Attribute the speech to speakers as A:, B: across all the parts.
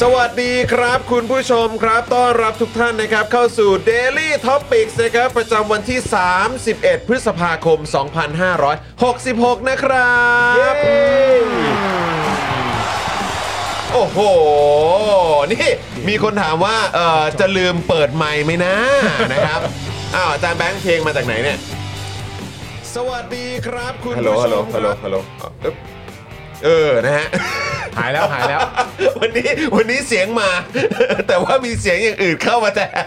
A: สวัสดีครับ คุณผู้ชมครับ ต้อนรับทุกท่านนะครับ เข้าสู่ Daily Topics นะครับ ประจำวันที่ 31 พฤษภาคม 2566 นะครับ โอ้โห นี่มีคนถามว่าเอ่อจะลืมเปิดไมค์ไหมนะ นะครับ อ้าวอาจารย์แบงค์เพลงมาจากไหนเนี่ย สวัสดีครับ คุณผู้ชมครับ เออ นะฮะ
B: หายแล้วหายแล้ว
A: วันนี้วันนี้เสียงมา แต่ว่ามีเสียงอย่างอื่นเข้ามาแทน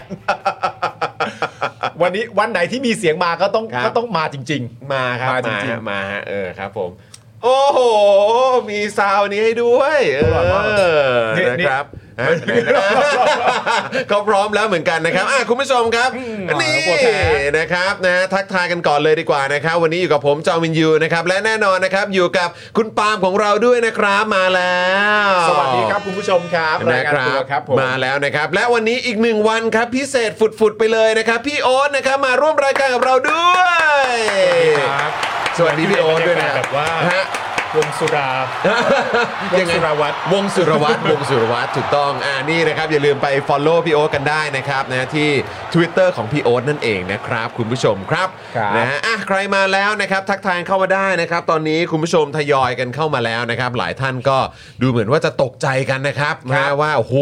B: วันนี้วันไหนที่มีเสียงมาก็ต้อง
A: ครับ
B: ก็ต้องมาจริง
A: มาครับ
B: มาจริงๆ
A: ฮะมาฮะเออครับผม โอ้โห มีซาวนี้ให้ด้วยเอ
B: อร่อยมาก
A: อ
B: นี่นี่
A: นะครับฮะ ก็พร้อมแล้วเหมือนกันนะครับอ่ะคุณผู้ชมครับนี่
B: กลัวแพ้
A: นะครับนะทักทายกันก่อนเลยดีกว่านะครับ วันนี้อยู่กับผมจอมินยูนะครับและแน่นอนนะครับอยู่กับคุณปาล์มของเราด้วยนะครับมาแล้ว
B: ๆ สวัสดีครับคุณผู้ชมครับราย
A: นะ
B: งาน
A: ครั
B: ตัว
A: บ
B: ครับผม
A: มาแล้วนะครับ และวันนี้อีกหนึ่งวันครับพิเศษฝุดๆไปเลยนะครับ พี่โอ๊ตนะครับมาร่วมรายการกับเราด้วย
B: ครับ
A: สวัสดีพี่โอ๊ตด้วยนะ
B: แบบว่า
A: ฮะ
B: วงสุรา วงสุรวัตร
A: วงสุรวัตรวงสุรวัตรถูกต้องอ่านี่นะครับ อย่าลืมไป Follow พี่โอ๊ตกันได้นะครับนะที่ Twitter ของพี่โอ๊ตนั่นเองนะครับ คุณผู้ชมครับ
B: ครับ
A: นะฮะอ่ะใครมาแล้วนะครับ ทักทายเข้ามาได้นะครับ ตอนนี้คุณผู้ชมทยอยกันเข้ามาแล้วนะครับ หลายท่านก็ดูเหมือนว่าจะตกใจกันนะครับนะฮะว่าโอ้โห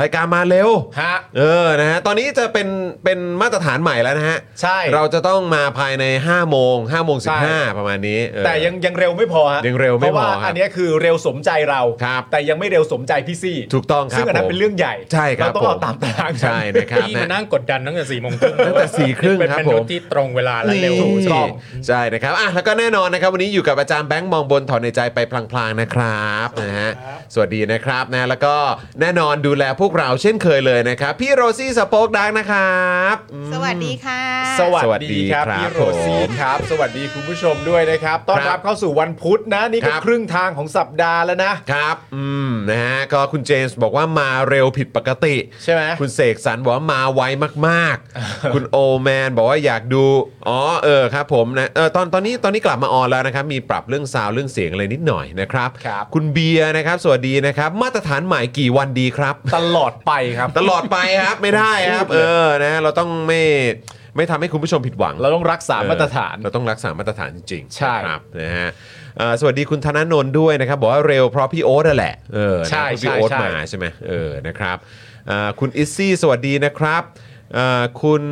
A: รายการมาเร็ว
B: ฮะ
A: เออ นะฮะ ตอนนี้จะเป็น เป็นมาตรฐานใหม่แล้วนะฮะ
B: ใช่
A: เราจะต้องมาภายใน 5 โมง5โมง15 ประมาณนี้เออ
B: แต่ยังยังเร็วไม่พอฮะ
A: ยังเร็วไม่พอ
B: เพราะว่า
A: ครับ
B: อันเนี้ยคือเร็วสมใจเรา
A: ครับ
B: แต่ยังไม่เร็วสมใจพี่ซี่
A: ถูกต้องครับ
B: ซึ่งอันนั้
A: ผม
B: นเป็นเรื่องใหญ่
A: ใช่ครับ
B: เราต้อง
A: ผม
B: เอาตามตาราง
A: ใช่นะครับ
C: พี่
A: นะ
C: มานั่งกดดันตั้งแต่สี่โมงครึ่ง
A: ตั้งแต่4ครึ่ง
C: เป็น
A: ครับ
C: มนุ
A: ผ
C: ษ
A: ม
C: ย์ที่ตรงเวลาและเร็ว
A: นี่
C: ถูกต้อง
A: ใช่นะครับอ่ะแล้วก็แน่นอนนะครับ วันนี้อยู่กับอาจารย์แบงค์มองบนถอนในใจไปพลางๆนะครับนะฮะสวัสดีนะครับนะแล้วก็แน่นอนดูแลพวกเราเช่นเคยเลยนะครับ พี่โรซี่สป็อกดักนะครับอืม
D: สวัสดีค่ะ
B: สวั
A: สวัส
B: ส
A: ดี
B: ดีครับ
A: ครับ
B: พี่โรซี่ครับ สวัสดีคุณผู้ชมด้วยนะครับต้อน
A: ครั
B: รั
A: บบ
B: เข้าสู่วันพุธนะนี่
A: ค
B: ก็
A: รับ
B: ครึ่งทางของสัปดาห์แล้วนะครับ
A: อืม นะฮะ ก็คุณเจมส์บอกว่ามาเร็วผิดปกติ
B: ใช่ไหม
A: คุณเสกสรรบอกว่ามาไวมาก ๆ คุณโอแมนบอกว่าอยากดู อ๋อ เออครับผมนะเออตอนตอนนี้ตอนนี้กลับมาออนแล้วนะครับ มีปรับเรื่องซาวด์เรื่องเสียงอะไรนิดหน่อยนะครับ
B: ครับ
A: ณเบียร์นะครับ สวัสดีนะครับ มาตรฐานใหม่กี่วันดีครับ
B: ตลอดไปครับ
A: ตลอดไปครับ ไม่ได้ครับ เออ นะ เราต้องไม่ไม่ทำให้คุณผู้ชมผิดหวัง
B: เราต้องรักษามาตรฐาน
A: เออเราต้องรักษามาตรฐานจริงๆ
B: ใช่
A: นะครับนะฮะเอ่อสวัสดีคุณธนาโนนด้วยนะครับ บอกว่าเร็วเพราะพี่โอ๊ตนั่นแหละเออนะ
B: ใช่
A: เพราะพี่
B: ใช่
A: โอ๊ต
B: ใช่
A: มาใช่ไหมเออนะครับเอ่อคุณอิซซี่สวัสดีนะครับเอ่อคุณ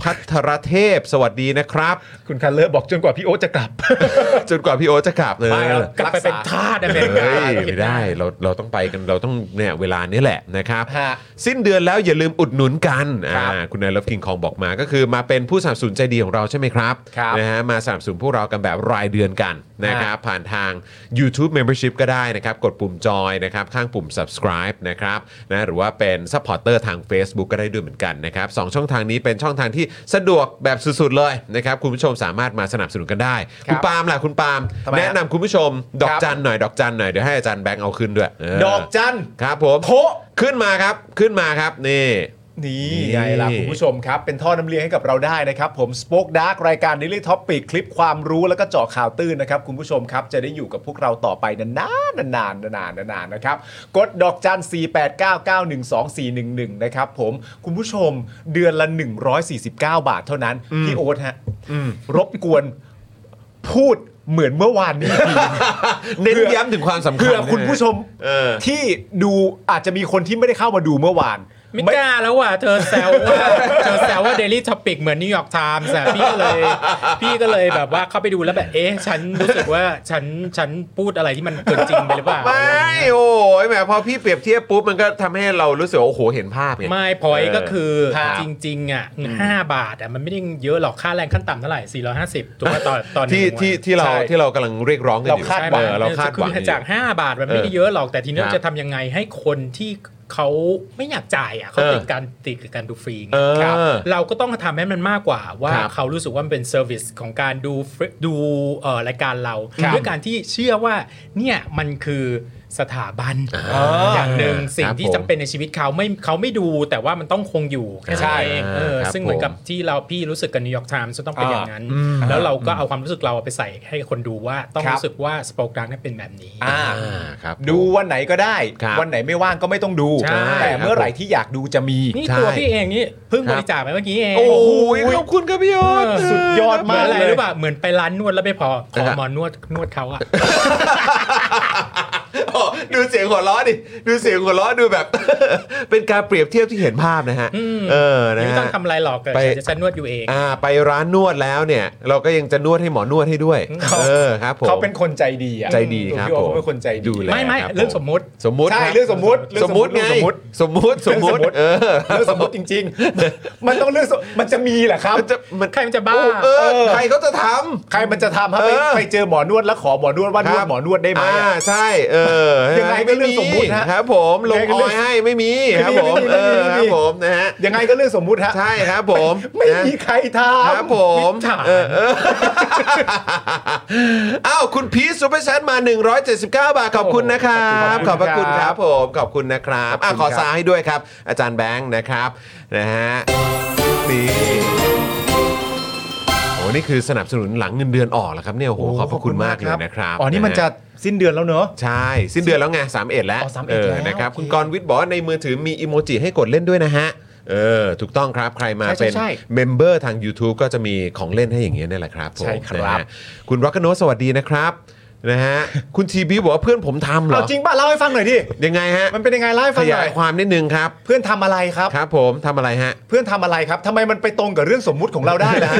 A: พัทรเทพสวัสดีนะครับ
B: คุณคัลเลอร์บอกจนกว่าพี่โอ๊ตจะกลับ
A: จนกว่าพี่โอ๊ตจะกลับเลย
B: ไม่ครับ
C: กลับไปเป็นทาสอเมริกา
A: เฮ้ย
C: เราคิ
A: ไม่ได้เราเราต้องไปกันเราต้องเนี่ยเวลานี้แหละนะครับ
B: ฮะ
A: สิ้นเดือนแล้วอย่าลืมอุดหนุนกัน
B: ครั
A: อ่า
B: บ
A: คุณนายลบกิงคองบอกมาก็คือมาเป็นผู้สนับสนุนใจดีของเราใช่ไหมครับ
B: ครับ
A: นะฮะมาสนับสนุนพวกเรากันแบบรายเดือนกันนะครับผ่านทาง YouTube Membership ก็ได้นะครับ กดปุ่มจอยนะครับ ข้างปุ่ม subscribe นะครับนะหรือว่าเป็น supporter ทาง Facebook ก็ได้ด้วยเหมือนกันนะครับ 2 ช่องทางนี้เป็นช่องทางที่สะดวกแบบสุดๆเลยนะครับคุณผู้ชมสามารถมาสนับสนุนกันได้
C: ครับ
A: คุณปาล์มล่ะคุณปาล์ม
B: ทำไมฮะ
A: แนะนำคุณผู้ชม ดอก
C: ครับ
A: จันหน่อยดอกจันหน่อยเดี๋ยวให้อาจารย์แบงค์เอาขึ้นด้วยเ
B: ดอกจัน
A: ครับผม
B: โพะ
A: ขึ้นมาครับขึ้นมาครับนี่
B: นี่
A: นี่
B: ไงล่ะคุณผู้ชมครับ เป็นท่อน้ำเลี้ยงให้กับเราได้นะครับผม Spoke Dark รายการ Daily Topic คลิปความรู้แล้วก็เจาะข่าวตื้นนะครับ คุณผู้ชมครับ จะได้อยู่กับพวกเราต่อไปนานๆนานๆนานๆนานๆนะครับ กดดอกจัน 489912411 นะครับผมคุณผู้ชมเดือนละ 149 บาทเท่านั้น พี่โอ๊ตฮะรบกวนพูดเหมือนเมื่อวานนี้
A: เน้นย้ำถึงความสำคัญ
B: เพื่อคุณผู้ชม
A: เออ
B: ที่ดูอาจจะมีคนที่ไม่ได้เข้ามาดูเมื่อวาน
C: ไม่กล้าแล้วว่ะเธอแซวว่าเธอแซวว่าเดลี่ท็อปิกเหมือนนิวยอร์กไทมส์พี่ก็เลย พี่ก็เลยแบบว่าเข้าไปดูแล้วแบบ เอ๊ะ ฉันรู้สึกว่าฉันฉันพูดอะไรที่มันเกินจริงไปหรือเปล่า
A: ไม่ โอ้ยแหมพอพี่เปรียบเทียบปุ๊บ มันก็ทำให้เรารู้สึกว่าโอ้โห เห็นภาพไง
C: ไม่พอยก็คือ
B: ครับ
C: จริง ๆ อ่ะ 5 บาทอ่ะมันไม่ได้เยอะหรอกค่าแรงขั้นต่ำเท่าไหร่ 450ถูกไหมตอนตอนหนึ่ง
A: ที่
C: วัน
A: ที่ที่เรา
B: ใช่
A: ที่เรากำลังเรียกร้องกันอยู่
B: เราคาดหวัง
A: ออเราคาดหวังอ
C: คื
A: ยู่
C: อจาก 5 บาทมันไม่ได้เยอะหรอกแต่ทีนี้
A: ครับ
C: จะทำยังไงให้คนที่เขาไม่อยากจ่ายอ่ะเขา
A: เออ
C: ติดการติดกับการดูฟรีไง
A: เออ
C: ครับเราก็ต้องทำให้มันมากกว่าว่า
A: ครับ
C: เขารู้สึกว่ามันเป็นเซอร์วิสของการดูฟรีดูเอ่อรายการเรา
B: ครับ
C: ด้วยการที่เชื่อว่าเนี่ยมันคือสถาบันอย่างหนึ่งสิ่
A: ค
C: ง
A: รับ
C: ที่จำเป็นในชีวิตเขาไม่เขาไม่ดูแต่ว่ามันต้องคงอยู่แค่
A: ใช่
C: นั้นเองเออ
A: ครับ
C: ซึ่งเหมือนกับ
A: ผม
C: ที่เราพี่รู้สึกกับนิวยอร์กไทม์จะต้องเป็น
B: อ่า
C: อย่างนั้น แล้วเราก็เอาความรู้สึกเราไปใส่ให้คนดูว่าต้อง
B: ครับ
C: รู้สึกว่าสปอคดังนั้นเป็นแบบนี้
B: อ่า
A: อ่าครับ
B: ดูวันไหนก็ได้
A: ครับ
B: วันไหนไม่ว่างก็ไม่ต้องดู
C: ใช่
B: แต่เมื่อไหร่
A: ครับผม
B: ที่อยากดูจะมี
C: นี่
A: ใช่
C: ตัวพี่เองนี่เพิ่ง
A: ครับ บ
C: ริจาคไปเมื่อกี้เอง
A: โอ้ยขอบคุณครับพี่ยศ
B: สุดยอด
C: เหมือ
B: มานก
C: อะไร
B: เลย
C: รู้ป่ะเหมือนไปร้านนวดแล้วไม่พอขอ
A: นะครับ
C: หมอนวดนวดเขาอะ
A: โอ้ดูเสียงหัวล้อดิ ดูเสียงหัวล้อดูแบบ เป็นการเปรียบเทียบที่เห็นภาพนะฮะ เออ นะ
C: ไม่
A: ฮะ
C: ต้องทำอะไรหรอก
A: ไป
C: เดี๋ยวจะฉันนวดอยู่เอง
A: อ่าไปร้านนวดแล้วเนี่ย เราก็ยังจะนวดให้หมอนวดให้ด้วย เออครับผม
B: เขาเป็นคนใจดีอ่ะ
A: ใจดีครับ
B: พี่โอ๊
A: ผม
B: ตเขาเป็นคนใจ
A: ดู
B: ดี
A: แล
C: ไม่ไม่
A: ครับผม
C: เรื่องสมมติ
A: สมมุติ
B: ใช่
A: คบ
B: เรื่องสมมุติเรื่อง
A: สมมุติไง
B: สมมุติ
A: สมมุติสมมุติเออ
B: เรื่องสมมติจริง ๆมันต้องเรื่องสมมันจะมีแหละครับ
A: มันจะมัน
C: ใครมันจะบ้า
A: โอ้เออ
B: เออ
A: ใครเขาจะท
B: ใครมันจะทำครับไป
A: เออ
B: ไปเจอหมอนวดแล้วขอหมอนวดว่า
A: ำ
B: นวดหมอนวดได้ไหม
A: อ่า
B: อะ
A: ใช่ เออ
B: ยังไงก็เรื่องสมมุติฮะ
A: ครับ ผมลง
B: ยังไงก็
A: อ
B: เรื่
A: อ
B: อ
A: ย
B: ง
A: ให้ไม่มี
B: ไม่มี
A: ครับผม
B: ไม่มี
A: เออ
B: ไม่
A: ค
B: มี
A: รับผมนะฮะ
B: ยังไงก็เรื่องสมมุติฮะ
A: ใช่ครับผม
B: ไม่
A: นะ
B: มีใครท
A: ครับผม
C: มิจฉา
A: เออเออ อ้าวคุณพีซซูเปอร์แชทมา 179 บาทขอบคุณนะครับ ขอบพระคุณครับผมขอบคุณนะครับอ่ะขอซาให้ด้วยครับ อาจารย์แบงค์นะครับนะฮะนี่โอ้นี่คือสนับสนุนหลังเงินเดือนออกแล้วครับเนี่ยโอ้
B: ำ
A: โหขอบพระคุณมากเลยนะครับ
B: อ๋อนี่มันจะสิ้นเดือนแล้วเนอะ
A: ใช่ สิ้นเดือนแล้วไง31 แล้ว
B: อ๋อ31แล้ว
A: นะครับ
B: โอเค
A: คุณกรณ์วิทย์บอกว่าในมือถือมีอีโมจิให้กดเล่นด้วยนะฮะเออถูกต้องครับใครมา
B: ใช่ใช่
A: เป็น
B: ใช่
A: เมมเบอร์ทาง YouTube ก็จะมีของเล่นให้อย่างเงี้ยเนี่ยแหละครับผม
B: ใช่ครับ
A: นะฮะ คุณร็อกกโนสวัสดีนะครับนะฮ ะ คุณทีบีบอกว่าเพื่อนผมทำเหร
B: เอา
A: อ
B: จริงป่ะเล่าให้ฟังหน่อยดิ
A: ยังไงฮะ
B: มันเป็นยังไงเล่าให้
A: ข
B: ฟังห
A: ยา
B: น่อย ย
A: ความนิดนึงครับ
B: เพื่อนทำอะไรครับ
A: ครับผมทำอะไรฮะ
B: เพื่อนทำอะไรครับทำไมมันไปตรงกับเรื่องสมมุติของเราได้นะฮะ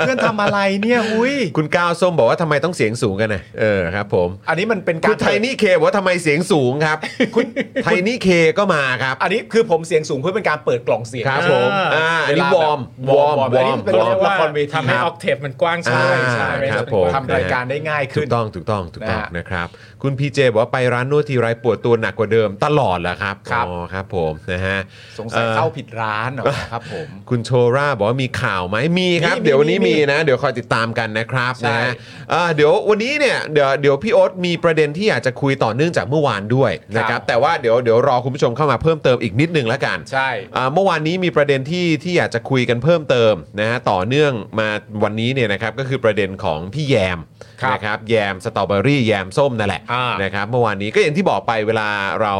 B: เพื่อนทำอะไรเนี่ยอุ้ย
A: คุณก้าวส้มบอกว่าทำไมต้องเสียงสูงกันนะเออครับผม
B: อันนี้มันเป็นการ
A: คุณไทนี่เคบอกว่าทำไมเสียงสูงครับ คุณไทนี่เคก็มาครับ
B: อันนี้คือผมเสียงสูงเพื่อเป็นการเปิดกล่องเสียง
A: ครับ
B: นะ
A: ผม
B: เ
A: อ่าอัน
B: เว
A: นี้
B: ลาว
A: อร์ม
B: แบบ
A: วอร์ม
B: ว
A: ว
B: อ
A: อ
B: ร์
A: ร์
B: ม
A: ม
B: เป็น
C: เรียกว่า
B: ละครเวที
C: ทำให้ออกเทปมันกว้างขึ้น
A: อ่า
C: ใช่ไหม
A: ครับผม
B: ทำรายการได้ง่าย
A: ถู
B: ขึ้
A: ก
B: น
A: ต้องถูกต้องถูกต้อง
B: นะฮะ
A: นะครับ คุณพีเจบอกว่าไปร้านนวดทีไรปวดตัวหนักกว่าเดิมตลอดแล้วครับ
B: ครับ
A: อ๋อครับผมนะฮะ
B: สงสัย
A: อ่อ
B: เข้าผิดร้านเหรอครับผม
A: คุณโชราบอกว่ามีข่าวไหมมีครับ
B: มีมี
A: เดี๋ยววันนี้
B: มี
A: มีนะ เดี๋ยวคอยติดตามกันนะครับ
B: ใช่
A: นะฮะเอ่อเดี๋ยววันนี้เนี่ยเดี๋ยวเดี๋ยวพี่โอ๊ตมีประเด็นที่อยากจะคุยต่อเนื่องจากเมื่อวานด้วยนะค
B: ครั
A: รับบ แต่ว่าเดี๋ยวเดี๋ยวรอคุณผู้ชมเข้ามาเพิ่มเติมอีกนิดนึงละกัน
B: ใช่
A: อ่าเมื่อวานนี้มีประเด็นที่ที่อยากจะคุยกันเพิ่มเติมนะฮะต่อเนื่องมาวันนี้เนี่ยนะครับก็คือประเด็นของพี่แยม
B: ครับ
A: นะครับแยมสตรอเบอรี่แยมส้มนั่นแหละ
B: อ่าน
A: นะครับเมื่อวานนี้ก็อย่างที่บอกไปเวลาเรา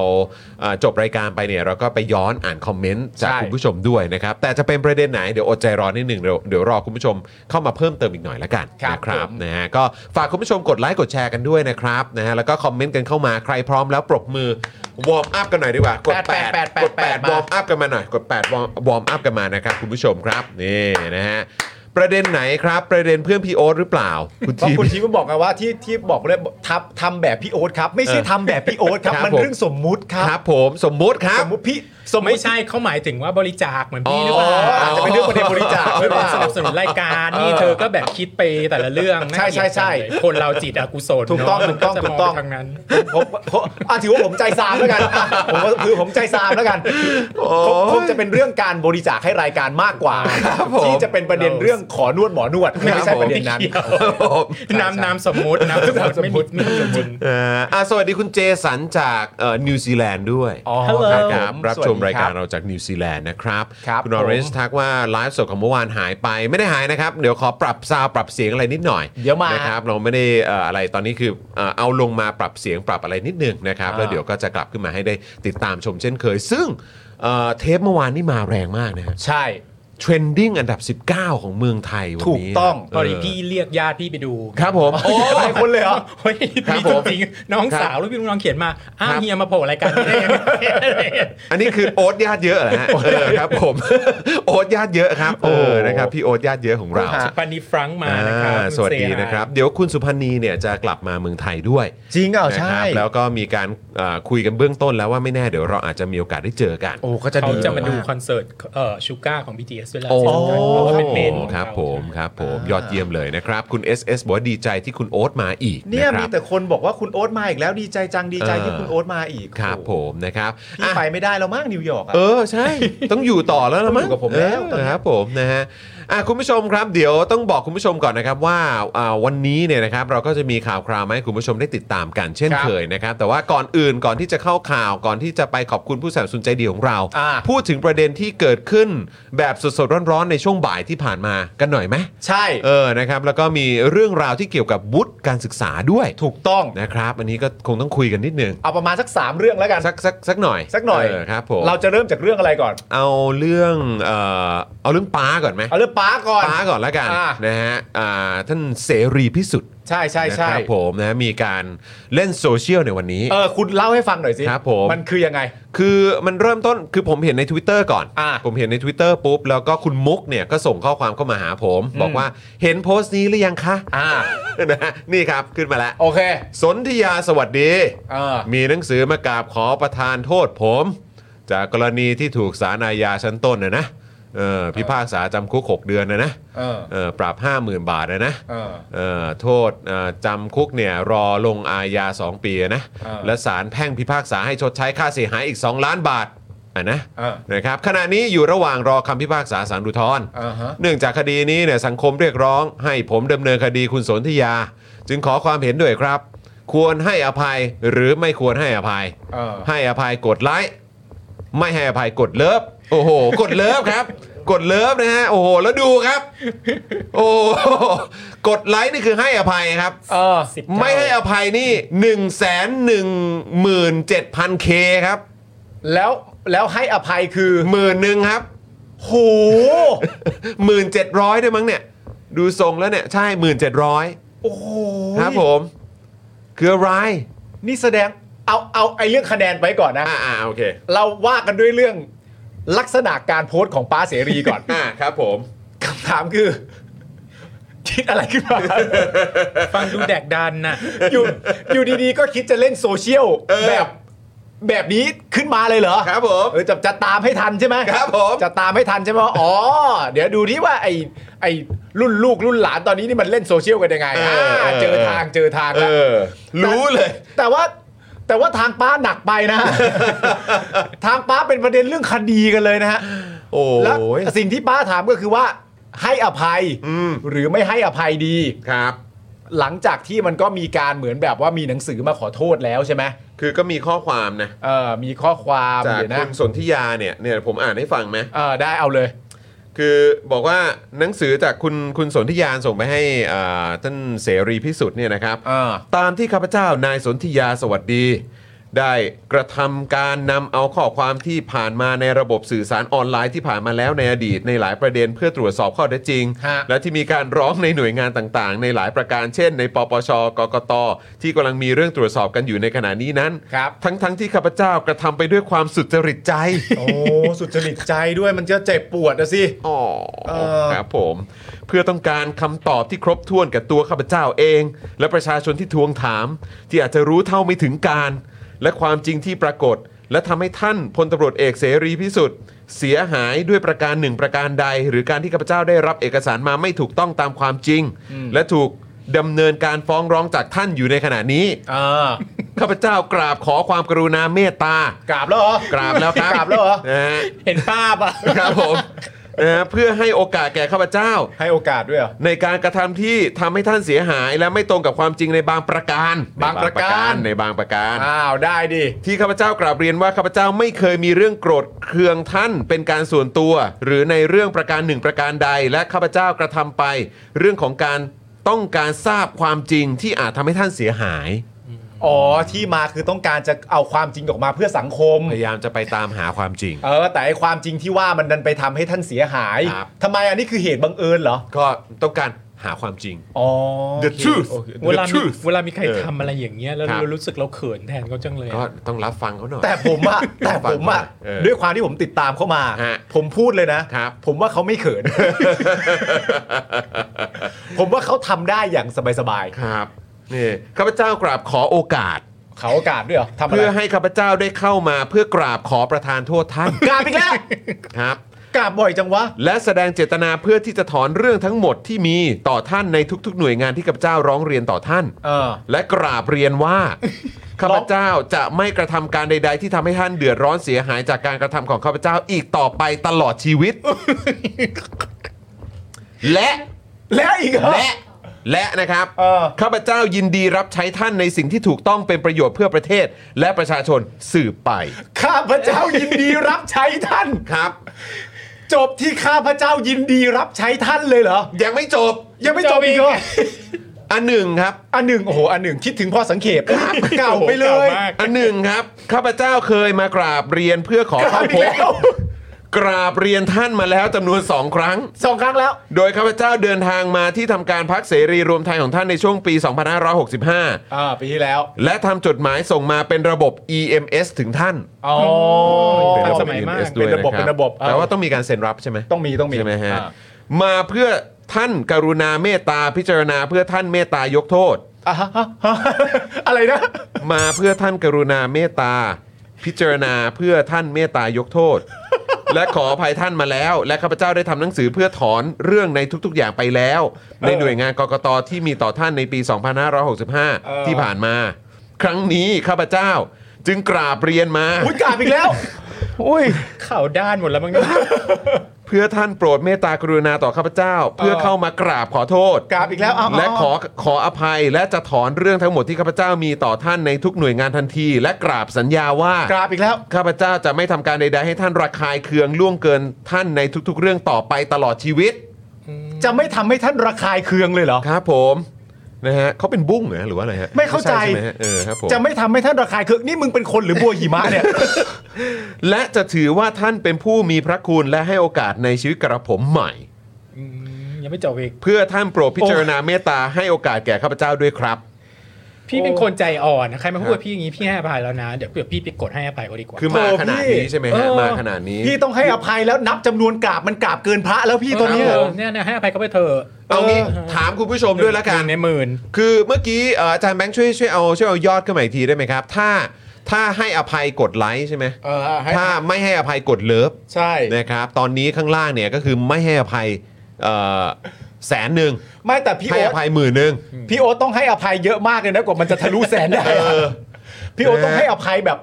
A: เอ่อจบรายการไปเนี่ยเราก็ไปย้อนอ่านคอมเมนต์ จาก
B: ใช่
A: คุณผู้ชมด้วยนะครับ แต่จะเป็นประเด็นไหนเดี๋ยวอดใจรอนิดหนึ่งเดี๋ยวเดี๋ยวรอคุณผู้ชมเข้ามาเพิ่มเติมอีกหน่อยละกัน
B: ครับ
A: นะครับ
B: ผม
A: นะฮะก็ฝากคุณผู้ชมกดไลค์กดแชร์กันด้วยนะครับนะฮะแล้วก็คอมเมนต์กันเข้ามาใครพร้อมแล้วปรบมือวอร์มอัพกันหน่อยดีกว่ากด
B: แปดแปดแปด
A: กด
B: แปด
A: 8ว
B: มา
A: อร์มอัพกันมาหน่อยกด8วอร์มวอร์มอัพกันมานะครับคุณผู้ชมครับนี่นะฮะ ประเด็นไหนครับ ประเด็นเพื่อนพี่โอ๊ตหรือเปล่า คุณ
B: เพราะ
A: ทีม
B: คุณทีมบอกไงว่าที่ที่บอกเลยทับทำแบบพี่โอ๊ตครับ ไม่ใช่ทำแบบพี่โอ๊ตครับ
A: ครับ
B: มันเรื่องสมมุติครั
A: ครับ บผมสมมุติครับ
B: สมมุติพี่สมมุ
C: ไม่
B: ติ
C: ใช่เขาหมายถึงว่าบริจาคเหมือนพี่หรือเปล่า
A: อ๋อ
B: อาจจะเป็นเรื่องประเด็นบริจาคหรือเปล่า
C: สนับสนุนรายการนี่เธอก็แบบคิดไปแต่ละเรื่องน่า
B: ใช่ใช่ใช่
C: เกลียดจังเลยคนเราจิตอกุศล
B: ถูกต้อง
C: เนะ
B: ถูกต้อง
C: มันจะ
B: ถูกต้อง
C: มไปทางนั้น
B: ผมผมอ่ะถือว่าผมใจซามแล้วกันอ่ะผมว่าถือผมใจซามแล้วกันคงคงจะเป็นเรื่องการบริจาคให้รายการมากกว่า
A: ครับผม
B: ที่จะเป็นประเด็นเรื่องขอนวดหมอนวดไม่ใช่ประเด็นนั้น
A: ครับผม
C: น้ำน้ำสมมติน้ำสมมติไม่มีไม่มีอยู่จริง
A: อ่าอ่ะสวัสดีคุณเจสันจากเอ่อนิวซีแลนด์ด้วย
B: อ๋อ Hello
A: นะครับ
B: ผม
A: รับ
B: สวัส
A: ช
B: ดี
A: มรายการ
B: ครับ
A: เราจากนิวซีแลนด์นะครับ
B: ครับ
A: ณออเรน
B: ผม
A: ซ์ทักว่าไลฟ์สดของเมื่อวานหายไปไม่ได้หายนะครับ เดี๋ยวขอปรับซาวด์ปรับเสียงอะไรนิดหน่อย
B: เดี๋ยวมาน
A: ครับเราไม่ได้เอ่ออะไรตอนนี้คือเอ่อเอาลงมาปรับเสียงปรับอะไรนิดหนึงนะครับ
B: อ่า
A: แล้วเดี๋ยวก็จะกลับขึ้นมาให้ได้ติดตามชมเช่นเคย ซึ่งเอ่อเทปเมื่อวานนี่มาแรงมากนะฮะ
B: ใช่
A: เทรนดิ้งอันดับ 19 ของเมืองไทยวันนี้
B: ถูกต้อง
A: เ
C: พอดีพี่เรียกญาติพี่ไปดู
A: ครับผม
B: โอ้หลายคนเลยเหรอ
C: เฮ้ย
A: ครับ
C: พี่
A: ผ
C: จ
A: ม
C: ริงๆน้องสาวลูกพี่ลูกน้องเขียนมา อ้า
A: คว รับ
C: เฮียมาโผล่รายการนี้ได้ยังไงอะไรอย่างเงี้ย
A: อันนี้คือโอ๊ตญาติเยอะเหรอฮะเออครับผม โอ๊ตญาติเยอะครับเออนะครับพี่โอ๊ตญาติเย อะของเรา
C: สุปานีฟรังก์มานะครับ
A: อ่า
C: คุณ
A: สวัสดี
C: เยหาย
A: นะครับ เดี๋ยวคุณสุพันธ์นีเนี่ยจะกลับมาเมืองไทยด้วย
B: จริงเหรอ
A: นะค
B: ใช่
A: รับแล้วก็มีการอ่าคุยกันเบื้องต้นแล้วว่าไม่แน่เดี๋ยวเราอาจจะมีโอกาสได้เจอกัน
B: โอ้ก็จะ
C: เขา
B: ดี
C: จะมาดูคอนเสิร์ตเอ่อชูก้าของ BTS ด้วยล่ะ
A: โอ้
C: เพราะเป็นเมน
A: ครับผมครับผมยอดเยี่ยมเลยนะครับ คุณ SS บอกว่าดีใจที่คุณโอ๊ตมาอีก
B: เนี่ย
A: ะค
B: มี
A: รับ
B: แต่คนบอกว่าคุณโอ๊ตมาอีกแล้วดีใจจังดีใจ
A: เออ
B: ที่คุณโอ๊ตมาอีก
A: ครับ
B: โอ้โห
A: ผมนะครับ
B: พี่
A: อ่ะ
B: ไปไม่ได้แล้วมั้งนิวยอร์กอะ
A: เออ ใช่ ต้องอยู่ต่อแล้วละมั้ง
B: อยู่กับผมแล้ว
A: เออครับผมนะฮะอ่ะคุณผู้ชมครับเดี๋ยวต้องบอกคุณผู้ชมก่อนนะครับว่าอ่าวันนี้เนี่ยนะครับเราก็จะมีข่าวคราวมาให้คุณผู้ชมได้ติดตามกันเช่น
B: ครับ
A: เคยนะครับแต่ว่าก่อนอื่นก่อนที่จะเข้าข่าวก่อนที่จะไปขอบคุณผู้สนับสนุนใจดีของเรา
B: อ่า
A: พูดถึงประเด็นที่เกิดขึ้นแบบสดๆร้อนๆในช่วงบ่ายที่ผ่านมากันหน่อยไหม
B: ใช่
A: เออนะครับแล้วก็มีเรื่องราวที่เกี่ยวกับวุฒิการศึกษาด้วย
B: ถูกต้อง
A: นะครับอันนี้ก็คงต้องคุยกันนิดนึง
B: เอาประมาณสัก 3 เรื่องแล้วกัน
A: สักสักสักหน่อย
B: สักหน่อย
A: เครับผม
B: เราจะเริ่มจากเรื่องอะไรก่อน
A: เอาเรื่องเอ่อเอาเรื่องป้าก่อนไหม
B: เอาเรื่องป้าก่อน
A: ป้าก่อนแล้วกัน
B: อ่าน
A: นะฮะอ่าท่านเสรีพิสุทธิ์
B: ใช่ใช่
A: นะ
B: ใช่
A: ครับผมนะมีการเล่นโซเชียลในวันนี้
B: เออคุณเล่าให้ฟังหน่อยสิ
A: ครับผม
B: มันคือยังไง
A: คือมันเริ่มต้นคือผมเห็นใน Twitter ก่อน
B: อ่า
A: ผมเห็นใน Twitter ปุ๊บ แล้วก็คุณมุกเนี่ยก็ส่งข้อความเข้ามาหาผม
B: อืม
A: บอกว่าเห็นโพสต์นี้หรือยังคะ
B: อ่า
A: นะฮะนี่ครับขึ้นมาแล้ว
B: โอเค
A: สนธยาสวัสดี
B: เออ
A: มีหนังสือมากราบขอประทานโทษผม จากกรณีที่ถูกสารอาญาชั้นต้นนะนะเออพิพากษาจำคุก 6 เดือนนะนะ
B: เออ
A: เออปรับ 50,000 บาทนะนะ
B: เออ
A: เออโทษเอ่อจำคุกเนี่ยรอลงอาญา 2 ปีนะ
B: เออ
A: และสารแพ่งพิพากษาให้ชดใช้ค่าเสียหายอีก 2 ล้านบาทอ่ะนะ
B: เออ
A: นะครับขณะนี้อยู่ระหว่างรอคำพิพากษาสารอุทธรณ์
B: อ่าฮะ
A: เนื่องจากคดีนี้เนี่ยสังคมเรียกร้องให้ผมดำเนินคดีคุณสนธยา จึงขอความเห็นด้วยครับ ควรให้อภัยหรือไม่ควรให้อภัย
B: เออ
A: ให้อภัยกดไลค์ไม่ให้อภัยกดเลิฟโอ้โห กดเลิฟครับ กดเลิฟนะฮะโอ้โหแล้วดูครับ โอ้โหกดไลค์นี่คือให้อภัยครับ
B: เออ
C: สิบเก้า
A: ไม่ให้อภัยนี่1นึ่งแสนหนึ่งหมื่นเจ็ดพันเคครับ
B: แล้วแล้วให้อภัยคือ
A: หมื่นหนึ่งครับ
B: โห
A: หมื่นเจ็ดร้อยด้วยมั้งเนี่ย ดูทรงแล้วเนี่ย ใช่หมื่นเจ็ดร้อย
B: โอ้โห
A: ครับผมคืออะไร
B: นี่แสดงเอาเอาไอ้เรื่องคะแนนไปก่อนนะ
A: อ่าอ่าโอเค
B: เราว่ากันด้วยเรื่องลักษณะการโพสต์ของป้าเสรีก่อน
A: อ่าครับผม
B: คำถามคือ คิดอะไรขึ้นมา
C: ฟังดูแดกดันน่ะ
B: อยู่อยู่ดีๆ ก็คิดจะเล่นโซเชียลแบบแบบนี้ขึ้นมาเลยเหรอ
A: ครับผม
B: เออจะจะตามให้ทันใช่ไหม
A: ครับผม
B: จะตามให้ทันใช่ไหมว่าอ๋อ เดี๋ยวดูที่ว่าไอไอรุ่นลูกรุ่นหลานตอนนี้นี่มันเล่นโซเชียลกันยังไงอ่าเจอทางเจอทาง
A: เออ
B: แล้ว
A: รู้เลย
B: แต่ว่าแต่ว่าทางป้าหนักไป นะ ทางป้าเป็นประเด็นเรื่องคดีกันเลยนะฮะ
A: โอ้
B: แล้ว
A: ย
B: สิ่งที่ป้าถามก็คือว่าให้อภัย
A: อืม
B: หรือไม่ให้อภัยดี
A: ครับ
B: หลังจากที่มันก็มีการเหมือนแบบว่ามีหนังสือมาขอโทษแล้วใช่ไหม
A: คือก็มีข้อความนะ
B: เออมีข้อความ
A: จาก
B: เดี๋ยว
A: คุ
B: นะ
A: ณสนธิยาเนี่ยเนี่ยผมอ่านให้ฟังไหม
B: เออได้เอาเลย
A: คือบอกว่าหนังสือจากคุณคุณสนธิยาส่งไปให้อ่าท่านเสรีพิสุทธิ์เนี่ยนะครับ
B: เออ
A: ตามที่ข้าพเจ้านายสนธิยาสวัสดี ได้กระทำการนำเอาข้อความที่ผ่านมาในระบบสื่อสารออนไลน์ที่ผ่านมาแล้วในอดีตในหลายประเด็นเพื่อตรวจสอบข้อเท็จจริง
B: ฮะ
A: และที่มีการร้องในหน่วยงานต่างๆ ในหลายประการเช่น ในปปชกกตที่กำลังมีเรื่องตรวจสอบกันอยู่ในขณะนี้นั้น
B: ครับ
A: ทั้งๆที่ข้าพเจ้ากระทำไปด้วยความสุจริตใจ
B: โอ้สุดจริตใจด้วยมันจะเจ็บปวดนะสิ
A: อ๋อ
B: เออ
A: ครับผม เพื่อต้องการคำตอบที่ครบถ้วนกับตัวข้าพเจ้าเอง และประชาชนที่ทวงถาม ที่อาจจะรู้เท่าไม่ถึงการ และความจริงที่ปรากฏ และทำให้ท่านพลตำรวจเอกเสรีพิสุทธิ์เสียหายด้วยประการหนึ่งประการใด หรือการที่ข้าพเจ้าได้รับเอกสารมาไม่ถูกต้องตามความจริง และถูกดำเนินการฟ้องร้องจากท่านอยู่ในขณะนี้
B: อ่า
A: ข้าพเจ้ากราบขอความกรุณาเมตตาก
B: ราบแล้วเหรอก
A: ราบแล้วครับ
B: กราบแล้วเหรอ
A: นะฮะ
C: เห็นป้าปะ
A: ครับผมนะฮะเพื่อให้โอกาสแก่ข้าพเจ้า
B: ให้โอกาสด้วยเหรอ
A: ในการกระทำที่ทำให้ท่านเสียหาย และไม่ตรงกับความจริงในบางประการ
B: บางประการ
A: ในบางประการ
B: อ้าวได้ดิ
A: ที่ข้าพเจ้ากราบเรียนว่าข้าพเจ้าไม่เคยมีเรื่องโกรธเคืองท่านเป็นการส่วนตัว หรือในเรื่องประการหนึ่งประการใด และข้าพเจ้ากระทำไป เรื่องของการต้องการทราบความจริงที่อาจทำให้ท่านเสียหาย
B: อ๋อที่มาคือต้องการจะเอาความจริงออกมาเพื่อสังคม
A: พยายามจะไปตามหาความจริง
B: เออแต่ไอความจริงที่ว่ามันดันไปทำให้ท่านเสียหาย
A: ครับ
B: ทำไมอันนี้คือเหตุบังเอิญเหรอ
A: ก็ต้องการหาความจริง
B: อ๋อ
A: the truth
C: เว
A: the
C: ลามี
A: truth
C: เวลามีใคร
A: เออ
C: ทำอะไรอย่างเงี้ยแล้ว
A: ครับ
C: เรารู้สึกเราเขินแทนเขาจังเลยอะ
A: ก็ต้องรับฟังเขาหน่อย
B: แต่ผม อะแต่ผมอะ
A: เออ
B: ด้วยความที่ผมติดตามเข้ามา
A: ฮะ
B: ผมพูดเลยนะ
A: ครับ
B: ผมว่าเขาไม่เขิ น ผมว่าเขาทำได้อย่างสบาย
A: ครับนี่ข้าพเจ้ากราบขอโอกาส
B: ๆเขาโอกาสด้วยเหรอทำอะไร
A: เพื่อให้ข้าพเจ้าได้เข้ามาเพื่อกราบขอประทานโทษท่าน
B: กราบอีกแล้ว
A: ครับ
B: กราบบ่อยจังวะ
A: และแสดงเจตนาเพื่อที่จะถอนเรื่องทั้งหมดที่มีต่อท่านในทุกๆ หน่วยงานที่ข้าพเจ้าร้องเรียนต่อท่าน
B: เออ
A: และกราบเรียนว่า ข้าพเจ้าจะไม่กระทำการใด ๆ ที่ทำให้ท่านเดือดร้อนเสียหายจากการกระทำของข้าพเจ้าอีกต่อไปตลอดชีวิต และ
B: แล้วอีกเหรอ
A: และและนะครับ
B: เออ
A: ข้าพเจ้ายินดีรับใช้ท่านในสิ่งที่ถูกต้องเป็นประโยชน์เพื่อประเทศ และประชาชนสืบไป
B: ข้าพเจ้ายินดีรับใช้ท่าน
A: ครับ
B: จบที่ข้าพเจ้ายินดีรับใช้ท่านเลยเหรอ
A: ยังไม่จบ
B: ยังไม่จบอีกเหรอ
A: อันหนึ่งครับ
B: อันหนึ่งโอ้โหอันหนึ่งคิดถึงพ่อสังเขปเก่าไปเล
C: เก่าย มาก
A: อันหนึ่งครับข้าพเจ้าเคยมากราบเรียนเพื่อขอเข้าพบ
B: กราบอีกแล้ว
A: กราบเรียนท่านมาแล้วจำนวนสองครั้ง
B: สองครั้งแล้ว
A: โดยข้าพเจ้าเดินทางมาที่ทำการพักเสรีรวมไทยของท่านในช่วงปี 2565
B: อ่าปีที่แล้ว
A: และทำจดหมายส่งมาเป็นระบบ EMS ถึงท่าน
B: อ๋อ
C: เป็นระบบ
A: EMS
B: เป็นระบบ
A: ด้วยค
B: เป็นระบบเออ
A: แต่ว่าต้องมีการเซ็นรับใช่ไหม
B: ต้องมีต้องมี
A: ใช่ไหมฮะ
B: อ่า
A: มาเพื่อท่านกรุณาเมตตาพิจารณาเพื่อท่านเมตตายกโทษ
B: อ่าฮะฮะฮะอะไรนะ
A: มาเพื่อท่านกรุณาเมตตา พิจารณาเพื่อท่านเมตตายกโทษ และขออภัยท่านมาแล้ว และข้าพเจ้าได้ทำหนังสือเพื่อถอนเรื่องในทุกๆอย่างไปแล้ว ในหน่วยงานกกตที่มีต่อท่านในปี 2565 ที่ผ่านมา ครั้งนี้ข้าพเจ้าจึงกราบเรียนมา
B: อุ้ยกราบอีกแล้ว
C: อุ้ยข่าวด้านหมดแล้วมั้งเนี่ย
A: เพื่อท่านโปรดเมตตากรุณาต่อข้าพเจ้า เพื่อเข้ามากราบขอโทษ
B: กราบอีกแล้วเอา
A: และขอขออภัยและจะถอนเรื่องทั้งหมดที่ข้าพเจ้ามีต่อท่านในทุกหน่วยงานทันที และกราบสัญญาว่าก
B: ราบอีกแล้ว
A: ข้าพเจ้าจะไม่ทำการใด ๆ ให้ท่านระคายเคืองล่วงเกินท่านในทุก ๆ เรื่องต่อไปตลอดชีวิต
B: จะไม่ทำให้ท่านระคายเคืองเลยเหรอ
A: ครับผมนะฮะเขาเป็นบุ้งเหรอหรือว่าอะไรฮะ
B: ไม่เข้าใจ
A: ช่ใช่ไหมฮะเออครับผม
B: จะไม่ทำให้ท่านระคายเคืองนี่มึงเป็นคนหรือบัวหิมะเนี่ย
A: และจะถือว่าท่านเป็นผู้มีพระคุณและให้โอกาสในชีวิตกระผมใหม่
C: ยังไม่จบอีก
A: เพื่อท่านโปรดพิจารณาเมตตาให้โอกาสแก่ข้าพเจ้าด้วยครับ
C: พี่เป็นคนใจอ่อนนะใครมาพูดกับพี่อย่างนี้พี่ให้อภัยแล้วนะ เดี๋ยวเผื่อพี่ไปกดให้อภัยก็ดีกว่า
A: คือมา
B: โอ้
A: ขนาด
B: พี่
A: นี้ใช่ไหมฮะ
C: เออ
A: มาขนาดนี้
B: พี่ต้องให้อภัยแล้วนับจำนวนกราบมันกราบเกินพระแล้วพี่ตอนเนี้ย
C: เออเนี่ยเนี่ยให้อภัยเขาไปเถอะ
A: เอางี้ถามคุณผู้ชมด้วยละกัน
C: หงในหมื่น
A: คือเมื่อกี้เอ่ออาจารย์แบงค์ช่วยช่วยเอาช่วยเอายอดขึ้นมาอีกทีได้ไหมครับ ถ้าถ้าให้อภัยกดไลค์ใช่ไหม
B: เออให้
A: ถ้าไม่ให้อภัยกดเลิฟ
B: ใช่
A: นะครับตอนนี้ข้างล่างเนี่ยก็คือไม่ให้อภัยเอ่อแสนหนึ่ง
B: ไม่แต่พี่
A: ให้
B: โอ๊
A: อ
B: ต
A: ภัยหมื่นหนึ่ง
B: พี่โอ๊ตต้องให้อภัยเยอะมากเลยนะกว่ามันจะทะลุแสนได้อะพี่โอ๊ตต้องให้อภัยแบบ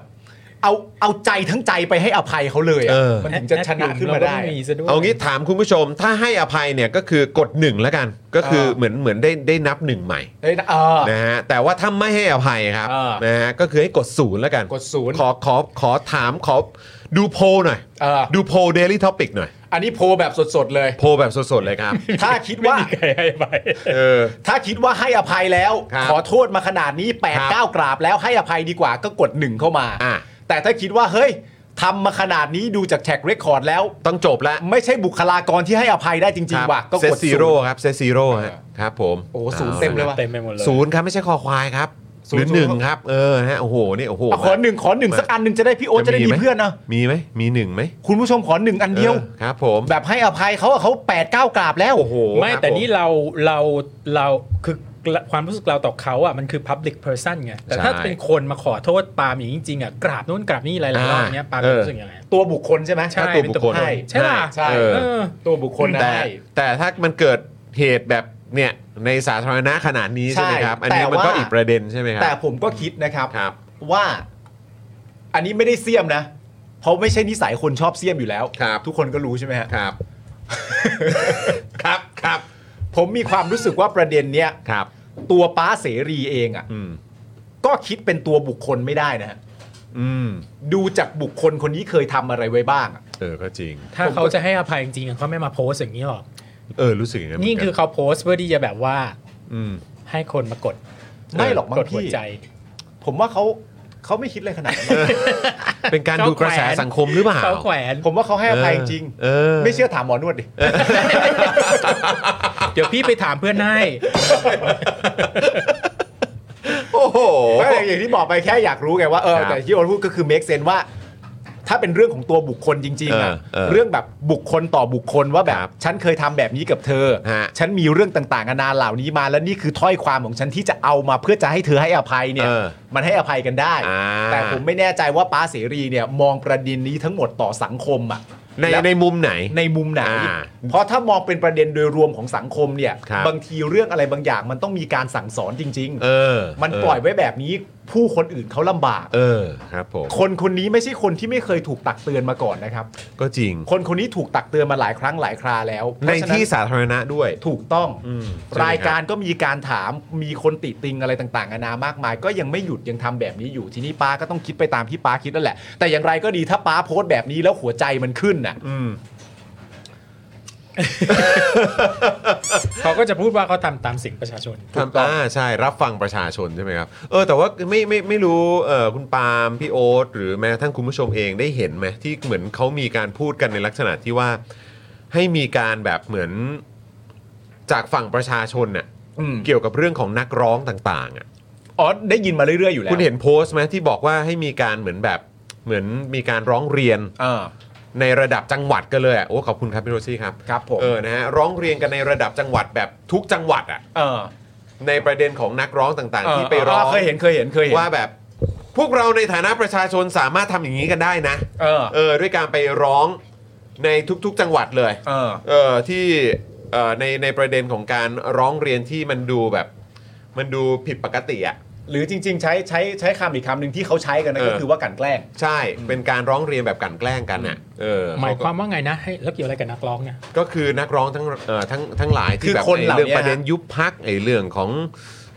B: เอาเอาใจทั้งใจไปให้อภัยเขาเลยอะ
A: เออ
B: มันถึงจะชนะขึ้นมาได้
C: เรก็ซะด้วย
A: เอางี้ถามคุณผู้ชม ถ้าให้อภัยเนี่ยก็คือกดหนึ่งแล้วกัน ก็คือ
B: เออ
A: เหมือนเหมือนได้ได้นับหนึ่งใหม่
B: เอ้ยนะเออ
A: นะฮะแต่ว่าถ้าไม่ให้อภัยครับ
B: เออ
A: นะฮะก็คือให้กดศูนย์แล้วกัน
B: กดศูนย์
A: ขอขอขอถามขอดูโพลหน่อย
B: เออ
A: ดูโพลเดลี่ท็อปิกหน่อย
B: อันนี้โพลแบบสดๆเลย
A: โพลแบบสดๆเลยครับ
B: ถ้าคิด
C: ไม่
B: ว่า
C: มีใครให้ไป
A: เออ
B: ถ้าคิดว่าให้อภัยแล้ว
A: ครับ
B: ขอโทษมาขนาดนี้
A: ครั
B: 8
A: บ
B: 9 กราบแล้วให้อภัยดีกว่าก็กดหนึ่งเข้ามา
A: อ่ะ
B: แต่ถ้าคิดว่าเฮ้ยทำมาขนาดนี้ดูจากแท็กเรคคอร์ดแล้ว
A: ต้องจบละ
B: ไม่ใช่บุคลากรที่ให้อภัยได้จริง ๆ ว่ะก็
A: เซต
B: กด
A: ซี
B: ศูนย์
A: โร่ครับเซตซีโร่ฮะ
B: เออ
A: ครับผม
B: โอ้โหศูนย์เต็มเลยว่ะ
C: เต็มไปหมดเลย
A: ศูนย์ครับไม่ใช่คอควายครับ
B: ศู
A: ห
B: นย์
A: รือ
B: ศูนย์
A: หนึ่งครับ เออฮะโอ้โหนี่โอ้โห
B: อ่ะขอหนึ่งขอหนึ่งสักอันหนึ่งจะได้พี่โอ๊ตจะได้มี
A: ห
B: เพื่อนเนาะ
A: มีไหมมีหนึ่งไหม
B: คุณผู้ชมขอหนึ่งอันเดียว
A: ออครับ ผม
B: แบบให้อภัยเขาอะเขา8ปดเก้ากราบแล้ว
A: โอ้โห
C: ไม่
A: ครับ
C: แต่
A: ผม
C: นี่เราเราเราคือความรู้สึกเราต่อเขาอ่ะมันคือ Public Person ไงแต่ถ้า
A: ใช่
C: เป็นคนมาขอโทษปาล์มอย่างจริงๆอ่ะกราบนู้นกราบนี่หลายๆรอบเนี้ยปาล์ม
A: เออ
C: รู้สึกยังไง
B: ตัวบุคคลใช่ไหม
C: ใช่
A: ตัวบุคคล
C: เป็นใช่ป่ะ
B: ใช่
C: เออ
B: ตัวบุคคล
A: แต่
B: ได้
A: แต่ถ้ามันเกิดเหตุแบบเนี่ยในสาธารณะขนาดนี้ใช่ไหมครับ
B: ใช่
A: อันนี้
B: แต่
A: มันก็
B: ว่า
A: อีกประเด็นใช่ไหมค
B: แต่
A: รับ
B: ผมก็คิดนะครับ
A: ครับ
B: ว่าอันนี้ไม่ได้เสียมนะ เพราะไม่ใช่นิสัยคนชอบเสียมอยู่แล้ว
A: ครับ
B: ทุกคนก็รู้ใช่ไหมฮะ
A: ครับ ครับครับ
B: ผมมีความรู้สึกว่าประเด็นเนี้ย
A: ครับ
B: ตัวป้าเสรีเองอะ่ะ
A: อืม
B: ก็คิดเป็นตัวบุคคลไม่ได้นะฮะ
A: อืม
B: ดูจากบุคคลคนนี้เคยทำอะไรไว้บ้างอะ
A: เออ ก็จริง
C: ถ้า
B: ผมก็
C: เขาจะให้อภัยจริงๆอะเขาไม่มาโพสต์อย่างนี้หรอก
A: เออ รู้สึกอย่างนั้นเหมื
C: นี่
A: กั
C: คือเขาโพสต์เพื่อที่จะแบบว่า
A: อืม
C: ให้คนมากด
B: ไม่หรอกมั้ง
C: กดหัว
B: พี่
C: ใจ
B: ผมว่าเขาเขาไม่คิดเลยขนาดนั้น
A: เป็นการดูกระแสสังคมหรือเปล่า
C: เขาแขวน
B: ผมว่าเขาให้อภัยจริง
A: เออ
B: ไม่เชื่อถามหมอนวดดิ
C: เดี๋ยวพี่ไปถามเพื่อนให้
A: โอ้โห
B: ไม่อย่างที่บอกไปแค่อยากรู้ไงว่าเออ
A: ครับ
B: แต่ที่โอ๊ตพูดก็คือ make sense ว่า ถ้าเป็นเรื่องของตัวบุคคลจริงๆอะ
A: เออเออ
B: เรื่องแบบบุคคลต่อบุคคลว่าแบ
A: ครับ บ
B: ฉันเคยทำแบบนี้กับเธอ
A: ฮะ
B: ฉันมีเรื่องต่างๆนานาเหล่านี้มา แล้วนี่คือถ้อยความของฉันที่จะเอามาเพื่อจะให้เธอให้อภัยเนี่ย
A: เออ
B: มันให้อภัยกันได้
A: อ่า
B: แต่ผมไม่แน่ใจว่าป้าเสรีเนี่ยมองประเด็นนี้ทั้งหมดต่อสังคมอ่ะ
A: ใน
B: และ
A: ในมุมไหน
B: ในมุมไหน
A: อ่า
B: เพราะถ้ามองเป็นประเด็นโดยรวมของสังคมเนี่ย
A: ครับ
B: งทีเรื่องอะไรบางอย่างมันต้องมีการสั่งสอนจริง ๆ
A: เออ
B: มันปล่อยไว้แบบนี้ผู้คนอื่นเขาลำบาก
A: เออ ครับผม
B: คนคนนี้ไม่ใช่คนที่ไม่เคยถูกตักเตือนมาก่อนนะครับ
A: ก็จริง
B: คนคนนี้ถูกตักเตือนมาหลายครั้งหลายคราแล้ว
A: ใน
B: เพราะฉะ
A: ที่สาธารณะด้วย
B: ถูกต้อง
A: อืม
B: รายการก็มีการถามมีคนติติงอะไรต่างๆนานามากมาย ก็ยังไม่หยุดยังทำแบบนี้อยู่ทีนี้ป้าก็ต้องคิดไปตามที่ป้าคิดนั่นแหละ แต่อย่างไรก็ดีถ้าป้าโพสต์แบบนี้แล้วหัวใจมันขึ้นน่ะ
A: อืม
C: เขาก็จะพูดว่าเขาทำตามเสิ่งประชาชน
B: ถูกต้อง
A: อ่าใช่รับฟังประชาชนใช่ไหมครับเออแต่ว่าไม่ไม่ไม่รู้เออคุณปาล์มพี่โอ๊ตหรือแม้กระทั้งคุณผู้ชมเองได้เห็นไหมที่เหมือนเขามีการพูดกันในลักษณะที่ว่า ให้มีการแบบเหมือนจากฝั่งประชาชนเน่ะ
B: อืม
A: เกี่ยวกับเรื่องของนักร้องต่างๆอ่ะ
B: อ๋อได้ยินมาเรื่อยๆอยู่แล้ว
A: คุณเห็นโพสต์ไหมที่บอกว่าให้มีการเหมือนแบบเหมือนมีการร้องเรียน
B: อ่า
A: ในระดับจังหวัดกันเลยอ่ะโอ้ขอบคุณครับพี่โรซี่ครับ
B: ครับผม
A: เออนะฮะร้องเรียนกันในระดับจังหวัดแบบทุกจังหวัดอ่ะ
B: เออ
A: ในประเด็นของนักร้องต่างๆ ที่ไปร้อง
B: าเคยเห็นเคยเห็นเคยเห็น
A: ว่าแบบพวกเราในฐานะประชาชนสามารถทำอย่างนี้กันได้นะ
B: เออ
A: เออด้วยการไปร้องในทุกๆจังหวัดเลย
B: เออ
A: เออที่เอ่อในในประเด็นของการร้องเรียนที่มันดูแบบ มันดูผิดปกติอ่ะ
B: หรือจริง ๆ ใช้ใช้ใช้คำอีกคำหนึ่งที่เขาใช้กันนะ
A: เออ
B: ก็คือว่ากลันแกล้ง
A: ใช่เป็นการร้องเรียนแบบกลันแกล้งกันอ่ะเออ
C: หมายความว่าไงนะให้แล้วเกี่ยวอะไรกับนักร้องเนี่ย
A: ก็คือนักร้องทั้งเอ่อทั้งทั้งหลายที่
B: คือ
A: แบบ
B: คน
A: ไอ้
B: เหล่า
A: เรื่อง
B: เนี้ย
A: ประเด็นยุบพักไอ้เรื่องของ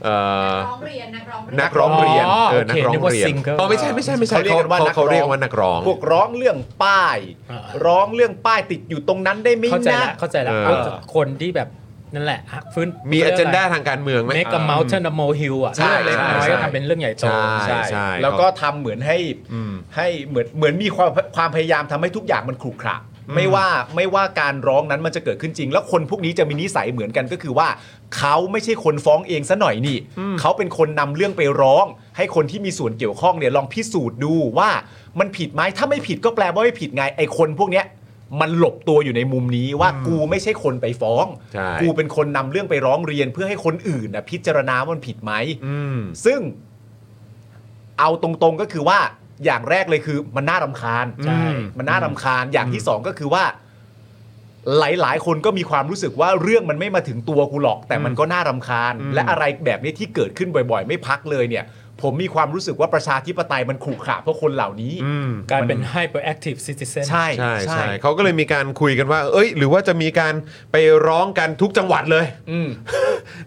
A: เอ่อ
D: ร้องเรียนนักร้องเรียน
A: นักร้องเรียน
C: อ๋อ
A: เออ
C: โอ
A: นั
C: เค
A: กร้อ
C: นึ
A: ง
C: กว่า
A: เรียน
C: ซิงเกิล
A: อ๋อไม่ใช่ไม่ใช่ไม่ใช่
B: เขาเรียกกันว่านักร้อง
A: เขาเรียกว่านักร้อง
B: พวกร้องเรื่องป้าย
C: อ่า
B: ร้องเรื่องป้ายติดอยู่ตรงนั้นได้ไหม
C: เข้าใจ
B: นะ
C: ละเข้าใจละ
A: เออ
C: เอาจากคนที่แบบนั่นแหละฮะฟื้น
A: มีอ
C: เรื่
A: g
C: งะ
A: เจนดาทางการเมืองไหม
C: เมกะเมาส์เทนโมฮิลอ่ะ
B: ใช่
C: เรื่องเล็กน้อย
B: ใช่
C: ก็ทำเป็นเรื่องใหญ่โต
A: ใช่
B: ใช่
A: ใช่
B: แล้วก็ทำเหมือนให้
A: อืม
B: ให้เหมือนเหมือนมีความความพยายามทำให้ทุกอย่างมันขรุขระไม่ว่าไม่ว่าการร้องนั้นมันจะเกิดขึ้นจริง แล้วคนพวกนี้จะมีนิสัยเหมือนกันก็คือว่า เขาไม่ใช่คนฟ้องเองซะหน่อยนี่ เขาเป็นคนนำเรื่องไปร้อง ให้คนที่มีส่วนเกี่ยวข้องเนี่ยลองพิสูจน์ดูว่ามันผิดไหมถ้าไม่ผิดก็แปลว่าไม่ผิดไงไอ้คนพวกเนี้ยมันหลบตัวอยู่ในมุมนี้ว่ากูไม่ใช่คนไปฟ้อง
A: ใช่
B: กูเป็นคนนำเรื่องไปร้องเรียนเพื่อให้คนอื่นนะพิจารณาว่ามันผิดไหม
A: อืม
B: ซึ่งเอาตรงๆก็คือว่าอย่างแรกเลยคือมันน่ารำคาญ
C: ใช่
B: มันน่ารำคาญอย่างที่สองก็คือว่า หลายๆ คนก็มีความรู้สึกว่าเรื่องมันไม่มาถึงตัวกูหรอก แต่มันก็น่ารำคาญ และอะไรแบบนี้ที่เกิดขึ้นบ่อย ๆ ไม่พักเลยเนี่ย ผ ผมมีความรู้สึกว่าประชาธิปไตยมันขรุขระเพราะคนเหล่านี้
A: อืม
C: กลายเป็น hyperactive citizen
B: ใช่
A: ใช่ใช่เขาก็เลยมีการคุยกันว่า เอ้ย หรือว่าจะมีการไปร้องกันทุกจังหวัดเลย
B: อืม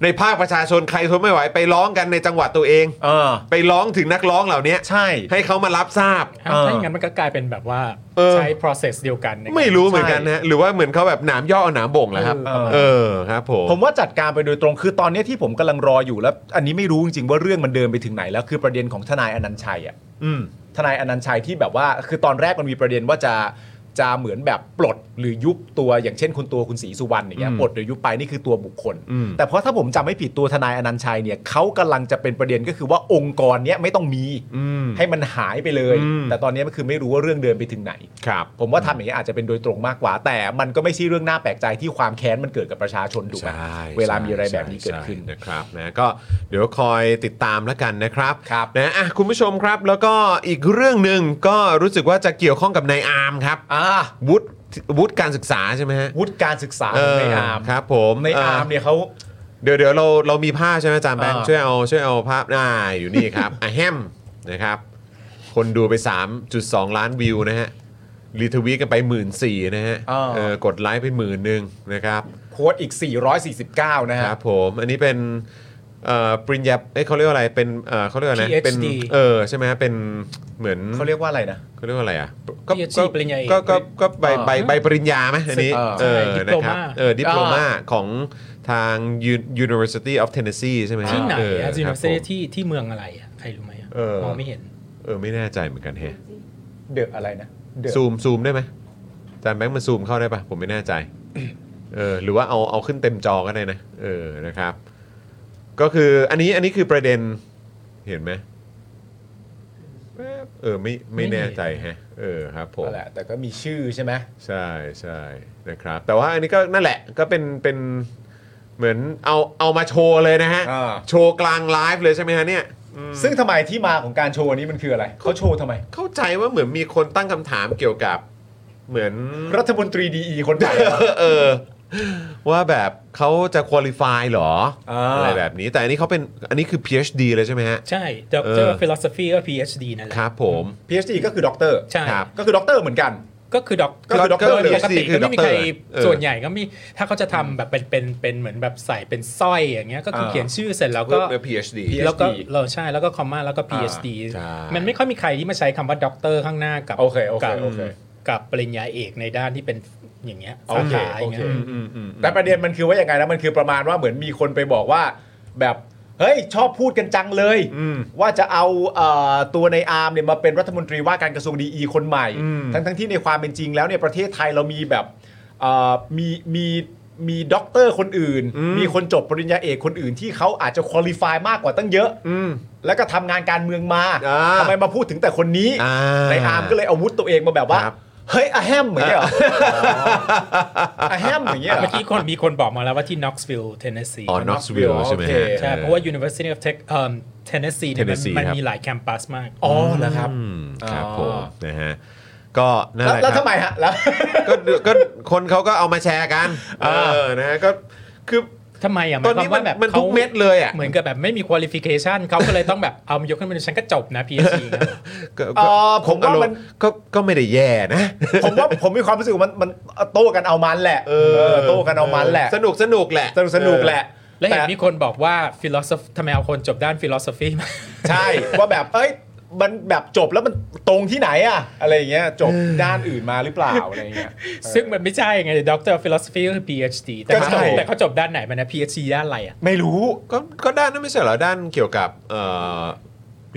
A: ในภาคประชาชนใครทนไม่ไหวไปร้องกันในจังหวัดตัวเอง
B: เออ
A: ไปร้องถึงนักร้องเหล่านี้
B: ใช่
A: ให้เขามารับทราบ
C: อ่ะถ้าอย่างนั้นมันก็กลายเป็นแบบว่า
A: เออ
C: ใช้ process เดียวกันในการ
A: ไม่รู้เหมือนกันนะฮะหรือว่าเหมือนเขาแบบหนามย่อเอาหนามบ่งแหละครับ
B: เออ
A: เออครับผม
B: ผมว่าจัดการไปโดยตรงคือตอนเนี้ยที่ผมกำลังรออยู่แล้ว อันนี้ไม่รู้จริงๆว่าเรื่องมันเดินไปถึงไหนแล้วคือประเด็นของทนายอนันต์ชัยอ่ะ
A: อืม
B: ทนายอนันต์ชัยที่แบบว่าคือตอนแรกมันมีประเด็นว่าจะจะเหมือนแบบปลดหรือยุบตัวอย่างเช่นคุณตัวคุณศรีสุวรรณอย่างเงี้ย
A: อืม
B: ปลดหรือยุบไปนี่คือตัวบุคคล
A: อืม
B: แต่เพราะถ้าผมจำไม่ผิดตัวทนายอนันต์ชัยเนี่ยเขากำลังจะเป็นประเด็นก็คือว่าองค์กรเนี้ยไม่ต้องมี
A: อืม
B: ให้มันหายไปเลย
A: อืม
B: แต่ตอนเนี้ยก็คือไม่รู้ว่าเรื่องเดินไปถึงไหน
A: ครับ
B: ผมว่าทำอย่างนี้ยอาจจะเป็นโดยตรงมากกว่า แต่มันก็ไม่ใช่เรื่องน่าแปลกใจที่ความแค้นมันเกิดกับประชาชนถูกไหม
A: ใช่
B: เวลามีอะไร
A: ใช่
B: แบบนี้เกิดขึ้น
A: ใช่นะครับนะก็เดี๋ยวคอยติดตามแล้วกันนะครับ
B: ครับ
A: นะอ่ะคุณผู้ชมครับแล้วก็อีกเรื่องหนึ่งก็รู้สึกว่าจะเกี่ยวข้องกับนายอาร์มครับ
B: อ่า
A: วุฒิวุฒิการศึกษาใช่ไหมฮะ
B: วุฒิการศึกษา
A: เอ
B: ของ
A: อ
B: ในอาร์ม
A: ครับ ผม
B: ในอาร์ม
A: เ
B: เนี่ยเขา
A: เดี๋ยวเดี๋ยวเราเรามีภาพใช่ไหมอาจารย์แบงค์
B: อ่า
A: ช่วยเอาช่วยเอาภาพอ่าอยู่นี่ครับ อ่ะแฮมนะครับ คนดูไป 3.2 ล้านวิวนะฮะรีทวีตกันไปหมื่นสี่นะฮะเออกดไลค์ไปหมื่นหนึ่งนะครับ
B: โค้ดอีก 449 นะฮะ
A: ครับผมอันนี้เป็นเอ่อปริญญาเอ้ยเขาเรียกว่าอะไรเป็นเอ่อเขาเรียกว่าอะไร
C: PhD
A: เป็นเออใช่ไหมฮะเป็นเหมือน
B: เขาเรียกว่าอะไรนะ
A: เขาเรียกว่าอะไรอ่ะ
C: PhD
A: ก็
C: ปริญญาเอก
A: ก็ก็ก็ใบ
B: อ่า
A: ใบใบปริญญาไหมอันนี้
B: เออ
A: เออ
C: ใช่
A: นะครับ
C: diploma
A: เออดิโปมาของทาง U- University of Tennessee ใช่ไหมฮะ
C: ที่ไหน
A: เออ
C: อะจิ
A: ค
C: ม
A: รับผ
C: เซ่
A: ม
C: ที่ที่เมืองอะไรอะใครรู้ไหมอะ
A: เออ
C: มองไม่เห็น
A: เออไม่แน่ใจเหมือนกันเฮะ
B: เดอะอะไรนะ เดอะ
A: ซูมซูมได้ไหมอาจานแบงค์มันซูมเข้าได้ปะผมไม่แน่ ใจเออหรือว่าเอาเอาขึ้นเต็มจอก็ได้นะเออนะครับ ก็คืออันนี้อันนี้คือประเด็นเห็นไหมแว๊บเออไม่ไม่แน่ใจแฮะเออครับผม
B: นั่นแหละแต่ก็มีชื่อใช่ไหม
A: ใช่ใช่นะครับ แต่ว่าอันนี้ก็นั่นแหละก็เป็นเป็นเหมือนเอาเอามาโชว์เลยนะฮะ
B: อ่า
A: โชว์กลางไลฟ์เลยใช่ไหมฮะเนี่ย
B: ซึ่งทำไมที่มาของการโชว์อันนี้มันคืออะไรเขาโชว์ทำไม
A: เข้าใจว่าเหมือนมีคนตั้งคำถามเกี่ยวกับเหมือน
B: รัฐมนตรีดีอีคนใหม่
A: เออว่าแบบเขาจะคุริฟายหรอ
B: อ่า
A: อะไรแบบนี้ แต่อันนี้เขาเป็นอันนี้คือ PhD เลยใช่ไหมฮะ
C: ใช่ d
A: เอ
C: r
A: อ
C: philosophy ก็ PhD นั่นแห
A: ค
C: ละ
A: รับผม
B: PhD ก็คือด็อกเตอร์
C: ใช่
A: ครับ
B: ก็คือด็อกเตอร์เหมือนกัน
C: ก็คือด็อก
B: ก็คือด็อกเตอร์เลย
C: ปกติ
A: คือด็อ
C: ก็
A: ก
C: ไม่มี
A: เตอร์
C: ใคร
A: เออ
C: ส่วนใหญ่ก็มีถ้าเขาจะทำแบบเป็นเป็นเป็นเหมือนแบบใส่เป็นสร้อยอย่างเงี้ยก็คือ
B: เออ
C: เขียนชื่อเสร็จแล้วก็
A: เป็น PhD
C: แล้วก็
B: PhD
C: เราใช่แล้วก็คอมมาแล้วก็ PhD
A: ใช่
C: มันไม่ค่อยมีใครที่มาใช้คำว่าด็อกเตอร์ข้างหน้ากับ
B: โอเคโอเค
C: กับ
B: โอเค
C: กับปริญญาเอกในด้านที่เป็นอย่างเงี้ย
B: โอ
C: สา
B: เค
C: ขาอย่า
B: โอ
C: งเงี้ย
B: เค
A: อืมอืม
B: แต่ประเด็นมันคือว่าอย่างไงนะมันคือประมาณว่าเหมือนมีคนไปบอกว่า แบบเฮ้ยชอบพูดกันจังเลย ว่าจะเอาเอ่อตัวในอาร์มเนี่ยมาเป็นรัฐมนตรีว่าการกระทรวงดีอีคนใหม่ ทั้งทั้งที่ในความเป็นจริงแล้วเนี่ยประเทศไทยเรามีแบบเอ่อมีมีมีด็อกเตอร์คนอื่น มีคนจบปริญญาเอกคนอื่นที่เขาอาจจะคุริฟายมากกว่าตั้งเยอะ
A: อืม
B: แล้วก็ทำงานการเมืองมา
A: อ่า
B: ทำไมมาพูดถึงแต่คนนี้
A: อ่า
B: ในอาร์มก็เลยเอาวุธตัวเองมาแบบว่า
A: ครับ
B: เฮ้ยอะแฮมเหมือนเงี้ยเหรออะแฮมอย่างเงี้ยเหรอ
C: เมื่อกี้คนมีคนบอกมาแล้วว่าที่ Knoxville Tennessee
A: อ๋อ Knoxville ใช่ไหมฮะ
B: โอเค
C: ใช่ เพราะว่า University of Tech เอ่อ Tennessee เนี่ยมัน
A: Tennessee
C: มัน
A: ครับ
C: มีหลายแคมปัสมาก
B: อ๋อเหรอครับ
A: อืมครับผ
B: อ๋
A: ม
B: อ
A: นะฮะก็นั่น
B: แล้ว
A: แหละ
B: แล้ว
A: ครั
B: ทำไมฮะแล้ว
A: ก็ก็คนเขาก็เอามาแชร์กันเออนะฮะก็คือ
C: ทำไมอ่ะห
A: ต
C: มา
A: อย น
C: ควา
A: นี้
C: ม
A: มัน
C: ว่าแบบ
A: มันทุก
C: ขา
A: เม็ดเลยอ่ะ
C: เหมือนกับแบบไม่มี qualification เขาก็เลยต้องแบบ เอามายกขึ้นมาดูฉันก็จบนะ PhD นะ
A: ก็
B: เอ่
A: ก็
B: อผมว่ามัน
A: ก็ก็ไม่ได้แย่นะ
B: ผมว่าผมมีความรู้สึกว่ามันมันโต้กันเอามันแหละเออโต้กันเอามันแหละ
A: สนุกสนุกแหละ
B: สนุกสนุกแหละ
C: แล้วเห็น
B: ต่
C: มีคนบอกว่า philosophy ทำไมเอาคนจบด้าน philosophy มา
B: ใช่ว่าแบบเอ้ยมันแบบจบแล้วมันตรงที่ไหนอะอะไรอย่างเงี้ยจบด้านอื่นมาหรือเปล่าอะไรอย่างเงี้ย
C: ซึ่งมันไม่ใช่ไง Doctor of Philosophy ก็คือ PhD แต่
B: ก็
C: เขา
B: ใช่
C: จบแต่เขาจบด้านไหนมานะ PhD ด้านอะไรอ่ะ
B: ไม่รู้
A: ก็ก็ด้านนั้นไม่ใช่เหรอด้านเกี่ยวกับเอ่อ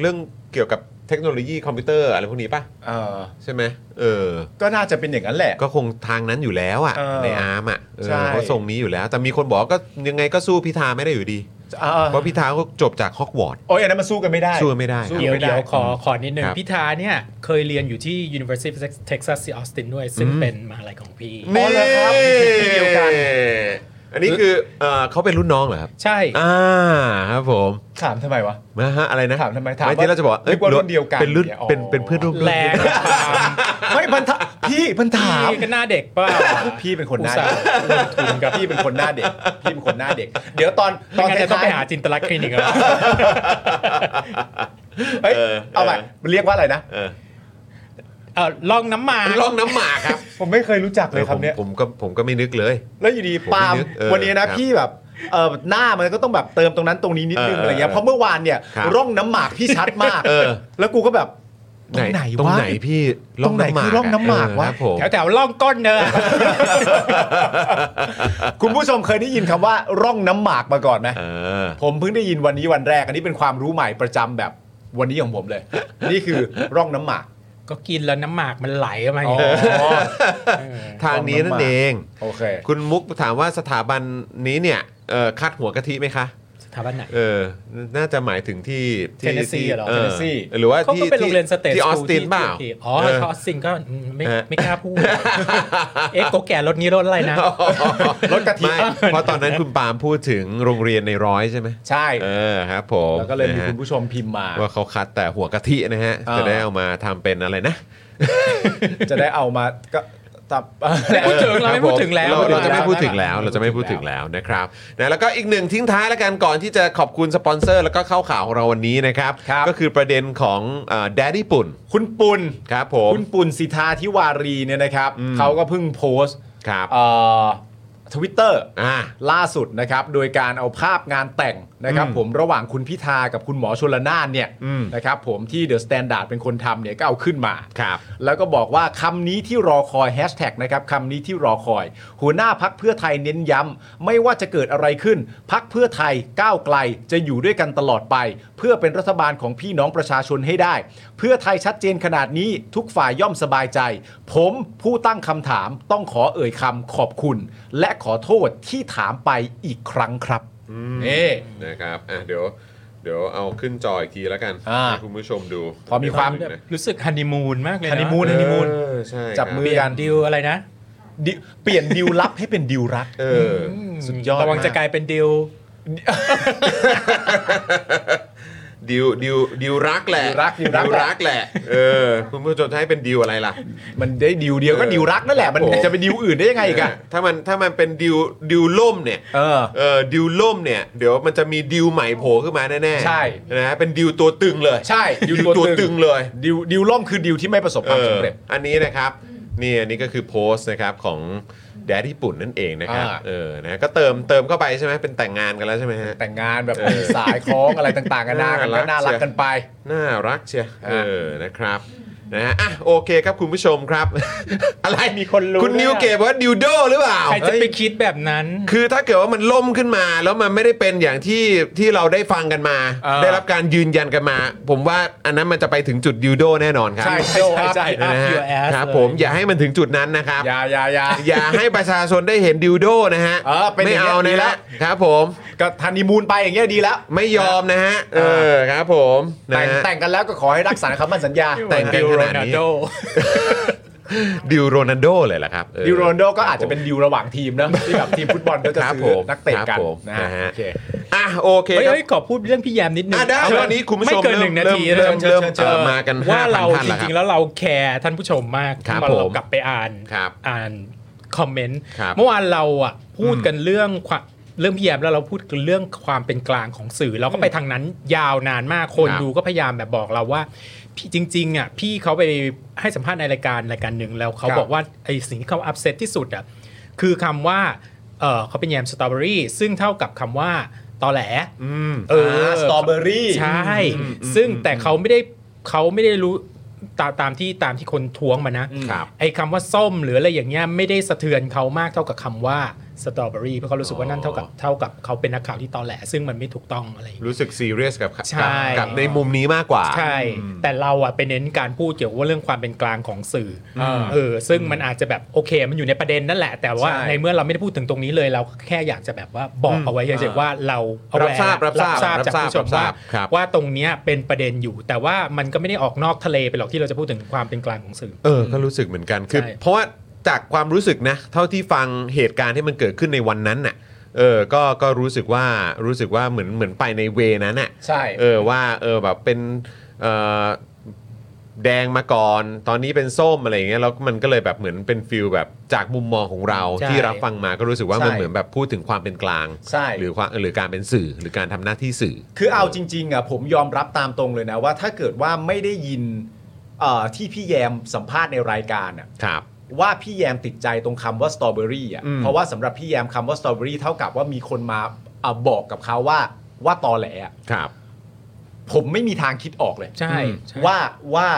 A: เรื่องเกี่ยวกับเทคโนโลยีคอมพิวเตอร์อะไรพวกนี้ป่ะ
B: เออ
A: ใช่ไหมเออ
B: ก็น่าจะเป็นอย่างนั้นแหละ
A: ก็คงทางนั้นอยู่แล้วอ่ะ
B: เออ
A: ในอาร์มอ่ะเออ
B: ใช่
A: เขาทรงนี้อยู่แล้ว แต่มีคนบอกว่าก็ยังไงก็สู้พิธาไม่ได้อยู่ดี
B: เออ
A: เพราะพิธาก็จบจากฮอกวอตส์
B: โอ้ยอันนั้นมันสู้กันไม่ได้
A: สู้กันไม่ได้
B: สู้
C: เดี๋ย
B: กันไม่
C: วเดี๋
B: ได้
C: ยวขอขอนิดนึง
A: ครับ
C: พิธาเนี่ย เคยเรียนอยู่ที่ University of Texas ที่ Austin ด้วย ซึ่งเป็นมหาลัยของพี่
B: อ๋อเหรอครับ
A: นี่
B: ที่เดียวกัน
A: อันนี้คือเอ่อเขาเป็นรุ่นน้องเหรอครับ
C: ใช่
A: อ่าครับผม
B: ถามทำไมวะ
A: นะฮะอะไรนะ
B: ถามทำไมถาม
A: ไม่ที่เราจะบอกว่าเอ้ย
B: นึกว่ารุ่นเดียวกัน
A: เป็นรุ่น
B: เนี่ยอ๋อ
A: เป็นเป็นเพื่อนร่วมรุ่น
C: แรง
B: ไม่มันถามพี่มันถาม
C: พี่ก็หน้าเด็กเปล่า
B: พี่เป็นคนหน้า
C: อุตส่า
B: เด็
C: ห์
B: กลงทุนกับพี่เป็นคนหน้าเด็ก พี่เป็นคนหน้าเด็ก เดี๋ยวตอนต
C: ต
B: อ
C: อน นจะต้อง
B: ท้า
C: ไป
B: ย
C: หาจินตลักษณ์คลินิกแล้ว
B: ๆเฮ้ย
A: เออ
B: เอาใหม่มันเรียกว่าอะไรนะ
A: เออ
C: เออล่องน้ำหมาก
A: ร่องน้ำหมากครับ
B: ผมไม่เคยรู้จักเลยคำเนี้ย
A: ผมผมก็ผมก็ไม่นึกเลย
B: แล้วอยู่ดี
A: ผมไม่
B: ปาล์ม
A: นึกเออ
B: วันนี้นะครับ พี่แบบเออหน้ามันก็ต้องแบบเติมตรงนั้นตรงนี้นิดนึง
A: เอออ
B: อะไรเงี้ยเพราะเมื่อวานเนี่ย
A: ครับ
B: ร่องน้ำหมากพี่ชัดมาก
A: เออ
B: แล้วกูก็แบบตรงไหน
A: ตรง
B: วะ
A: ไหนพี่ร่องน้ำหมาก
B: ตรงไหนคือร่องน้ำหมากวะ
A: เออครับผม
C: แถวแถวๆล่องก้นเนอะ
B: คุณผู้ชมเคยได้ยินคำว่าร่องน้ำหมากมาก่อนไหม
A: เออ
B: ผมเพิ่งได้ยินวันนี้วันแรก อันนี้เป็นความรู้ใหม่ประจำแบบวันนี้ของผมเลย นี่คือร่องน้ำหมาก
C: ก็กินแล้วน้ำหมากมันไหลออกมาอย่าง
B: อ๋
C: เงี้ย
B: อ
C: เออ
A: ทางนี้นั่นเอง
B: โอเค
A: คุณมุกถามว่าสถาบันนี้เนี่ยเอ่อคัดหัวกะทิไหมคะ
C: สถาบันไหน
A: เออ น่าจะหมายถึงที่ที่
C: Tennessee เหรอ
A: อ
B: Tennessee
A: หรือว่า
C: เขา
A: ที่
C: ก็เป็นโรงเรียนสเตท
A: ที่ออสติน
C: ที่
A: เปล่า
C: ที่อ๋อที่ออสตินก็ไม่
A: เออ
C: ไม่กล้า พูด เอ๊ะโกแก่รถนี้รถอะไรนะ
A: รถกะทิเพราะตอนนั้นคุณปาล์มพูดถึงโรงเรียนในร้อยใช่ไหม
B: ใช่
A: เออครับผม
B: แล้วก็เลยมี
A: นะฮะ
B: คุณผู้ชมพิมพ์มา
A: ว่าเขาคัดแต่หัวกะทินะฮะ
B: อ่า
A: จะได้เอามาทำเป็นอะไรนะ
B: จะได้เอามา ก็ตับ
C: พูดถึงเราไม่พูดถึงแล้ว
A: เราเราจะไม่พูดถึงแล้ว เราจะไม่พูดถึงแล้วนะครับนะแล้วก็อีกหนึ่งทิ้งท้ายแล้วกันก่อนที่จะขอบคุณสปอนเซอร์ แล้วก็เข้าข่าวของเราวันนี้นะครับ
B: ครับ
A: ก็คือประเด็นของแดดดี้ปุ่น
B: คุณปุณ
A: ครับผม
B: คุณปุ่นสิทธาธิวารีเนี่ยนะครับเขาก็เพิ่งโพสต์
A: ครับ
B: ทวิตเตอร์
A: อ่า
B: ล่าสุดนะครับ โดยการเอาภาพงานแต่งนะครับ
A: อืม
B: ผมระหว่างคุณพิธากับคุณหมอชลนานเนี่ย
A: อืม
B: นะครับผมที่เดอะสแตนดาร์ดเป็นคนทำเนี่ยก็เอาขึ้นมา
A: ครับ
B: แล้วก็บอกว่าคำนี้ที่รอคอยแฮชแท็กนะครับคำนี้ที่รอคอย หัวหน้าพักเพื่อไทยเน้นย้ำไม่ว่าจะเกิดอะไรขึ้น พักเพื่อไทยก้าวไกลจะอยู่ด้วยกันตลอดไป เพื่อเป็นรัฐบาลของพี่น้องประชาชนให้ได้ เพื่อไทยชัดเจนขนาดนี้ทุกฝ่ายย่อมสบายใจ ผมผู้ตั้งคำถามต้องขอเอ่ยคำขอบคุณ และขอโทษที่ถามไปอีกครั้งครับเอ
A: นะครับอ่ะเดี๋ยว เดี๋ยวเอาขึ้นจออีกทีแล้วกัน
B: อ่า
A: ให้คุณผู้ชมดู
B: พอมีความ
A: เดี๋ยนะ
C: รู้สึกฮันนีมูนมากเลยะ
B: ฮันนีมูน
A: เอ
B: ฮั
A: อ
B: มูน
A: ใช่
B: จับมือ
C: เปลี่
B: กั
C: ย
B: น
C: นดิวอะไรนะ
B: ดิเปลี่ยนดิวลับให้เป็นดิวรัก
A: เออ
B: สุดยอด
C: ระวัง
B: มาก
C: จะกลายเป็นดิว
A: ดิวดิวดิวรักแหละ
B: ดิวรักดิวรัก
A: ดิวรักแหละ เออ คุณผู้ชมจะให้เป็นดิวอะไรล่ะ
B: มันได้ดิวเดียวก็
A: เออ
B: ดิวรักนั่นแหละมัน
A: ครับผม
B: จะไปดิวอื่นได้ยังไงอีกอะ
A: ถ้ามันถ้ามันเป็นดิวดิวล่มเนี่ย
B: เออ
A: เออดิวล่มเนี่ยเดี๋ยวมันจะมีดิวใหม่โผล่ขึ้นมาแน่ๆ
B: ใช่
A: นะฮะเป็นดิวตัวตึงเลย
B: ใช่
A: ดิวตัวตึงเลย
B: ดิวดิวล่มคือดิวที่ไม่ประสบความสำเร็จ
A: อออันนี้นะครับนี่อันนี้ก็คือโพสต์นะครับของแดดญี่ปุ่นนั่นเองนะครับ
B: อ่า
A: เออนะก็เติมเติมเข้าไปใช่ไหมเป็นแต่งงานกันแล้วใช่ไหมฮะ
B: แต่งงานแบบ
A: เออ
B: มีสายคล้องอะไรต่างๆกันหน้ากัน
A: น่ารั
B: ก็
A: ก
B: น่ารัก
A: เชียว
B: กันไป
A: น่ารักเชีย
B: อ่า
A: เออนะครับนะฮะอ่ะโอเคครับคุณผู้ชมครับ อะไร
C: มีคนรู้
A: คุณ
C: ด้วย
A: นิว
C: อะ
A: เก็บว่าดิวโดหรือเปล่า
C: ใครจะไปคิดแบบนั้น
A: คือถ้าเกิดว่ามันล่มขึ้นมา แล้วมันไม่ได้เป็นอย่างที่ที่เราได้ฟังกันมา
B: เออ
A: ได้รับการยืนยันกันมา ผมว่าอันนั้นมันจะไปถึงจุดดิวโดแน่นอนครับ
B: ใช่ใช่ใช่ใช่
C: ใช่
A: นะฮะ
C: Your ass
A: ครับ
C: เลย
A: ผมอย่าให้มันถึงจุดนั้นนะครับ
B: อยาอยาอยา
A: อย่าให้ประชาชนได้เห็นดิวโดนะฮะ
B: เออเป็นอ
A: ไม่
B: ย่างเงี้ย
A: เอา
B: ดี
A: นะ
B: แล้
A: ละ
B: ว
A: ครับผม
B: ก็ทันนีมูลไปอย่างเงี้ยดีแล้ว
A: ไม่ยอมนะฮะ เอ
B: เออ
A: อครับผมนะ
B: แต่ง
A: ฮะ
B: แต่งกันแล้วก็ขอให้รักษาคำมั่นสัญญา
A: แต่งกัน
C: ดิว
A: ข
C: โร
A: นาดนี้
C: นัลโด
A: ดิวโรนัลโดเลยล่ะครับเออ
B: ดิวโรนลโดก็อาจจะเป็นดิวระหว่างทีมนะที่แบบทีมฟุตบอลก็จะ
A: ครับ
B: ซื้
A: ผ
B: อ
A: ม
B: นักเตะ
A: ครั
B: กับน
A: ผม
B: นะ
A: นะฮะ
B: โอเค
A: อ่ะโอเคครับ
C: เฮ้ยเฮ้ยขอพูดเรื่องพี่แยมนิดนึง
A: อ่ะได้
C: เอาเป็
A: วันนี้คุณผู้ชม
C: ไม่เกิน
A: เริ่ม
C: หนึ่งนาที
A: เริ่ม
C: นะคบ
A: เริ่มเริ่ม
C: ชิญ
A: เอ่อ
C: ชิญ
A: มากัน
C: ว่า
A: ห้าพัน
C: เรา
A: ท่าน
C: จ
A: ละครับ
C: ริงๆแล้วเราแคร์ท่านผู้ชมมาก
A: ครับ
C: เา
A: ผม
C: กลับไปอ่าน
A: ครับ
C: อ่านคอมเมนต์
A: ครับ
C: เมื่อวานเราอ่ะพูดกันเรื่องความเรื่องพี่แยมแล้วเราพูดกันเรื่องความเป็นกลางของสื่อเราก็ไปทางนั้นยาวนานมากคน
A: ครับ
C: ดูก็พยายามแบบบอกเราว่าพี่จริงๆอ่ะพี่เขาไปให้สัมภาษณ์ในรายการรายการหนึ่งแล้วเขา
B: ครับ
C: บอกว่าไอ้สิ่งที่เขาอัพเซตที่สุดอ่ะ คือคำว่าเออเขาเป็นแยมสตรอเบอรี่ซึ่งเท่ากับคำว่าตอแหล
A: อืม
C: เออ
B: สตรอเบอรี่
C: ใช่ ซึ่งแต่เขาไม่ได้เขาไม่ได้รู้ตามตามที่ตามที่คนท้วงมานะ
A: ครับ
C: ไอ้คำว่าส้มหรืออะไรอย่างเงี้ยไม่ได้สะเทือนเขามากเท่ากับคำว่าสตรอเบอรี่เพราะเขารู้สึกว่านั่นเท่ากับ
A: อ๋อ
C: เท่ากับเขาเป็นนักข่าวที่ตอแหล ซึ่งมันไม่ถูกต้องอะไรอย่างเงี้ย
A: รู้สึกซีเรียสกับกับ
C: ใช่
A: กับในมุมนี้มากกว่า
C: ใช่ แต่เราอะไปเน้นการพูดเกี่ยวกับเรื่องความเป็นกลางของสื่ออ
B: ม
C: เออ ซึ่งมันอาจจะแบบโอเค มันอยู่ในประเด็นนั่นแหละ แต่ว่า
B: ใช่
C: ในเมื่อเราไม่ได้พูดถึงตรงนี้เลยเราแค่อยากจะแบบว่าบอกเอาไว้เฉยๆว่าเราเอา
A: รับทราบรับทราบ
C: ราบจากผู้ชม
A: รับทรา
C: ว่า
A: บครับ
C: ว่าตรงเนี้ยเป็นประเด็นอยู่ แต่ว่ามันก็ไม่ได้ออกนอกทะเลไปหรอกที่เราจะพูดถึงความเป็นกลางของสื่อ
A: เออก็รู้สึกเหมือนกันคือ
C: ใช่
A: เพราะว่าจากความรู้สึกนะ เท่าที่ฟังเหตุการณ์ที่มันเกิดขึ้นในวันนั้นน่ะ เออก็ก็รู้สึกว่ารู้สึกว่าเหมือนเหมือนไปในเวนั้นน่ะ
B: ใช่
A: เออว่าเออแบบเป็นเอ่อแดงมาก่อน ตอนนี้เป็นส้มอะไรอย่างเงี้ยแล้วมันก็เลยแบบเหมือนเป็นฟิลแบบจากมุมมองของเรา
C: ใช่
A: ที่รับฟังมาก็รู้สึกว่า
B: ใช่
A: มันเหมือนแบบพูดถึงความเป็นกลาง
B: ใช่
A: หรือความหรือการเป็นสื่อหรือการทำหน้าที่สื่อ
B: คือเอาจริงๆอ่ะผมยอมรับตามตรงเลยนะว่าถ้าเกิดว่าไม่ได้ยินเอ่อที่พี่แยมสัมภาษณ์ในรายการอ่ะ
A: ครับ
B: ว่าพี่แยมติดใจตรงคำว่าสตรอเบอรี่อ่ะ
A: อืม
B: เพราะว่าสำหรับพี่แยมคำว่าสตรอเบอรี่เท่ากับว่ามีคนมาอะบอกกับเขาว่าว่าตอแหลอะ
A: ครับ
B: ผมไม่มีทางคิดออกเลย
C: ใช่ใช่
B: ว่าว่า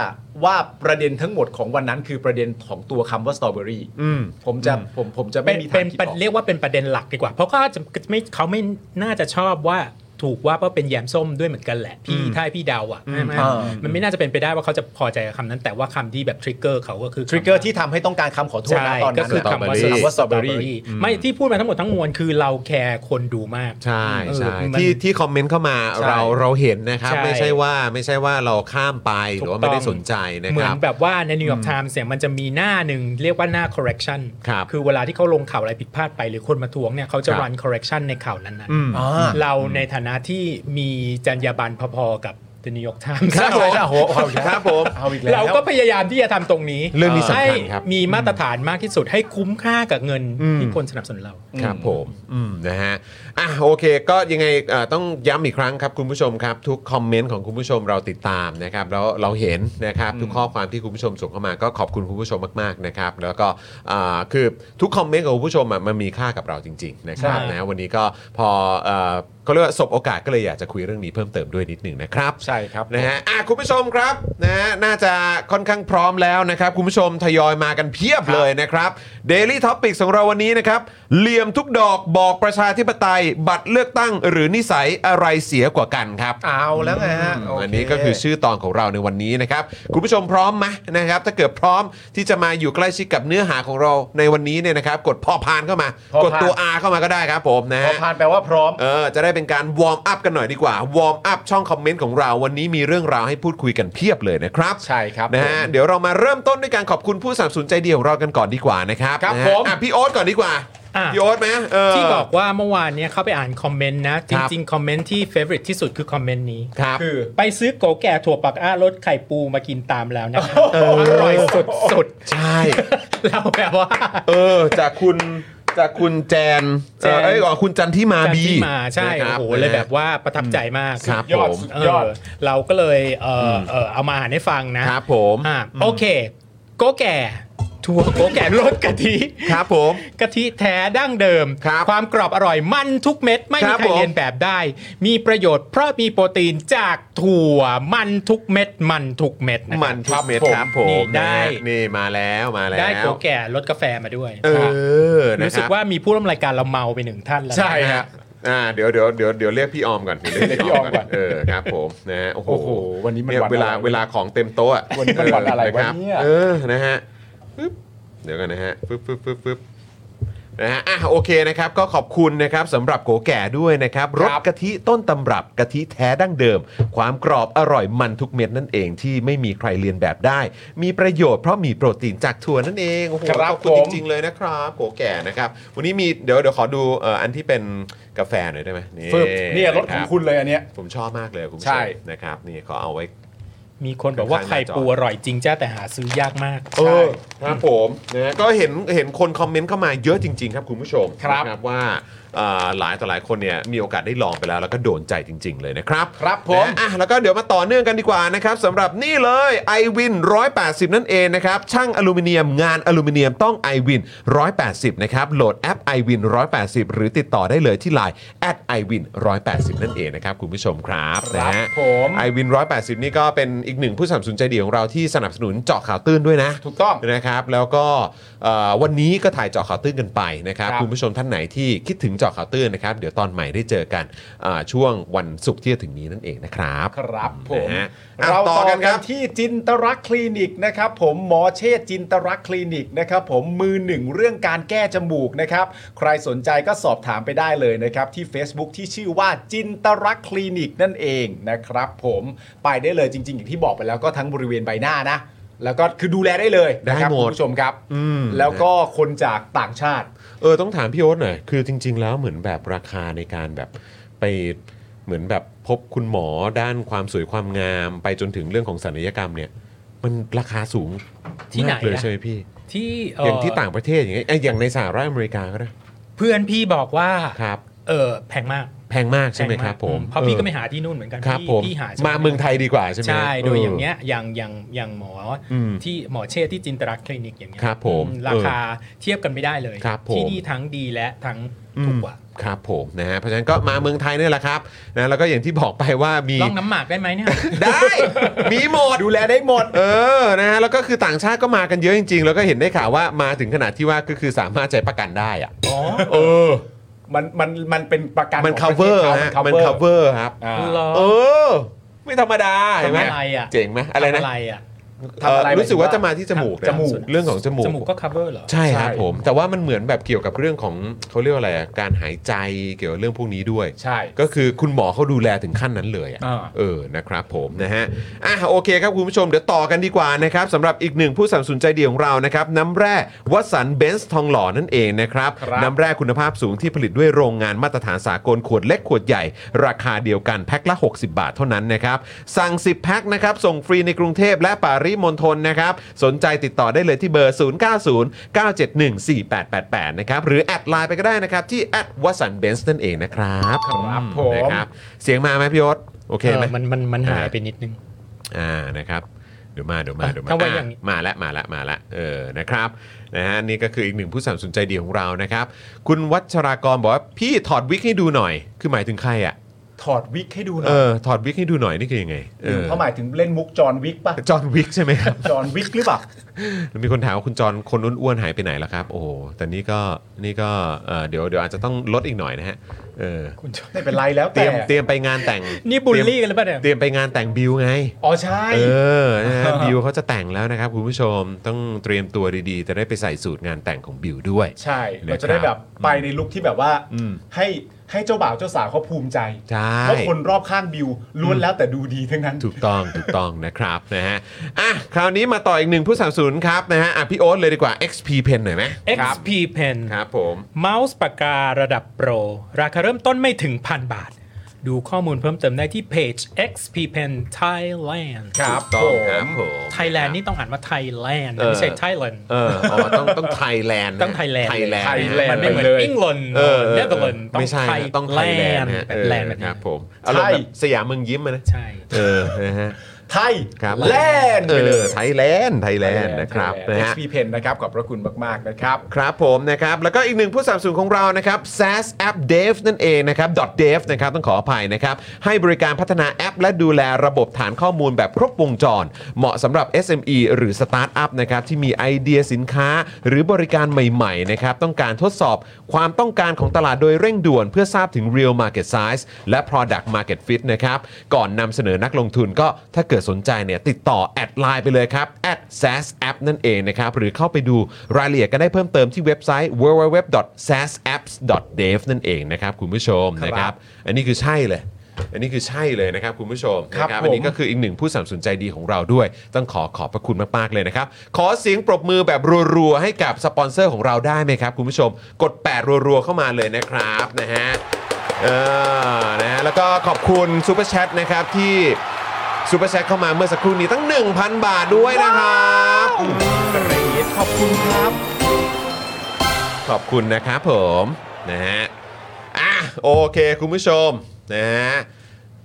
B: ว่าประเด็นทั้งหมดของวันนั้นคือประเด็นของตัวคำว่าสตรอเบอรี่
A: อืม
B: ผมจะผมผมจะ
C: เป็
B: ไม่
C: น
B: มีทา
C: เป็
B: ง
C: น
B: คิด
C: เป็น
B: ออก
C: เรียกว่าเป็นประเด็นหลักดีกว่าเพราะเขาอาจจะไม่เขาไม่น่าจะชอบว่าถูกว่าว่าเป็นแยมส้มด้วยเหมือนกันแหละพี่ถ้าให้พี่เดาอ่ะใช่ไหม
B: อ่า
C: มันไม่น่าจะเป็นไปได้ว่าเขาจะพอใจกับคำนั้นแต่ว่าคำที่แบบทริกเกอร์เขาก็คือ
B: ทริกเกอร์ที่ทำให้ต้องการคำขอโทษนะ
C: ใช่
B: ตอน
C: ก็
B: นั้น
C: คือ
B: น่ะ
C: คำว่า
A: strawberry
B: ว่าสตรอเบอรี่
C: strawberry ไม่ที่พูดมาทั้งหมดทั้งมวลคือเราแคร์คนดูมาก
A: ใช่ใช่
C: เออมัน
A: ที่ที่คอมเมนต์เข้ามา
B: ใช่
A: เราเราเห็นนะครับ
C: ใช่
A: ไม่ใช่ว่าไม่ใช่ว่าเราข้ามไปห
C: ถูก
A: รือว่าไม่ได้
C: ต้อง
A: สนใจนะ
C: เหมื
A: ค
C: อน
A: รับ
C: แบบว่าในนิวยอร์กไทมส์เนี่ยมันจะมีหน้าหนึ่งเรียกว่าหน้า correction
A: ครับ
C: อเวลาที่เขาลงข่าวอะไรผิดพลาดไป หรือคนมาทวงเนี่ยเขาจะ
A: ครับ
C: run correction ในข่าวนั้น
A: อืม
C: ๆ
B: อ่า
C: เราในฐานะที่มีจรรยาบรรณพอๆกับ The New York Times
A: ครับผม
B: เอาเอาอีกแล้ว
A: ครับผม
B: เอาอีกแล้ว
C: เราก็พยายามที่จะทำตรงนี้
A: เรื่องนี้สำคัญ
C: ให้
A: ครับ
C: มีมาตรฐานมากที่สุดให้คุ้มค่ากับเงิน
A: อืม
C: ที่คนสนับสนุนเรา
A: ครับผมอืมนะฮะอ่ะโอเค ก็ยังไงเอ่อต้องย้ำอีกครั้งครับคุณผู้ชมครับ ทุกคอมเมนต์ของคุณผู้ชมเราติดตามนะครับแล้วเราเห็นนะครับทุกข้อความที่คุณผู้ชมส่งเข้ามาก็ขอบคุณคุณผู้ชมมากๆนะครับแล้วก็อ่าคือทุกคอมเมนต์ของคุณผู้ชมอ่ะมันมีค่ากับเราจริงๆนะครับ
C: ใช่
A: นะวันนี้ก็พอเอ่อเขาเรียกว่าสบโอกาสก็เลยอยากจะคุยเรื่องนี้เพิ่มเติมด้วยนิดหนึ่งนะครับ
B: ใช่ครับ
A: นะฮะอ่ะคุณผู้ชมครับนะฮะน่าจะค่อนข้างพร้อมแล้วนะครับ คุณผู้ชมทยอยมากันเพียบเลยนะครับ Daily t o p i c ของเราวันนี้นะครับ เหลี่ยมทุกดอกบอกประชาธิปไตย บัตรเลือกตั้งหรือนิสัยอะไรเสียกว่ากันครับ
B: เอาแล้วไงฮะโเ
A: อันนี้ก็คือชื่อตอนของเราในวันนี้นะครับ คุณผู้ชมพร้อมไหมนะครับ ถ้าเกิดพร้อมที่จะมาอยู่ใกล้ชิดกับเนื้อหาของเราในวันนี้เนี่ยนะครับ กดพอพานเข้ามา
B: พอพาน
A: กดตัว R เข้ามาก็ได้ครับผมนะ
B: พอ
A: ฮะ
B: ผ่านแปลว่าพร้อม
A: เออ จะได้เป็นการวอร์มอัพกันหน่อยดีกว่า วอร์มอัพช่องคอมเมนต์ของเราวันนี้มีเรื่องราวให้พูดคุยกันเพียบเลยนะครับ
B: ใช่ครับ
A: นะฮะ
B: ผม
A: เดี๋ยวเรามาเริ่มต้นด้วยการขอบคุณผู้สนับสนุนใจดีของเรากันก่อนดีกว่านะครับ
B: ครับ
A: นะฮะ
B: ผม
A: อ่ะพี่โอ๊ตก่อนดีกว่า
C: อ่ะ
A: พี่โอ๊ตไหมเออ
C: ที่บอกว่าเมื่อวานเนี่ยเข้าไปอ่านคอมเมนต์นะ
A: ค
C: จ
A: รับ
C: ริงๆ คอมเมนต์ที่ favorite ที่สุดคือคอมเมนต์นี้
A: ครับ
B: คือ
C: ไปซื้อโกแก่ถั่วปักอ้ารสไข่ปูมากินตามแล้วนะครับ
A: เอออ
C: อร่อยสุด
A: ใช่
C: ๆเราแบบว่า
A: เออ จากคุณจากคุณแจน
C: แจน
A: เออเอ้ยก่อนคุณจันที่มา
C: การ
A: บี
C: ที่มาใช่
A: นะครั
C: โอ้โหเลยแบ
A: นะ
C: บ
A: ฮะ
C: ว่าประทับใจมาก
A: ครับ
B: ยอด
A: ผม
B: สุด
C: เอย อ
B: อด
C: เราก็เลยเออเออเอามาอ่านให้ฟังนะครับ
A: ผม
C: อ่าโอเค โกแก่ถั่วโกแก่รสกะทิ
A: ครับผม
C: กะทิแท้ดั้งเดิม
A: ครับ
C: ความกรอบอร่อยมันทุกเม็ด ไม่
A: ค
C: มี
A: รับ
C: ใคร
A: ผม
C: เรียนแบบได้ มีประโยชน์เพราะมีโปรตีนจากถั่วมันทุกเม็ด มันทุกเม็ดนะครับ
A: มันทุกเม็ดครับผ
C: นี่
A: ม
C: ได้
A: นะฮะนี่มาแล้วมาแล้ว
C: ได้โกแก่รสกาแฟมาด้วย
A: เออนะ
C: รู้สึ
A: ค
C: ก
A: รับ
C: ว่ามีผู้ร่วมรายการเราเมาไปหนึ่งท่านแล้วนะ
B: ใช่ฮะ
A: อ่าเดี๋ยวเดี๋ยวเดี๋ยวเดี๋ยวเรียกพี่ออมก่อนเดี๋ยวเรียกพี่ออมก่อนเออครับผมนะฮะโอ้โห
B: โอ้โหวันนี้มัน
A: เย
B: วันอะ
A: เว
B: ไร
A: ลาเวลาของเต็มโต๊ะอะ
B: วันนี้มันวันอะไรวะ
A: คบ
B: เนี่ย
A: เออนะฮะปึ๊บเดี๋ยวกันนะฮะปึ๊บปึ๊บปึ๊บปึ๊บนะฮะอ่ะโอเคนะครับ ก็ขอบคุณนะครับสำหรับโกแก่ด้วยนะครับรสกะทิต้นตำรับกะทิแท้ดั้งเดิม ความกรอบอร่อยมันทุกเม็ดนั่นเองที่ไม่มีใครเลียนแบบได้ มีประโยชน์เพราะมีโปรตีนจากถั่วนั่นเองโอ้โห
B: ครับ
A: ขอบคุณ
B: ผม
A: จริงๆ จริงเลยนะครับโกแก่นะครับ วันนี้มีเดี๋ยวเดี๋ยวขอดูเอ่ออันที่เป็นกาแฟหน่อยได้ไหม
B: ฟึบเนี่ยรถของคุณเลยอันเนี้ย
A: ผมชอบมากเลยคุณผู้ช
B: ใช่
A: มนะครับ นี่ขอเอาไว้
C: มีคนบอกว่า
A: ข้างๆหน้าจอ
C: ไข่ปูอร่อยจริงจ้าแต่หาซื้อยากมาก
A: เออครับผมนะก็เห็นเห็นคนคอมเมนต์เข้ามาเยอะจริง ๆ ครับคุณผู้ชม
B: ครับ
A: นะว่าเอ่อหลายต่อหลายคนเนี่ยมีโอกาสได้ลองไปแล้ว แล้วก็โดนใจจริง ๆ เลยนะครับ
B: ครับผม
A: นะอ่ะแล้วก็เดี๋ยวมาต่อเนื่องกันดีกว่านะครับสำหรับนี่เลย i w วิน180 นั่นเองนะครับช่างอลูมิเนียมงานอลูมิเนียมต้อง i w วิน180 นะครับ โหลดแอป i w วิน180 หรือติดต่อได้เลยที่ Line i w วิน180 นั่นเองนะครับคุณผู้ชมครับนะฮะ
B: ผม
A: i w วิน180 นี่ก็เป็นอีกหนึ่งผู้สนับสนุนใจดีของเราที่สนับสนุนเจาะข่าวตื้นด้วยนะ
B: ถูกต้อง
A: นะครับแล้วก็เอ่อวันนี้ก็ถ่ายเจาะข่าวตื้นกันไปนะครับ
B: ครับ
A: คุณผู้ชมท่านไหนที่คิดถึงเจาะข่าวตื้นนะครับ เดี๋ยวตอนใหม่ได้เจอกันอ่าช่วงวันศุกร์ที่จะถึงนี้นั่นเองนะครับ
B: ครับผม
A: นะฮะอ่ะ
B: เรา
A: ต่
B: ต่
A: อ
B: อ
A: กั
B: กัน น
A: ค
B: ค
A: รั
B: รับ บที่จินตรักษณ์คลินิกนะครับผมหมอเชษจินตรักษณ์คลินิกนะครับผมมือหนึ่งเรื่องการแก้จมูกนะครับใครสนใจก็สอบถามไปได้เลยนะครับที่ Facebook ที่ชื่อว่าจินตรักษณ์คลินิกนั่นเองนะครับผมไปได้เลยจริง ๆ อย่างที่บอกไปแล้วก็ทั้งบริเวณใบหน้านะ แล้วก็คือดูแลได้เลย
A: ได้
B: นะครับ
A: หมด
B: คุณผู้ชมครับ
A: อืม
B: แล้วก็คนจากต่างชาติ
A: เออต้องถามพี่โอ๊ตหน่อยคือจริง ๆ แล้วเหมือนแบบราคาในการแบบไปเหมือนแบบพบคุณหมอด้านความสวยความงาม ไปจนถึงเรื่องของศัลยกรรมเนี่ย มันราคาสูง
C: ที่ไหน
A: มากเลย
C: นะ
A: ใช่ไหมพี่
C: ที่เ
A: อย่างที่ต่างประเทศอย่างเงี้ยเอ้ยอย่างในสหรัฐอเมริกาก็ได้
C: เพื่อนพี่บอกว่า
A: ครับ
C: เออแพงมาก
A: แพงมากใช่ไหมครับ
C: แพงาก
A: ผม
C: เพราะพี่ก็ไป
A: ออ
C: หาที่นู่นเหมือนกัน
A: ครับ
C: พี่
A: ผม
C: พี่หา
A: มาเมืองไทยดีกว่าใช่ไหม
C: ใช่โดย
A: อ
C: อย่างเงี้ยอย่างอย่างอย่างหมออ
A: ม
C: ที่หมอเชษที่จินตรักษณ์คลินิกอย่างเงี้ย
A: ครับผม
C: อืราคาเทียบกันไม่ได้เลย
A: ครับผม
C: ที่นี่ทั้งดีและทั้งถูกกว่า
A: ครับผมนะฮะเพราะฉะนั้นก็มาเมืองไทยนี่แหละครับนะแล้วก็อย่างที่บอกไปว่ามี
C: ลองน้ำหมากได้ไหมเนี่ย
A: ได้ มีหมด
B: ดูแลได้หมด
A: เออ นะฮะ แล้วก็คือต่างชาติก็มากันเยอะจริง ๆ แล้วก็เห็นได้ข่าวว่ามาถึงขนาดที่ว่าก็คือสามารถใจประกันได้อะ
C: อ๋อ
A: เออ
B: มันมันมันเป็นประกัน
A: มัน
B: ของประเท
A: cover
B: ศเขา
A: ฮะ
B: มั
A: มัน น
B: cover
A: cover ครับ
B: อ่า
C: เหรอ
A: เออ ไม่ธรรมดา เห็นไหม
C: ทำอะไรอะ
A: เจ๋งไหมอะไรนะ
C: ทำอะไรอ่ะ
B: ทำอะไร
A: เอ่อรู้สึกว่าจะมาที่จมูกนะ
B: จมูก
A: เรื่องของจมู
C: จมูกก็ cover เหรอ
A: ใช่ครับ
B: ใช่
A: ผม แต่ว่ามันเหมือนแบบเกี่ยวกับเรื่องของเขาเรียกว่าอะไรอะการหายใจเกี่ยวกับเรื่องพวกนี้ด้วย
B: ใช่
A: ก็คือคุณหมอเขาดูแลถึงขั้นนั้นเลยอะ
B: อ่า
A: เออนะครับผมนะฮะอ่ะโอเคครับคุณผู้ชมเดี๋ยวต่อกันดีกว่านะครับสำหรับอีกหนึ่งผู้สนัมสนุนใจดีของเรานะครับน้ำแร่วัสันเบนซ์ทองหล่อนั่นเองนะครับ
B: ครับ
A: น้ำแร่คุณภาพสูงที่ผลิตด้วยโรงงานมาตรฐานสากลขวดเล็กขวดใหญ่ ราคาเดียวกันแพ็คละ 60 บาทเท่านั้นนะครับสั่ง 10 แพ็คนะครับส่งฟรีในกรุงเทพและปริมณฑลนะครับสนใจติดต่อได้เลยที่เบอร์ 0909714888 นะครับหรือแอดไลน์ไปก็ได้นะครับที่แอดวัสันเบนซ์นั่นเองนะครับ
B: ครับผม
A: นะครับเสียงมาไหมพี่ยศโอเค
C: เอ
A: ไหม
C: อมันมันมันหายไปนิดนึง
A: อ่านะครับเดี๋ยวมาเดี๋ยวมาเดี๋ยวมา
C: ถ้าว่า
A: อ่ะ
C: อย่าง
A: มาแล้วมาแล้วมาแล้วเออนะครับนะฮะนี่ก็คืออีกหนึ่งผู้สนัมสนุนใจดีของเรานะครับ คุณวัชรากรบอกว่าพี่ถอดวิกให้ดูหน่อย คือหมายถึงใครอ่ะ
B: ถอดวิกให้ดูหน่
A: เอ
B: อย
A: อถอดวิกให้ดูหน่อยนี่คือยังไงเออ
B: เขาหมายถึงเล่นมุกจอห์นวิกป่ะ
A: จอห์นวิกใช่ไหมครับ
B: จอห์นวิกหรือเปล่า
A: มีคนถามว่าคุณจอนคนอ้วนๆหายไปไหนแล้วครับ โอ้โหแต่นี่ก็นี่ก็เออเดี๋ยวเดี๋ยวอาจจะต้องลดอีกหน่อยนะฮะเออ
B: ไม่เป็นไรแล้ว
A: เตรียม
B: แต่
A: เตรียมไปงานแต่ง
C: นี่บูลลี่กันหรือเปล่าเนี่ย
A: เตรียมไปงานแต่งบิวไง
B: อ๋อใช่
A: เออนะฮะบิวเขาจะแต่งแล้วนะครับคุณผู้ชมต้องเตรียมตัวดีๆ จะได้ไปใส่สูตรงานแต่งของบิวด้วย
B: ใช่
A: นะครับ
B: เราจะได้แบบไปในลุคที่แบบว่า
A: อืม
B: ให้ให้เจ้าบ่าวเจ้าสาวเขาภูมิใจ
A: ใช่
B: เพราะคนรอบข้างบิวล้วนแล้วแต่ดูดีทั้งนั้น
A: ถูกต้องถูกต้องนะครับนะฮะอ่ะคราวนี้มาต่ออีกหนึ่งผู้สนัมสนุนครับนะฮะอ่ะพี่โอ๊ตเลยดีกว่า XP Pen หน่อยไหม
C: XP Pen
A: ครับผม
C: เมาส์ปากการะดับโปร ราคาเริ่มต้นไม่ถึงพันบาท ดูข้อมูลเพิ่มเติมได้ที่เพจ XP Pen Thailand
B: ครับ
A: ถูกต้อง
B: ผม
A: ครับผม
C: Thailand นี่ต้องอ่านว่า Thailand
A: เออ
C: ไม่ใช่ Thailand
A: เอออ๋อต้องต้องไทยแลนด์
C: ต้อง Thailand
A: ไทยแลนด์
B: Thailand
C: มันไม่เหมือน
B: ไปเลย
C: อังกฤษ
A: เออ
C: เนเธอร์แลนด์ต้อง
A: ไม่ใช่
C: ไทย
A: นะต้องไท
C: แล
A: ยแลน
C: น
A: ด์
C: ด์
A: นะฮะเอบ อครั
C: แบแลนด์แบบนี้
A: บผมอารมณ์
B: ใช่
A: แบบสยามเมืองยิ้มอะนะ
C: ใช่
A: เออนะฮะ
B: ไทย
A: ครับ
B: แลนด์
A: เอ
B: ไปเล
A: อยไทยแลนด์ไทยแลนด์นะครับนะ
B: ไทยแลนด์
A: ฮะ
B: XP Pen นะครับขอบพระคุณมาก ๆ นะครับ
A: ครับผมนะครับ แล้วก็อีกหนึ่งผู้สนับสนุนของเรานะครับ SaaS App Dev นั่นเองนะครับ .dev นะครับต้องขออภัยนะครับ ให้บริการพัฒนาแอป และดูแลระบบฐานข้อมูลแบบครบวงจร เหมาะสำหรับ SME หรือสตาร์ทอัพนะครับ ที่มีไอเดียสินค้าหรือบริการใหม่ๆนะครับ ต้องการทดสอบความต้องการของตลาดโดยเร่งด่วน เพื่อทราบถึง real market size และ product market fit นะครับ ก่อนนำเสนอนักลงทุนก็ถ้าเกิดสนใจเนี่ยติดต่อแอดไลน์ไปเลยครับ s a s app นั่นเองนะครับ หรือเข้าไปดูรายละเอียดกันได้เพิ่มเติมที่เว็บไซต์ www s a s apps dev นั่นเองนะครับ คุณผู้ชม
B: ครับ
A: นะครับ อันนี้คือใช่เลย อันนี้คือใช่เลยนะครับ คุณผู้ชม
B: ครับ
A: นะ
B: ผม
A: อันี้ก็คืออีกหนึ่งผู้สนัมสนุนใจดีของเราด้วย ต้องขอขอบพระคุณมาก ๆ เลยนะครับ ขอเสียงปรบมือแบบรัวๆให้กับสปอนเซอร์ของเราได้ไหมครับคุณผู้ชม กดแปดรัวๆเข้ามาเลยนะครับนะฮะเออนะฮะแล้วก็ขอบคุณซูเปอร์แชทนะครับที่ ซูเปอร์แชทเข้ามาเมื่อสักครู่นี้ตั้ง 1,000 บาทด้วยนะครับ
B: ขอบคุณครับ
A: ขอบคุณนะครับผมนะฮะอ่ะโอเค คุณผู้ชมนะฮะ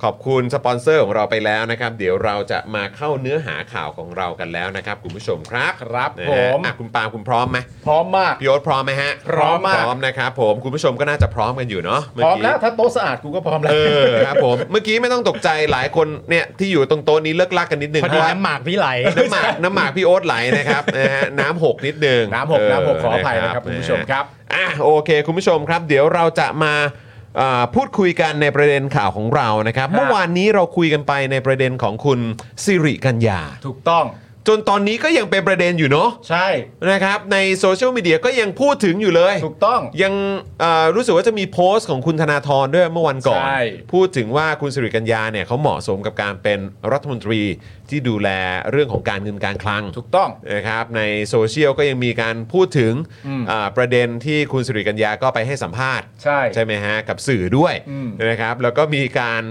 A: ขอบคุณสปอนเซอร์ของเราไปแล้วนะครับ เดี๋ยวเราจะมาเข้าเนื้อหาข่าวของเรากันแล้วนะครับ คุณผู้ชมครับ
B: ครับ
A: นะ
B: ผ
A: ฮะ
B: ม
A: อ่ะคุณปาล์มคุณพร้อมไหม
B: พร้อมมาก
A: พี่โอ๊ตพร้อมไหมฮะ
B: พร้อมมาก
A: พร้อมนะครับผมคุณผู้ชมก็น่าจะพร้อมกันอยู่เนาะเ
B: พร้อม
A: กี้
B: แล้วถ้าโต๊ะสะอาดกูก็พร้อมแล้ว
A: เออครับผมเมื่อกี้ไม่ต้องตกใจหลายคนเนี่ยที่อยู่ตรงโต๊ะนี้เลิกลักกันนิดนึง
C: พอ
A: เพ
C: ดี
A: ราะว่า
C: น้ำหมากพี่ไหล
A: น้ำหมากน้ำหมากพี่โอ๊ตไหลนะครับ นะฮะน้ำหกนิดนึง
B: น้ำหก
A: เ
B: น้ำหกขออภัยนะครับคุณผู้ชมครับ
A: อ่ะโอเค คุณผู้ชมครับ เดี๋ยวเราจะมาเอ่อพูดคุยกันในประเด็นข่าวของเรานะครับ เมื่อวานนี้เราคุยกันไปในประเด็นของคุณสิริกัญญา
B: ถูกต้อง
A: จนตอนนี้ก็ยังเป็นประเด็นอยู่เนาะ
B: ใช่
A: นะครับในโซเชียลมีเดียก็ยังพูดถึงอยู่เลย
B: ถูกต้อง
A: ยังเอ่อรู้สึกว่าจะมีโพสต์ของคุณธนาธรด้วยเมื่อวันก่อน
B: ใช่
A: พูดถึงว่าคุณสิริกัญญาเนี่ยเขาเหมาะสมกับการเป็นรัฐมนตรีที่ดูแลเรื่องของการเงินการคลัง
B: ถูกต้อง
A: นะครับในโซเชียลก็ยังมีการพูดถึง
B: อืม
A: อ่าประเด็นที่คุณสิริกัญญาก็ไปให้สัมภาษณ์
B: ใช่
A: ใช่ไหมฮะ กับสื่อด้วย
B: อืม
A: นะครับ แล้วก็มีการ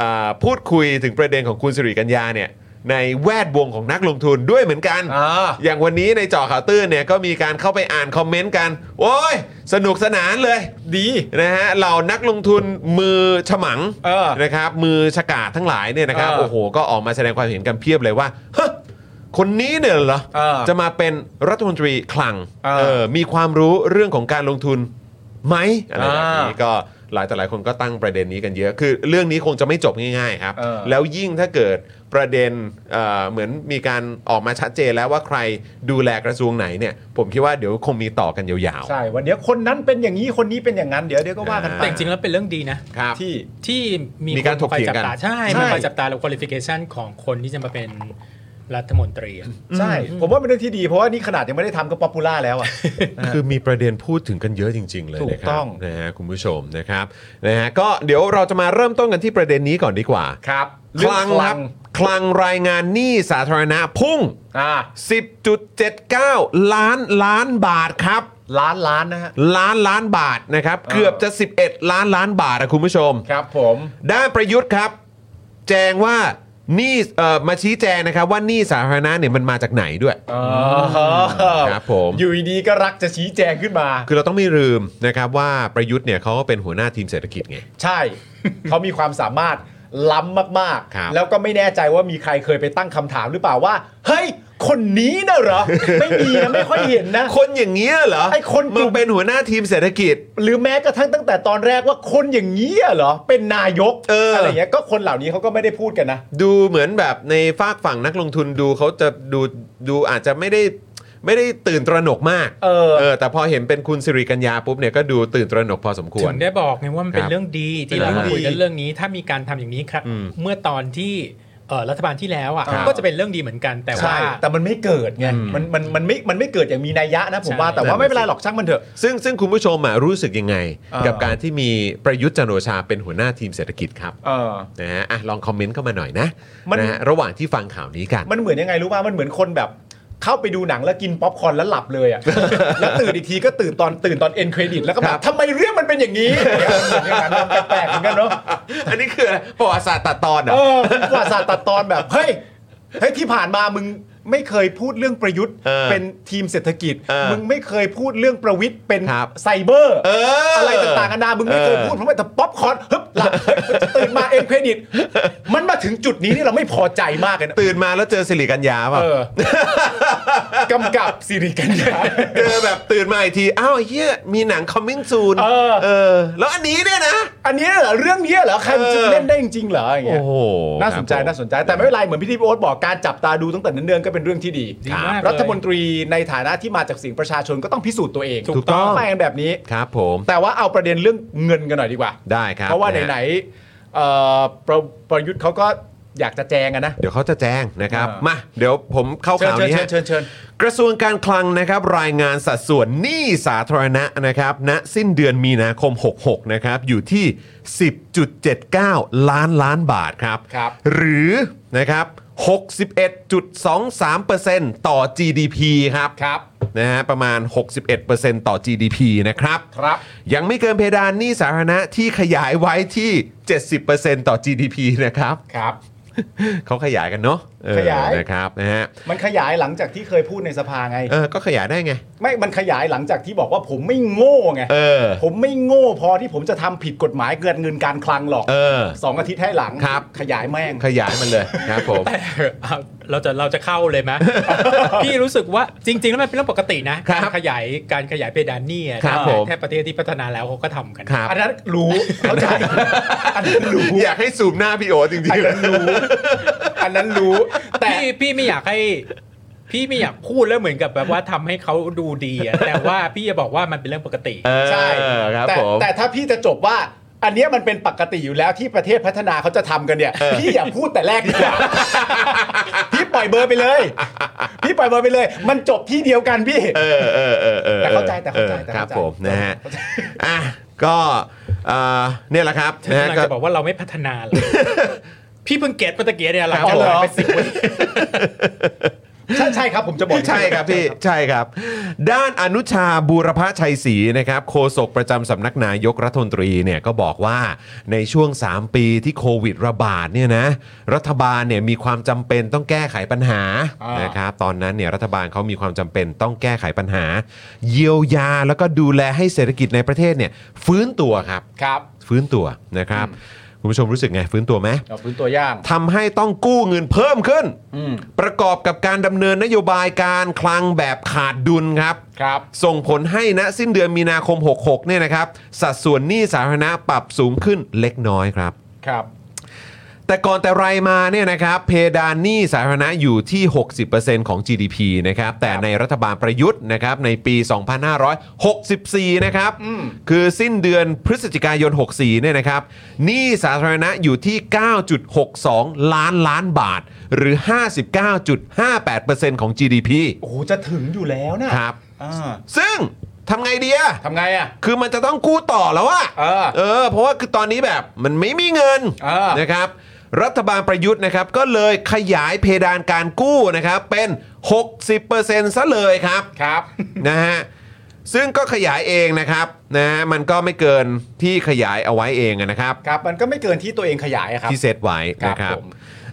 A: อ่าพูดคุยถึงประเด็นของคุณสิริกัญญาเนี่ยในแวดวงของนักลงทุนด้วยเหมือนกัน
B: อ่า
A: อย่างวันนี้ในเจอข่าวตื้นเนี่ยก็มีการเข้าไปอ่านคอมเมนต์กัน โอ้ย สนุกสนานเลย
B: ดี
A: นะฮะเหล่านักลงทุนมือฉมัง
B: เออ
A: นะครับมือฉกาจทั้งหลายเนี่ยนะครับ
B: เออ
A: โอ้โหก็ออกมาแสดงความเห็นกันเพียบเลยว่าฮะคนนี้เนี่ยเหรอ
B: เออ
A: จะมาเป็นรัฐมนตรีคลัง
B: เออ
A: เออมีความรู้เรื่องของการลงทุนไหมอะไรแบบ
B: อ่า
A: นี้ก็หลายแต่หลายคนก็ตั้งประเด็นนี้กันเยอะ คือเรื่องนี้คงจะไม่จบง่ายๆครับ
B: เออ
A: แล้วยิ่งถ้าเกิดประเด็นเอ่อเหมือนมีการออกมาชัดเจนแล้วว่าใครดูแลกระทรวงไหนเนี่ย ผมคิดว่าเดี๋ยวคงมีต่อกันยาว
B: ใช่วันเดี๋ยวคนนั้นเป็นอย่างนี้คนนี้เป็นอย่างนั้นเดี๋ยวเดี๋ยวก็ว่ากันไป
C: แต่จริงๆแล้วเป็นเรื่องดีนะ
A: ๆครับ
B: ที่
C: ที่มี
A: มีการถกเถียงกัน
C: คไปจับตาใช่
B: ใช่
C: มันไปจับตาแล้วคุณลิฟิเคชันของคนที่จะมาเป็นรัฐมนตรีอะ
B: ใช่ ผมว่าเป็นเรื่องที่ดี เพราะว่านี่ขนาดยังไม่ได้ทำก็ป๊อปปูล่าแล้วอ่ะ
A: คือมีประเด็นพูดถึงกันเยอะจริง ๆ เลย
B: ถูก
A: นะครับ
B: ต้อง
A: นะฮะคุณผู้ชมนะครับนะฮะก็เดี๋ยวเราจะมาเริ่มต้นกันที่ประเด็นนี้ก่อนดีกว่า
B: ครับ
A: ค
B: เรื่อง
A: ลังครับคลังรายงานหนี้สาธารณะพุ่ง
B: อ่า
A: 10.79 ล้านล้านบาทครับ
B: ล้านล้านนะฮะ
A: ล้านล้านบาทนะครับ
B: เออ
A: เกือบจะ 11 ล้านล้านบาทนะคุณผู้ชม
B: ครับผม
A: ด้านประยุทธ์ครับ แจงว่าหนี่เอ่อมาชี้แจงนะครับว่าหนี่สาธารณะเนี่ยมันมาจากไหนด้วย
B: อ๋อ
A: ครับผม
B: อยู่ดีๆก็รักจะชี้แจงขึ้นมา
A: คือเราต้องไม่ลืมนะครับว่าประยุทธ์เนี่ยเขาก็เป็นหัวหน้าทีมเศรษฐกิจไง
B: ใช่ เขามีความสามารถล้ำมาก
A: ครับ
B: ๆ แล้วก็ไม่แน่ใจว่ามีใครเคยไปตั้งคำถามหรือเปล่าว่า เฮ้ย คนนี้นะเหรอ ไม่มีนะ ไม่ค่อยเห็นนะ
A: คนอย่างเงี้ยเหรอ
B: ไอ้คนก
A: มั
B: ลุ่
A: น
B: ม
A: เป็นหัวหน้าทีมเศรษฐกิจ
B: หรือแม้กระทั่งตั้งแต่ตอนแรกว่าคนอย่างนี้ยเหรอ เป็นนายก
A: เอออ
B: ไรย่างเงี้ยก็คนเหล่านี้เขาก็ไม่ได้พูดกันนะ
A: ดูเหมือนแบบในฝากฝั่งนักลงทุนดูเขาจะดูดูอาจจะไม่ได้ไม่ได้ตื่นตระหนกมาก
B: เออ
A: แต่พอเห็นเป็นคุณสิริกัญญาปุ๊บเนี่ยก็ดูตื่นตระหนกพอสมคว
C: ถึ
A: ร
C: งได้บอกไงว่ามันเป็
A: ครั
C: น
A: บ
C: เรื่องดีที่
A: เป็น
C: เรา
A: เรื่อง
C: คุยกั
B: ดี
C: นเรื่องนี้ ถ้ามีการทำอย่างนี้ครับ
A: อืม
C: เมื่อตอนที่เอ่อรัฐบาลที่แล้วอ่ะ
B: ครับ
C: ก็จะเป็นเรื่องดีเหมือนกันแต่
B: ใช่
C: ว่า
B: แต่มันไม่เกิดไง
A: อืม
B: มันมันมันไม่มันไม่เกิดอย่างมีนัยยะนะผมว่า
C: ใช่
B: แต่ว่าไม่เป็นไรหรอกช่างมันเถอะ
A: ซึ่งซึ่งคุณผู้ชมอ่ะรู้สึกยังไง
B: เออ
A: กับการที่มีประยุทธ์จันทร์โอชาเป็นหัวหน้าทีมเศรษฐกิจครับ
B: เออ
A: นะฮะอ่ะลองคอมเมนต์เข้ามาหน่อยนะ
B: มัน
A: นะฮะระหว่างที่ฟังข่าวนี้กัน
B: มันเหมือนยังไงรู้ป่ะ มันเหมือนคนแบบ เข้าไปดูหนังแล้วกินป๊อปคอร์นแล้วหลับเลยอ่ะ แล้วตื่นอีกทีก็ตื่นตอนตื่นตอนเอ็นเครดิตแล้วก็
A: ค
B: แบ
A: รับ บ
B: ทำไมเรื่องมันเป็นอย่างนี้อย่างนั้นนะแปลกๆเหมือนกันเนาะ
A: อันนี้คืออะไรประวัติศาสตร์ตัดตอนเหร
B: เอ
A: อ
B: อประวัติศาสตร์ตัดตอนแบบ เฮ้ยเฮ้ยที่ผ่านมามึงไม่เคยพูดเรื่องประยุทธ์
A: เออ
B: เป็นทีมเศรษฐกิจ
A: เออ
B: มึงไม่เคยพูดเรื่องประวิทย์เป็น
A: ครับ
B: ไซเบอร์
A: เออ
B: อะไรต่างๆกันานามึงไม่เคยพูดเพราะว่าแต่ป๊อปคอร์นฮึบหลับเฮ้ยตื่นมาเอ็นเครดิต มันมาถึงจุดนี้นี่เราไม่พอใจมากเลยนะ
A: ตื่นมาแล้วเจอสิริกัญญาป่ะ
B: เออ กำกับสิริกัญญา
A: เจอแบบตื่นมาอีกที อ้าวไอ้เฮียมีหนัง coming soon
B: เออ
A: เออ แล้วอันนี้เนี่ยนะ
B: อันนี้เหรอ เรื่องนี้เหรอ ใครมันจะ
A: เออ
B: เล่นได้จริงๆเหรออย่างเงี้ย
A: โอ้โห
B: น่าสนใจ
A: ครับผม
B: น่าสนใจ แต่ไม่เป็นไร เหมือนพี่ทีโอ๊ตบอกการจับตาดูตั้งแต่เนิ่นๆก็เป็นเรื่องที่ดี
C: ดีมากเลย
B: รัฐมนตรีในฐานะที่มาจากเสียงประชาชนก็ต้องพิสูจน์ตัวเอง
A: ถูกต้อง
B: แปลงแบบนี้
A: ครับผม
B: แต่ว่าเอาประเด็นเรื่องเงินกันหน่อยดีกว่า
A: ได้ครับ
B: เพราะว่า
A: ฮ
B: ไหนๆเอ่อประประยุทธ์เขาก็อยากจะแจงอะนะ
A: เดี๋ยวเขาจะแจ้งนะครับ
B: เออ
A: มาเดี๋ยวผมเข้า
B: เชิญ
A: ข่าว
B: เชิญ
A: นี้
B: เชิ
A: ฮะ
B: ญเชิญเชิญ
A: กระทรวงการคลังนะครับ รายงานสัดส่วนหนี้สาธารณะนะครับ ณสิ้นเดือนมีนาคม 66 นะครับ อยู่ที่ 10.79 ล้านล้านบาทครับ
B: ครับ
A: หรือนะครับ 61.23%ต่อ GDP ครับ
B: ครับ
A: นะฮะประมาณ 61%ต่อ GDP นะครับ
B: ครับ
A: ยังไม่เกินเพดานหนี้สาธารณะที่ขยายไว้ที่ 70%ต่อ GDP นะครับ
B: ครับ
A: เขาขยายกันเนาะเออ
B: ขยาย
A: นะครับนะฮะ
B: มันขยายหลังจากที่เคยพูดในสภาไง
A: เออก็ขยายได้ไง
B: ไม่ มันขยายหลังจากที่บอกว่าผมไม่โง่ไง
A: เออ
B: ผมไม่โง่พอที่ผมจะทำผิดกฎหมายเกินเงินการคลังหรอก
A: เออ
B: สองอาทิตย์ให้หลัง
A: ครับ
B: ขยายแม่ง
A: ขยายมันเลยครับผม
C: เอา เราจะเราจะเข้าเลย ไหม พี่รู้สึกว่าจริง ๆ แล้วมันเป็นเรื่องปกตินะครับ การขยายการขยายเพดานหนี้อะ
A: ครับผม
C: แค่ประเทศที่พัฒนาแล้วเขาก็ทำกัน
A: ครับ
B: อันนั้นรู้ เข้าใจ อันนั้นรู้
A: อยากให้ซูมหน้าพี่โอตจริ
B: อั
A: งๆ
B: น
A: เลย
B: นั้นรู้ อันนั้นรู้ แต่
C: พี่พี่ไม่อยากให้พี่ไม่อยากพูดแล้วเหมือนกับแบบว่าทำให้เขาดู ดีอะแต่ว่าพี่จะบอกว่ามันเป็นเรื่องปกติ
A: เออ
B: ใช่
A: ครับ
B: แต่
A: ผม
B: แต่ถ้าพี่จะจบว่า อันเนี้ยมันเป็นปกติอยู่แล้วที่ประเทศพัฒนาเขาจะทำกันเนี่ย พี่อย่าพูดแต่แรกดีกว่า พี่ปล่อยเบอร์ไปเลย พี่ปล่อยเบอร์ไปเลย มันจบที่เดียวกันพี่
A: เออเออเออออ
B: แต่เข้าใจแต่เข้าใจแต่
A: ออครับ
B: เข้าใจ
A: ผมนะฮะ
B: เข้าใจ
A: อ่ะก็เอ่อเนี่ยแหละครับ
C: ฉัน
A: นะฮะ
C: กำลัง
A: ก็
C: จะบอกว่าเราไม่พัฒนาเลย พี่เพิ่งเก็ตปัตะเกียเนี่ยหลัง
B: อ๋
C: จาก
B: อเหรอ
C: เราไปสิบวัน
B: ใช่ใช่ครับผมจะบอก
A: ใช่ครับพี่ใช่ครับ ด้านอนุชาบูรพชัยศรีนะครับโฆษกประจำสำนักนายกรัฐมนตรีเนี่ยก็บอกว่าในช่วง 3 ปีที่โควิดระบาดเนี่ยนะรัฐบาลเนี่ยมีความจำเป็นต้องแก้ไขปัญหา
B: อ่าน
A: นะครับตอนนั้นเนี่ยรัฐบาลเขามีความจำเป็นต้องแก้ไขปัญหา เยียวยาแล้วก็ดูแลให้เศรษฐกิจในประเทศเนี่ยฟื้นตัวครับ
B: ครับ
A: ฟื้นตัวนะครับคุณผู้ชมรู้สึกไงฟื้นตัวไหม
B: เอาพื้นตัวย่าง
A: ทำให้ต้องกู้เงินเพิ่มขึ้น
B: อืม
A: ประกอบกับการดำเนินนโยบายการคลังแบบขาดดุลครับ
B: ครับ
A: ส่งผลให้ณสิ้นเดือนมีนาคม 66 เนี่ยนะครับ สัดส่วนหนี้สาธารณะปรับสูงขึ้นเล็กน้อยครับ
B: ครับ
A: แต่ก่อนแต่ไรมาเนี่ยนะครับเพดานหนี้สาธารณะอยู่ที่ 60%ของ GDP นะครับแต่ในรัฐบาลประยุทธ์นะครับในปี 2564 นะครับคือสิ้นเดือนพฤศจิกายน 64 เนี่ยนะครับหนี้สาธารณะอยู่ที่ 9.62 ล้านล้านบาท หรือ 59.58%ของ GDP
B: โอ้โหจะถึงอยู่แล้วนะครับ อ่า
A: ซึ่งทำไงดีอะ
B: ทำไงอ่ะ
A: คือมันจะต้องกู้ต่อแล้วอะ
B: เออ
A: เออ เพราะว่าคือตอนนี้แบบมันไม่มีเงิน
B: เออ
A: นะครับรัฐบาลประยุทธ์นะครับก็เลยขยายเพดานการกู้นะครับเป็น 60%ซะเลยครับ
B: ครับ
A: นะฮะซึ่งก็ขยายเองนะครับนะฮะมันก็ไม่เกินที่ขยายเอาไว้เองนะครับ
B: ครับ มันก็ไม่เกินที่ตัวเองขยายอะครับ
A: ที่เซตไว้นะค
B: ครั
A: รับบ
B: ผม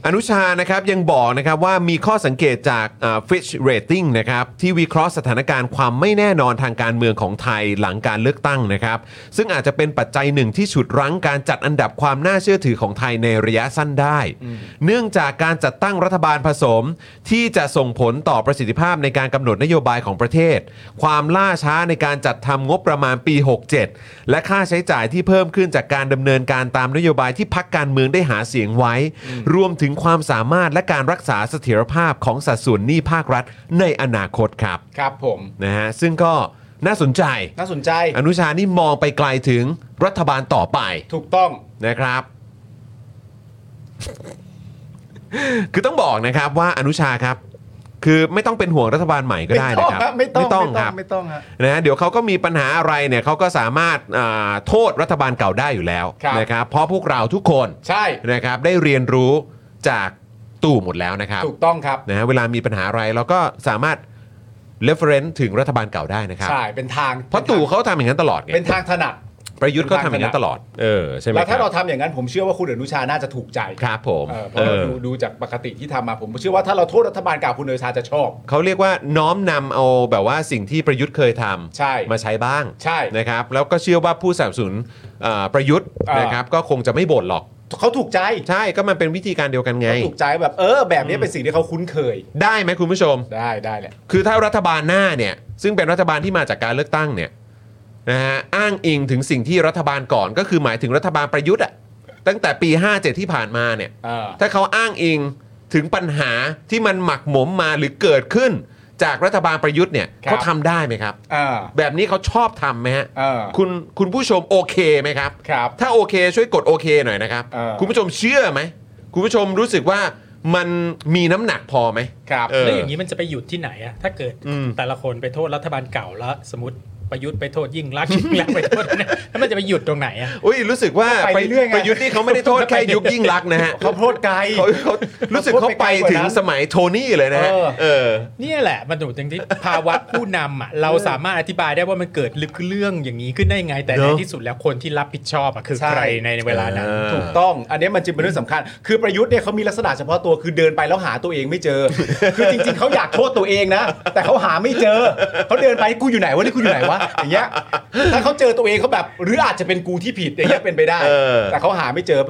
A: อนุชานะครับยังบอกนะครับว่ามีข้อสังเกตจากอ่า Fitch Rating นะครับที่วิเคราะห์สถานการณ์ความไม่แน่นอนทางการเมืองของไทยหลังการเลือกตั้งนะครับ ซึ่งอาจจะเป็นปัจจัยหนึ่งที่ฉุดรั้งการจัดอันดับความน่าเชื่อถือของไทยในระยะสั้นได้ เนื่องจากการจัดตั้งรัฐบาลผสม ที่จะส่งผลต่อประสิทธิภาพในการกำหนดนโยบายของประเทศ ความล่าช้าในการจัดทำงบประมาณปี 67 และค่าใช้จ่ายที่เพิ่มขึ้นจากการดำเนินการตามนโยบายที่พักการเมืองได้หาเสียงไว้ รวมถึงความสามารถและการรักษาเสถียรภาพของสัดส่วนหนี้ภาครัฐในอนาคตครับ
B: ครับผม
A: นะฮะซึ่งก็น่าสนใจ
B: น่าสนใจ
A: อนุชานี่มองไปไกลถึงรัฐบาลต่อไป
B: ถูกต้อง
A: นะครับ คือต้องบอกนะครับว่าอนุชาครับ คือไม่ต้องเป็นห่วงรัฐบาลใหม่ก็ได้นะครับ
B: ไม่ต้อง
A: ไม่ต้องครับ
B: ไม่ต้องฮะ
A: นะเดี๋ยวเขาก็มีปัญหาอะไรเนี่ยเขาก็สามารถอ่าโทษรัฐบาลเก่าได้อยู่แล้ว
B: ครับ
A: นะครับ เพราะพวกเราทุกคน
B: ใช่
A: นะครับ ได้เรียนรู้จากตู่หมดแล้วนะครับ
B: ถูกต้องครับ
A: นะฮะเวลามีปัญหาอะไรเราก็สามารถ reference ถึงรัฐบาลเก่าได้นะครับ
B: ใช่ เป็นทาง
A: เพราะตู่เขาทำอย่างนั้นตลอดไง
B: เป็นทางถนัด
A: ประยุทธ์ก็ทำอย่างนั้นตลอดเออใช่ไหม
B: แล้ว
A: ครั
B: ถ้า
A: บ
B: เราทำอย่างนั้นผมเชื่อว่าคุณอนุชาน่าจะถูกใจ
A: ครับผม
B: เออเพราะเรา
A: เออ
B: ดูดูจากปกติที่ทำมาผมเชื่อว่าถ้าเราโทษรัฐบาลเก่าคุณอนุชาจะชอบ
A: เขาเรียกว่าน้อมนำเอาแบบว่าสิ่งที่ประยุทธ์เคยทำ
B: ใช่
A: มาใช้บ้าง
B: ใช่
A: นะครับแล้วก็เชื่อว่าผู้สนับสนุนเอ่อประยุทธ์
B: อ่าน
A: นะครับก็คงจะไม่บ่นหรอก
B: เขาถูกใจ
A: ใช่ก็มันเป็นวิธีการเดียวกันไง
B: เขาถูกใจแบบเออ แบบนี้เป็นสิ่งที่เขาคุ้นเคย
A: ได้ไหมคุณผู้ชม
B: ได้ได้แหละ
A: คือถ้ารัฐบาลหน้าเนี่ยซึ่งเป็นรัฐบาลที่มาจากการเลือกตั้งเนี่ยนะฮะอ้างอิงถึงสิ่งที่รัฐบาลก่อนก็คือหมายถึงรัฐบาลประยุทธ์อะตั้งแต่ปี 57 ที่ผ่านมาเนี่ย
B: เออ
A: ถ้าเขาอ้างอิงถึงปัญหาที่มันหมักหมมมาหรือเกิดขึ้น จากรัฐบาลประยุทธ์เนี่ย
B: ครับ
A: เขาทำได้ไหมครับ
B: เออ
A: แบบนี้เขาชอบทำไหมฮะ
B: เออ
A: คุณคุณผู้ชมโอเคไหมครับ
B: ครับ
A: ถ้าโอเคช่วยกดโอเคหน่อยนะครับ
B: เออ
A: คุณผู้ชมเชื่อไหม คุณผู้ชมรู้สึกว่ามันมีน้ำหนักพอไหม
B: ครับ
A: เออ
C: แล้วอย่างนี้มันจะไปหยุดที่ไหนอะถ้าเกิดแต่ละคนไปโทษรัฐบาลเก่าแล้วสมมติประยุทธ์ไปโทษยิ่งรักษณ์ยิ่งรักษณ์ไปโทษนะแล้วมันจะไปหยุดตรงไหนอะ
A: อุ้ยรู้สึกว่า
B: ไปเรื่อยไง
A: ประยุทธ์นี่เขาไม่ได้โท ษแค่ยุคยิ่งรักษณ์นะฮะ
B: เขาโทษไกล
A: เขาเขารู้สึกเขาไปถึงสมัยโทนี่เลยนะฮะ
B: เออ
A: เออ
C: เนี่ยแหละมันถูกตรงที่ภาวะผู้นำอ่ะ เราสามารถอธิบายได้ว่ามันเกิดลึกเรื่องอย่างนี้ขึ้นได้ยังไง แต่
A: เน
C: ใน
A: อะ
C: ที่สุดแล้วคนที่รับผิดชอบอ่ะคือ
B: ใช่
C: ใครในเวลานั้น
A: เออ
B: ถูกต้อง อันนี้มันจึงเป็นเรื่องสำคัญ คือประยุทธ์เนี่ยเขามีลักษณะเฉพาะตัว คือเดินไปแล้วหาตัวเองไม่เจอ คือจริงๆเขาอยากโทษตัวเองนะ แต่เขาหาไม่เจอ เขาเดินไปกูอยู่ไหนวะนี่กูอยู่ไหนวะ อย่างเงี้ย ถ้าเขาเจอตัวเองเขาแบบ หรืออาจจะเป็นกูที่ผิดอย่างเงี้ยเป็นไปได้
A: เออ
B: แต่เขาหาไม่เจอ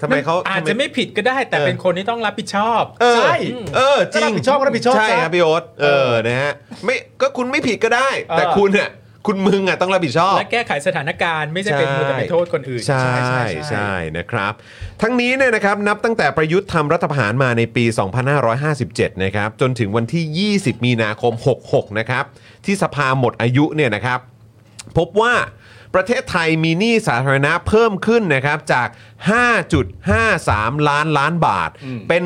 A: ทำไมเขา
C: อาจจะไม่ผิดก็ได้แต่เป็นคนที่ต้องรับผิดชอบ
A: เออ
B: ใช่
A: เออจริง
B: ก็รับผิดชอบก็รับผิดชอบ
A: ใช่ครับพี่โอ๊ตเออนะฮะไม่ก็คุณไม่ผิดก็ได้ แต่
B: เออ
A: คุณเนี่ยคุณมึงอ่ะต้องรับผิดชอบ
C: และแก้ไขสถานการณ์ไม่ใช่เป็นมัวแต่ไปโทษคนอื่น
A: ใช่ใช่นะครับ ทั้งนี้เนี่ยนะครับนับตั้งแต่ประยุทธ์ทำรัฐประหารมาในปี 2557 นะครับ จนถึงวันที่ 20 มีนาคม 66 นะครับ ที่สภาหมดอายุเนี่ยนะครับ พบว่าประเทศไทยมีหนี้สาธารณะเพิ่มขึ้นนะครับจาก 5.53 ล้านล้านบาท เป็น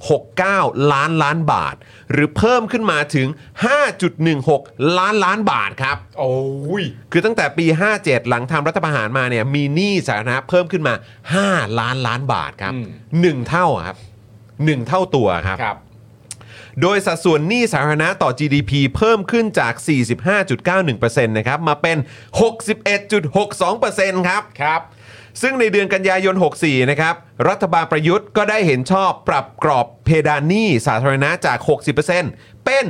A: 10.69 ล้านล้านบาท หรือเพิ่มขึ้นมาถึง 5.16 ล้านล้านบาทครับ
B: โอ้ย
A: คือตั้งแต่ปี 57 หลังทำรัฐประหารมาเนี่ยมีหนี้สาธารณะเพิ่มขึ้นมา 5 ล้านล้านบาทครับ
B: อืม
A: หนึ่งเท่าครับหนึ่งเท่าตัวครับ
B: ครับ
A: โดยสัดส่วนหนี้สาธารณะต่อ GDP เพิ่มขึ้นจาก 45.91%นะครับ มาเป็น 61.62%ครับ
B: ครับ
A: ซึ่งในเดือนกันยายน 64 นะครับ รัฐบาลประยุทธ์ก็ได้เห็นชอบปรับกรอบเพดานหนี้สาธารณะจาก 60%เป็น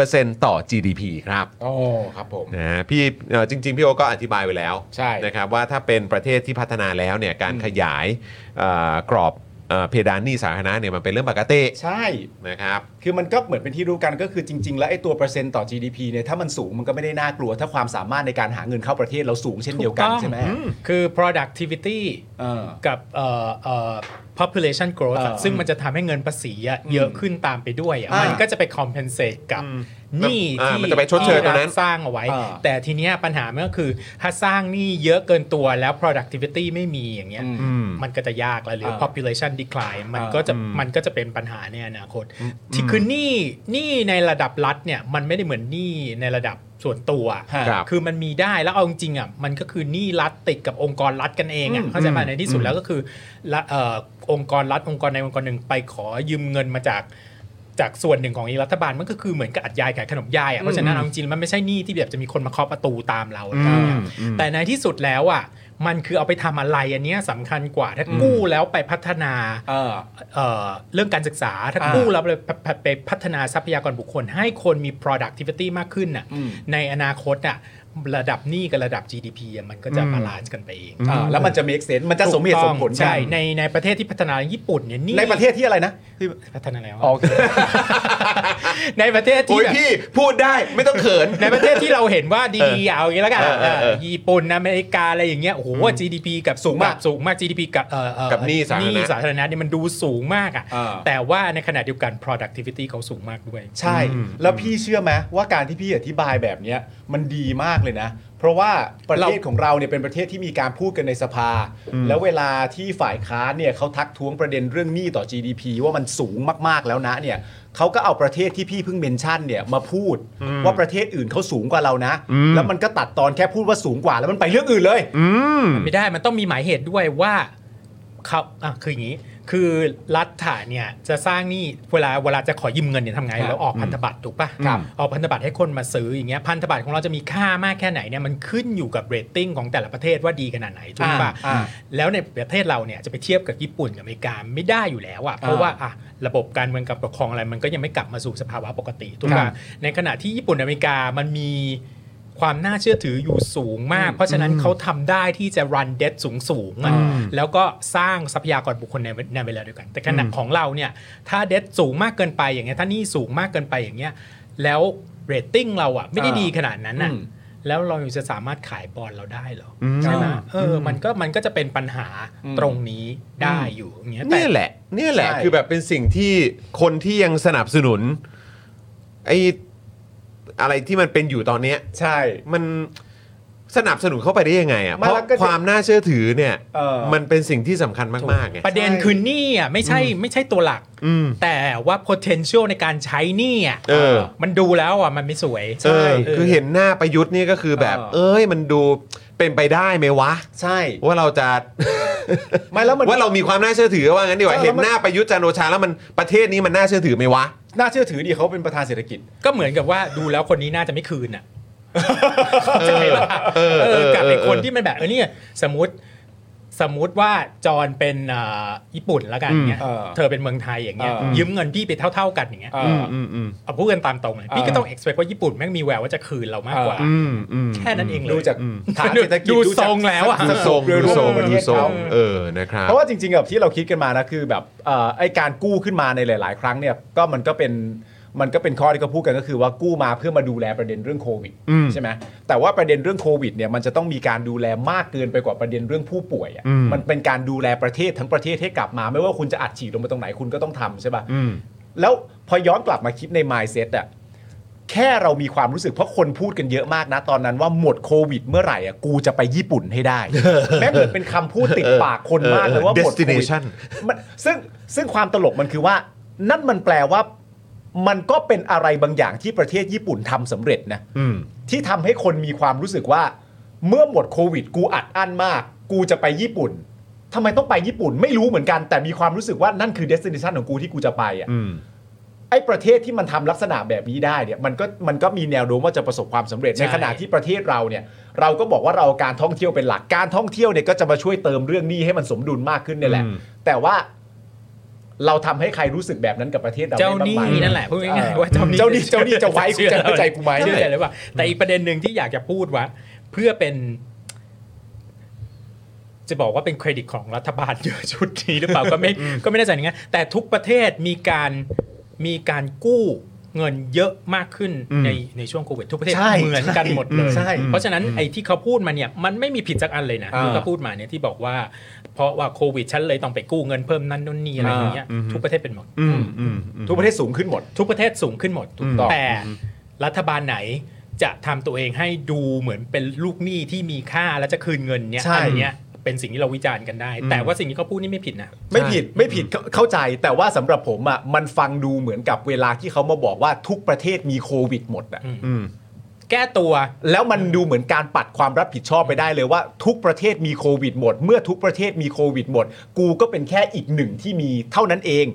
A: 70%ต่อ GDP ครับ
B: โอ้ ครับผม
A: นะฮะพี่เอ่อจริง ๆ พี่โอก็อธิบายไปแล้ว
B: ใช่
A: นะครับว่าถ้าเป็นประเทศที่พัฒนาแล้วเนี่ยการขยายเอ่อกรอบเอ่อเพดานหนี้สาธารณะเนี่ยมันเป็นเรื่องปกติ
B: ใช่
A: นะครับ
B: คือมันก็เหมือนเป็นที่รู้กันก็คือจริง ๆ แล้วไอ้ตัวเปอร์เซ็นต์ต่อ GDP เนี่ยถ้ามันสูงมันก็ไม่ได้น่ากลัว ถ้าความสามารถในการหาเงินเข้าประเทศเราสูงเช่นเดียวกันใช่ไหม
C: คือ productivity
B: เออ
C: กับเอ่อเอ่อ population growth อะ
B: เออ
C: ซึ่งมันจะทำให้เงินภาษีอะเยอะขึ้นตามไปด้วยอะ
B: อ่ามั
C: มันก็จะไป compensate กับหนี้
A: อ่า
C: ที่
A: มันจะไปชดเชย
C: ที่
A: ตรงนั้น
C: ฐสร้างเอาไว้
B: อ่า
C: แต่ทีเนี้ยปัญหามันก็คือ ถ้าสร้างหนี้เยอะเกินตัวแล้ว productivity ไม่มีอย่างเงี้ย
B: อืม
C: มันก็จะยากแล้วหรืออ
B: า
C: population decline มัน
B: อ่า
C: ก็จะมันก็จะเป็นปัญหาในอนาคต ที่คือหนี้หนี้ในระดับรัฐเนี่ยมันไม่ได้เหมือนหนี้ในระดับส่วนตัว
A: ครับ
C: คือมันมีได้แล้วเอาจริงๆอ่ะมันก็คือหนี้รัฐติดกับองค์กรรัฐกันเองอ่ะเข้าใจไหมในที่สุดแล้วก็คือละเอ่อองค์กรรัฐองค์กรในองค์กรหนึ่งไปขอยืมเงินมาจากจากส่วนหนึ่งของอีรัฐบาลมันก็คือเหมือนกับอัดยายขายขนมยายอ่ะเพราะฉะนั้นเอาจริงๆมันไม่ใช่หนี้ที่แบบจะมีคนมาเคาะประตูตามเราอะไรอย่างเงี้ยแต่ในที่สุดแล้วอ่ะมันคือเอาไปทำอะไรอันเนี้ยสำคัญกว่าถ้ากู้แล้วไปพัฒนา
B: เออ
C: เอ่อเรื่องการศึกษาถ้า
B: อ่า
C: กู้แล้วไปไปไปไปพัฒนาทรัพยากรบุคคล ให้คนมี productivity มากขึ้นน่ะ
B: อืม
C: ในอนาคตน่ะระดับหนี้กับระดับ GDP อะมันก็จะบาลานซ์กันไปเอง
B: อ่าแล้วมันจะ make sense มันจะสมเหตุสมผล
C: ถู
B: กั
C: กต้องใช่
B: น
C: ในในประเทศที่พัฒนาญี่ปุ่นเนี่ยหนี่
B: ในประเทศที่อะไรนะที่
C: พัฒนาแล้ว
B: โอเค
C: ในประเทศ
A: โอ้
C: ที่
A: ย
C: แบบ
A: พี่พูดได้ไม่ต้องเขิน
C: ในประเทศที่เราเห็นว่าดีๆเอาอย่างนี้แล้วกัน
A: เออเออเออ
C: ญี่ปุ่นอเมริกาอะไรอย่างเงี้ยโอ้โห GDP กับ
B: สูงมาก
C: บสูงมาก GDP กับเอ่อเอ่อ
A: กับหนี้สาธารณะ
C: หนี้สาธารณะเนี่ยมันดูสูงมากอ่ะ
B: อ่า
C: แต่ว่าในขณะเดียวกัน productivity เขาสูงมากด้วย
B: ใช่ แล้วพี่เชื่อไหมว่าการที่พี่อธิบายแบบเนี้ยมันดีมากเลยนะ เพราะว่าประเทศของเราเนี่ยเป็นประเทศที่มีการพูดกันในสภา แล้วเวลาที่ฝ่ายค้านเนี่ยเขาทักท้วงประเด็นเรื่องหนี้ต่อ GDP ว่ามันสูงมากๆแล้วนะเนี่ยเขาก็เอาประเทศที่พี่เพิ่งเมนชั่นเนี่ยมาพูดว่าประเทศอื่นเขาสูงกว่าเรานะ แล้วมันก็ตัดตอนแค่พูดว่าสูงกว่าแล้วมันไปเรื่องอื่นเลย
C: ไม่ได้มันต้องมีหมายเหตุด้วยว่าเขาอ่ะคืออย่างนี้ คือรัฐฐานเนี่ยจะสร้างหนี่เวลาเวลาจะขอยืมเงินเนี่ยทำไง
B: ครับ
C: แล้วออกพันธบัตรถูกปะ
B: ครับ
C: ออกพันธบัตรให้คนมาซื้ออย่างเงี้ยพันธบัตรของเราจะมีค่ามากแค่ไหนเนี่ยมันขึ้นอยู่กับเรตติ้งของแต่ละประเทศว่าดีขนาดไหนถูกปะ
B: อ่า
C: แล้วในประเทศเราเนี่ยจะไปเทียบกับญี่ปุ่นกับอเมริกาไม่ได้อยู่แล้วอะเพราะ
B: อ่า
C: ว่าอะระบบการเมืองการปกครองอะไรมันก็ยังไม่กลับมาสู่สภาวะปกติถูก
B: ครั
C: ป่ะ
B: บ
C: ในขณะที่ญี่ปุ่นอเมริกามันมีความน่าเชื่อถืออยู่สูงมาก เพราะฉะนั้นเขาทำได้ที่จะรันเด t สูงสูงๆอะแล้วก็สร้างทรัพยากรบุคคลในในเวลาเดียวกัน แต่ขณะของเราเนี่ยถ้าเด t สูงมากเกินไปอย่างเงี้ยถ้าหนี่สูงมากเกินไปอย่างเงี้ยแล้วเรตติ้งเราอะไม่ได้
B: อ่า
C: ดีขนาดนั้นอะ
B: อืม
C: แล้วเราจะสามารถขายบอลเราได้เหรอ ใช่ไหมเอออ มันก็มันก็จะเป็นปัญหาตรงนี้ได้อยู่อย่างเงี้ยแต่
A: เนี่ยแหละเนี่ยแหละ
B: ใช่
A: คือแบบเป็นสิ่งที่คนที่ยังสนับสนุนไอ้อะไรที่มันเป็นอยู่ตอนเนี้ย
B: ใช่
A: มันสนับสนุนเข้าไปได้ยังไงอ่ะ
B: ไม่
A: เพราะ
B: แล้วก็
A: ความน่าเชื่อถือเนี่ย
B: เออ
A: มันเป็นสิ่งที่สำคัญมากๆไง
C: ประเด็นคือหนี้อ่ะไม่ใช่ไม่ใช่ตัวหลัก แต่ว่า potential ในการใช้หนี้อ่ะ
A: เออ
C: มันดูแล้วอ่ะมันไม่สวย
A: เออคือเห็นหน้าประยุทธ์นี่ก็คือแบบ
B: เออ
A: เอ้ยมันดูเป็นไปได้ไหมวะ
B: ใช่
A: ว่าเราจะ
B: ไม่แล้วมัน
A: ว่าเรามีความน่าเชื่อถือว่างั้นดีกว่า
B: ใช่
A: เห็น
B: แล้วมัน
A: หน้าประยุทธ์จันทร์โอชาแล้วมันประเทศนี้มันน่าเชื่อถือไหมวะ
B: น่าเชื่อถือดีเขาเป็นประธานเศรษฐกิจ
C: ก็เหมือนกับว่าดูแล้วคนนี้น่าจะไม่คืนอ่ะใช่ปะ
A: เออเออ
C: เออกับไอ้
A: เออ
C: คนที่มันแบบเออเนี่ยสมมติสมมติว่าจอนเป็นอ่าญี่ปุ่นแล้วกันเงี้ย
B: อืมเออ
C: เธอเป็นเมืองไทยอย่างเงี้ย
B: เออ
C: ยืมเงินพี่ไปเท่า ๆ กันอย่างเงี้ย
B: เอออ
C: เอาพูดกันตามตรงเลยพี่ก็ต้อง expect ว่าญี่ปุ่นแม่งมีแววว่าจะคืนเรามากกว่า แค่นั้นเองเลย
B: ดูจากฐานเศรษฐกิจ
C: ดู
B: จาก
C: ทรงแล้วอะ
B: สัด
A: ทรง
B: โดย
A: ดูทรง
B: ประเท
A: ดู
B: ศ
A: ทร
B: เขา
A: งเออนะครับ
B: เพราะว่าจริงๆกับที่เราคิดกันมานะคือแบบเอ่อไอการกู้ขึ้นมาในหลาย ๆ ครั้งเนี่ยก็มันก็เป็นมันก็เป็นข้อที่เขาพูดกันก็คือว่ากู้มาเพื่อมาดูแลประเด็นเรื่องโควิดใช่ไหมแต่ว่าประเด็นเรื่องโควิดเนี่ยมันจะต้องมีการดูแลมากเกินไปกว่าประเด็นเรื่องผู้ป่วยอะมันเป็นการดูแลประเทศทั้งประเทศให้กลับมา ไม่ว่าคุณจะอัดฉีดลงไปตรงไหนคุณก็ต้องทำใช่ป่ะแล้วพอย้อนกลับมาคิดใน mindset อะ แค่เรามีความรู้สึกเพราะคนพูดกันเยอะมากนะตอนนั้นว่าหมดโควิดเมื่อไหร่อ่ะกูจะไปญี่ปุ่นให้ได้ แม่งเหมือนเป็นคำพูดติดปากคนมากเลยว่าหมดโควิด
A: destination
B: มันซึ่งซึ่งความตลกมันคือว่านั่นมันแปลว่า มันก็เป็นอะไรบางอย่างที่ประเทศญี่ปุ่นทำสำเร็จนะ
A: อืม
B: ที่ทำให้คนมีความรู้สึกว่า เมื่อหมดโควิด กูอัดอั้นมาก กูจะไปญี่ปุ่นทำไมต้องไปญี่ปุ่นไม่รู้เหมือนกัน แต่มีความรู้สึกว่านั่นคือเดสติเนชันของกูที่กูจะไปอ่ะ
A: อืม
B: ไอ้ประเทศที่มันทำลักษณะแบบนี้ได้เนี่ยมันก็มันก็มีแนวโน้มว่าจะประสบความสำเร็จ
C: ใช่
B: ในขณะที่ประเทศเราเนี่ย เราก็บอกว่าเราเอาการท่องเที่ยวเป็นหลักการท่องเที่ยวเนี่ยก็จะมาช่วยเติมเรื่องหนี้ให้มันสมดุลมากขึ้นเนี่ยแหละ
A: อืม
B: แต่ว่าเราทำให้ใครรู้สึกแบบนั้นกับประเทศเรา
C: เจ้า
B: ได้บ้ง
C: หนี้
B: ไม
C: นั่นแหละพูดง่าย
B: เออ
C: ๆว่าเจ้าหนี้
B: เจ้าหนี้เจ้าหนี้จะไว้กูจะเข้าใจกูไหม
C: เชื่อใจหรือเปล่าแต่อีกประเด็นหนึ่งที่อยากจะพูดว่า เพื่อเป็น จะบอกว่าเป็นเครดิตของรัฐบาลเยอะชุดนี้หรือเปล่าก็ ไม่ก็ไม่แน่ใจเหมือนะแต่ทุกประเทศมีการมีการกู้เงินเยอะมากขึ้นในในช่วงโควิดทุกประเทศ
B: ใช่
C: เหมือนกันหมดเลย
B: ใช่
C: เพราะฉะนั้นไอ้ที่เขาพูดมาเนี่ยมันไม่มีผิดสักอันเลยนะ
B: อ่า
C: ที่เขาพูดมาเนี่ยที่บอกว่า เพราะว่าโควิดฉันเลยต้องไปกู้เงินเพิ่มนั่นนู่นนี่อะไรอย่างเงี้ย
A: อ่าอืม
C: ทุกประเทศเป็นหมด
A: อืมอืมอืม
B: ทุกประเทศสูงขึ้นหมด
C: ทุกประเทศสูงขึ้นหมด
B: ถูกต้อง
C: แต่รัฐบาลไหนจะทำตัวเองให้ดูเหมือนเป็นลูกหนี้ที่มีค่าและจะคืนเงินเนี่ย
B: ใช่
C: อันเนี้ยเป็นสิ่งที่เราวิจารณ์กันได้ แต่ว่าสิ่งที่เขาพูดนี่ไม่ผิดนะ
B: ไม่ผิดไม่ผิดเข้าเข้าใจแต่ว่าสำหรับผมอ่ะมันฟังดูเหมือนกับเวลาที่เขามาบอกว่าทุกประเทศมีโควิดหมดอ่ะ
C: อืม แก้ตัว
B: แล้วมันดูเหมือนการปัดความรับผิดชอบไปได้เลยว่า ทุกประเทศมีโควิดหมด เมื่อทุกประเทศมีโควิดหมด กูก็เป็นแค่อีกหนึ่งที่มีเท่านั้นเอง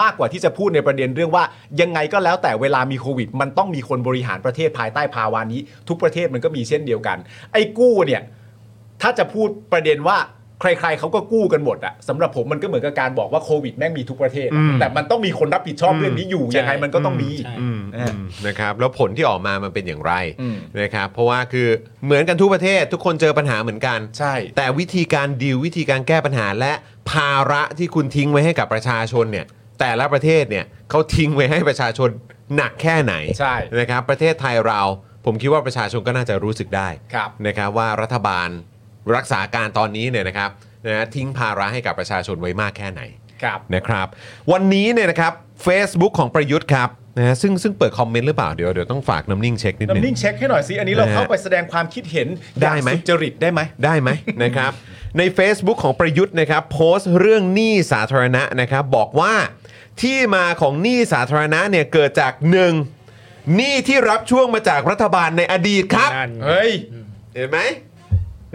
B: มากกว่าที่จะพูดในประเด็นเรื่องว่า ยังไงก็แล้วแต่เวลามีโควิด มันต้องมีคนบริหารประเทศภายใต้ภาวะนี้ ทุกประเทศมันก็มีเช่นเดียวกัน ไอ้กู้เนี่ย ถ้าจะพูดประเด็นว่าใครๆเขาก็กู้กันหมดอะสำหรับผมมันก็เหมือนกับการบอกว่าโควิดแม่งมีทุกประเทศอะแต่มันต้องมีคนรับผิดชอบเรื่องนี้อยู่ ยังไงมันก็ต้องมี
C: ใช่
A: อืมอืมนะครับแล้วผลที่ออกมามันเป็นอย่างไร
B: อืม
A: นะครับเพราะว่าคือเหมือนกันทุกประเทศทุกคนเจอปัญหาเหมือนกัน
B: ใช่
A: แต่วิธีการดีลวิธีการแก้ปัญหาและภาระที่คุณทิ้งไว้ให้กับประชาชนเนี่ยแต่ละประเทศเนี่ยเขาทิ้งไว้ให้ประชาชนหนักแค่ไหน
B: ใช่
A: นะครับประเทศไทยเราผมคิดว่าประชาชนก็น่าจะรู้สึกได้
B: ครับ
A: นะครับว่ารัฐบาลรักษาการตอนนี้เนี่ยนะครับนะฮะทิ้งภาระให้กับประชาชนไว้มากแค่ไหน
B: ครับ
A: นะครับวันนี้เนี่ยนะครับ Facebook ของประยุทธ์ครับนะฮะซึ่งซึ่งเปิดคอมเมนต์หรือเปล่าเดี๋ยวเดี๋ยวต้องฝากน้ำนิ่งเช็คนิดนึง
B: น้ำนิ่งเช็คให้หน่อยสิอันนี้เรา
A: นะฮะ
B: เข้าไปแสดงความคิดเห็น
A: ได้ไหม
B: อย่างสุจริตได้ไหม
A: ได้ไหม นะครับ ใน Facebook ของประยุทธ์นะครับโพสต์เรื่องหนี้สาธารณะนะครับบอกว่าที่มาของหนี้สาธารณะเนี่ยเกิดจากหนึ่งหนี้ที่รับช่วงมาจากรัฐบาลในอดีตครับ
C: นั่น
B: เฮ้ย
A: เห็นไหม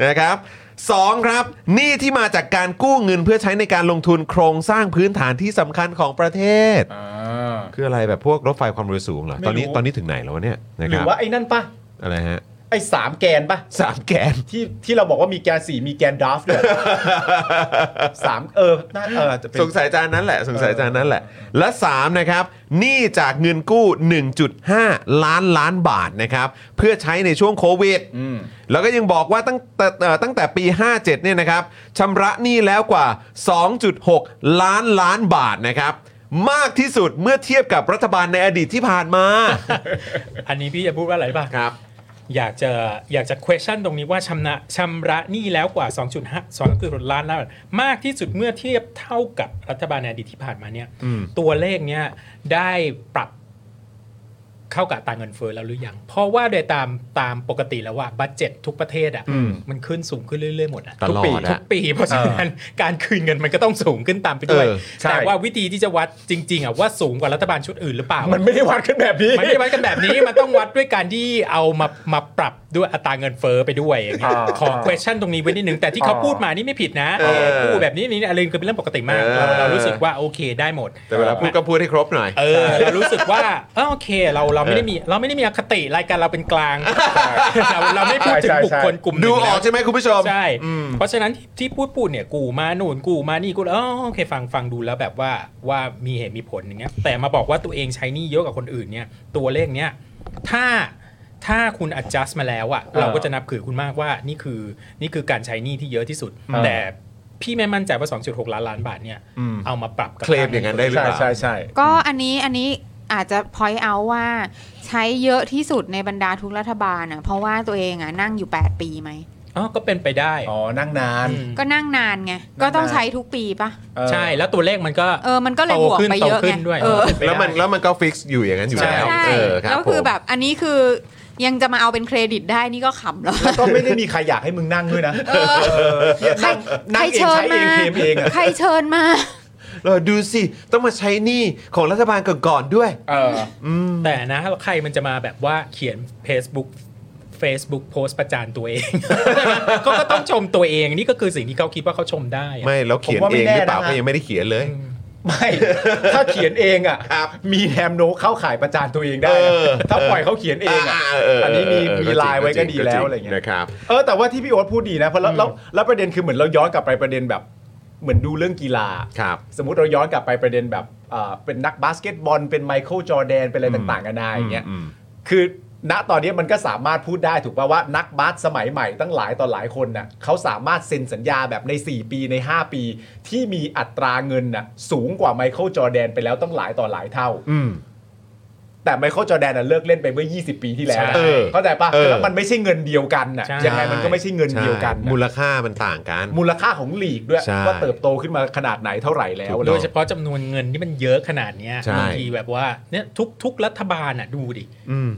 A: นะครับสองครับหนี้ที่มาจากการกู้เงินเพื่อใช้ในการลงทุนโครงสร้างพื้นฐานที่สำคัญของประเทศ คืออะไรแบบพวกรถไฟความเร็วสูงเหรอ
B: ไม่
A: ตอนนี้
B: รู้
A: ตอนนี้ถึงไหนแล้ววะเนี่ยนะ
B: ห
A: ค
B: รือ
A: รับ
B: ว่าไอ้นั่นปะ
A: อะไรฮะ
B: ไอ้สามแกนปะ
A: สามแกน
B: ที่ที่เราบอกว่ามีแกนสี่มีแกนดราฟต์ด้วย สามเออน่าเออจะเป็น
A: สงสัยจานนั้นแหละ สงสัยจานนั้นแหละ และ3นะครับหนี้จากเงินกู้ 1.5 ล้านล้านบาทนะครับเพื่อใช้ในช่วงโควิดแล้วก็ยังบอกว่าตั้งแต่เอ่อตั้งแต่ปี 57เนี่ยนะครับชำระหนี้แล้วกว่า 2.6 ล้านล้านบาทนะครับ มากที่สุดเมื่อเทียบกับรัฐบาลในอดีตที่ผ่านมา
C: อันนี้พี่จะพูดว่าอะไรป่ะ
A: ครับ
C: อยากจะอยากจะ question ตรงนี้ว่าชำนะชำระหนี้แล้วกว่า 2.5 2.6ล้านล้านบาทมากที่สุดเมื่อเทียบเท่ากับรัฐบาลในอดีตที่ผ่านมาเนี่ยตัวเลขเนี่ยได้ปรับเข้ากับอัตราเงินเฟ้อแล้วหรือยัง เพราะว่าโดยตามตามปกติแล้วว่าบัตเจ็ตทุกประเทศอ่ะมันขึ้นสูงขึ้นเรื่อยๆหมดอ่ะ
A: ต
C: ทุก
A: ลอด
C: ปี
A: อะ
C: ทุกปี เพราะฉะนั้นการคืนเงินมันก็ต้องสูงขึ้นตามไปด้วย
A: เออใช่
C: แต่ว่าวิธีที่จะวัดจริง ๆอ่ะว่าสูงกว่ารัฐบาลชุดอื่นหรือเปล่า
B: มันไม่ได้วัดขึ้นแบบนี้
C: มันไม่ได้วัดกันแบบนี้ มันต้องวัดด้วยการที่เอามามาปรับด้วยอัตราเงินเฟ้อไปด้วยอย่างเงี้ย
B: อ่า
C: ขอ question ตรงนี้ไว้นิดนึงแต่ที่เขาพูดมานี่ไม่ผิดนะ
A: เออ
C: พูดแบบนี้นี่อะไรคือเป็นเรื่องปกติมาก
A: เออ
C: เราเรารู้สึกว่าโอเคได้หมด
A: แต่เวลาพูดก็พูดให้ครบหน่อย
C: เออเรารู้สึกว่าเออโอเคเราเราไม่ได้มีเราไม่ได้มีอคติรายการเราเป็นกลางเราเราไม่พูดถึง
B: ใช่ใช่
C: บุคคลกลุ่มหนึ่ง
A: ดูออก
C: นะ
A: ใช่ไหมคุณผู้ชม
C: ใช่ เพราะฉะนั้นที่ที่พูดพูดเนี่ยกูมาหนุนกูมานี่กูอ๋อโอเคฟังฟังดูแล้วแบบว่าว่ามีเหตุมีผลอย่างเงี้ยแต่มาบอกว่าตัวเองใช้หนี่เยอะกว่าคนอื่นเนี่ยตัวเลขเนี้ยถ้าถ้าคุณ adjust มาแล้วอะเราก็จะนับถือคุณมากว่านี่คือนี่คือการใช้หนี่ที่เยอะที่สุด แต่พี่ไม่มั่นใจว่า 2.6 ล้านล้านบาทเนี่ยเอามาปรับกับ
A: เคลมอย่างนั้นได้หรือ
B: ใช่
A: เปล่า
B: ใช่ใช่
D: ก็อันนี้อันนี้อาจจะ point out ว่าใช้เยอะที่สุดในบรรดาทุกรัฐบาลอ่ะเพราะว่าตัวเองอ่ะนั่งอยู่ 8 ปีไหม
C: อ๋อก็เป็นไปได้
B: อ๋อนั่งนาน
C: อืม
D: ก็นั่งนานไง ก็ต้องใช้ทุกปีปะ
C: ใช่แล้วตัวเลขมันก็
D: เออมันก็เลยบวก
C: ขึ้น
D: ไป
C: โต
D: เยอะ
C: ขึ้
D: ไง
C: นด้วย
D: เออ
C: เป็ไปได้
A: แล้วมันแล้วมันก็ฟิกซ์อยู่อย่างนั้นอยู่
C: ใช่
A: แล้ว
D: ใช่
A: เออรับ
D: แล้วคือ
A: ผม
D: แบบอันนี้คือยังจะมาเอาเป็นเครดิตได้นี่ก็ขำแล้ว
B: แล้วก็ไม่ได้มีใครอยากให้มึงนั่งด้วยนะเหี้ย
D: ใคร
B: นั่งนั่ง
D: ใคร
B: เอง
D: เชิญ
B: ใช้เอง
D: มา
B: เคมเองอะ
D: ใครเชิญมา
A: เราดูสิ ต้องมาใช้หนี้ของรัฐบาลก่อนๆด้วย
B: เออ
C: แต่นะใครมันจะมาแบบว่าเขียน Facebook Facebook โพสต์ประจานตัวเอง เขาก็ต้องชมตัวเองนี่ก็คือสิ่งที่เขาคิดว่าเขาชมได้อะ
A: ไม่แล้วเขียน
B: ผมว่าไม่
A: เองหรือเปล่า
B: แน่นะ
A: ก็ยังไม่ได้เขียนเลย
B: ไม่ ถ้าเขียนเองอ่ะ
A: ครับ
B: มีแนมโน้มเข้าขายประจานตัวเองได้นะ
A: เออ
B: ถ้าปล่อยเขาเขียนเองอ่ะ
A: เเ
B: อันนี้มี
A: เออ
B: มี
A: จริง
B: ลายไว้ก็
A: จ
B: ดี
A: ง
B: แล้
A: จ
B: ว
A: ง
B: อะไรเงี้ย
A: นะครับ
B: เออแต่ว่าที่พี่โอ๊ตพูดดีนะเพราะแล้วแล้วแล้วประเด็นคือเหมือนเราย้อนกลับไปประเด็นแบบ เหมือนดูเรื่องกีฬา
A: ครับ
B: สมมติเราย้อนกลับไปประเด็นแบบเอ่อเป็นนักบาสเกตบอล เป็นไมเคิลจอร์แดน เป็นอะไรต่างๆกันานาอย่างเงี้ย
A: อืม
B: คือณตอนนี้มันก็สามารถพูดได้ถูกป่าว่านักบาสสมัยใหม่ตั้งหลายต่อหลายคนน่ะเขาสามารถเซ็นสัญญาแบบใน 4 ปีใน 5 ปี ที่มีอัตราเงินน่ะสูงกว่าไมเคิลจอร์แดนไปแล้วตั้งหลายต่อหลายเท่า
A: อืม
B: แต่ไมเคิลจอร์แดนน่ะเลิกเล่นไปเมื่อ 20 ปีที่แล้วนะ
A: ใช่
B: เข้าใจปะ
A: เออ
B: แล้วมันไม่ใช่เงินเดียวกันน่ะ
C: ใช่
B: ยังไงมันก็ไม่ใช่เงินเดียวกัน
A: ใช่
B: น่ะ
A: มูลค่ามันต่างกัน
B: มูลค่าของลีกด้วย
A: ใช่
B: ว่าเติบโตขึ้นมาขนาดไหนเท่าไหร่แล้ว
C: โด
B: เลย ย
C: เฉพาะจำนวนเงินที่มันเยอะขนาดเนี้ย
A: ใช่
C: บางทีแบบว่าเนี่ยทุกทุกรัฐบาลอ่ะดูดิ
A: อืม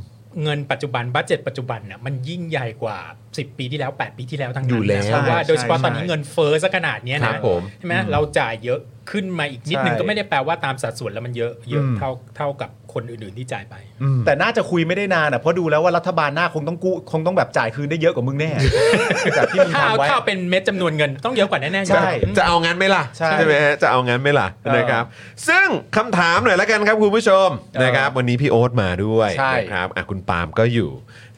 C: เงินปัจจุบันบัตเจ็ตปัจจุบันน่ะมันยิ่งใหญ่กว่า 10 ปีที่แล้ว 8 ปีที่แล้วทั้ง
A: อ
C: นั้น
A: ยู่แล้ว
C: เพราะว่า
B: ใช่
C: โดยเฉพาะ
B: ใช่
C: ตอนนี้เงินเฟ้อซะขนาดเนี้ย
A: ครั
C: นะ
A: บผม
C: ใช่ไหมเราจ่ายเยอะขึ้นมาอีกนิด
B: ใช่
C: นึงก็ไม่ได้แปลว่าตามสัดส่วนแล้วมันเยอะเยอะ
A: อืม
C: เท่าเท่ากับคนอื่นๆที่จ่ายไป
B: แต่น่าจะคุยไม่ได้นานอ่ะเพราะดูแล้วว่ารัฐบาลหน้าคงต้องกู้คงต้องแบบจ่ายคืนได้เยอะกว่ามึงแน่ จากที่มึง
C: ถ้าเอา
B: ทำไว้
C: ถ้าเอาเป็นเม็ดจำนวนเงินต้องเยอะกว่าแน่ๆอยู่
B: ใช่
C: แล้วอืม
A: จะเอางั้นไหมล่ะ
B: ใช่
A: ไหมฮะจะเอางั้นไหมล่ะ
B: เออ
A: นะครับ ซึ่งคำถามหน่อยละกันครับคุณผู้ชมนะครับ วันนี้พี่โอ๊ตมาด้วย
B: ใช่
A: นะครับอ่ะคุณปาล์มก็อยู่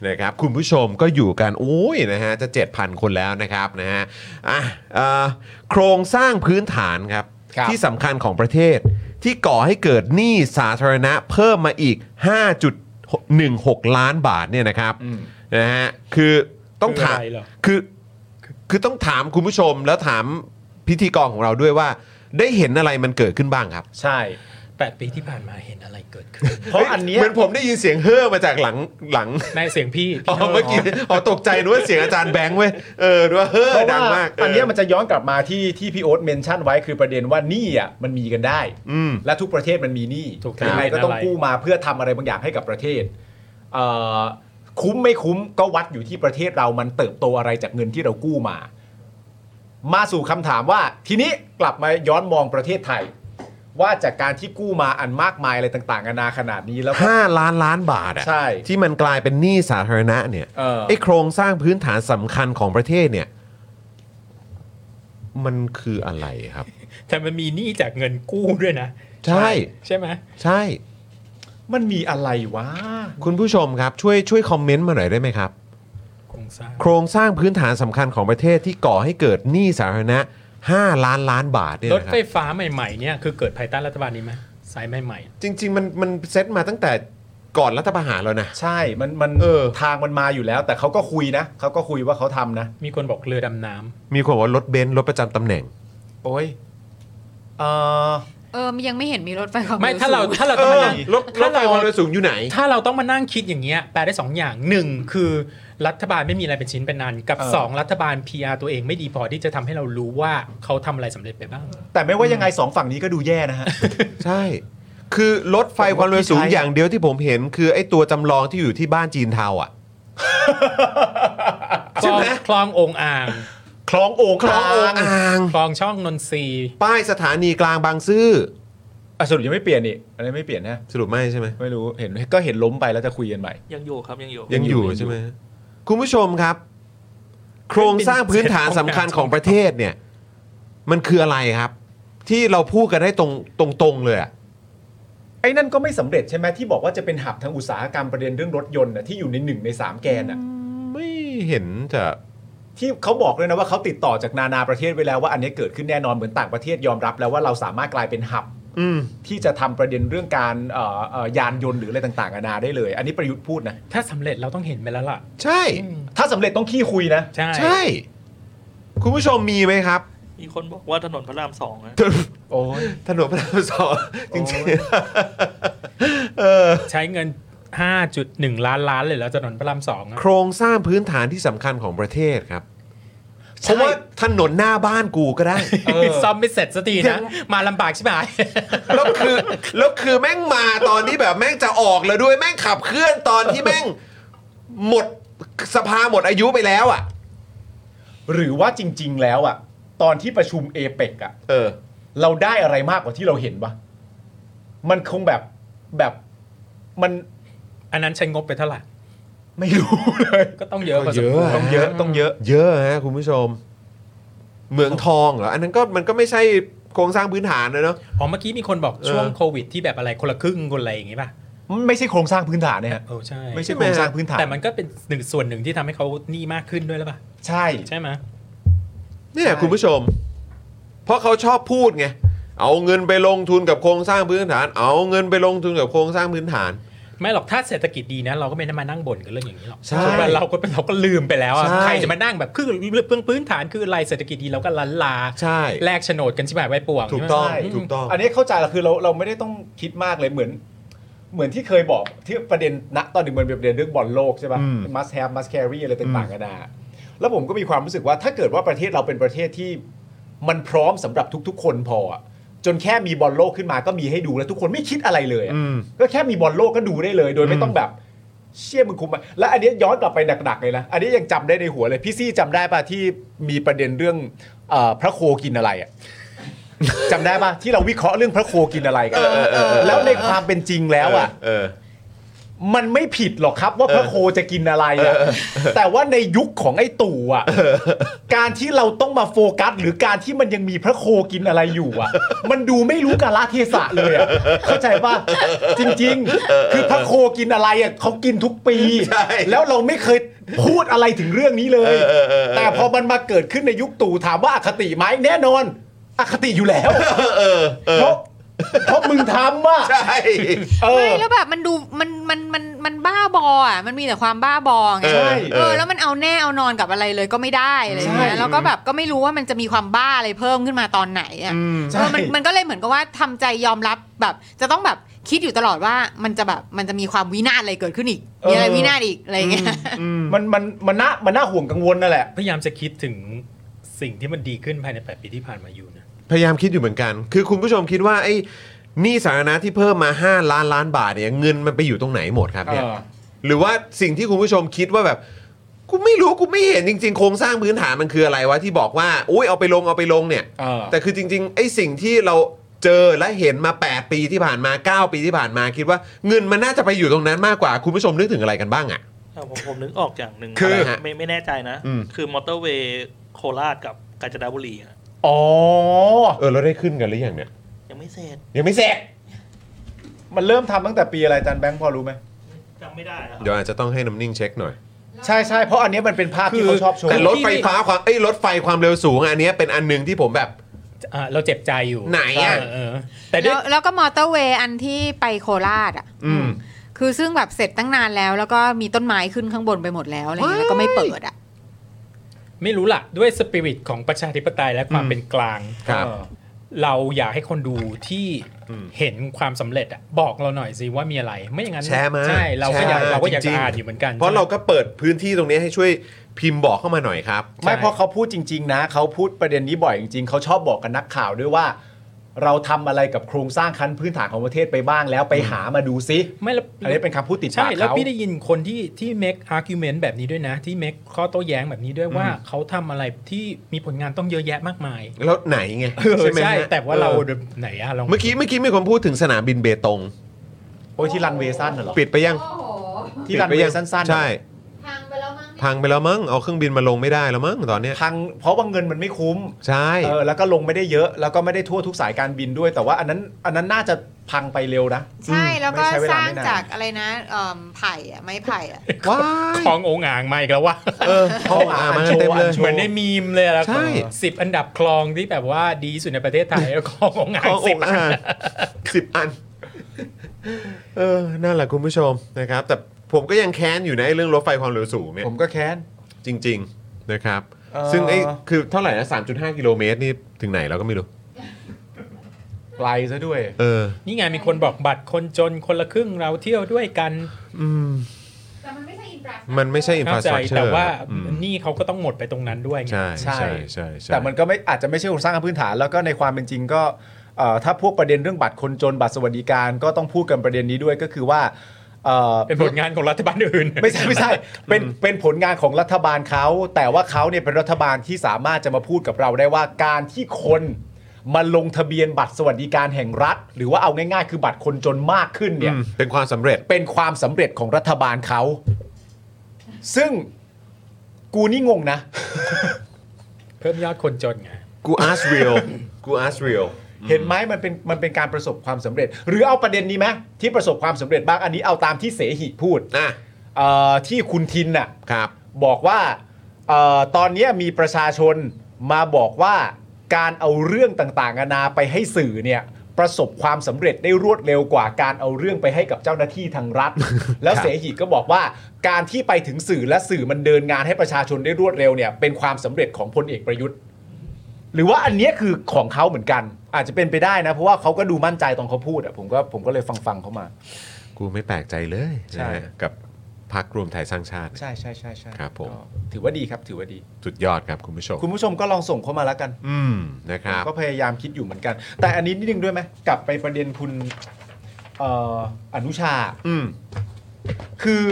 A: นะครับคุณผู้ชมก็อยู่กันโอ้ยนะฮะจะ 7,000 คนแล้วนะครับนะฮะอ่ะเอ่อโครงสร้างพื้นฐานครับ
B: ครับ
A: ที่สำคัญของประเทศ ที่ก่อให้เกิดหนี้สาธารณะเพิ่มมาอีก 5.16 ล้านบาทเนี่ยนะครับนะฮะคือต้องถาม
C: คืออะไรเหรอ
A: คือคือต้องถามคุณผู้ชมแล้วถามพิธีกรของเราด้วยว่า ได้เห็นอะไรมันเกิดขึ้นบ้างครับ
B: ใช่
C: แปดปีที่ผ่านมาเห็นอะไรเกิดขึ้น
B: เพราะอันเนี้ย
A: เหมือนผมได้ยินเสียงเฮ่อมาจากหลังหลัง
C: ในเสียงพี่
A: อ๋
C: พี่
A: อเมื่อกี้อ๋อตกใจนึกว่าเสียงอาจารย์แบงค์เว้ยเออนึกว่าเฮ่
B: เพ
A: อ
B: ราะ
A: ดั
B: ว่าง
A: มาก
B: อันเนี้ยมัน
A: เ
B: จะย้อนกลับมาที่ที่พี่โอ๊ตเมนชั่นไว้คือประเด็นว่าหนี้อ่ะมันมีกันได้
A: อืม
B: และทุกประเทศมันมีหนี้
C: ถูกต้อง
B: ยังไงก็ต้องกู้มาเพื่อทำอะไรบางอย่างให้กับประเทศเอ่อคุ้มไม่คุ้มก็วัดอยู่ที่ประเทศเรามันเติบโตอะไรจากเงินที่เรากู้มา มาสู่คำถามว่า ทีนี้กลับมาย้อนมองประเทศไทย ว่าจากการที่กู้มาอันมากมายอะไรต่างๆนานาขนาดนี้แล้วก็
A: ห้าล้านล้านบาทอะ
B: ใช่
A: ที่มันกลายเป็นหนี้สาธารณะเนี่ย
B: เออ
A: ไอ้โครงสร้างพื้นฐานสำคัญของประเทศเนี่ย มันคืออะไรครับ
C: แต่มันมีหนี้จากเงินกู้ด้วยนะ
A: ใช่
C: ใช่ไหม
A: ใช่
B: มันมีอะไรวะ
A: คุณผู้ชมครับช่วยช่วยคอมเมนต์มาหน่อยได้ไหมครับ
C: โครงสร้าง
A: โครงสร้างพื้นฐานสำคัญของประเทศที่ก่อให้เกิดหนี้สาธารณะ 5 ล้านล้านบาทเนี่ย
C: รถ
A: นะค
C: ไฟ
A: รับ
C: ฟ้าใหม่ๆเนี่ยคือเกิดภายใต้รัฐบาลนี้ไหมสายใหม่
A: จริง ๆ มันมันเซ็ตมาตั้งแต่ก่อนรัฐประหารแล้วนะ
B: ใช่ มัน มัน
A: เออ
B: ทางมันมาอยู่แล้ว แต่เขาก็คุยนะ เขาก็คุยว่าเขาทำนะ
C: ๆ มีคนบอกเรือดำน้
A: มีคนบอกว่ารถเบนซ์รถประจำตำแหน่ง
B: โอ้ยเออ
D: เออยังไม่เห็นมีรถไฟความ
C: ำไม่
D: ว
C: ถ้าเรา
D: สูง
C: ถ้าเรา
A: เอ
C: ต้องมา
A: อ
C: นั่ง
A: รถรถไฟความเร็วสูงอยู่ไหน
C: ถ้าเราต้องมานั่งคิดอย่างเงี้ยแปลได้สองอย่างหนึ่งคือรัฐบาลไม่มีอะไรเป็นชิ้นเป็นนันกับ
B: เออ
C: สองรัฐบาล PR ตัวเองไม่ดีพอที่จะทำให้เรารู้ว่าเขาทำอะไรสำเร็จไปบ้าง
B: แต่ไม่ว่ายังไงสองฝั่งนี้ก็ดูแย่นะฮะ
A: ใช่ คือรถไฟความเร็วสูงอย่างเดียวที่ผมเห็น คือไอ้ตัวจำลองที่อยู่ที่บ้านจีนเทาอ่ะ
C: คลองคลององอ่าง
B: คลองโอ่ง
A: คลองโองอ่าง
C: คลองช่องนนทรีย์
A: ป้ายสถานีกลางบางซื่อ
B: อ่ะสรุปยังไม่เปลี่ยนนี่อันนี้ไม่เปลี่ยนนะ
A: สรุปไม่ใช่ไหม
B: ไม่รู้ เห็น ก็เห็นล้มไปแล้วจะคุยกันใหม่
E: ยังอยู่ครับ ยังอยู่
A: ยังอยู่ใช่ไหมคุณผู้ชมครับ โครงสร้างพื้นฐานสำคัญของประเทศเนี่ย มันคืออะไรครับ ที่เราพูดกันได้ตรงตรงๆเลยอะ
B: ไอ้นั่นก็ไม่สำเร็จใช่ไหมที่บอกว่าจะเป็นหับทางอุตสาหกรรมประเด็นเรื่องรถยนต์นะที่อยู่ในหนึ่งในสามแกนน่ะ
A: ไม่เห็นจะ
B: ที่เขาบอกเลยนะว่าเขาติดต่อจากนานาประเทศไว้แล้วว่าอันนี้เกิดขึ้นแน่นอนเหมือนต่างประเทศยอมรับ แล้วว่าเราสามารถกลายเป็นหับ
A: อืม
B: ที่จะทำประเด็นเรื่องการเอ่อเอ่อยานยนต์หรืออะไรต่างๆนานาได้เลย อันนี้ประยุทธ์พูดนะ
C: ถ้าสำเร็จเราต้องเห็นไปแล้วล่ะ
A: ใช่
B: ถ้าสำเร็จต้องขี้คุยนะ
C: ใช่
A: ใช่ คุณผู้ชมมีไหมครับ
E: มีคนบอกว่าถนนพระรามสองอะ
B: โอ้ย
A: ถนนพระรามส องจริงๆเออ
C: ใช้เงิน 5.1 ล้านล้านเลยแล้วถนนพระรามสองอะ
A: โครงสร้างพื้นฐานที่สำคัญของประเทศครับ เพราะว่าถนนหน้าบ้านกูก็ได้
C: ซ่อมไม่เสร็จสักทีนะ มาลำบากใช่ไหม
A: แล้วคือแล้วคือแม่งมาตอนที่แบบแม่งจะออกแล้วด้วยแม่งขับเคลื่อนตอนที่แม่งหมดสภาหมดอายุไปแล้วอ่ะ
B: หรือว่าจริง ๆ แล้วอ่ะ ตอนที่ประชุมเอเปกอ่ะ
A: เออ
B: เราได้อะไรมากกว่าที่เราเห็นปะมันคงแบบแบบมัน
C: อันนั้นใช้งบไปเท่าไหร่
B: ไม่รู้ เลย
C: ก็ต้องเยอะพอสม
A: เย
C: ควร
A: อะ
B: ต้องเยอะต้องเยอะ
A: เยอะฮะคุณผู้ชม เหมืองทองเหรออันนั้นก็มันก็ไม่ใช่โครงสร้างพื้นฐานเลยเนาะ
C: อ๋อเมื่อกี้มีคนบอก
A: เออ
C: ช่วงโควิดที่แบบอะไรคนละครึ่งคนอะไรอย่างงี้ป่ะ
B: มันไม่ใช่โครงสร้างพื้นฐานเนี่ยฮะ
C: เออใช่
B: ไม่ใช่โครงสร้างพื้นฐาน
C: แต่มันก็เป็นหนึ่งส่วนหนึ่งที่ทำให้เขาหนี้มากขึ้นด้วยหรือเปล่า
B: ใช่
C: ใช่ไหม
A: เนี่ย
B: ใช่
A: คุณผู้ชม เพราะเขาชอบพูดไง เอาเงินไปลงทุนกับโครงสร้างพื้นฐาน เอาเงินไปลงทุนกับโครงสร้างพื้นฐาน
C: ไม่หรอกถ้าเศรษฐกิจดีนะ เราก็ไม่ได้มานั่งบ่นกันเรื่องอย่างนี้หรอก
A: ใช่
C: ถูกปะเราก็เราก็ลืมไปแล้วอะ
A: ใช่
C: ใครจะมานั่งแบบคือเรื่องพื้นฐานคืออะไรเศรษฐกิจดีเราก็ลันลา
A: ใช่
C: แลกโฉนดกันชิบหายไว้ป่วง
A: ถูกต้อง
C: ใช่ไหม
A: ถูกต้อง
B: อันนี้เข้าใจละคือเราเราไม่ได้ต้องคิดมากเลยเหมือน เหมือนที่เคยบอกที่ประเด็นณตอนหนึ่งมันเป็นประเด็นเรื่องบอลโลกใช่ป่ะ
A: อืม
B: must have must carry อะไรต่างๆกันานาแล้วผมก็มีความรู้สึกว่าถ้าเกิดว่าประเทศเราเป็นประเทศที่มันพร้อมสำหรับทุกๆ คนพออะจนแค่มีบอลโลกขึ้นมาก็มีให้ดูแล้วทุกคนไม่คิดอะไรเลยอะ
A: อืม
B: ก็แค่มีบอลโลกก็ดูได้เลย โดยไม่ต้องแบบเชี่ยมึงคุมมาและอันเนี้ยย้อนกลับไปหนักๆเลยนะอันนี้ยังจำได้ในหัวเลยพี่ซี่จำได้ป่ะที่มีประเด็นเรื่องเออพระโคกินอะไรอะ จำได้ปะที่เราวิเคราะห์เรื่องพระโคกินอะไรกัน
A: เออเออเออ
B: แล้วในความเป็นจริงแล้วอ่ะ
A: เออ
B: มันไม่ผิดหรอกครับว่าพระโคจะกินอะไรอะแต่ว่าในยุคของไอ้ตู่อ่ะการที่เราต้องมาโฟกัส หรือการที่มันยังมีพระโคกินอะไรอยู่อ่ะ มันดูไม่รู้กาลเทศะเลยอะเข้าใจป่ะจริง ๆ คือพระโคกินอะไรอ่ะเขากินทุกปี
A: ใช่
B: แล้วเราไม่เคยพูดอะไรถึงเรื่องนี้เล
A: เอย อเออเออเออ
B: แต่พอมันมาเกิดขึ้นในยุคตู่ถามว่าอคติไหมแน่นอน อคติอยู่แล้ว
A: เออเออ
B: เพราะเพราะมึงทำอ่ะ
A: ใช่
B: เออ
D: ไม่แล้วแบบมันดูมันมันมันมันบ้าบออ่ะมันมีแต่ความบ้าบอไง
A: เออ
D: ใช่
A: เอ
D: เอ
A: อ
D: อแล้วมันเอาแน่เอานอนกับอะไรเลยก็ไม่ได้อะไรอย่างเงี้
B: ใช่
D: ยแล้วก็แบบก็ไม่รู้ว่ามันจะมีความบ้าอะไรเพิ่มขึ้นมาตอนไหนอ่ะ
B: ใช่
D: เออมันมันก็เลยเหมือนกับว่าทำใจยอมรับแบบจะต้องแบบคิดอยู่ตลอดว่ามันจะแบบมันจะมีความวินาศอะไรเกิดขึ้นอีกมีอะไรวินาศอีกอะไรอย่างเงี้ย
B: มันมันมันน่ามันน่าห่วงกังวลนั่นแหละ
C: พยายามจะคิดถึงสิ่งที่มันดีขึ้นภายในแปดปีที่ผ่านมาอยู่นะ
A: พยายามคิดอยู่เหมือนกัน คือคุณผู้ชมคิดว่าไอ้หนี้สาธารณะที่เพิ่มมา 5 ล้านล้านบาทเนี่ยเงินมันไปอยู่ตรงไหนหมดครับเนี่ย
B: เออ
A: หรือว่าสิ่งที่คุณผู้ชมคิดว่าแบบ กูไม่รู้กูไม่เห็นจริง ๆ โครงสร้างพื้นฐานมันคืออะไรวะที่บอกว่าอุ้ยเอาไปลงเอาไปลงเนี่ย
B: เออ
A: แต่คือจริง ๆ ไอ้สิ่งที่เราเจอและเห็นมา 8 ปีที่ผ่านมา 9 ปีที่ผ่านมาคิดว่าเงินมันน่าจะไปอยู่ตรงนั้นมากกว่าคุณผู้ชมนึกถึงอะไรกันบ้างอะ
E: แต่ผมผมนึกออกอย่างหนึ่ง
A: คือ
E: นะไม่ไม่แน่ใจนะ
A: อืม
E: คือมอเตอร์เวย์โคราชกับกาญจนบุรีอะ
B: อ๋อ
A: เออเราได้ขึ้นกันหรือยังเนี่ย
E: ยังไม่เสร็จ
A: ยังไม่เสร็จ
B: มันเริ่มทำตั้งแต่ปีอะไรอาจันแบงค์พอรู้ไหม
E: จำไม่ได้อะครับ
A: เดี๋ยวอาจจะต้องให้น้ำนิ่งเช็คหน่อย
B: ใช่ใช่เพราะอันเนี้ยมันเป็นภาพที่
C: คือ
B: เขาชอบโชว์
A: แต่รถไฟฟ้าความเอ้ยรถไฟความเร็วสูงอันเนี้ยเป็นอันหนึ่งที่ผมแบบ
C: อ่าเราเจ็บใจอยู่
A: ไหนอะ
C: เเอแต่ด้
D: แล้ว วย แล้วก็มอเตอร์เวย์อันที่ไปโคราชอ่ะ
A: อืม
D: คือซึ่งแบบเสร็จตั้งนานแล้ว แล้วก็มีต้นไม้ขึ้นข้างบนไปหมดแล้วอะไรเงี้ยแล้วก็ไม่เปิดอ่ะ
C: ไม่รู้ล่ะ ด้วยสปิริตของประชาธิปไตยและความเป็นกลาง
A: ครับ
B: เออ
C: เราอยากให้คนดูที่
A: อืม
C: เห็นความสำเร็จอะบอกเราหน่อยสิว่ามีอะไร ไม่อย่างนั้น
A: แชร์มา
C: ใช่เราก็อยาก
A: แชร์มา
C: เราก็อยาก
A: จริงๆ
C: จะอ่านอยู่เหมือนกัน
A: เพราะเราก็เปิดพื้นที่ตรงนี้ให้ช่วยพิมพ์บอกเข้ามาหน่อยครับ
B: ไม่เพราะเขาพูดจริง ๆ นะเขาพูดประเด็นนี้บ่อยจริงๆเขาชอบบอกกับนักข่าวด้วยว่า เราทำอะไรกับโครงสร้างคันพื้นฐานของประเทศไปบ้างแล้วไปหามาดูซิ
C: ไม่แล้ว
B: อันนี้เป็นคำพูดติดปา
C: ใช่
B: ก
C: แล้ว
B: เขา
C: พี่ได้ยินคนที่ที่ make argument แบบนี้ด้วยนะ ที่ make ข้อโต้แย้งแบบนี้ด้วยว่าเขาทำอะไรที่มีผลงานต้องเยอะแยะมากมาย
A: แล้วไหนไงไหม
C: ใช่
A: ฮะ
C: แต่ว่าเรา
A: ออ
C: ไหนอะเรา
A: เมื่อกี้เมื่อกี้มีคนพูดถึงสนามบินเบตง
B: โอ้ยที่รันเวย์สั้นน่ะเหรอ
A: ปิดไปยัง
B: ที่รัน
A: ปิด
B: เว
A: ไปยั
B: ย์สั้นๆ
A: ใช่
D: พังไปแล้วมั้ง
A: พังไปแล้วมั้งเอาเครื่องบินมาลงไม่ได้แล้วมั้งตอนเนี้ย
B: พังเพราะว่าเงินมันไม่คุ้ม
A: ใช่
B: เออแล้วก็ลงไม่ได้เยอะ แล้วก็ไม่ได้ทั่วทุกสายการบินด้วย แต่ว่าอันนั้นอันนั้นน่าจะพังไปเร็วนะ
D: ใช่แล้วก็
B: ไม่ใช้เว
D: ส
B: ลา
D: ร้าง
B: ไม่นาน
D: จากอะไรนะเอิ่มไผ่อะไม้ไผ่อะ
A: ว้า
C: คลองโองอ่างมาอีกแล้วว่า
A: เออเขาอ่านมาเต็มเลย
B: โชว์
C: เหมือนในมีมเลยแล้ว
A: ใช่
C: สิบอันดับคลองที่แบบว่าดีที่สุดในประเทศไทยแล้วคลองโองอ่า
A: ข
C: ง
A: องอ
C: สิบ
A: ง
C: อัน
A: อ่างสิบอัน เออนั่นแหละคุณผู้ชมนะครับ แต่ผมก็ยังแค้นอยู่นะไอ้เรื่องรถไฟความเร็วสูงเนี่ย
B: ผมก็แค้น
A: จริง ๆ นะครับ
B: เอ่อ
A: ซึ่งไอ้คือเท่าไหร่นะ3.5 กิโลเมตรนี่ถึงไหนเราก็ไม่รู้
B: ไกลซะด้วย
A: เออ
C: นี่ไงมีคนบอกบัตรคนจนคนละครึ่งเราเที่ยวด้วยกัน
D: แต่มันไม่ใช่อินฟรา
A: มันไม่ใช่อินฟ
C: เข้า
A: ราส
C: ใจ
A: ตรักเจอ
C: แต่ว่า
A: อืม
C: หนี่เขาก็ต้องหมดไปตรงนั้นด้วยไง
A: ใช่ใช่ใช่ใช่
B: แต่มันก็ไม่อาจจะไม่ใช่โครงสร้างพื้นฐาน แล้วก็ในความเป็นจริงก็เอ่อถ้าพวกประเด็นเรื่องบัตรคนจนบัตรสวัสดิการก็ต้องพูดกันประเด็นนี้ด้วยก็คือว่าเอ่อ
C: เป็นผลงานของรัฐบาลอื่น
B: ไม่ใช่ ไม่ใช่ เป็นเป็นผลงานของรัฐบาลเขา แต่ว่าเขาเนี่ยเป็นรัฐบาลที่สามารถจะมาพูดกับเราได้ว่าการที่คนมาลงทะเบียนบัตรสวัสดิการแห่งรัฐ หรือว่าเอาง่ายๆ คือบัตรคนจนมากขึ้นเนี่ย
A: อืมเป็นความสำเร็จ
B: เป็นความสำเร็จของรัฐบาลเขา ซึ่งกูนี่งงนะ
C: เพิ่มยอดคนจนไง
A: กูอาร์สเรียลกูอาร์สเรียล
B: เห็นไหมมันเป็นมันเป็นการประสบความสำเร็จ หรือเอาประเด็นนี้ไหมที่ประสบความสำเร็จบ้างอันนี้เอาตามที่เสหิพูด
A: อ่ะ
B: เอ่อที่คุณทินน่ะ
A: ครับ
B: บอกว่าเออตอนเนี้ยมีประชาชนมาบอกว่าการเอาเรื่องต่างๆนานาไปให้สื่อเนี่ยประสบความสำเร็จได้รวดเร็วกว่าการเอาเรื่องไปให้กับเจ้าหน้าที่ทางรัฐ แล้วเสหิก็บอกว่าการที่ไปถึงสื่อและสื่อมันเดินงานให้ประชาชนได้รวดเร็วเนี่ยเป็นความสำเร็จของพลเอกประยุทธ์ หรือว่าอันเนี้ยคือของเขาเหมือนกัน อาจจะเป็นไปได้นะ เพราะว่าเขาก็ดูมั่นใจตอนเขาพูดอะผมก็ผมก็เลยฟังฟังๆเขามา
A: กูไม่แปลกใจเลย
B: ใช่
A: นะฮะกับพักรวมไทยสร้างชาติ
B: ใช่ใช่ใช่ใช่
A: ครับผม
B: ก็ถือว่าดีครับถือว่าดี
A: สุดยอดครับคุณผู้ชม
B: คุณผู้ชมก็ลองส่งเข้ามาแล้วกัน
A: อืมนะครับ
B: ก็พยายามคิดอยู่เหมือนกัน แต่อันนี้นิดนึงด้วยไหมกลับไปประเด็นคุณเอ่ออนุชา
A: อืม
B: คือ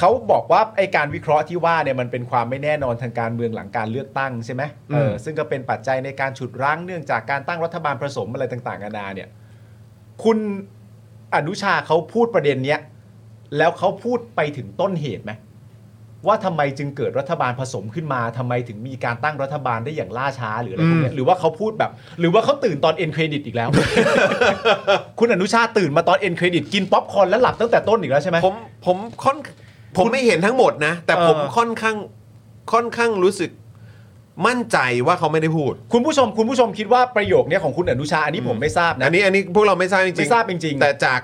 B: เขาบอกว่าไอการวิเคราะห์ที่ว่าเนี่ยมันเป็นความไม่แน่นอนทางการเมืองหลังการเลือกตั้งใช่ไหมเออซึ่งก็เป็นปัจจัยในการฉุดรั้งเนื่องจากการตั้งรัฐบาลผสมอะไรต่างๆนานาเนี่ย คุณอนุชาเขาพูดประเด็นเนี้ยแล้วเขาพูดไปถึงต้นเหตุไหมว่าทำไมจึงเกิดรัฐบาลผสมขึ้นมาทำไมถึงมีการตั้งรัฐบาลได้อย่างล่าช้าหรืออะไรพวกเนี้ยหรือว่าเขาพูดแบบ หรือว่าเขาตื่นตอนเอ็นเครดิตอีกแล้ว คุณอนุชาตื่นมาตอนเอ็นเครดิตกินป๊อปคอร์นแล้วหลับตั้งแต่ต้นอีกแล้วใช่ไหม
A: ผมผมค่อนผมไม่เห็นทั้งหมดนะ แต่
B: เออ
A: ผมค่อนข้างค่อนข้างรู้สึกมั่นใจว่าเขาไม่ได้พูด
B: คุณผู้ชมคุณผู้ชมคิดว่าประโยคเนี้ยของคุณอนุชาอันนี้ผมไม่ทราบนะ
A: อันนี้อันนี้พวกเราไม่ทราบจริงๆ
B: ไม่ทราบจริงๆ
A: แต่จาก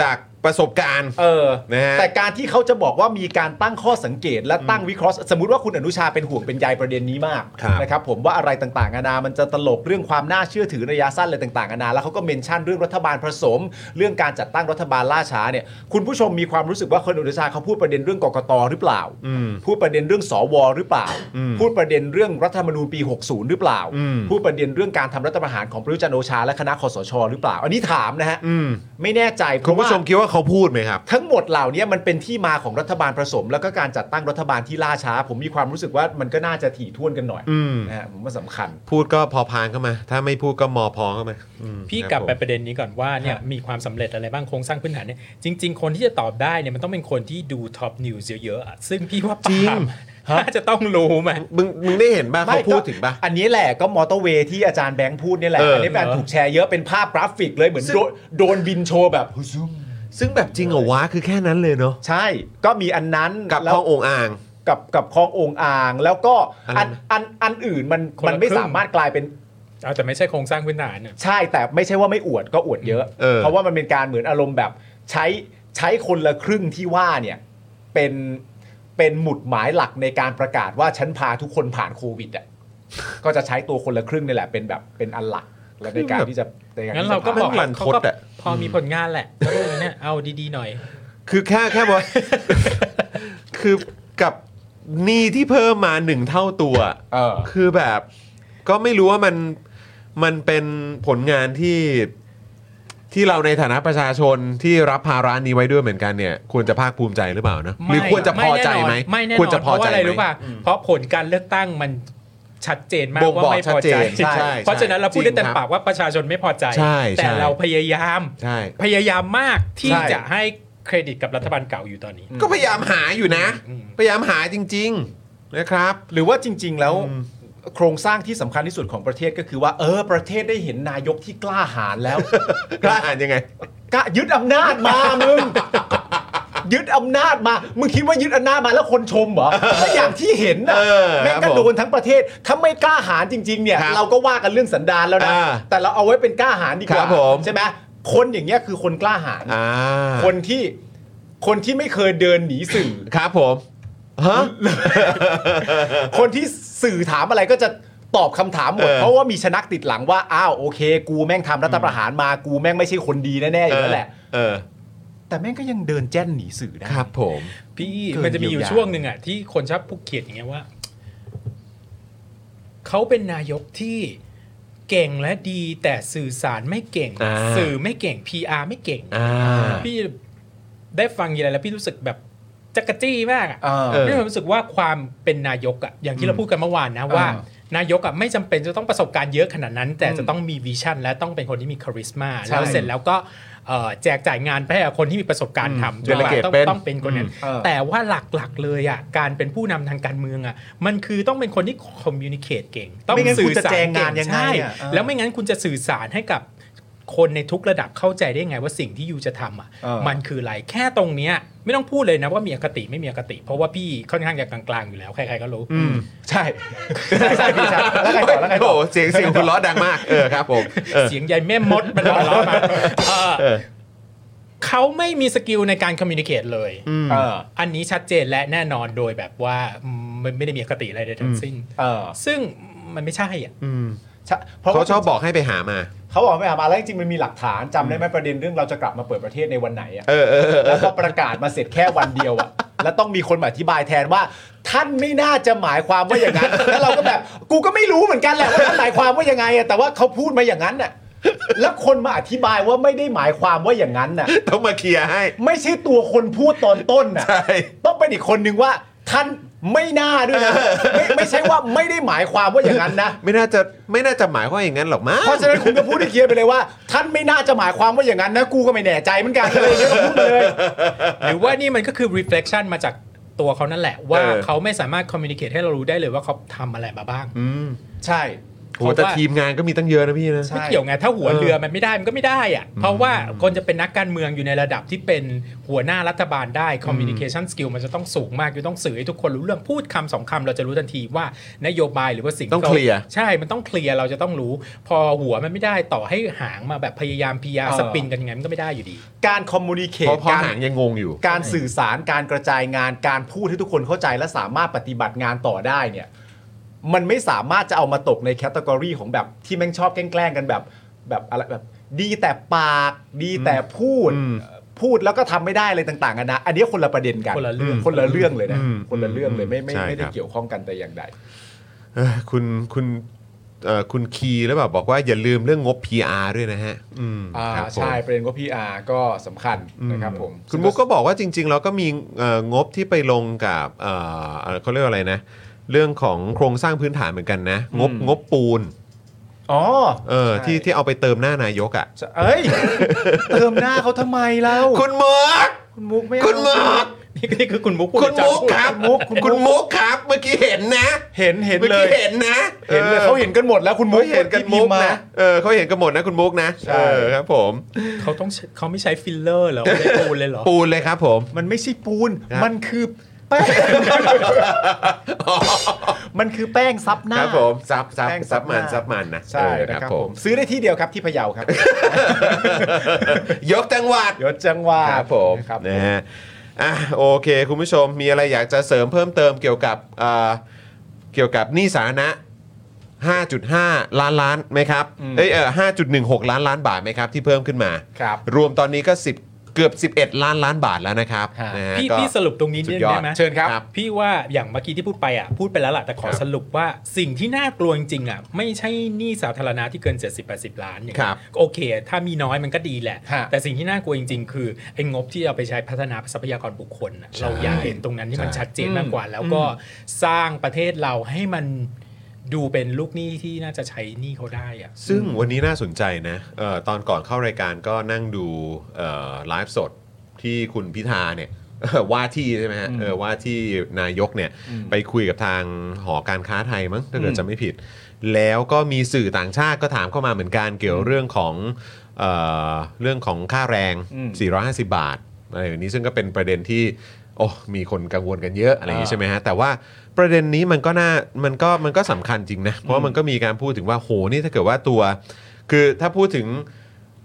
A: จากประสบการณ์
B: เออ
A: นะฮะ
B: แต่การที่เขาจะบอกว่ามีการตั้งข้อสังเกตและตั้งวิเคราะห์ สมมติว่าคุณอนุชาเป็นห่วงเป็นใยประเด็นนี้มากนะครับผมว่าอะไรต่างๆนานามันจะตลกเรื่องความน่าเชื่อถือระยะสั้นอะไรต่างๆนานาแล้วเขาก็เมนชั่นเรื่องรัฐบาลผสม เรื่องการจัดตั้งรัฐบาลล่าช้าเนี่ยคุณผู้ชมมีความรู้สึกว่าคุณอนุชาเขาพูดประเด็นเรื่องกกตหรือเปล่า พูดประเด็นเรื่องสวหรือเปล่า พูดประเด็นเรื่องรัฐธรรมนูญปี 60 หรือเปล่า พูดประเด็นเรื่องการทำรัฐประหารของประยุทธ์จันทร์โอชาและคณะคสช หรือเปล่า อันนี้ถามนะฮะไม่แน่ใจเพ
A: คุณผู้
B: ราะว่า
A: ชมคิดว่าเขาพูดไหมครับ
B: ทั้งหมดเหล่านี้มันเป็นที่มาของรัฐบาลผสม แล้วก็การจัดตั้งรัฐบาลที่ล่าช้า ผมมีความรู้สึกว่ามันก็น่าจะถี่ถ้วนกันหน่อย
A: อืม
B: นะฮะผมว่าสำคัญ
A: พูดก็พอพานเข้ามา ถ้าไม่พูดก็มอพอเข้ามาอืม
C: พี่
A: ครับ
C: กลับไป
A: ผม
C: ประเด็นนี้ก่อนว่าเนี่ยมีความสำเร็จอะไรบ้างโครงสร้างพื้นฐานเนี่ยจริง ๆ คนที่จะตอบได้เนี่ยมันต้องเป็นคนที่ดูท็อปนิวส์เยอะๆอะซึ่งพี่ว่าปาล์มน่าจะต้องรู้ไหม
A: มึงมึงได้เห็นป่ะ
B: ไม่
A: เขาพูดถึงป่ะ
B: อันนี้แหละก็มอเตอร์เวย์ที่อาจารย์แบงค์พูดเนี่ยแหละ
A: เอออั
B: อันนี้แบงค์ถูกแชร์เยอะเป็นภาพกราฟิกเลยเหมือนโดนโดนบินโชว์แบบ
A: ซึ่งแบบจริงเหรอวะคือแค่นั้นเลยเนาะ
B: ใช่ ก็มีอันนั้น
A: กับ
B: แล้ว
A: ข้ององอ่าง
B: กับกับคลององอ่าง แล้วก็อันอันอันอื่นมันมันไม่สามารถกลายเป็น
C: เอาแต่ไม่ใช่โครงสร้างพื้นฐานเนี่ย
B: ใช่แต่ไม่ใช่ว่าไม่อวดก็อวดเยอะ
A: เออ
B: เพราะว่ามันเป็นการเหมือนอารมณ์แบบใช้ใช้คนละครึ่งที่ว่าเนี่ยเป็นเป็นหมุดหมายหลักในการประกาศว่าฉันพาทุกคนผ่านโควิดอ่ะ ก็จะใช้ตัวคนละครึ่งนี่แหละเป็นแบบเป็นอันหลักและในการที่จะในการ
C: งั้น
B: ที่จะ
C: เราก็บอก
B: ผ่
A: มัน
C: เขา
A: รันท
C: ก็
A: ดอะ
C: พอมีผลงานแหละก็เลยเนี่ยเอาดีๆหน่อย
A: คือแค่แค่บอก คือกับหนี้ที่เพิ่มมาหนึ่งเท่าตัว
B: เออ
A: คือแบบก็ไม่รู้ว่ามันมันเป็นผลงานที่ที่เราในฐานะประชาชนที่รับภาระนี้ไว้ด้วยเหมือนกันเนี่ยควรจะภาคภูมิใจหรือเปล่านะหรือควรจะพอใจไหม
C: ไม่แน่นอน
A: ควรจะพอ
C: เพราะ
A: ใจ
C: ว่าอะไร
A: ไหม
C: รู้ป่ะเพราะผลการเลือกตั้งมันชัดเจนมาก
A: บ่ง
C: ว่า
A: บอก
C: ไม่
A: ชัด
C: พอ
A: เจ
C: ใจ
A: นใช่ใช่
C: เพราะฉะนั้นเราพูดได้เต็ม
A: จริงครับ
C: ปากว่าประชาชนไม่พอใจ
A: ใช่
C: แต่
A: ใช่
C: เราพยายาม
A: ใช่
C: พยายามมากที่
B: ใช่
C: จะให้เครดิตกับรัฐบาลเก่าอยู่ตอนนี้
A: ก็พยายามหาอยู่นะ พยายามหาจริง ๆนะครับ
B: หรือว่าจริง ๆ แล้วโครงสร้างที่สำคัญที่สุดของประเทศก็คือว่า เออ ประเทศได้เห็นนายกที่กล้าหาญแล้ว
A: กล้าอ่านยังไง
B: กะยึดอำนาจมามึง ยึดอำนาจมา มึงคิดว่ายึดอำนาจมาแล้วคนชมเหรอก็อย่างที่เห็นนะ
A: เออ
B: แม่ง
A: ครั
B: ก็
A: บผม
B: โดนทั้งประเทศถ้าไม่กล้าหาญจริง ๆ เนี่ย
A: ครับ
B: เราก็ว่ากันเรื่องสันดานแล้วนะ
A: อ่า
B: แต่เราเอาไว้เป็นกล้าหาญดีก
A: ครั
B: ว่า
A: บผม
B: ใช่ไหมคนอย่างเงี้ยคือคนกล้าหาญ
A: อ่า
B: คนที่คนที่ไม่เคยเดินหนี สื่อ
A: ครับผมฮะ
B: คนที่สื่อถามอะไรก็จะตอบคำถามหมด
A: เออ
B: เพราะว่ามีชนักติดหลังว่าอ้าวโอเค กูแม่งทำรัฐประหารมากูแม่งไม่ใช่คนดีแน่ๆอยู่แล้วแหละ
A: เออ
B: แต่แม่งก็ยังเดินแจ้นหนีสื่อได้
A: ครับผม
C: พี่
B: เกิน
C: มันจะมีอยู่
B: เยียวยา
C: ช่วงหนึ่งอ่ะที่คนชอบพูดเขียดอย่างเงี้ยว่า เขาเป็นนายกที่เก่งและดีแต่สื่อสารไม่เก่ง
A: อ่า
C: สื่อไม่เก่ง PR ไม่เก่ง
A: อ่า
C: พี่ได้ฟังยีไรแล้วพี่รู้สึกแบบจักรจี้มากอ่ะ
B: เออ
A: เออ
C: พี่รู้สึกว่าความเป็นนายกอ่ะอย่างที่เราพูดกันเมื่อวานนะว่า
B: เออน
C: ายกอ่ะไม่จำเป็นจะต้องประสบการณ์เยอะขนาดนั้น แต่จะต้องมีวิชั่น และต้องเป็นคนที่มีคาริสมา
B: ใช่
C: แล้วเสร็จแล้วก็เอ่อแจกจ่ายงานไปให้กับคนที่มีประสบการณ์ทำจนกว่า
A: delegate
C: ต้อง
A: เป็น
C: ต้องเป็นคนนั้น
B: เออ
C: แต่ว่าหลักๆเลยอ่ะการเป็นผู้นำทางการเมืองอ่ะมันคือต้องเป็นคนที่คอมมิวนิเคตเก่ง ต้อง
B: ไม่งั้นคุณ
C: สื่อ
B: จะ
C: สาร
B: แจงงาน
C: เก่
B: ยังไง
C: ใช่
B: อ่ะเออ
C: แล้วไม่งั้นคุณจะสื่อสารให้กับคนในทุกระดับเข้าใจได้ไงว่าสิ่งที่ยูจะทำอ่ะ
B: เออ
C: มันคืออะไรแค่ตรงเนี้ยไม่ต้องพูดเลยนะว่ามีอคติไม่มีอคติ เพราะว่าพี่ค่อนข้างจะกลางๆอยู่แล้วใครๆก็รู้
B: ใช่ใช่พี่ชัดแล้วไงต่อแล้วไง
A: โอ้
B: ต่อ
A: โหเสียงเสียงคุณล้อดังมากเออครับผมเออ
C: เสียงใหญ่แม่มดมันร้อนร้อนมาเออ
A: เออ
C: เขาไม่มีสกิลในการคอมมิวนิเคตเลย
B: เออ
C: อันนี้ชัดเจนและแน่นอนโดยแบบว่ามันไม่ได้มีอคติอะไรใดทั้งสิ้น
B: เออ
C: ซึ่งมันไม่ใช่อ่ะ
B: ใช่เพราะ
A: เขา
B: ว่า
A: ชอบบอกให้ไปหามา
B: เขาบอกไม่หามาแล้วจริงๆมันมีหลักฐานจำได้ไหมประเด็นเรื่องเราจะกลับมาเปิดประเทศในวันไหนอ่ะ
A: เออเออเออ
B: แล้วพอประกาศมาเสร็จแค่วันเดียวอะ แล้วต้องมีคนมาอธิบายแทนว่า ท่านไม่น่าจะหมายความว่าอย่าง นั้น แล้วเราก็แบบ กูก็ไม่รู้เหมือนกันแหละว่าท่านหมายความว่ายังไงอะแต่ว่าเขาพูดมาอย่างนั้นอะแล้วคนมาอธิบายว่าไม่ได้หมายความว่าอย่างนั้น น่ะ
A: ต้องมาเคลียร์ให้
B: ไม่ใช่ตัวคนพูดตอนต้นน่ะ
A: ใช่
B: ต้องเป็นอีกคนนึงว่าท่านไม่น่าด้วยนะไม่ไม่ใช่ว่าไม่ได้หมายความว่าอย่างนั้นนะ
A: ไม่น่าจะไม่น่าจะหมายความอย่างนั้นหรอกมั้ง
B: เพราะฉะ นั้นคุณก็พูดให้เคลียร์ไปเลยว่า ท่านไม่น่าจะหมายความว่าอย่างนั้นนะ กูก็ไม่แน่ใจเหมือนกันอะไรอย่างเงี้ยก็พูดไปเลย
C: หรือว่านี่มันก็คือ reflection มาจากตัวเขานั่นแหละ ว่า
A: เออ
C: เขาไม่สามารถ communicate ให้เรารู้ได้เลยว่าเขาทำอะไรมาบ้าง
B: ใช่
A: โหแต่ทีมงานก็มีตั้งเยอะนะพี่นะ
B: ใช่
C: ไม่เกี่ยวไงถ้าหัวเรือมันไม่ได้มันก็ไม่ได้อะเพราะว่าคนจะเป็นนักการเมืองอยู่ในระดับที่เป็นหัวหน้ารัฐบาลได้ communication skill มันจะต้องสูงมากคือต้องสื่อให้ทุกคนรู้เรื่องพูดคำสองคำเราจะรู้ทันทีว่านโยบายหรือว่าสิ่งที่
A: ต้อง
C: ขา
A: เคลียร์
C: ใช่มันต้องเคลียร์เราจะต้องรู้ พอหัวมันไม่ได้ต่อให้หางมาแบบพยายามพียา
B: เออ
C: สปินกันยังไงมันก็ไม่ได้อยู่ดี
B: การคอมมูนิเค
A: เพ
B: ต
A: ราะพอ
B: การ
A: หางยังงงอยู่
B: การสื่อสารการกระจายงานการพูดให้ทุกคนเข้าใจและสามารถปฏิบัติงานต่อได้เนี่ยมันไม่สามารถจะเอามาตกในแคตตากรีของแบบที่แม่งชอบแกล้งๆกันแบบแบบอะไรแบบ ดีแต่ปากดีแต่พูด พูดแล้วก็ทำไม่ได้อะไรต่างๆกันนะ อันนี้คนละประเด็นกัน
C: คนละเรื่อง
B: คนละเรื่องเลยนะ
A: อืม
B: คนละเรื่องเลยไม่ไม่
A: ใช่
B: ไม่ได้
A: ครับ
B: เกี่ยวข้องกันแต่อย่างใด
A: เอ้ยคุณคุณเอ่อคุณคีแล้วแบบบอกว่าอย่าลืมเรื่องงบ PR ด้วยนะฮะ อืม
B: อ่า
A: ครับผม
B: ใช่ประเด็นก็พีอาร์ก็สำคัญนะครับผม
A: คุณมุกก็บอกว่าจริง ๆ แล้วก็มีเอ่องบที่ไปลงกับเอ่อเอ่อเขาเรียกว่าอะไรนะ เรื่องของโครงสร้างพื้นฐานเหมือนกันนะ งบ
B: อืม
A: งบปูน
B: อ๋อ
A: เออที่
B: ใช่
A: ที่เอาไปเติมหน้านายกอ่ะ
B: จะเอ้ย เติมหน้าเขาทำไมเล่า
A: คุณมุก
B: คุณมุกไม่เอา
A: คุณมุก
C: นี่นี่คือคุณมุกพูด
A: คุณ
C: จาก
A: มุกครับ
B: มุกคุณมุก
A: คุณมุกครับ เมื่อกี้เห็นนะ
B: เห็นเห็น
A: เมื่อ
B: เล
A: กี้
B: ย
A: เห็นนะ
B: เห็นเลยเขาเห็นกันหมดแล้วคุณมุ
A: เขา
B: ก
A: เห็นกัน
B: ที่
A: มุก
B: พิา
A: นะเออเขาเห็นกันหมดนะคุณมุกนะ
B: ใช่
A: เออครับผม
C: เขาต้องใช้เขาไม่ใช้ฟิลเลอร์เหรอไม่ได้ปูนเลยเหรอ
A: ปูนเลยครับผม
B: มันไม่ใช่ปูน
A: ครับ
B: มันคือแป้ง มันคือแป้งซับหน้า
A: ครับผมซับซับ
B: แป้งซั
A: ซับบ มัน
B: หน้า
A: ซับมันนะ
B: ใช่
A: เออ
B: นะครับผมซื้อได้ที่เดียวครับที่พะเยาครับ
A: ยกจังหวัด
B: เดี๋ยวจังหวะ
A: ครับผม
B: นะครับ
A: นะฮะอ่ะโอเค คุณผู้ชมมีอะไรอยากจะเสริมเพิ่มเติมเกี่ยวกับเอ่อเกี่ยวกับหนี้สาธารณะ 5.5 ล้านล้านไหมครับ
B: อืม
A: เอ้ยเออ5.16 ล้านล้านบาทไหมครับ ที่เพิ่มขึ้นมา
B: ครับ
A: รวมตอนนี้ก็ 10 เกือบ 11 ล้านล้านบาทแล้วนะครับ
B: ฮะ
A: นะฮะ
C: พี่
A: ก็
C: พี่สรุปตรงนี้
A: สุ
C: นิด
A: ดยอด
C: ได้ไหม
A: เชิญครับ
C: พี่ว่าอย่างเมื่อกี้ที่พูดไปอ่ะพูดไปแล้วล่ะแต่ขอ
A: ครับ
C: สรุปว่าสิ่งที่น่ากลัวจริงๆอ่ะไม่ใช่หนี้สาธารณะที่เกิน 70 80 ล้านอย่าง
A: ค
C: เงี้
A: รั
C: ย
A: บ
C: โอเค ถ้ามีน้อยมันก็ดีแหละ
B: ฮะ
C: แต่สิ่งที่น่ากลัวจริง ๆ คือไอ้งบที่เอาไปใช้พัฒนาทรัพยากรบุคคลน่ะเราอยากเห็นตรงนั้นที่มันชัดเจนมากกว่า แล้วก็สร้างประเทศเราให้มันดูเป็นลูกหนี้ที่น่าจะใช้หนี้เขาได้อ่ะ
A: ซึ่งวันนี้น่าสนใจนะเออตอนก่อนเข้ารายการก็นั่งดูเอ่อไลฟ์สดที่คุณพิธาเนี่ย ว่าที่ใช่ไหมฮะเออว่าที่นายกเนี่ย ไปคุยกับทางหอการค้าไทยมั้งถ้าเกิด
B: อืม
A: จะไม่ผิด แล้วก็มีสื่อต่างชาติก็ถามเข้ามาเหมือนกันเกี่ยวเรื่องของเอ่อเรื่องของค่าแรง
B: อืม
A: 450 บาทอะไรอย่างนี้ซึ่งก็เป็นประเด็นที่โอ้มีคนกังวลกันเยอะอะไรอย่างนี้
B: อ่า
A: ใช่ไหมฮะแต่ว่าประเด็นนี้มันก็น่ามันก็มันก็สำคัญจริงนะ เพราะว่ามันก็มีการพูดถึงว่าโหนี่ถ้าเกิดว่าตัว คือถ้าพูดถึง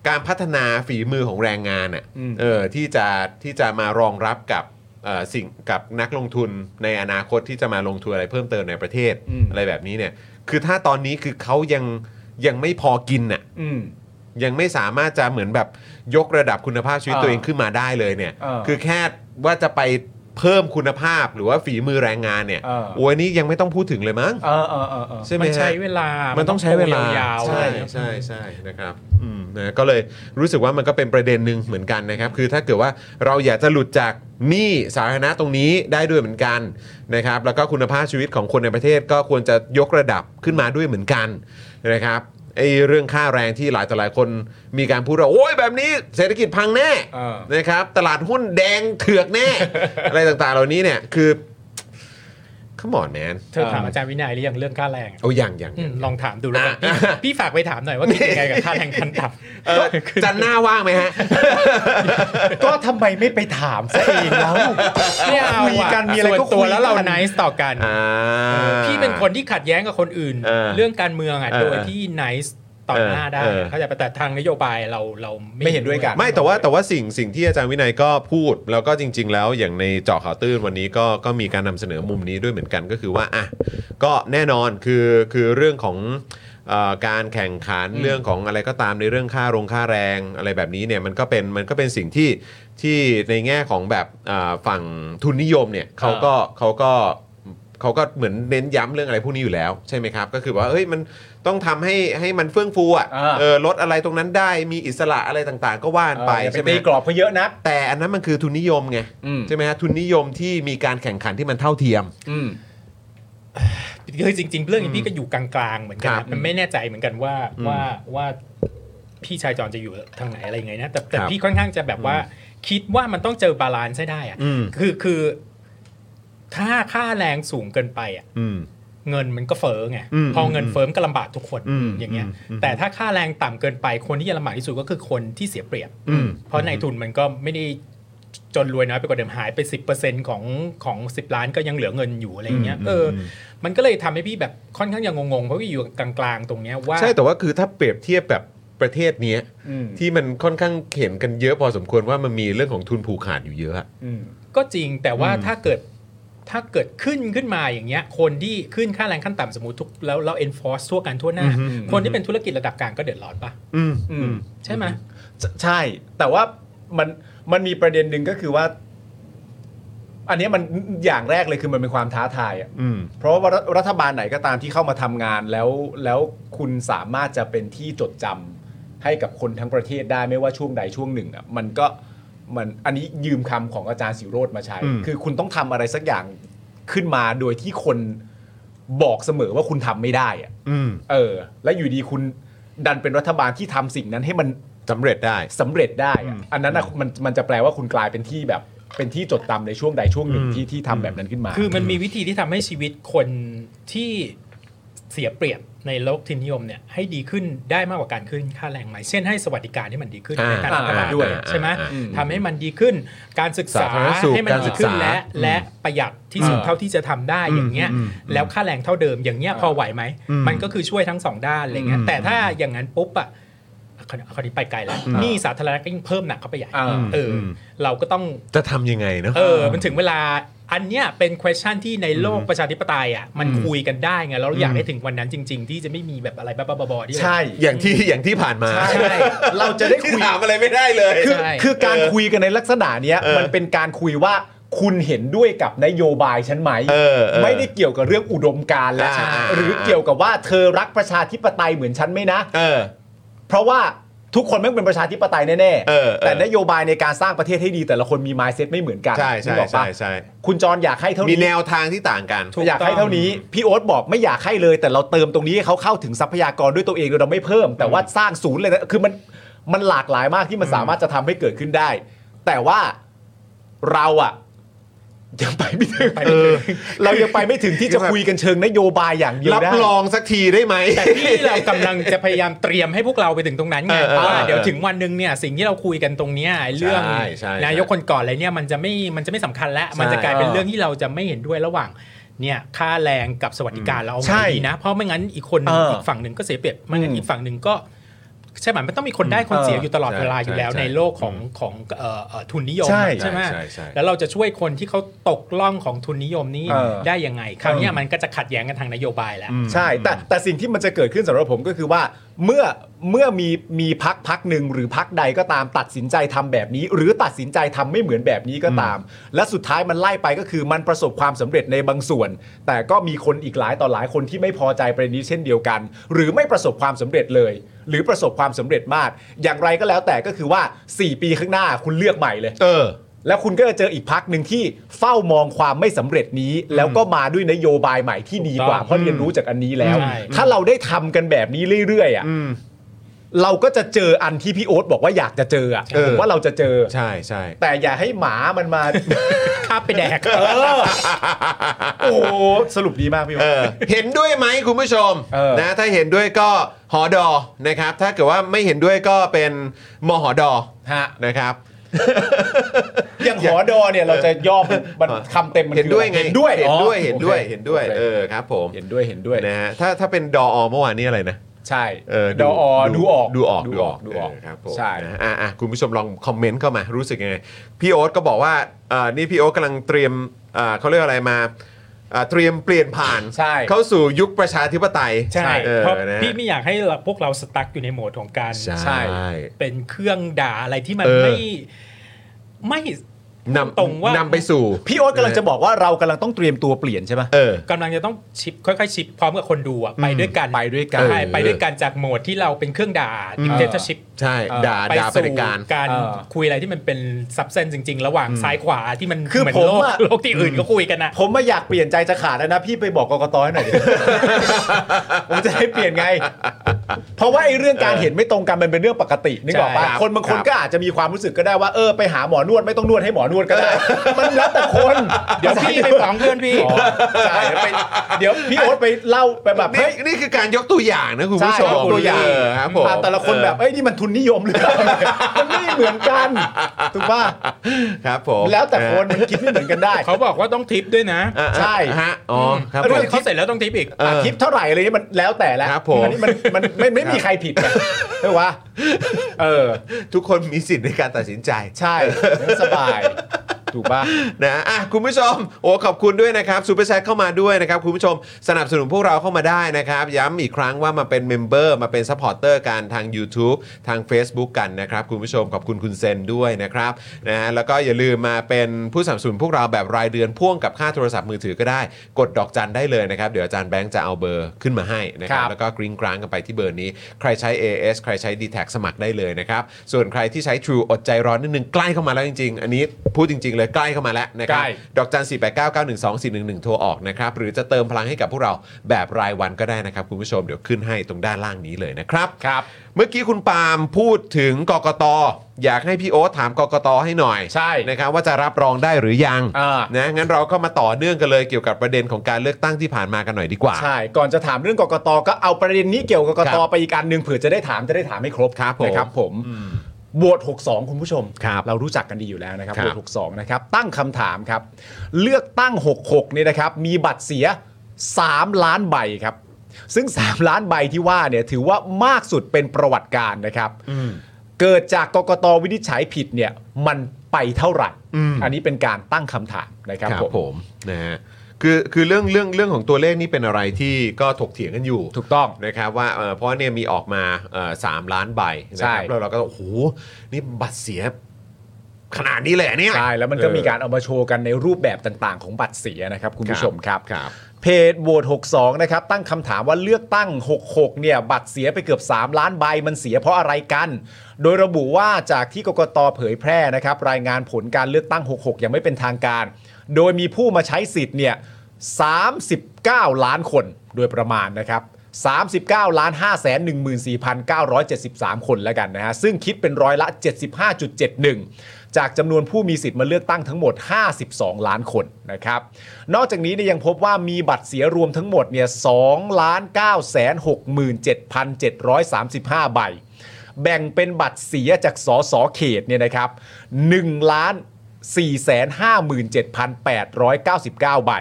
A: การพัฒนาฝีมือของแรงงานอ่ะ
B: อืม
A: เออที่จะที่จะมารองรับกับเอ่อสิ่งกับนักลงทุนในอนาคตที่จะมาลงทุนอะไรเพิ่มเติมในประเทศ
B: อืม
A: อะไรแบบนี้เนี่ย คือถ้าตอนนี้คือเขายังยังไม่พอกินน่ะ
B: อืม
A: ยังไม่สามารถจะเหมือนแบบยกระดับคุณภาพชีวิต
B: เออ
A: ตัวเองขึ้นมาได้เลยเนี่ย
B: เออ
A: คือแค่ว่าจะไปเพิ่มคุณภาพหรือว่าฝีมือแรงงานเนี่ย
B: เออ
A: โอ้ยนี่ยังไม่ต้องพูดถึงเลยมั้ง
B: เออเออเออเออ
A: ใช่ไหม
C: มัน
A: ฮะ
C: ใช้เวลา
A: มั
C: มัน
A: ต้องใช้เวลาย
C: าวๆ
A: ใช่ใช่ใช่นะครับอืมนะก็เลยรู้สึกว่ามันก็เป็นประเด็นหนึ่งเหมือนกันนะครับ คือถ้าเกิดว่าเราอยากจะหลุดจากหนี้สาธารณะตรงนี้ได้ด้วยเหมือนกันนะครับ แล้วก็คุณภาพชีวิตของคนในประเทศก็ควรจะยกระดับขึ้นมาด้วยเหมือนกันนะครับไอ้เรื่องค่าแรงที่หลายต่อหลายคนมีการพูดว่าโอ้ยแบบนี้เศรษฐกิจพังแน่
B: เออ
A: นะครับ ตลาดหุ้นแดงเถือกแน่ อะไรต่างๆ เหล่านี้เนี่ยคือ come on man
C: เธอถามอาจารย์วินัยหรือยังเรื่องค่าแรง
A: เอาอย่างอย่าง
C: อืมลองถามดูแล้วกันพี่พี่ฝากไปถามหน่อยว่าคิดยังไงกับค่าแรงขั้นต่
A: เอ่อ
C: ำ
A: จันทร์หน้าว่างไหมฮะ
B: ก็ทำไมไม่ไปถามสักทีแล้ว
C: ไม่เอา
B: คุยกันมีอะไรก็
C: ส่วนตัว
B: คุยกัน
C: แล้วเราไนซ์ต่อกัน
A: อ่า
C: พี่เป็นคนที่ขัดแย้งกับคนอื่น
A: เออ
C: เรื่องการเมืองอ่ะ
A: เออ
C: โดยที่ไนซ์ต่อหน้าได้
A: เออเออ
C: เข้าใจปะแต่ทางนโยบายเราเรา
B: ไม่เห็นด้วยกัน
A: ไม่แต่ว่าแต่ว่าสิ่งสิ่งที่อาจารย์วินัยก็พูด แล้วก็จริง ๆ แล้วอย่างในเจาะข่าวตื้นวันนี้ก็ก็มีการนำเสนอมุมนี้ด้วยเหมือนกันก็คือว่าอ่ะก็แน่นอนคือคือเรื่องของเอ่อการแข่งขันเรื่องของอะไรก็ตามในเรื่องค่าโรงค่าแรงอะไรแบบนี้เนี่ยมันก็เป็นมันก็เป็นสิ่งที่ที่ในแง่ของแบบอ่าฝั่งทุนนิยมเนี่ยเขาก็เขาก็ เขาก็เหมือนเน้นย้ำเรื่องอะไรพวกนี้อยู่แล้วใช่ไหมครับ ก็คือว่าเอ้ยมันต้องทำให้ให้มันเฟื่องฟูอ่ะ
B: อ่า
A: เออลดอะไรตรงนั้นได้มีอิสระอะไรต่างๆ ก็ว่าน
B: เออ
A: ไป
B: อย่าไป
A: ใช่ไหม
B: ตีกรอบเขาเยอะนัก
A: แต่อันนั้นมันคือทุนนิยมไง
B: อืม
A: ใช่ไหมฮะทุนนิยมที่มีการแข่งขันที่มันเท่าเทียม
B: อืม
C: คือจริง ๆ เรื่องนี้พี่ก็อยู่กลางๆเหมือนกัน
A: ครั
C: นะ
A: บ
C: มันไม่แน่ใจเหมือนกันว่า
A: อืม
C: ว่าว่าพี่ชายจอนจะอยู่ทางไหนอะไรยังไงนะแต่แต่
A: ครับ
C: พี่ค่อนข้างจะแบบว่า คิดว่ามันต้องเจอบาลานซ์ให้ได้อ่ะ
A: อืม
C: คือคือถ้าค่าแรงสูงเกินไปอ่ะ
A: อืม
C: เงินมันก็เฟ้อไง
A: อืม
C: พอเงินเฟ้อมนก็ลำบากทุกคน
A: อืม
C: อย่างเงี้ย
A: อืม
C: แต่ถ้าค่าแรงต่ำเกินไปคนที่จะลำบากที่สุดก็คือคนที่เสียเปรียบ
A: อืม
C: เพราะนายทุนมันก็ไม่ได้จนรวยน้อยไปกว่าเดิมหายไป 10%ของของ 10 ล้านก็ยังเหลือเงินอยู่อะไรอย่างเงี้ยเอออมันก็เลยทำให้พี่แบบค่อนข้างยังงงๆเพราะพี่อยู่กลางๆตรงเนี้ยว่า
A: ใช่แต่ว่าคือถ้าเปรียบเทียบแบบประเทศเนี้ย
B: อืม
A: ที่มันค่อนข้างเห็นกันเยอะพอสมควรว่ามันมีเรื่องของทุนผูกขาดอยู่เยอะอะ
B: อืม
C: ก็จริงแต่ว่าถ้าเกิดถ้าเกิดขึ้นขึ้นมาอย่างเงี้ยคนที่ขึ้นค่าแรงขั้นต่ำสมมติทุกแล้วเรา enforce ทั่วกันทั่วหน้า
A: อืม
C: คนที่เป็นธุรกิจระดับกลางก็เดือดร้อนปะ
A: อืม
B: อืม
C: ใช่ไหม
B: ใช่ แต่ว่ามันมันมีประเด็นหนึ่งก็คือว่า อันเนี้ยมันอย่างแรกเลยคือมันเป็นความท้าทายอ่ะ
A: อืม
B: เพราะว่ารัฐรัฐบาลไหนก็ตามที่เข้ามาทำงานแล้วแล้วคุณสามารถจะเป็นที่จดจำให้กับคนทั้งประเทศได้ไม่ว่าช่วงใดช่วงหนึ่งอ่ะมันก็มันอันนี้ยืมคำของอาจารย์สิโรธมาใช้
A: อืม
B: คือคุณต้องทำอะไรสักอย่างขึ้นมาโดยที่คนบอกเสมอว่าคุณทำไม่ได้อ่ะ
A: อืม
B: เออ และอยู่ดีคุณดันเป็นรัฐบาลที่ทำสิ่งนั้นให้มัน
A: สำเร็จได้
B: สำเร็จได้อะอันนั้นอะมันมันจะแปลว่าคุณกลายเป็นที่แบบเป็นที่จดจำในช่วงใดช่วงหนึ่ง
A: อืม
B: ที่ที่ทำแบบนั้นขึ้นมา
C: คือมันมีวิธีที่ทำให้ชีวิตคนที่เสียเปรียบในโลกทุนนิยมเนี่ยให้ดีขึ้นได้มากกว่าการขึ้นค่าแรงไหมเช่นให้สวัสดิการที่มันดีขึ้น
A: อ่า
C: ในการทำงาน
A: อ่า
C: ด้วย
A: อ่า
C: ใช่ไหม
A: อ่า
B: อืม
C: ทำให้มันดีขึ้นการศึกษา
A: สาธารณสุข
C: ให้มัน
A: การศึก
C: ดี
A: ษา
C: ขึ้นและ
A: อืม
C: และประหยัดที่สุด
B: อ่า
C: เท่าที่จะทำได้อย่างเงี้ย
A: อืมอืมอืม
C: แล้วค่าแรงเท่าเดิมอย่างเงี้ยพอไหวไหม
A: อืม
C: มันก็คือช่วยทั้งสองด้านอะไรเงี้ย
A: อืม
C: แต่ถ้าอย่างนั้นปุ๊บอ่ะคราวนี้คราวนี้ไปไกลแล้วหนี่สาธารณะก็ยิ่งเพิ่มหนักเข้าไปใหญ่
B: อ่า
C: เอออ
A: ม
C: เราก็ต้อง
A: จะทำยังไงเนาะ
C: เออ มันถึงเวลา อันเนี้ยเป็น question ที่ในโลกประชาธิปไตยอ่ะ มันคุยกันได้ไง แล้วเราอยากให้ถึงวันนั้นจริง ๆ ที่จะไม่มีแบบอะไรบ้าๆบอๆที่
B: ใช่
A: อย่างที่อย่างที่ผ่านมา
B: ใช่ เราจะได้
A: ที่
B: คุย
A: ถามอะไรไม่ได้เลย
B: คือ
C: ใช่
B: คือการคุยกันในลักษณะเนี้ย
A: เออ
B: มันเป็นการคุยว่าคุณเห็นด้วยกับนโยบายฉันไหม
A: เออเออ
B: ไม่ได้เกี่ยวกับเรื่องอุดมการณ์และ
A: อ่าอ่า
B: หรือเกี่ยวกับว่าเธอรักประชาธิปไตยเหมือนฉันไหมนะ
A: เออ
B: เพราะว่าทุกคนไม่งเป็นประชาธิปไตยแน่
A: เออเออ
B: แต่นโยบายในการสร้างประเทศให้ดีแต่ละคนมีมายเซ็ตไม่เหมือนกัน
A: ใช่ใช่
B: นึกออกปะ
A: ใช่ใช่
B: คุณจรอยากให้เท่า
A: มี
B: นี้
A: แนวทางที่ต่างกัน
B: อยากให้เท่านี้พี่โอ๊ตบอกไม่อยากให้เลย แต่เราเติมตรงนี้ให้เขาเข้าถึงทรัพยากรด้วยตัวเองโดยเราไม่เพิ่ม แต่ว่าสร้างศูนย์เลยนะคือมันมันหลากหลายมากที่มันสามารถจะทำให้เกิดขึ้นได้ แต่ว่าเราอะยังไปไม่ถึง
A: เออ
B: เรายังไปไม่ถึงที่จะคุยกันเชิงนโยบายอย่างเดียว
A: รับ
B: ได้
A: รองสักทีได้ไหม
C: แต่ที่เรากำลังจะพยายามเตรียมให้พวกเราไปถึงตรงนั้นไง
A: เออเออ
C: ว่า
A: เออ
C: เดี๋ยวถึงวันหนึ่งเนี่ยสิ่งที่เราคุยกันตรงเนี้ยเรื่อง
A: ใช่ใช่
C: นายกคนก่อนอะไรเนี่ยมันจะไม่มันจะไม่สำคัญแล้ว มันจะกลายเป็นเรื่องที่เราจะไม่เห็นด้วยระหว่างเนี่ยค่าแรงกับสวัสดิการเราเอา
B: ใช่
C: ไงดีนะ เพราะไม่งั้นอีกคนหนึ่ง
B: เอออี
C: อีกฝั่งหนึ่งก็เสียเปรียบไม่งั้น
B: อืม
C: อีกฝั่งหนึ่งก็ใช่ไหมมันต้องมีคนได้คนเสียอยู่ตลอด
A: ใช่
C: เวลาอยู่แล้ว
A: ใช่
C: ในโลกของของเอ่อเอ่อทุนนิยม
B: ใช่
C: ใช่ไหม
A: ใช่ใช่
C: แล้วเราจะช่วยคนที่เขาตกล่องของทุนนิยมนี้
B: เออ
C: ได้ยังไงคราวเนี้ยมันก็จะขัดแย้งกันทางนโยบายแล้ว
B: ใช่แต่แต่สิ่งที่มันจะเกิดขึ้นสำหรับผมก็คือว่า เมื่อเมื่อมีมีพักพักหนึ่งหรือพักใดก็ตามตัดสินใจทำแบบนี้ หรือตัดสินใจทำไม่เหมือนแบบนี้ก็ตาม และสุดท้ายมันไล่ไปก็คือมันประสบความสำเร็จในบางส่วน แต่ก็มีคนอีกหลายต่อหลายคนที่ไม่พอใจประเด็นนี้เช่นเดียวกัน หรือไม่ประสบความสำเร็จเลย หรือประสบความสำเร็จมาก อย่างไรก็แล้วแต่ก็คือว่า 4 ปีข้างหน้าคุณเลือกใหม่เลย
A: เออ
B: แล้วคุณก็จะเจออีกพักหนึ่งที่เฝ้ามองความไม่สำเร็จนี้ แล้วก็มาด้วยนโยบายใหม่ที่ดีกว่า
C: ถูกต้อง
B: เพราะเรียนรู้จากอันนี้แล้ว
C: ใช่
B: ถ้าเราได้ทำกันแบบนี้เรื่อยๆอ่ะเราก็จะเจออันที่พี่โอ๊ตบอกว่าอยากจะเจออ่ะ
A: เออ
B: ผมว่าเราจะเจอ
A: ใช่ใช่
B: แต่อย่าให้หมามันมา
C: ข้าบไปแดก
B: เออโอ้โหสรุปดีมากพี่โอ๊
A: เออ
B: ต
A: เห็นด้วยไหมคุณผู้ชม
B: เออ
A: นะถ้าเห็นด้วยก็หอดอนะครับ ถ้าเกิดว่าไม่เห็นด้วยก็เป็นมหอดอ
B: ฮะ
A: นะครับ
B: อย่างหอดอเนี่ยเราจะย่อมันมันคำเต็มมัน
A: เห็น
B: คือ
A: ด้วยไง
B: เห็นด้วย
A: เห็นด้วยเห็นด้วย
B: อ๋อ
A: เห็นด้วย
B: โอค
A: เออครับผม
B: เห็นด้วยเห็นด้วย
A: นะฮะถ้าถ้าเป็นดออเมื่อวานนี้อะไรนะ
B: ใช่
A: เออ
B: ดออดูออก
A: ดูออก
B: ดูออกดูออก
A: เครับผม
B: ใช่
A: นะอ่ะอ่ะคุณผู้ชมลองคอมเมนต์เข้ามารู้สึกยังไงพี่โอ๊ตก็บอกว่าเอ่อนี่พี่โอ๊ตกำลังเตรียมเอ่อเขาเรียกอะไรมาเอ่อเตรียมเปลี่ยนผ่าน
B: ใช่
A: เข้าสู่ยุคประชาธิปไตย
C: ใช่
A: เออ
C: เพราะ
A: นะฮะ
C: พี่ไม่อยากให้เราพวกเราสตั๊กอยู่ในโหมดของการ
A: ใช่
C: เป็นเครื่องด่าอะไรที่มัน
A: เออ
C: ไม่ไม่
A: นำ
C: ตรงว่า
A: นำไปสู่
B: พี่โอ๊ตกำลังจะบอกว่าเรากำลังต้องเตรียมตัวเปลี่ยนใช่ไหม
A: เออ
C: กำลังจะต้องชิปค่อยๆชิปพร้อมกับคนดูอะไปด้วยกัน
B: ไปด้วยกัน
C: ใช่
A: เออ
C: ไปด้วยกันจากโหมดที่เราเป็นเครื่องด่าดิเทชชิป
A: ใช่ด่าด่าเผด็จการ
C: การ
B: เออ
C: คุยอะไรที่มันเป็นซับเซนจริง ๆ ระหว่างซ้ายขวาที่มัน
B: คือ
C: เหมือน
B: ผม
C: โลก
B: อะ
C: โลกที่อื่นก็คุยกันนะ
B: ผมไม่อยากเปลี่ยนใจจะขาดแล้วนะ พี่ไปบอกกกตให้หน่อยดิ ผมจะให้เปลี่ยนไง เพราะว่าไอ้เรื่องการเห็นไม่ตรงกันมันเป็นเรื่องปกตินึกออกปะ
A: ใช่ครับ
B: คนบางคน
A: ครับ
B: ก็อาจจะมีความรู้สึกก็ได้ว่าเออไปหาหมอนวดไม่ต้องนวดให้หมอนวดก็ได้ มันแล้วแต่คน
C: เดี๋ยวพี่ไปฟังเพื่อนพี่
B: อ๋อใช่ไปเดี๋ยวพี่โอ๊ตไปเล่าไปแบบ
A: ี
B: เฮ้ย
A: นี่คือการยกตัวอย่างนะคุณผู้ชม
B: ใช่ยกตัวอย่าง
A: เครับผม
B: อ่ะแต่ละคนแบบเอ้ยนี่มันทุนนิย มหรือเปล่ามันไม่ได้เหมือนกันถูกป่ะ
A: ครับผม
B: แล้วแต่คนมันคิดไม่เหมือนกันได้
C: เขาบอกว่าต้องทิปด้วยนะ
A: อ่ะอ่ะ
B: ใช่
A: ฮะอ๋อครับผม
C: เขาเสร็จแล้วต้องทิปอีก
A: เออ
B: อาทิตย์เท่าไหร่อะไรเลยมันแล้วแต่แล้ว
A: ครับผม
B: อันนี้มันมันไม่ไม่มีใครผิดไงใช่ปะเออ
A: ทุกคนมีสิทธิ์ในการตัดสินใจ
B: ใช่สบาย ถูกป่ะ
A: นะอ่ะคุณผู้ชมโอ้ขอบคุณด้วยนะครับซูเปอร์แชทเข้ามาด้วยนะครับ คุณผู้ชมสนับสนุนพวกเราเข้ามาได้นะครับ ย้ำอีกครั้งว่ามาเป็นเมมเบอร์มาเป็นซัพพอร์เตอร์กันทาง YouTube ทาง Facebook กันนะครับ คุณผู้ชมขอบคุณคุณเซนด้วยนะครับนะฮะแล้วก็อย่าลืมมาเป็นผู้สนับสนุนพวกเราแบบรายเดือนพ่วงกับค่าโทรศัพท์มือถือก็ได้ กดดอกจันได้เลยนะครับ เดี๋ยวอาจารย์แบงค์จะเอาเบอร์ขึ้นมาให้นะครั
B: ครับ บ
A: แล้วก็กริ้งกรางกันไปที่เบอร์นี้ ใครใช้ AS ใครใช้ d t แทสมัครได้เลยนะครับ ส่วนใครที่ใช้ True อดใจร้อนนิดนึงใกล้เข้ามาแล้วจริง ๆ อันนี้พูดจริง ๆ เลยใกล้เข้ามาแล้วนะครับ
B: ใกล้
A: ดอกจัน 4 8 9 9 1 2 4 1 1 โทรออกนะครับ หรือจะเติมพลังให้กับพวกเราแบบรายวันก็ได้นะครับ คุณผู้ชมเดี๋ยวขึ้นให้ตรงด้านล่างนี้เลยนะครับ
B: ครับ
A: เมื่อกี้คุณปาล์มพูดถึงกกต อยากให้พี่โอ๊ตถามกกตให้หน่อย
B: ใช่
A: นะครับว่าจะรับรองได้หรือยัง
B: อ่าน
A: นะงั้นเราก็มาต่อเนื่องกันเลยเกี่ยวกับประเด็นของการเลือกตั้งที่ผ่านมากันหน่อยดีกว่า
B: ใช่ ก่อนจะถามเรื่องกกตก็เอาประเด็นนี้เกี่ยวกับกกต
A: ครับ
B: ไปอีกอันหนึ่งเผื่อจะได้ถามจะได้ถามให้ครบ
A: ครับผม
B: นะครับผมโหวต62 คุณผู้ชม
A: ครับ
B: เรารู้จักกันดีอยู่แล้วนะครับ
A: ครั
B: โห
A: บ
B: วต62 นะครับ ตั้งคำถามครับ เลือกตั้ง 66เนี่ยนะครับ มีบัตรเสีย 3 ล้านใบครับ ซึ่ง 3 ล้านใบที่ว่าเนี่ยถือว่ามากสุดเป็นประวัติการณ์นะครับ เกิดจากกกตวินิจฉัยผิดเนี่ยมันไปเท่าไหร่ อันนี้เป็นการตั้งคำถามนะครับ
A: ครับ
B: ผม
A: ผมนะฮะคือคือเรื่องเรื่องเรื่องของตัวเลขนี่เป็นอะไรที่ก็ถกเถียงกันอยู่
B: ถูกต้อง
A: นะครับว่าเอ่อเพราะว่าเนี่ยมีออกมาเอ่อสามล้านใบนะ
B: ใช่
A: ครับแล้วเราก็โอ้โหนี่บัตรเสียขนาดนี้เลยเหรอเนี่ย
B: ใช่แล้วมันก็
A: เออ
B: มีการเอามาโชว์กันในรูปแบบต่างๆ ของบัตรเสียนะครับคุณผู้ชมครับ
A: ครับ
B: เพจโหวต62 นะครับ ตั้งคำถามว่าเลือกตั้ง 66 เนี่ย บัตรเสียไปเกือบ 3 ล้านใบมันเสียเพราะอะไรกัน โดยระบุว่าจากที่กกตเผยแพร่นะครับ รายงานผลการเลือกตั้ง 66 ยังไม่เป็นทางการ โดยมีผู้มาใช้สิทธิ์เนี่ย 39 ล้านคนโดยประมาณนะครับ 39 ล้าน 5 1 4 9 7 3 คนแล้วกันนะฮะ ซึ่งคิดเป็นร้อยละ 75.71 จากจำนวนผู้มีสิทธิ์มาเลือกตั้งทั้งหมด 52 ล้านคนนะครับ นอกจากนี้เนี่ยยังพบว่ามีบัตรเสียรวมทั้งหมดเนี่ย2ล้าน9 6 7 7 3 5 ใบ แบ่งเป็นบัตรเสียจากสสเขตเนี่ยนะครับ1ล้าน457,899 ใบ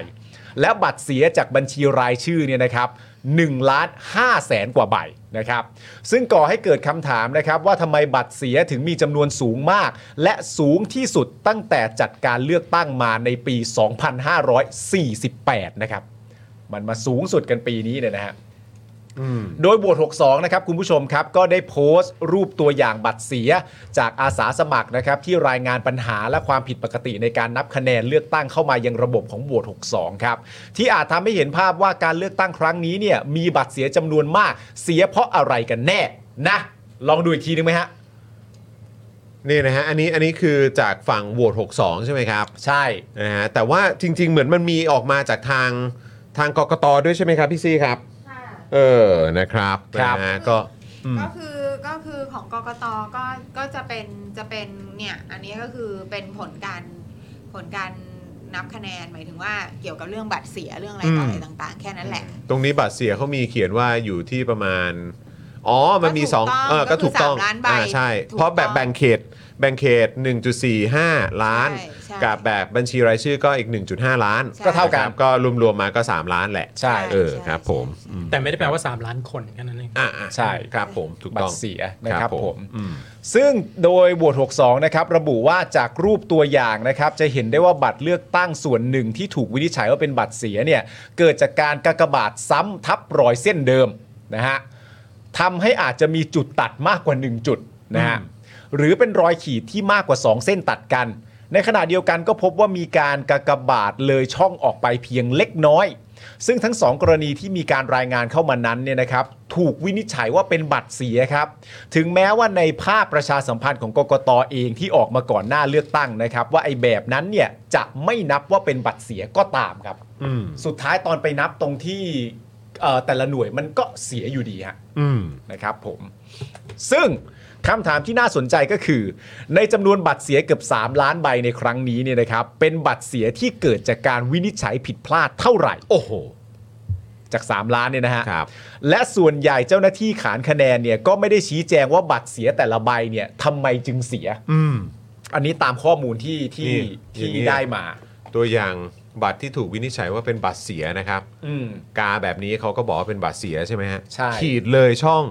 B: และบัตรเสียจากบัญชีรายชื่อเนี่ยนะครับ1ล้าน5แสนกว่าใบนะครับ ซึ่งก่อให้เกิดคำถามนะครับว่าทำไมบัตรเสียถึงมีจำนวนสูงมาก และสูงที่สุดตั้งแต่จัดการเลือกตั้งมาในปี 2548 นะครับ มันมาสูงสุดกันปีนี้เนี่ยนะฮะ โดยบวช62 นะครับคุณผู้ชมครับ ก็ได้โพสต์รูปตัวอย่างบัตรเสีย จากอาสาสมัครนะครับ ที่รายงานปัญหาและความผิดปกติในการนับคะแนนเลือกตั้งเข้ามายังระบบของบวช62 ครับ ที่อาจทำให้เห็นภาพว่าการเลือกตั้งครั้งนี้เนี่ยมีบัตรเสียจำนวนมาก เสียเพราะอะไรกันแน่นะ ลองดูอีกทีนึงไหมฮะ
A: นี่นะฮะอันนี้อันนี้คือจากฝั่งโหวต62 ใช่ไหมครับ
B: ใช่
A: นะฮะแต่ว่าจริง ๆ เหมือนมันมีออกมาจากทางทางกกตด้วยใช่ไหมครับพี่ซี่ครับ เออนะครับ
B: ครับ
A: นะฮะก็
D: ก็คือก็คือของกกตก็ก็จะเป็นจะเป็นเนี่ยอันนี้ก็คือเป็นผลการผลการนับคะแนนหมายถึงว่าเกี่ยวกับเรื่องบัตรเสียเรื่องอะไรต่ออะไรต่างๆ แค่นั้นแหละ
A: ตรงนี้บัตรเสียเขามีเขียนว่าอยู่ที่ประมาณ อ๋อ มันมีสองเออ
D: ก็
A: ก็
D: ถู
A: ถูก
D: กต้
A: ต้อ
D: อง งก็คือสามล้านใบ
A: อ่าใช่
D: ถูก
A: เพราะแบบ
D: ต้อง
A: แบ่งเขตแบ่งเขต 1.45 ล้าน
D: ใช่ใช่
A: กับแบบบัญชีรายชื่อก็อีก 1.5 ล้าน
D: ก็เท่ากั
A: ะ
D: น
A: ครับก็รวมๆมาก็ 3 ล้านแหละ
B: ใช่
A: เออครับผมอืม
C: แต่ไม่ได้แปลว่า 3 ล้านคนแค่นั้นเอง
A: อ่าๆ
B: ใช่
A: ครับผมถูก
B: บั
A: ต้
B: ต
A: อง
B: รเสียนะครับ
A: ครับ
B: ผ
A: ผม มอืม
B: ซึ่งโดยบท62 นะครับ ระบุว่าจากรูปตัวอย่างนะครับ จะเห็นได้ว่าบัตรเลือกตั้งส่วนหนึ่งที่ถูกวินิจฉัยว่าเป็นบัตรเสียเนี่ย เกิดจากการกากบาทซ้ำทับรอยเส้นเดิมนะฮะทำให้อาจจะมีจุดตัดมากกว่า 1 จุดนะฮะ หรือเป็นรอยขีดที่มากกว่า 2 เส้นตัดกัน ในขณะเดียวกันก็พบว่ามีการกากบาทเลยช่องออกไปเพียงเล็กน้อย ซึ่งทั้งสองกรณีที่มีการรายงานเข้ามานั้นเนี่ยนะครับ ถูกวินิจฉัยว่าเป็นบัตรเสียครับ ถึงแม้ว่าในภาพประชาสัมพันธ์ของกกตเองที่ออกมาก่อนหน้าเลือกตั้งนะครับ ว่าไอ้แบบนั้นเนี่ยจะไม่นับว่าเป็นบัตรเสียก็ตามครับ
A: อืม
B: สุดท้ายตอนไปนับตรงที่เอ่อแต่ละหน่วยมันก็เสียอยู่ดีฮะ
A: อืม
B: นะครับผม ซึ่งคำถามที่น่าสนใจก็คือ ในจำนวนบัตรเสียเกือบ 3 ล้านใบในครั้งนี้เนี่ยนะครับ เป็นบัตรเสียที่เกิดจากการวินิจฉัยผิดพลาดเท่าไหร่ โอ้โห จาก 3 ล้านเนี่ยนะฮะ
A: ครับ
B: และส่วนใหญ่เจ้าหน้าที่ขานคะแนนเนี่ยก็ไม่ได้ชี้แจงว่าบัตรเสียแต่ละใบเนี่ยทำไมจึงเสีย
A: อืม
B: อันนี้ตามข้อมูลที่ที่
A: นี่อ
B: ที่
A: ย่างนี้
B: ได้มา
A: ตัวอย่างบัตรที่ถูกวินิจฉัยว่าเป็นบัตรเสียนะครับ
B: อืม
A: กาแบบนี้เขาก็บอกว่าเป็นบัตรเสียใช่ไหมฮะ
B: ใช่
A: ขีดเลยช่อง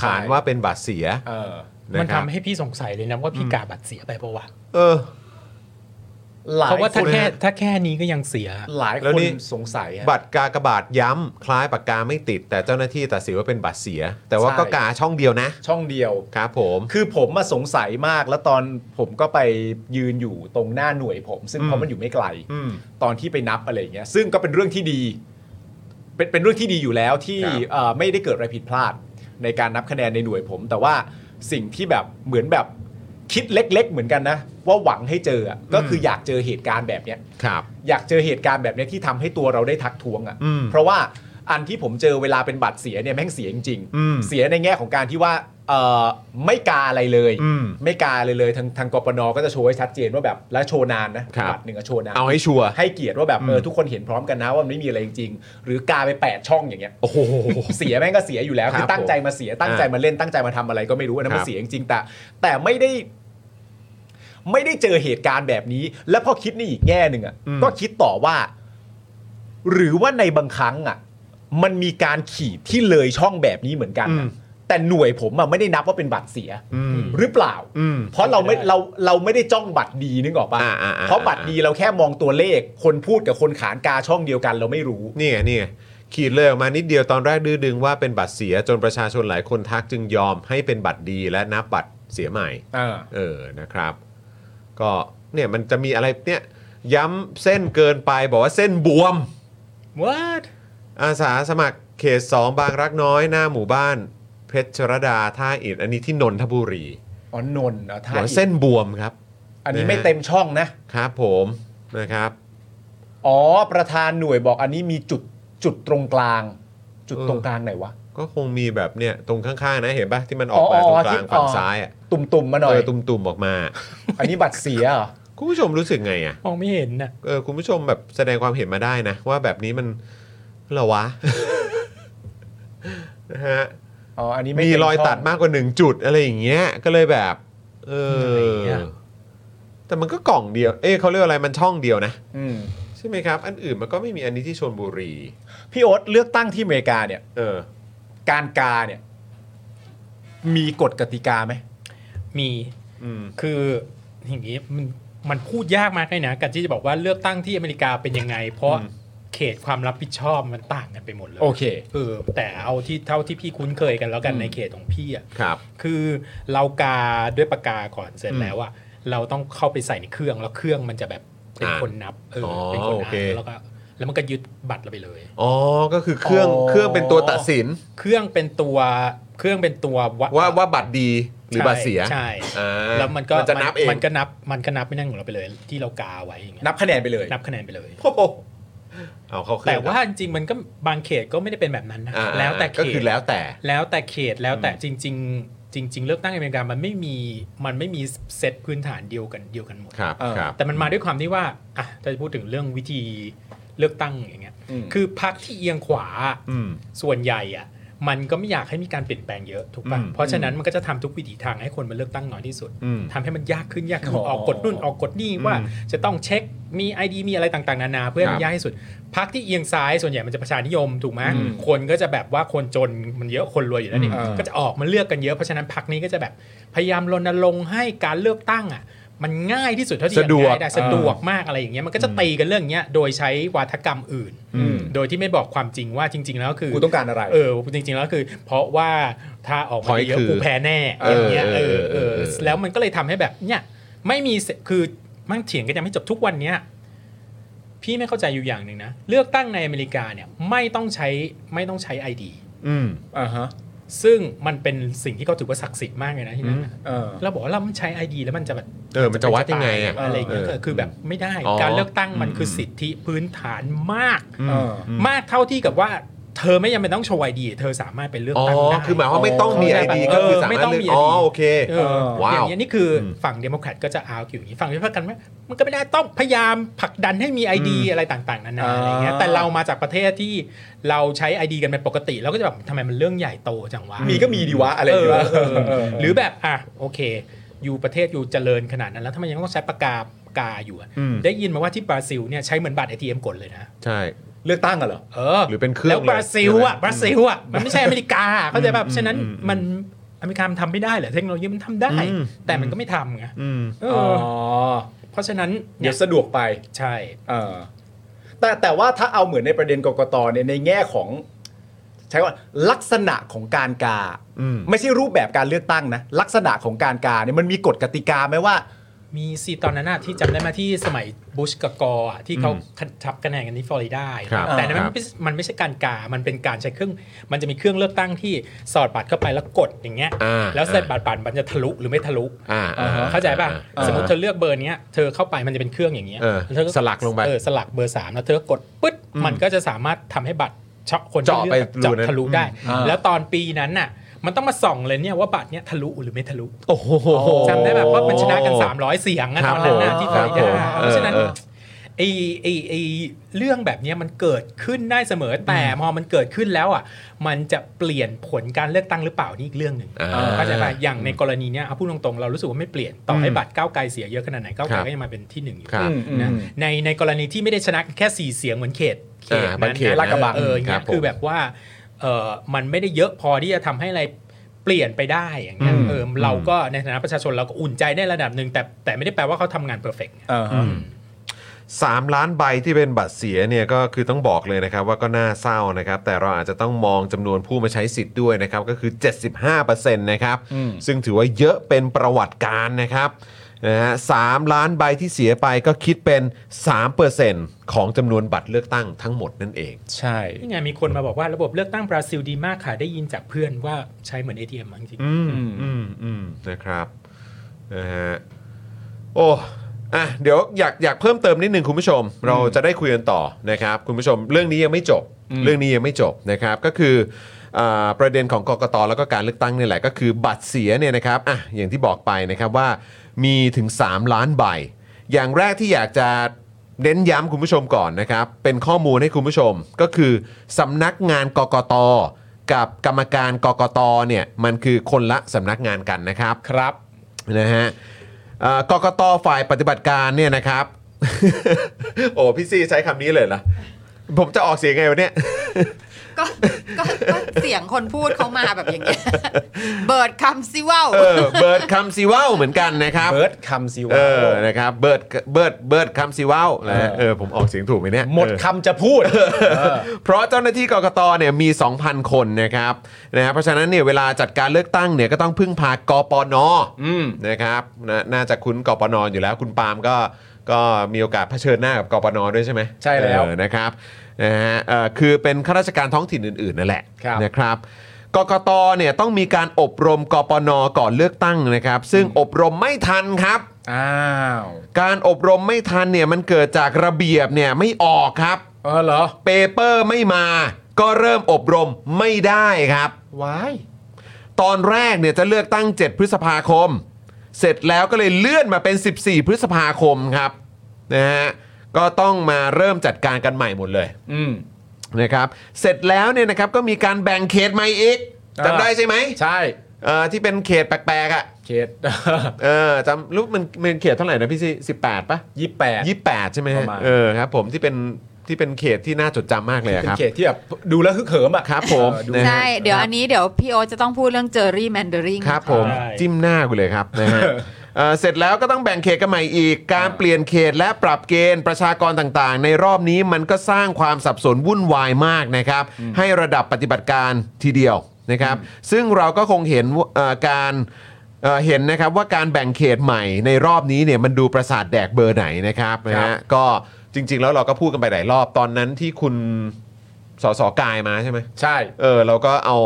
A: ขาน
B: ใช่
A: ว่าเป็นบัตรเสีย
B: เออ
C: มัน
A: นะค
C: ทำ
A: รับ
C: ให้พี่สงสัยเลยนะว่าพี่กาบัตรเสียไปปะวะ
A: เออ
B: หลาย
C: เพราะว่า
B: ค
C: ถ้าน แค่ถ้าแค่นี้ก็ยังเสีย
B: หลาย
A: แล้ว
B: คน
A: นี่
B: สงสัยฮะ
A: บัตรกากบาทย้ำคล้ายปากกาไม่ติด แต่เจ้าหน้าที่ตัดสินว่าเป็นบัตรเสีย แต่ว่า
B: ใช่
A: ก็กาช่องเดียวนะ
B: ช่องเดียว
A: ครับผม
B: คือผมมาสงสัยมากแล้วตอนผมก็ไปยืนอยู่ตรงหน้าหน่วยผม ซึ่ง
A: อืม
B: เพราะมันอยู่ไม่ไกล
A: อืม
B: ตอนที่ไปนับอะไรอย่างเงี้ยซึ่งก็เป็นเรื่องที่ดี เป็นเป็นเรื่องที่ดีอยู่แล้วที่
A: ครับ
B: เอ่อไม่ได้เกิดอะไรผิดพลาด ในการนับคะแนนในหน่วยผม แต่ว่าสิ่งที่แบบเหมือนแบบคิดเล็ก ๆ เหมือนกันนะ ว่าหวังให้เจออะก็คืออยากเจอเหตุการณ์แบบเนี้ย
A: ครับ
B: อยากเจอเหตุการณ์แบบเนี้ยที่ทำให้ตัวเราได้ทักท้วงอะ
A: อืม่
B: ะ เพราะว่าอันที่ผมเจอเวลาเป็นบัตรเสียเนี่ยแม่งเสียจริงๆ
A: อืม
B: เสียในแง่ของการที่ว่าเอ่อไม่กาอะไรเลย
A: อืม
B: ไม่กาอะไรเลยทางทางกปนก็จะโชว์ให้ชัดเจนว่าแบบและโชว์นานนะครับ บัตรหนึ่งอะโชว์นาน
A: เอาให้ชัวร์
B: ให้เกียรติว่าแบบเออ
A: ม
B: ทุกคนเห็นพร้อมกันนะว่ามันไม่มีอะไรจริงๆหรือกาไปแปดช่องอย่างเงี้ย
A: โอ้โห
B: เสียแม่งก็เสียอยู่แล้ว
A: ครับ
B: คือตั้งใจมาเสียตั้งใจมาเล่นตั้งใจมาทำอะไรก็ไม่รู้อันนั้น
A: ครั
B: มั
A: บ
B: นเสียจริงๆแต่ แต่ไม่ได้ ไม่ได้เจอเหตุการณ์แบบนี้ แล้วพอคิดในอีกแง่หนึ่งอ่ะ
A: อืม
B: ก็คิดต่อว่า หรือว่าในบางครั้งอ่ะ มันมีการขีดที่เลยช่องแบบนี้เหมือนกันอะแต่หน่วยผมอ่ะไม่ได้นับว่าเป็นบัตรเสีย
A: อืม
B: หรือเปล่า
A: อืม
B: เพราะเราไม่
C: เป็นไปได้
B: เราเราไม่ได้จ้องบัตรดีนึกออกปะ
A: อ่าอ่าอ่า
B: เพราะบัตรดีเราแค่มองตัวเลข คนพูดกับคนขานกาช่องเดียวกัน เราไม่รู้
A: นี่ไงนี่ไงขีดเลยออกมานิดเดียวตอนแรกดื้อดึงว่าเป็นบัตรเสียจนประชาชนหลายคนทักจึงยอมให้เป็นบัตรดีและนับบัตรเสียใหม่
B: เออ
A: เออ นะครับ ก็เนี่ยมันจะมีอะไรเนี่ยย้ำเส้นเกินไปบอกว่าเส้นบวม
C: what
A: อาสาสมัครเขตสองบางรักน้อยหน้าหมู่บ้าน เพชรดาท่าอิฐอันนี้ที่นนทบุรี
B: อ๋อนนท์เหรอท่า
A: บอกว่า
B: อิฐ
A: เส้นบวมครับ
B: อันนี้ไม่เต็มช่องนะ
A: ครับผมนะครับ
B: อ๋อ ประธานหน่วยบอกอันนี้มีจุดจุดตรงกลาง จุดตรงกลางไหนวะ
A: ก็คงมีแบบเนี่ยตรงข้างๆนะเห็นปะที่มันออกมาต
B: อ๋อ
A: รงก
B: ที่
A: ลางฝั่ง
B: อ๋อ
A: ซ้ายอ่ะ
B: ตุ่มๆมาหน่
A: เอ
B: อย
A: อตุ่มๆออกมา
B: อันนี้บัตรเสียเหรอ
A: คุณผู้ชมรู้สึกไงอ่ะ
C: มองไม่เห็นนะ
A: เออคุณผู้ชมแบบแสดงความเห็นมาได้นะ ว่าแบบนี้มัน เหรอวะ นะฮะ
B: อ๋อ อันนี้ไม่
A: มี
B: เช่ง
A: รอยตัดมากกว่าหนึ่งจุดอะไรอย่างเงี้ย ก็เลยแบบ เออ แต่มันก็กล่องเดียว เอ้ยเขาเรียกอะไรมันช่องเดียวนะ
B: อืม
A: ใช่ไหมครับ อันอื่นมันก็ไม่มีอันนี้ที่ชนบุรี
B: พี่โอ๊ตเลือกตั้งที่อเมริกาเนี่ย
A: เออ
B: การกาเนี่ย มีกฎกติกาไหม
C: มี
A: อืม
C: คืออย่างนี้มันมันพูดยากมากเลยนะกันที่จะบอกว่าเลือกตั้งที่อเมริกาเป็นยังไง เพราะ เขตความรับผิดชอบมันต่างกันไปหมดเลย
B: โอเค
C: เออแต่เอาที่เท่าที่พี่คุ้นเคยกันแล้วกัน
B: อืม
C: ในเขตของพี่อ่ะ
A: ครับ
C: คือเรากาด้วยปากกาก่อนเสร็จแล้วอ่ะเราต้องเข้าไปใส่ในเครื่องแล้วเครื่องมันจะแบบเป็น
A: อ่าน
C: คนนับเอออ
A: อ
C: เป็นคน
A: โอ
C: อ่า
A: เค
C: นแล้วก็แล้วมันก็ยึดบัตรเราไปเลย
A: อ๋อ ก็คือเครื่อง
B: อ๋อ
A: เครื่องเป็นตัวตัดสิน
C: เครื่องเป็นตัวเครื่องเป็นตัววัด
A: ว่าว่าบัตรดีหรือ
C: ใช่
A: บัตรเสีย
C: ใช่
A: อ่า
C: แล้วมันก็
A: มันจะนับเอง
C: มันก็นับมันก็นับไม่นั่นของเราไปเลย ที่เรากาไว้อย่างเงี้ย
B: นับคะแนนไปเลย
C: นับคะแนนไปเลย
B: โอ้โห
A: เอาเข้าเครื่
C: แต่
A: อง
C: ว่าจริงๆมันก็บางเขตก็ไม่ได้เป็นแบบนั้นนะ
A: อ่า
C: แล้วแต่เข
A: ก็
C: ต
A: คือแล้วแต่
C: แล้วแต่เขตแล้วแต่จริง ๆ จริง ๆ เลือกตั้งในอเมริกามันไม่มีมันไม่มีเซตพื้นฐานเดียวกันเดียวกันหมด
A: ครับ
B: เออ
A: ครับ
C: แต่มันมาด้วยความที่ว่าอ่ะถ้าจะพูดถึงเรื่องวิธีเลือกตั้งอย่างเงี้ย
B: อืม
C: คือพรรคที่เอียงขวา
A: อืม
C: ส่วนใหญ่อ่ะมันก็ไม่อยากให้มีการเปลี่ยนแปลงเยอะถูกป่ะ
A: อืม
C: เพราะฉะนั้นมันก็จะทำทุกวิถีทางให้คนมาเลือกตั้งน้อยที่สุด
A: อืม
C: ทำให้มันยากขึ้นยากขึ้
B: อ๋
C: น
B: อ
C: ออกกฎนู่นออกกฎนี่ว่าจะต้องเช็คมี ID มีอะไรต่างๆ นานาเพื่อให้
A: ค
C: มั
A: รับ
C: นยากที่สุดพรรคที่เอียงซ้ายส่วนใหญ่มันจะประชานิยมถูกไหมคนก็จะแบบว่าคนจนมันเยอะคนรวยอยู่แล้วนี่
B: อืม
C: ก็จะออกมาเลือกกันเยอะเพราะฉะนั้นพักนี้ก็จะแบบพยายามรณรงค์ให้การเลือกตั้งอ่ะมันง่ายที่สุดเท่าที่จะ
A: สะดวก
C: ง่ายได้สะดวกมากอะไรอย่างเงี้ยมันก็จะตีกันเรื่องเนี้ยโดยใช้วาทกรรมอื่น
B: อืม
C: โดยที่ไม่บอกความจริงว่าจริง ๆ แล้วคือ
B: กูต้องการอะไร
C: เออจริง ๆ แล้วคือ เพราะว่าถ้าออกมาเย
A: พอยต์
C: อะ
A: คือ
C: กูแพ้แน่อย่างเงี้ย
A: เอ
C: เอ
A: อ
C: อ
A: เอ
C: เอ
A: อ
C: อ
A: เออ
C: แล้วมันก็เลยทำให้แบบเนี่ยไม่มีเสคือมั่งเถียงกันยังไม่จบทุกวันเนี้ยพี่ไม่เข้าใจอยู่อย่างหนึ่งนะเลือกตั้งในอเมริกาเนี่ยไม่ต้องใช้ไม่ต้องใช้ไอดี
A: อืม
B: อ่าฮะ
C: ซึ่งมันเป็นสิ่งที่เขาถือว่าศักดิ์สิทธิ์มากเลยนะที่นั่นน่ะ
B: เออ
C: เราบอกว่าเรามันใช้ ID แล้วมันจะแบบ
A: เออมันจะวัดยังไงอะ
C: จตาอะไรอย่างเงี้ย
A: เออ
C: เออคือแบบไม่ได้
A: อ๋อ
C: การเลือกตั้งมันคือสิทธิพื้นฐานมาก
B: เออ
C: มากเท่าที่กับว่า เธอไม่ยังเป็นต้องโชว์ไอดีเธอสามารถไปเลือก
A: อ๋อ
C: ตั้งได้
A: คือหมายว่าไม่ต้องมีไอดี
C: เออ
A: ก็คือสามารถ
C: ไม่ต้อง
A: เลือก
C: มี ID
A: อ๋อโอเค
C: เออ
A: ว้าว
C: อย่างเงี้ยนี่คืออ
A: ม
C: ฝั่งเดโมแครตก็จะอาร์อยู่อย่างนี้ฝั่งริพับกันว่ามันก็ไม่ได้ต้องพยายามผลักดันให้มี ID อะไรต่างๆนานา
B: อ่า
C: อะไรเงี้ยแต่เรามาจากประเทศที่เราใช้ ID กันเป็นปกติเราก็จะแบบทำไมมันเรื่องใหญ่โตจังวะ
B: มีก็มีดีวะอะไรดีวะ
C: เออเออ
B: เอ
C: เอ
B: อ
C: อหรือแบบอ่ะโอเค อยู่ประเทศอยู่เจริญขนาดนั้นแล้วทำไมยังต้องใช้ปากกาปากกาอยู่อะ
A: อืม
C: ได้ยินมาว่าที่บราซิลเนี่ยใช้เหมือนบัตร ATM กดเลยนะ
A: ใช่
B: เลือกตั้งกันเหรอ
C: เออ
A: หรือเป็นเครื่อง
C: แล้วบราซิลอ่ะ
A: เลย
C: บราซิลอ่ะมันไม่ใช่อเมริกาเข้าใจแบบฉะนั้น
A: อืมอืม
C: มันอเมริกามันทำไม่ได้เหรอเทคโนโลยีมันทำได้
A: อืม
C: แต่มันก็ไม่ทำไง
A: อืม
C: เอ
B: อ๋อ
C: อเพราะฉะนั้น
B: เดี๋
C: เนี่ย ยว
B: สะดวกไป
C: ใช่
B: เออแต่แต่ว่าถ้าเอาเหมือนในประเด็นกกตเนี่ยในแง่ของ ใช้ว่าลักษณะของการกา
A: อืม
B: ไม่ใช่รูปแบบการเลือกตั้งนะ ลักษณะของการกาเนี่ยมันมีกฎกติกาไหมว่า
C: มีซีตอนนั้นน่ะที่จำได้ไหมาที่สมัยบุชกับกอร์อะที่เขาทับคะแนนกันที่ฟลอริดา
A: ครับ
C: แต่นั้
A: ค
C: น
A: รั
C: มั
A: บ
C: นไม่มันไม่ใช่การกา มันเป็นการใช้เครื่อง มันจะมีเครื่องเลือกตั้งที่สอดบัตรเข้าไปแล้วกดอย่างเงี้ย
A: อ่า
C: แล้วเสร็จบัตรบัตรมันจะทะลุหรือไม่ทะลุ
A: อ่าอ่อ่
C: เข้าใจป่ะ
B: อ่า
C: สมมติเธอเลือกเบอร์เนี้ยเธอเข้าไปมันจะเป็นเครื่องอย่างเงี้ย
A: เออ
C: แวเธอ
A: สลักลงไป
C: เออสลักเบอร์สามแล้วเธอก็กดปึ๊ดมันก็จะสามารถทำให้บัตรเฉาะคน
A: เจาะ
C: ที่ลือก
A: ไปรู
C: เจาะ
A: นั้น
C: ทะลุได้
B: อ่า
C: แล้วตอนปีนั้นน่ะ มันต้องมาส่องเลยเนี่ยว่าบัตรเนี้ยทะลุหรือไม่ทะลุ
A: โอ้โห
C: จำได้แบบว่ามันชนะกัน 300 เสียงอะ
A: ครั
C: ต
A: บ
C: อนนั้น
A: ผ
C: นะ
A: ม
C: ที่
A: ค
C: ฟ
A: รั
C: ล
A: บ
C: อริดา
A: ผม
C: เพราะฉะนั้น
A: เออเออ
C: ไอ้ไอ้ไอ้เรื่องแบบเนี้ยมันเกิดขึ้นได้เสมอแต่พอมันเกิดขึ้นแล้วอ่ะมันจะเปลี่ยนผลการเลือกตั้งหรือเปล่านี่อีกเรื่องหนึ่ง
A: อ่า
C: เข้าใจป่ะอย่างในกรณีเนี้ยเอาพูดตรงๆเรารู้สึกว่าไม่เปลี่ยนต่อให้บัตรก้าวไกลเสียเยอะขนาดไหนก้าวไกล
A: ครับ
C: ก็ยังมาเป็นที่หนึ่งอยู่
A: ครับ
C: นะในในกรณีที่ไม่ได้ชนะแค่สี่เสียงเหมือนเขตเขต
A: อ่าบาง
C: นั้น
A: เขต
C: นะ
B: ลาดกระบัง
C: เอออย่าง
A: ครับ
C: เงี้ย
A: ผม
C: คือแบบว่าเออมันไม่ได้เยอะพอที่จะทำให้อะไรเปลี่ยนไปได้อย่างเงี้ย
B: อืม
C: เออเราก็ในฐานะประชาชนเราก็อุ่นใจในระดับหนึ่งแต่แต่ไม่ได้แปลว่าเขาทำงานเพอร์เฟกต์
B: เอออ
A: สามล้านใบที่เป็นบัตรเสียเนี่ยก็คือต้องบอกเลยนะครับว่าก็น่าเศร้านะครับ แต่เราอาจจะต้องมองจำนวนผู้มาใช้สิทธิ์ด้วยนะครับ ก็คือ 75%นะครับ ซึ่งถือว่าเยอะเป็นประวัติการณ์นะครับนะฮะสามล้านใบที่เสียไปก็คิดเป็น 3%ของจำนวนบัตรเลือกตั้งทั้งหมดนั่นเอง
B: ใช่
C: นี่ไงมีคนมาบอกว่าระบบเลือกตั้งบราซิลดีมากค่ะ ได้ยินจากเพื่อนว่าใช้เหมือน ATM อะจริง
A: อืมอืมอืมนะครับนะฮะโอ้อ่ะเดี๋ยวอยากอยากเพิ่มเติมนิดนึงคุณผู้ชม เราจะได้คุยกันต่อนะครับคุณผู้ชม เรื่องนี้ยังไม่จบ เรื่องนี้ยังไม่จบนะครับก็คืออ่าประเด็นของกกตแล้วก็การเลือกตั้งนี่แหละก็คือบัตรเสียเนี่ยนะครับอ่ะอย่างที่บอกไปนะครับว่ามีถึง 3 ล้านใบ อย่างแรกที่อยากจะเน้นย้ำคุณผู้ชมก่อนนะครับ เป็นข้อมูลให้คุณผู้ชมก็คือสำนักงานกกต กับกรรมการกกตเนี่ยมันคือคนละสำนักงานกันนะครับ
B: ครับ
A: นะฮะเอ่อกกตฝ่ายปฏิบัติการเนี่ยนะครับ โอ้พี่ซีใช้คำนี้เลยเหรอผมจะออกเสียงไงวะเนี่ย
D: ก็ก็ก็เสียงคนพูดเขามาแบบอย่างเงี้ย เบิร์ดคำซิเว่า
A: เออเบิร์ดคำซีว่าวเหมือนกันนะครับ
B: เบิร์ดคำสิ
A: เอ
B: วะ
A: อ นะครับ เบิร์ด เบิร์ด เบิร์ดคำซีว่าวนะฮะเออ ผมออกเสียงถูกไหมเนี่ย
B: หมด
A: เออ
B: คำจะพูด
A: เพราะเจ้าหน้าที่กกตเนี่ยมี 2,000 คนนะครับนะฮะเพราะฉะนั้นเนี่ยเวลาจัดการเลือกตั้งเนี่ยก็ต้องพึ่งพากปนนะครับนะน่าจะคุ้นกปนอยู่แล้ว คุณปาล์มก็ก็มีโอกาสเผชิญหน้ากับกปนด้วยใช่ไหม
B: ใช่แล้ว
A: เออนะครับนะฮะเอ่อคือเป็นข้าราชการท้องถิ่นอื่นๆนั่นแหละ
B: ครับ
A: นะครับกกตเนี่ยต้องมีการอบรมกปนก่อนเลือกตั้งนะครับ ซึ่งอบรมไม่ทันครับ
B: อ้าว
A: การอบรมไม่ทันเนี่ยมันเกิดจากระเบียบเนี่ยไม่ออกครับ
B: เออเหรอ
A: เปเปอร์ไม่มา ก็เริ่มอบรมไม่ได้ครับ
B: วาย
A: ตอนแรกเนี่ยจะเลือกตั้ง 7 พฤษภาคม เสร็จแล้วก็เลยเลื่อนมาเป็น 14 พฤษภาคมครับนะฮะก็ต้องมาเริ่มจัดการกันใหม่หมดเลย
B: อืม
A: นะครับ เสร็จแล้วเนี่ยนะครับก็มีการแบ่งเขตใหม่อีกจำได้ใช่ไหม
B: ใช่
A: เอ่อที่เป็นเขตแปลกๆอ่ะ
B: เขต
A: เออจำรู้มันมันเขตเท่าไหร่นะพี่ซีสิบแปดปะ
B: ยี่แปด
A: ยี่แปดใช่ไหมฮะ
B: ประมาณ
A: เออครับผมที่เป็นที่เป็นเขตที่น่าจดจำมากเลยอะ
B: เป็
A: คน รับ
B: เขตที่แบบดูแล้วฮึกเหิมอ่ะ
A: ครับผม
B: เออดู
A: นะฮะ
D: ใช่เดี๋ยวอันนี้เดี๋ยวพี่โอตจะต้องพูดเรื่องเจอรี่แมนเดอริง
A: ครับผม
E: ใช่
A: จิ้มหน้ากูเลยครับ นะฮะเอ่อเสร็จแล้วก็ต้องแบ่งเขตกันใหม่อีก การเปลี่ยนเขตและปรับเกณฑ์ประชากรต่างๆ ในรอบนี้มันก็สร้างความสับสนวุ่นวายมากนะครับ ให้ระดับปฏิบัติการทีเดียวนะครับ ซึ่งเราก็คงเห็นว่าเอ่อการเอ่อเห็นนะครับว่าการแบ่งเขตใหม่ในรอบนี้เนี่ยมันดูประสาทแดกเบอร์ไหนนะครับนะฮะก็จริง ๆ แล้วเราก็พูดกันไปหลายรอบตอนนั้นที่คุณสสกายมาใช่ไหม
B: ใช่
A: เออเราก็เอา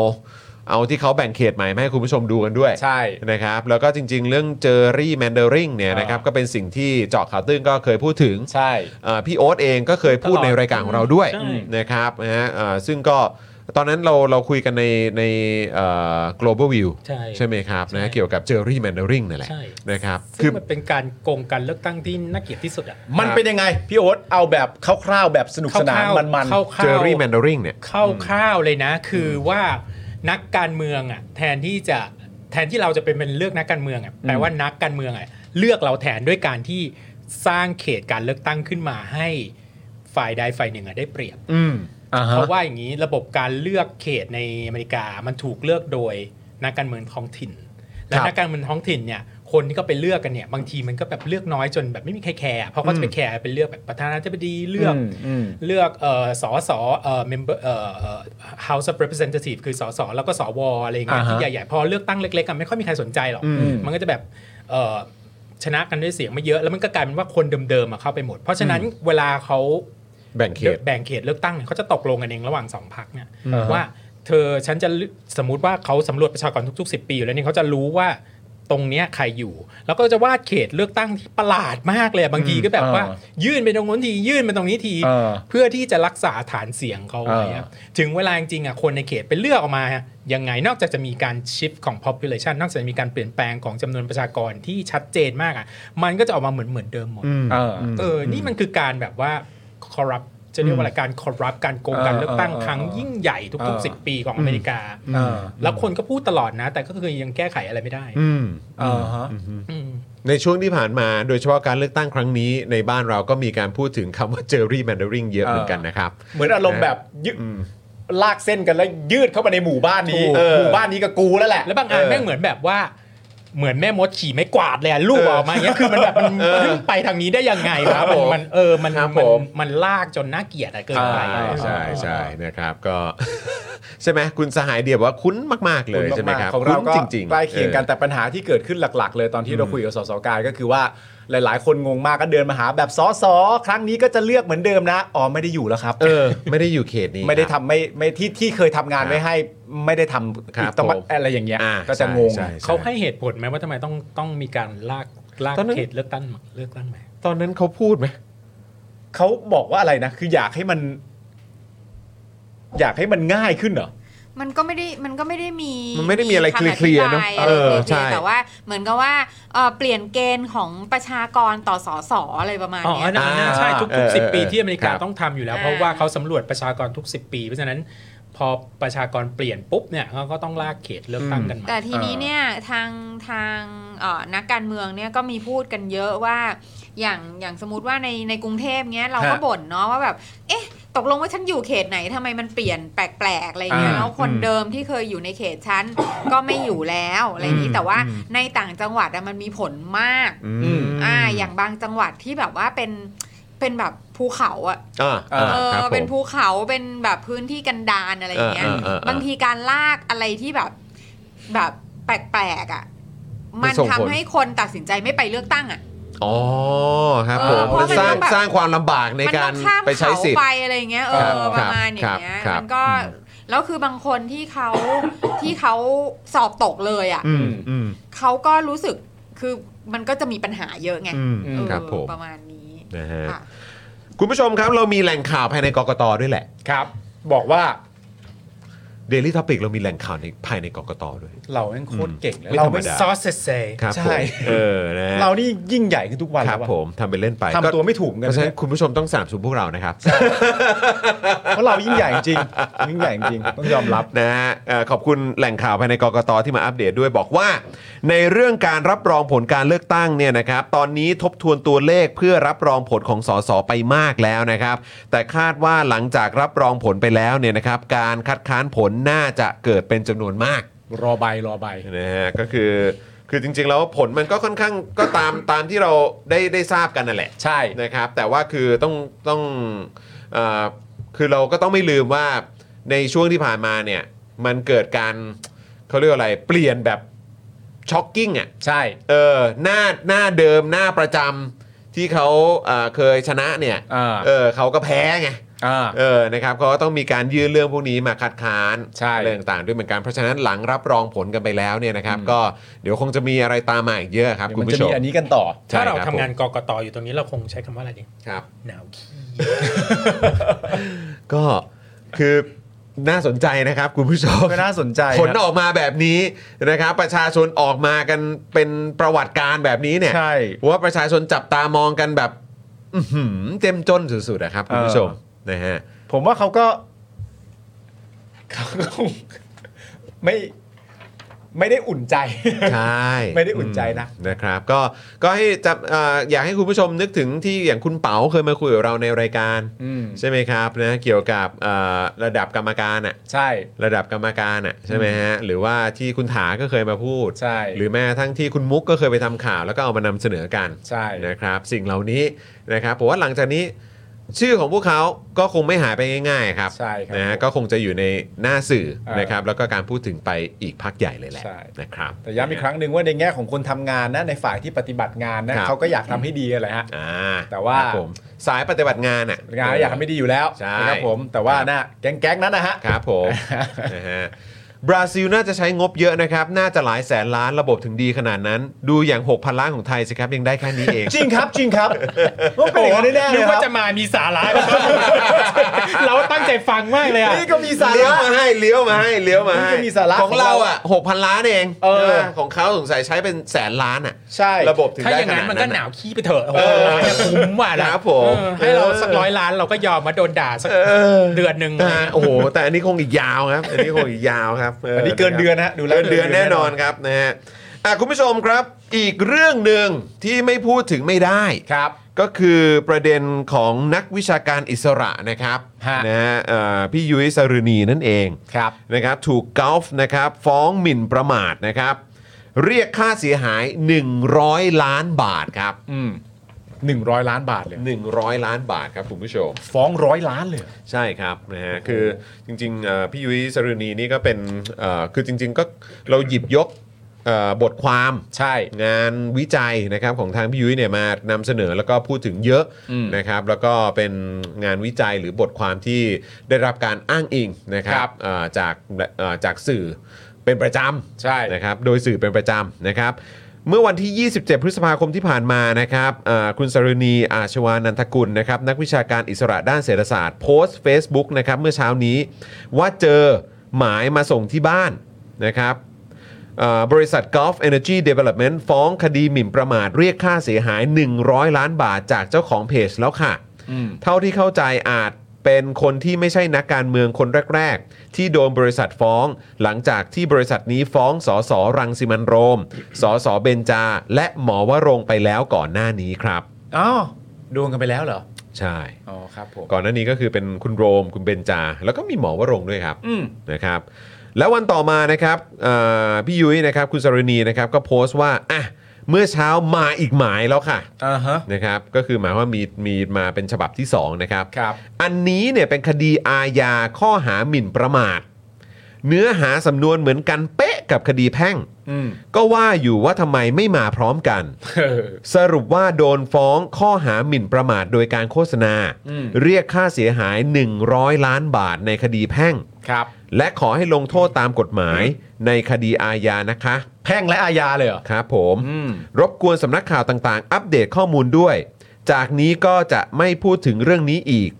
A: เอาที่เขาแบ่งเขตใหม่มาให้คุณผู้ชมดูกันด้วย
B: ใช่
A: นะครับแล้วก็จริง ๆ เรื่องเจอรี่แมนเดอริงเนี่ยนะครับ
B: อ่า
A: ก็เป็นสิ่งที่เจาะข่าวตื้นก็เคยพูดถึง
B: ใช่
A: เอ่อพี่โอ๊ตเองก็เคยพูด
E: ตลอด
A: ในรายการของเราด้วย
E: ใช่
A: นะครับนะฮะเอ่อซึ่งก็ตอนนั้นเราเราคุยกันในในเอ่อ global view
C: ใช่
A: ใช่ไหมครับ
C: ใช่
A: นะเกี่ยวกับเจอรี่แมนเดอริงนั่นแหละ
C: ใช่
A: นะครับคื
C: ซึ่
A: อง
C: มันเป็นการโกงการเลือกตั้งที่น่าเกลียดที่สุดอ่ะ
B: มันเป็นยังไง พี่โอ๊ตเอาแบบคร่าวๆแบบสนุกสนาน
C: เข้าๆ
B: มันๆ
C: เข้า
A: เจอรี่แมนเดอริงเนี่ย
C: ข้าวๆเลยนะ คือว่านักการเมืองอ่ะแทนที่จะแทนที่เราจะเป็นเป็นเลือกนักการเมืองอ่ะแปลว่านักการเมืองอ่ะเลือกเราแทนด้วยการที่สร้างเขตการเลือกตั้งขึ้นมาให้ฝ่ายใดฝ่ายหนึ่งอ่ะได้เปรียบ
B: อืมอ่าฮะ
C: เพราะว่าอย่างนี้ระบบการเลือกเขตในอเมริกามันถูกเลือกโดยนักการเมืองท้องถิ่น และ
B: ครับ
C: นักการเมืองท้องถิ่นเนี่ยคนที่ก็ไปเลือกกันเนี่ยบางทีมันก็แบบเลือกน้อยจนแบบไม่มีใครแคร์เพราะก็จะไปแคร์ไปเลือกแบบประธานาธิบดีเลือก
B: อืมอืม
C: เลือกเอ่อสอสอเอ่อ member เอ่อเอ่อ House of Representative คือสอสอแล้วก็สวอะไรอย่างเงี้ย
B: อ่าฮะ
C: ที่ใหญ่ๆพอเลือกตั้งเล็กๆกันไม่ค่อยมีใครสนใจหรอก มันก็จะแบบเอ่อชนะกันด้วยเสียงไม่เยอะแล้วมันก็กลายเป็นว่าคนเดิมๆอะเข้าไปหมด เพราะฉะนั้นเวลาเขา
A: แบ่งเขต
C: แบ่งเขตเลือกตั้งเนี่ยเขาจะตกลงกันเองระหว่างสองพักเนี่ย
B: อ่าฮะ
C: ว่าเธอฉันจะเลือกสมมติว่าเขาสำรวจประชากรทุกๆ 10 ปีอยู่แล้วเนี่ยเขาจะรู้ว่าตรงเนี้ยใครอยู่ แล้วก็จะวาดเขตเลือกตั้งที่ประหลาดมากเลยอะบางทีก็แบบว่า ยื่นไปตรงนู้นทียื่นไปตรงนี้ที
B: เออ
C: เพื่อที่จะรักษาฐานเสียงเขาไว้อะ
B: เอ
C: ถึงเวลาจริงๆอ่ะคนในเขตไปเลือกออกมายังไงนอกจากจะมีการชิฟของ population นอกจากจะมีการเปลี่ยนแปลงของจำนวนประชากรที่ชัดเจนมากอ่ะมันก็จะออกมาเหมือนเหมือนๆเดิมหมด
B: เออ
C: เออ นี่มันคือการแบบว่าคอรัปจะเรียกว่าอะไรการคอรัปการโกงการเลือกตั้ง
B: เออเออ
C: ครั้งยิ่งใหญ่
B: เอ
C: ทุก
B: อ
C: ๆ 10 ปีของอเมริกา
B: เออ
C: แล้วคนก็พูดตลอดนะ แต่ก็คือยังแก้ไขอะไรไม่ได้
B: เออฮะ
C: อืม
A: ในช่วงที่ผ่านมาโดยเฉพาะการเลือกตั้งครั้งนี้ในบ้านเราก็มีการพูดถึงคำว่าเจอรี่แมนเดอริงเยอะ
B: เออ
A: เหมือนกันนะครับ
B: เหมือนอารมณ์แบบยืดลากเส้นกันแล้วยืดเข้ามาในหมู่บ้านนี้
A: ถูกเออ
B: หมู่บ้านนี้กับกูแล้วแหละ
C: แล้วบางอันแม่งเหมือนแบบว่า เหมือนแม่มดขี่ไม่กวาดเลยอะลูกออกมาอย่างเงี้ยคือมันแบบมันเฮ้ยไปทางนี้ได้ยังไงครั
A: ค
C: บ
A: รับผม
C: มันเออมัน
A: ครับ
C: มั
A: ผ
C: น
A: ม
C: มันลากจนน่าเกลียดอะเกินไป
B: อ่า
C: อะ
A: ใช่ใช่นะครับก็ ใช่ไหมคุณสหายเดียบว่าคุ้นมาก ๆ เลยใช่ไหมครับ
B: ของเรา
A: คุ้น
B: ก็
A: จริงๆ
B: ใกล้เคียงกัน
A: ออ
B: แต่ปัญหาที่เกิดขึ้นหลัก ๆ เลยตอนที่เราคุยกับสสกายก็คือว่าหลาย ๆ คนงงมากก็เดินมาหาแบบสสครั้งนี้ก็จะเลือกเหมือนเดิมนะอ๋อไม่ได้อยู่แล้วครับ
A: เออ ไม่ได้อยู่เขตนี้
B: ไม่ได้ทำไม่ไม่ที่ที่เคยทำงาน
A: ครับ
B: ไว้ให้ไม่ได้ทำ
A: ครับ
B: อีกต้องมา
A: ผม
B: อะไรอย่างเงี้ย
A: อ่า
B: ก็จะงง
A: ใช่ใช่
C: เขาให้เหตุผลไหมว่าทำไมต้องต้องมีการลากลาก
A: ตอนนั้น
C: เขตเลือกตั้งมาเลือกตั้งไหม
A: ตอนนั้นเขาพูดไหม
B: เขาบอกว่าอะไรนะ คืออยากให้มัน อยากให้มันง่ายขึ้นเหรอ
D: มันก็ไม่ได้มันก็ไม่ได้มี
A: มันไม่ได้มีอะไร
D: คำ
A: เคลียร์ๆเนอะ
D: อธิบาย
A: เออ
D: ไรคลียร์ๆ
A: ใช่
D: แต่ว่าเหมือนกับว่าเอ่อเปลี่ยนเกณฑ์ของประชากรต่อสอสออะไรประมาณ
C: อ๋อ
D: เนี้
C: อั
D: ย
C: นนั้นอันนั้นใช่
A: เอ
C: ทุก
A: อ
C: ๆ10 ปีที่อเมริกา
A: ครับ
C: ต้องทำอยู่แล้ว
D: อ่า
C: เพราะว่าเขาสำรวจประชากรทุก 10 ปี เพราะฉะนั้นพอประชากรเปลี่ยนปุ๊บเนี่ยเขาก็ต้องลากเขตเลือกตั้งกันมา
D: แต่ทีนี้เนี่ยทางทางเอ่อนักการเมืองเนี่ยก็มีพูดกันเยอะว่าอย่างอย่างสมมติว่าในในกรุงเทพเนี้ยเราก็
B: ฮะ
D: บ่นเนาะว่าแบบ เอ๊ะ ต ตกลงว่าฉันอยู่เขตไหนทำไมมันเปลี่ยนแปลกๆอะไรอย่างเงี้ย
C: อ่า
D: แล้วคน
C: อืม
D: เดิมที่เคยอยู่ในเขตฉัน ก็ไม่อยู่แล้วอะไรอย่าง
C: อื
D: นี้
C: ม
D: แต่ว่า
C: อืม
D: ในต่างจังหวัดอะมันมีผลมาก
C: อืม
D: อ่าอย่างบางจังหวัดที่แบบว่าเป็นเป็นแบบภูเขาอะ
A: อ่า
B: อ่า
D: เอ
A: ครับ
D: อ
A: ผม
D: เป็นภูเขาเป็นแบบพื้นที่กันดารอะไรอย่างเงี้ย
A: เออเออเออเออบ
D: างทีการลากอะไรที่แบบแบบแปลกๆอ่ะ มัน
A: ส่งผล
D: ทำให้คนตัดสินใจไม่ไปเลือกตั้งอ่ะ
A: อ๋อครับ
D: เอ
A: ผ
D: อ
A: ม
D: เพราะ
A: มันส
D: มัน
A: ร้าง
D: ต้องแบบ
A: สร้างความลำบากใน
D: มั
A: การ
D: ต้องข้าม
A: ไปใช้
D: เขา
A: สิทธิ์
D: ไปอะไรอย่างเงี้ยเอ
A: ครับ
D: อประมาณอย่างเงี้ย
A: ครับครับ
D: มันก็แล้วคือบางคนที่เขาที่เขาสอบตกเลยอ่ะ
F: อืมอืม
D: เขาก็รู้สึกคือมันก็จะมีปัญหาเยอะไง
F: อืม
D: เออ
A: ครับผม
D: ประมาณนี้
A: นะฮะ
D: ค่ะ
A: คุณผู้ชมครับเรามีแหล่งข่าวภายในกกตด้วยแหละ
B: ครับ บอกว่า
A: Daily Topic เรามีแหล่งข่าวในภายในกกตด้วย
B: เราแม่งโคตรเก่งเลย
A: ไม่
B: เรา
A: ธรรม
B: ไม่
A: ดา
C: ซอสเซ่
A: ครับ
B: ใช่
A: ผมเออนะฮะ
B: เรานี่ยิ่งใหญ่ขึ้นทุกวัน
A: ครับ
B: แล้วอะ
A: ผมทำเป็นเล่นไป
B: ทำตัวไม่ถูกเหมือน
A: เพ
B: กัน
A: ราะฉะนั้
B: นะ
A: นคุณผู้ชมต้องสนับสนุนพวกเรานะครับ
B: เพราะเรายิ่งใหญ่จริงยิ่งใหญ่จริงต้องยอมรับ
A: นะฮะเอ่อขอบคุณแหล่งข่าวภายในกกตที่มาอัปเดตด้วยบอกว่า ในเรื่องการรับรองผลการเลือกตั้งเนี่ยนะครับ ตอนนี้ทบทวนตัวเลขเพื่อรับรองผลของสสไปมากแล้วนะครับ แต่คาดว่าหลังจากรับรองผลไปแล้วเนี่ยนะครับ การคัดค้านผลน่าจะเกิดเป็นจำนวนมาก
B: รอใบรอใบ
A: นะฮะก็คือคือจริง ๆ แล้วผลมันก็ค่อนข้างก็ตามตามที่เราได้ได้ทราบกันนั่นแหละ
B: ใช่
A: นะครับแต่ว่าคือต้องต้องเออคือเราก็ต้องไม่ลืมว่าในช่วงที่ผ่านมาเนี่ยมันเกิดการเขาเรียกว่าอะไรเปลี่ยนแบบช็อกกิ้งอ่ะ
B: ใช่
A: เออหน้าหน้าเดิมหน้าประจำที่เขาเอ่อเคยชนะเนี่ย
B: อ่า
A: เออเขาก็แพ้ไง
B: อ่า
A: เออนะครับเขาก็ต้องมีการยื่นเรื่องพวกนี้มาคัดค้าน
B: ใช่
A: เรื่องต่างๆด้วยเหมือนกันเพราะฉะนั้นหลังรับรองผลกันไปแล้วเนี่ยนะครับก็เดี๋ยวคงจะมีอะไรตามมาอีกเยอะครับ
B: เดี๋ยว
A: คุ
B: มั
A: ณ
B: นจะ
A: ผู้ชม
B: มีอันนี้กันต่อ
A: ใช่
C: ถ้าเรา
A: คบ
C: ทำงาน
A: ผม
C: กกตอยู่ตรงนี้เราคงใช้คำว่าอะไรดี
A: ครับ
C: หนาวขี้
A: ก็คือน่าสนใจนะครับคุณผู้ชม
B: ก็น่าสนใจ
A: ผลออกมาแบบนี้นะครับ ประชาชนออกมากันเป็นประวัติการณ์แบบนี้เนี่ย
B: ใช่
A: ว่าประชาชนจับตามองกันแบบอื้อหือเต็มจนสุดๆนะครับคุณผู้ชมนะฮะ
B: ผมว่าเขาก็เขาก็คงไม่ไม่ได้อุ่นใจ
A: ใช่
B: ไม่ได้อุ่นใจนะ
A: นะครับ ก็ก็ให้จับเอ่ออยากให้คุณผู้ชมนึกถึงที่อย่างคุณเป๋าเคยมาคุยกับเราในรายการ
B: อืม
A: ใช่ไหมครับนะเกี่ยวกับเอ่อระดับกรรมการอ่ะ
B: ใช่
A: ระดับกรรมการอ่ะใช่ไหมฮะหรือว่าที่คุณถาก็เคยมาพูด
B: ใช่
A: หรือแม้กระทั้งที่คุณมุกก็เคยไปทำข่าวแล้วก็เอามานำเสนอกัน
B: ใช่
A: นะครับ สิ่งเหล่านี้นะครับผมว่าหลังจากนี้ชื่อของพวกเขาก็คงไม่หายไปง่าย ๆ ครับ
B: ใช่ครับ
A: นะฮะ
B: ผม
A: ก็คงจะอยู่ในหน้าสื่อ
B: เออ
A: นะครับ แล้วก็การพูดถึงไปอีกพักใหญ่เลยแหละ
B: ใช่
A: นะครับ
B: แต่ย้ำอีกครั้งหนึ่งว่าในแง่ของคนทำงานนะในฝ่ายที่ปฏิบัติงานนะครับ เขาก็อยากทำให้ดีอะไรฮะ
A: อ่า
B: แต่ว่า
A: ครับผมสายปฏิบัติงานอ่ะ
B: งานก็อยากทำให้ดีอยู่แล้ว
A: ใช่
B: นะครับผมแต่ว่า
A: ครับ
B: นะแก๊งๆนั้นนะฮะ
A: ครับผม นะฮะบราซิลน่าจะใช้งบเยอะนะครับ น่าจะหลายแสนล้านระบบถึงดีขนาดนั้น ดูอย่าง 6,000 ล้านของไทยสิครับยังได้แค่นี้เอง
B: จริงครับจริง ครับว่าเป็นอย่างนั้นแน่ๆเล
C: นึ
B: ย
C: ก
B: ค
C: ว่า
B: รับ
C: จะมามีสาระ เราตั้งใจฟังมากเลยอ่ะ
B: นี่ก็มีสา
A: เลี้ยว
B: ระ
A: มาให้เลี้ยวมาให้เลี้ยวมาให้
B: มันก็มีสาระ
A: ของเราอ่ะหกพันล้านเอง
B: เออ
A: ใช่ไหมของเขาสงสัยใช้เป็นแสนล้านอ่ะ
B: ใช่
A: ระบบถึง
C: ถ้า
A: ได้
C: อย่าง
A: ขนาดนั้
C: นั้นมัน นก็ห
A: อะ
C: นาวขี้ไปเถอะโอ้โห
A: เออ
C: เนี่ยคุ้มว่ะนะครับ
A: ผม
C: เออให้เรา
A: เออ
C: สักร้อยล้านเราก็ยอมมาโดนด่าสัก
A: เออ
C: เดือนหนึ่ง
A: นะฮะโอ้โห แต่อันนี้คงอีกยาวครับ อันนี้คงอีกยาวครับ
B: อันนี้เกินเดือนนะฮะดูแล้ว
A: เกินเดือนแน่นอนครับนะฮะอ่ะคุณผู้ชมครับอีกเรื่องหนึ่งที่ไม่พูดถึงไม่ได้
B: ครับ
A: ก็คือประเด็นของนักวิชาการอิสระนะครับ
B: ฮะ
A: นะฮะเอ่อพี่ยุ้ยสรุณีนั่นเอง
B: ครับ
A: นะครับถูกกอล์ฟนะครับฟ้องหมิ่นประมาทนะครับ เรียกค่าเสียหาย 100 ล้านบาทครับ
B: อืมหนึ่งร้อยล้านบาทเลย
A: 100 ล้านบาทครับคุณผู้ชม
B: ฟ้องร้อยล้านเลย
A: ใช่ครับนะฮะคือจริงๆเอ่อพี่ยุ้ยสรุณีนี่ก็เป็นเอ่อคือจริง ๆ ก็เราหยิบยกเอ่อบทความ
B: ใช่
A: งานวิจัยนะครับของทางพี่ยุ้ยเนี่ยมานำเสนอแล้วก็พูดถึงเยอะ
B: อืม
A: นะครับแล้วก็เป็นงานวิจัยหรือบทความที่ได้รับการอ้างอิงนะครั
B: ครับ บ
A: เอ่อจากเอ่อจากสื่อเป็นประจำ
B: ใช่
A: นะครับโดยสื่อเป็นประจำนะครับ เมื่อวันที่ 27 พฤษภาคมที่ผ่านมานะครับเอ่อคุณสรณีอาชวานันทกุลนะครับนักวิชาการอิสระด้านเศรษฐศาสตร์โพสต์ Facebook นะครับเมื่อเช้านี้ว่าเจอหมายมาส่งที่บ้านนะครับเอ่อบริษัท Gulf Energy Development ฟ้องคดีหมิ่นประมาทเรียกค่าเสียหาย 100 ล้านบาทจากเจ้าของเพจแล้วค่ะ
B: อืม
A: เท่าที่เข้าใจอาจเป็นคนที่ไม่ใช่นักการเมืองคนแรก ๆ ที่โดนบริษัทฟ้อง หลังจากที่บริษัทนี้ฟ้องสอสอรังสิมันโรม สอสอเบญจา และหมอวรงค์ไปแล้วก่อนหน้านี้ครับ
B: อ้าวโดนกันไปแล้วเหรอ
A: ใช่
B: อ๋อครับผม
A: ก่อนหน้านี้ก็คือเป็นคุณโรมคุณเบนจา แล้วก็มีหมอวรงค์ด้วยครับ
B: อืม
A: นะครับแล้ววันต่อมานะครับเอ่อพี่ยุ้ยนะครับคุณสรณีนะครับก็โพสต์ว่าอ่ะเมื่อเช้ามาอีกหมายแล้วค่ะ
B: อ่าฮะ
A: นะครับก็คือหมายความว่ามีมีมาเป็นฉบับที่ 2 นะครับ
B: ครับ
A: อันนี้เนี่ยเป็นคดีอาญาข้อหาหมิ่นประมาท เนื้อหาสำนวนเหมือนกันเป๊ะกับคดีแพ่ง
B: อืม
A: ก็ว่าอยู่ว่าทำไมไม่มาพร้อมกัน
B: เออ
A: สรุปว่าโดนฟ้องข้อหาหมิ่นประมาทโดยการโฆษณา
B: อืม
A: เรียกค่าเสียหาย 100 ล้านบาทในคดีแพ่ง
B: ครับ
A: และขอให้ลงโทษตามกฎหมายในคดีอาญานะคะ
B: แพ่งและอาญาเลยเหรอ
A: ครับผม
B: อืม
A: รบกวนสำนักข่าวต่างๆ อัปเดตข้อมูลด้วย จากนี้ก็จะไม่พูดถึงเรื่องนี้อีก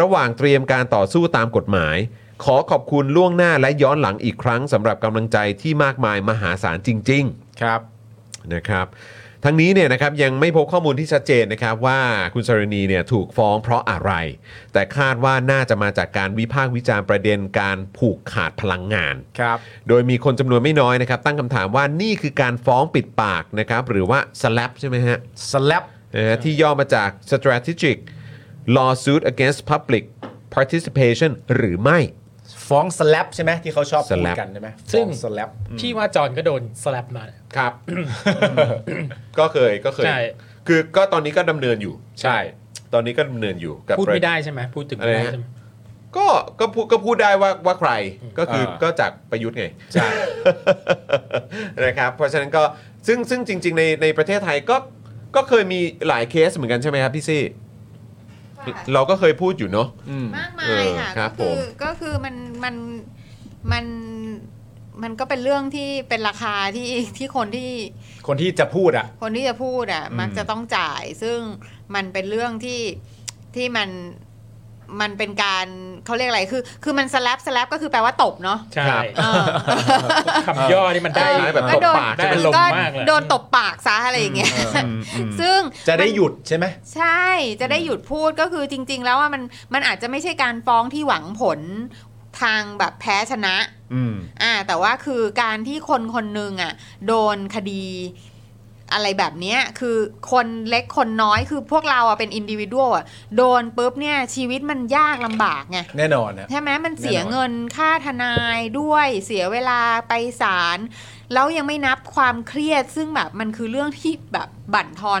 A: ระหว่างเตรียมการต่อสู้ตามกฎหมาย ขอขอบคุณล่วงหน้าและย้อนหลังอีกครั้งสำหรับกำลังใจที่มากมายมหาศาลจริง ๆ
B: ครับ
A: นะครับทั้งนี้เนี่ยนะครับยังไม่พบข้อมูลที่ชัดเจนนะครับว่าคุณสรณีเนี่ยถูกฟ้องเพราะอะไร แต่คาดว่าน่าจะมาจากการวิพากษ์วิจารณ์ประเด็นการผูกขาดพลังงาน
B: ครับ
A: โดยมีคนจำนวนไม่น้อยนะครับตั้งคำถามว่านี่คือการฟ้องปิดปากนะครับหรือว่า slap ใช่ไหมฮะ
B: slap
A: นะฮะที่ย่อมาจาก strategic lawsuit against public participation หรือไม่
B: ฟ้อง slap ใช่ไหมที่เขาชอบพูด
A: slap
B: กันใช่ไหม
C: ซึ่ง
B: ฟ้อ slap
C: พี่ว่าจอนก็โดนสลับมา
A: ครับ ก็เคยก็เคย
C: ใช่
A: คือก็ตอนนี้ก็ดำเนินอยู่
B: ใช่
A: ตอนนี้ก็ดำเนินอยู่กับ
C: พูดไม่ได้ใช่ไหมพูดถึง
A: อะไร
C: ไม่ได้
A: ฮะ
C: ใช่ไหม
A: ก็ก็พูดก็พูดได้ว่าว่าใครก็คือ
B: อ่า
A: ก็จากประยุทธ์ไง ใช่ นะครับ เพราะฉะนั้นก็ซึ่งซึ่งจริง ๆ ในในประเทศไทยก็ก็เคยมีหลายเคสเหมือนกันใช่ไหมครับพี่ซี่
D: ค่ะ
A: เราก็เคยพูดอยู่เนาะ
B: อืม
D: มาก
A: เอ
D: มาย
A: อ
D: ค่ะ
A: ครับ
D: ก็คื
A: ผ
D: อ
A: ม
D: ก็คือมันมันมันมันก็เป็นเรื่องที่เป็นราคาที่ที่คนที่
B: คนที่จะพูดอ่ะ
D: คนที่จะพูดอ่ะ
B: อืม
D: มักจะต้องจ่าย ซึ่งมันเป็นเรื่องที่ที่มันมันเป็นการเขาเรียกอะไรคือ คือมันสลับสลับก็คือแปลว่าตบเนาะ
C: ใช่
A: ครับ
D: เออ
C: คำย่อนี่มันได้
A: คล้ายๆแบบตบปาก
C: ได้
A: ใช่ไหม
C: อารมณ์
D: ก็
C: มากเลย
D: โดนตบปากซะอะไรอย่างเงี้ย
A: อืมอืม
D: ซึ่ง
B: จะได้
D: มัน
B: หยุดใช่ไหม
D: ใช่จะได้หยุดพูดก็คือจริง ๆ แล้วว่ามันมันอาจจะไม่ใช่การฟ้องที่หวังผลทางแบบแพ้ชนะ
A: อืม
D: อ่าแต่ว่าคือการที่คนคนหนึ่งอ่ะโดนคดีอะไรแบบเนี้ยคือคนเล็กคนน้อยคือพวกเราอ่ะเป็นอินดิวิ u a ลอ่ะโดนปุ๊บเนี่ยชีวิตมันยากลำบากไง
B: แน่นอนนะ
D: ใช่ไหมมันเสีย
B: แน่นอน
D: เงินค่าทนายด้วยเสียเวลาไปศาลแล้วยังไม่นับความเครียดซึ่งแบบมันคือเรื่องที่แบบบั่นทอน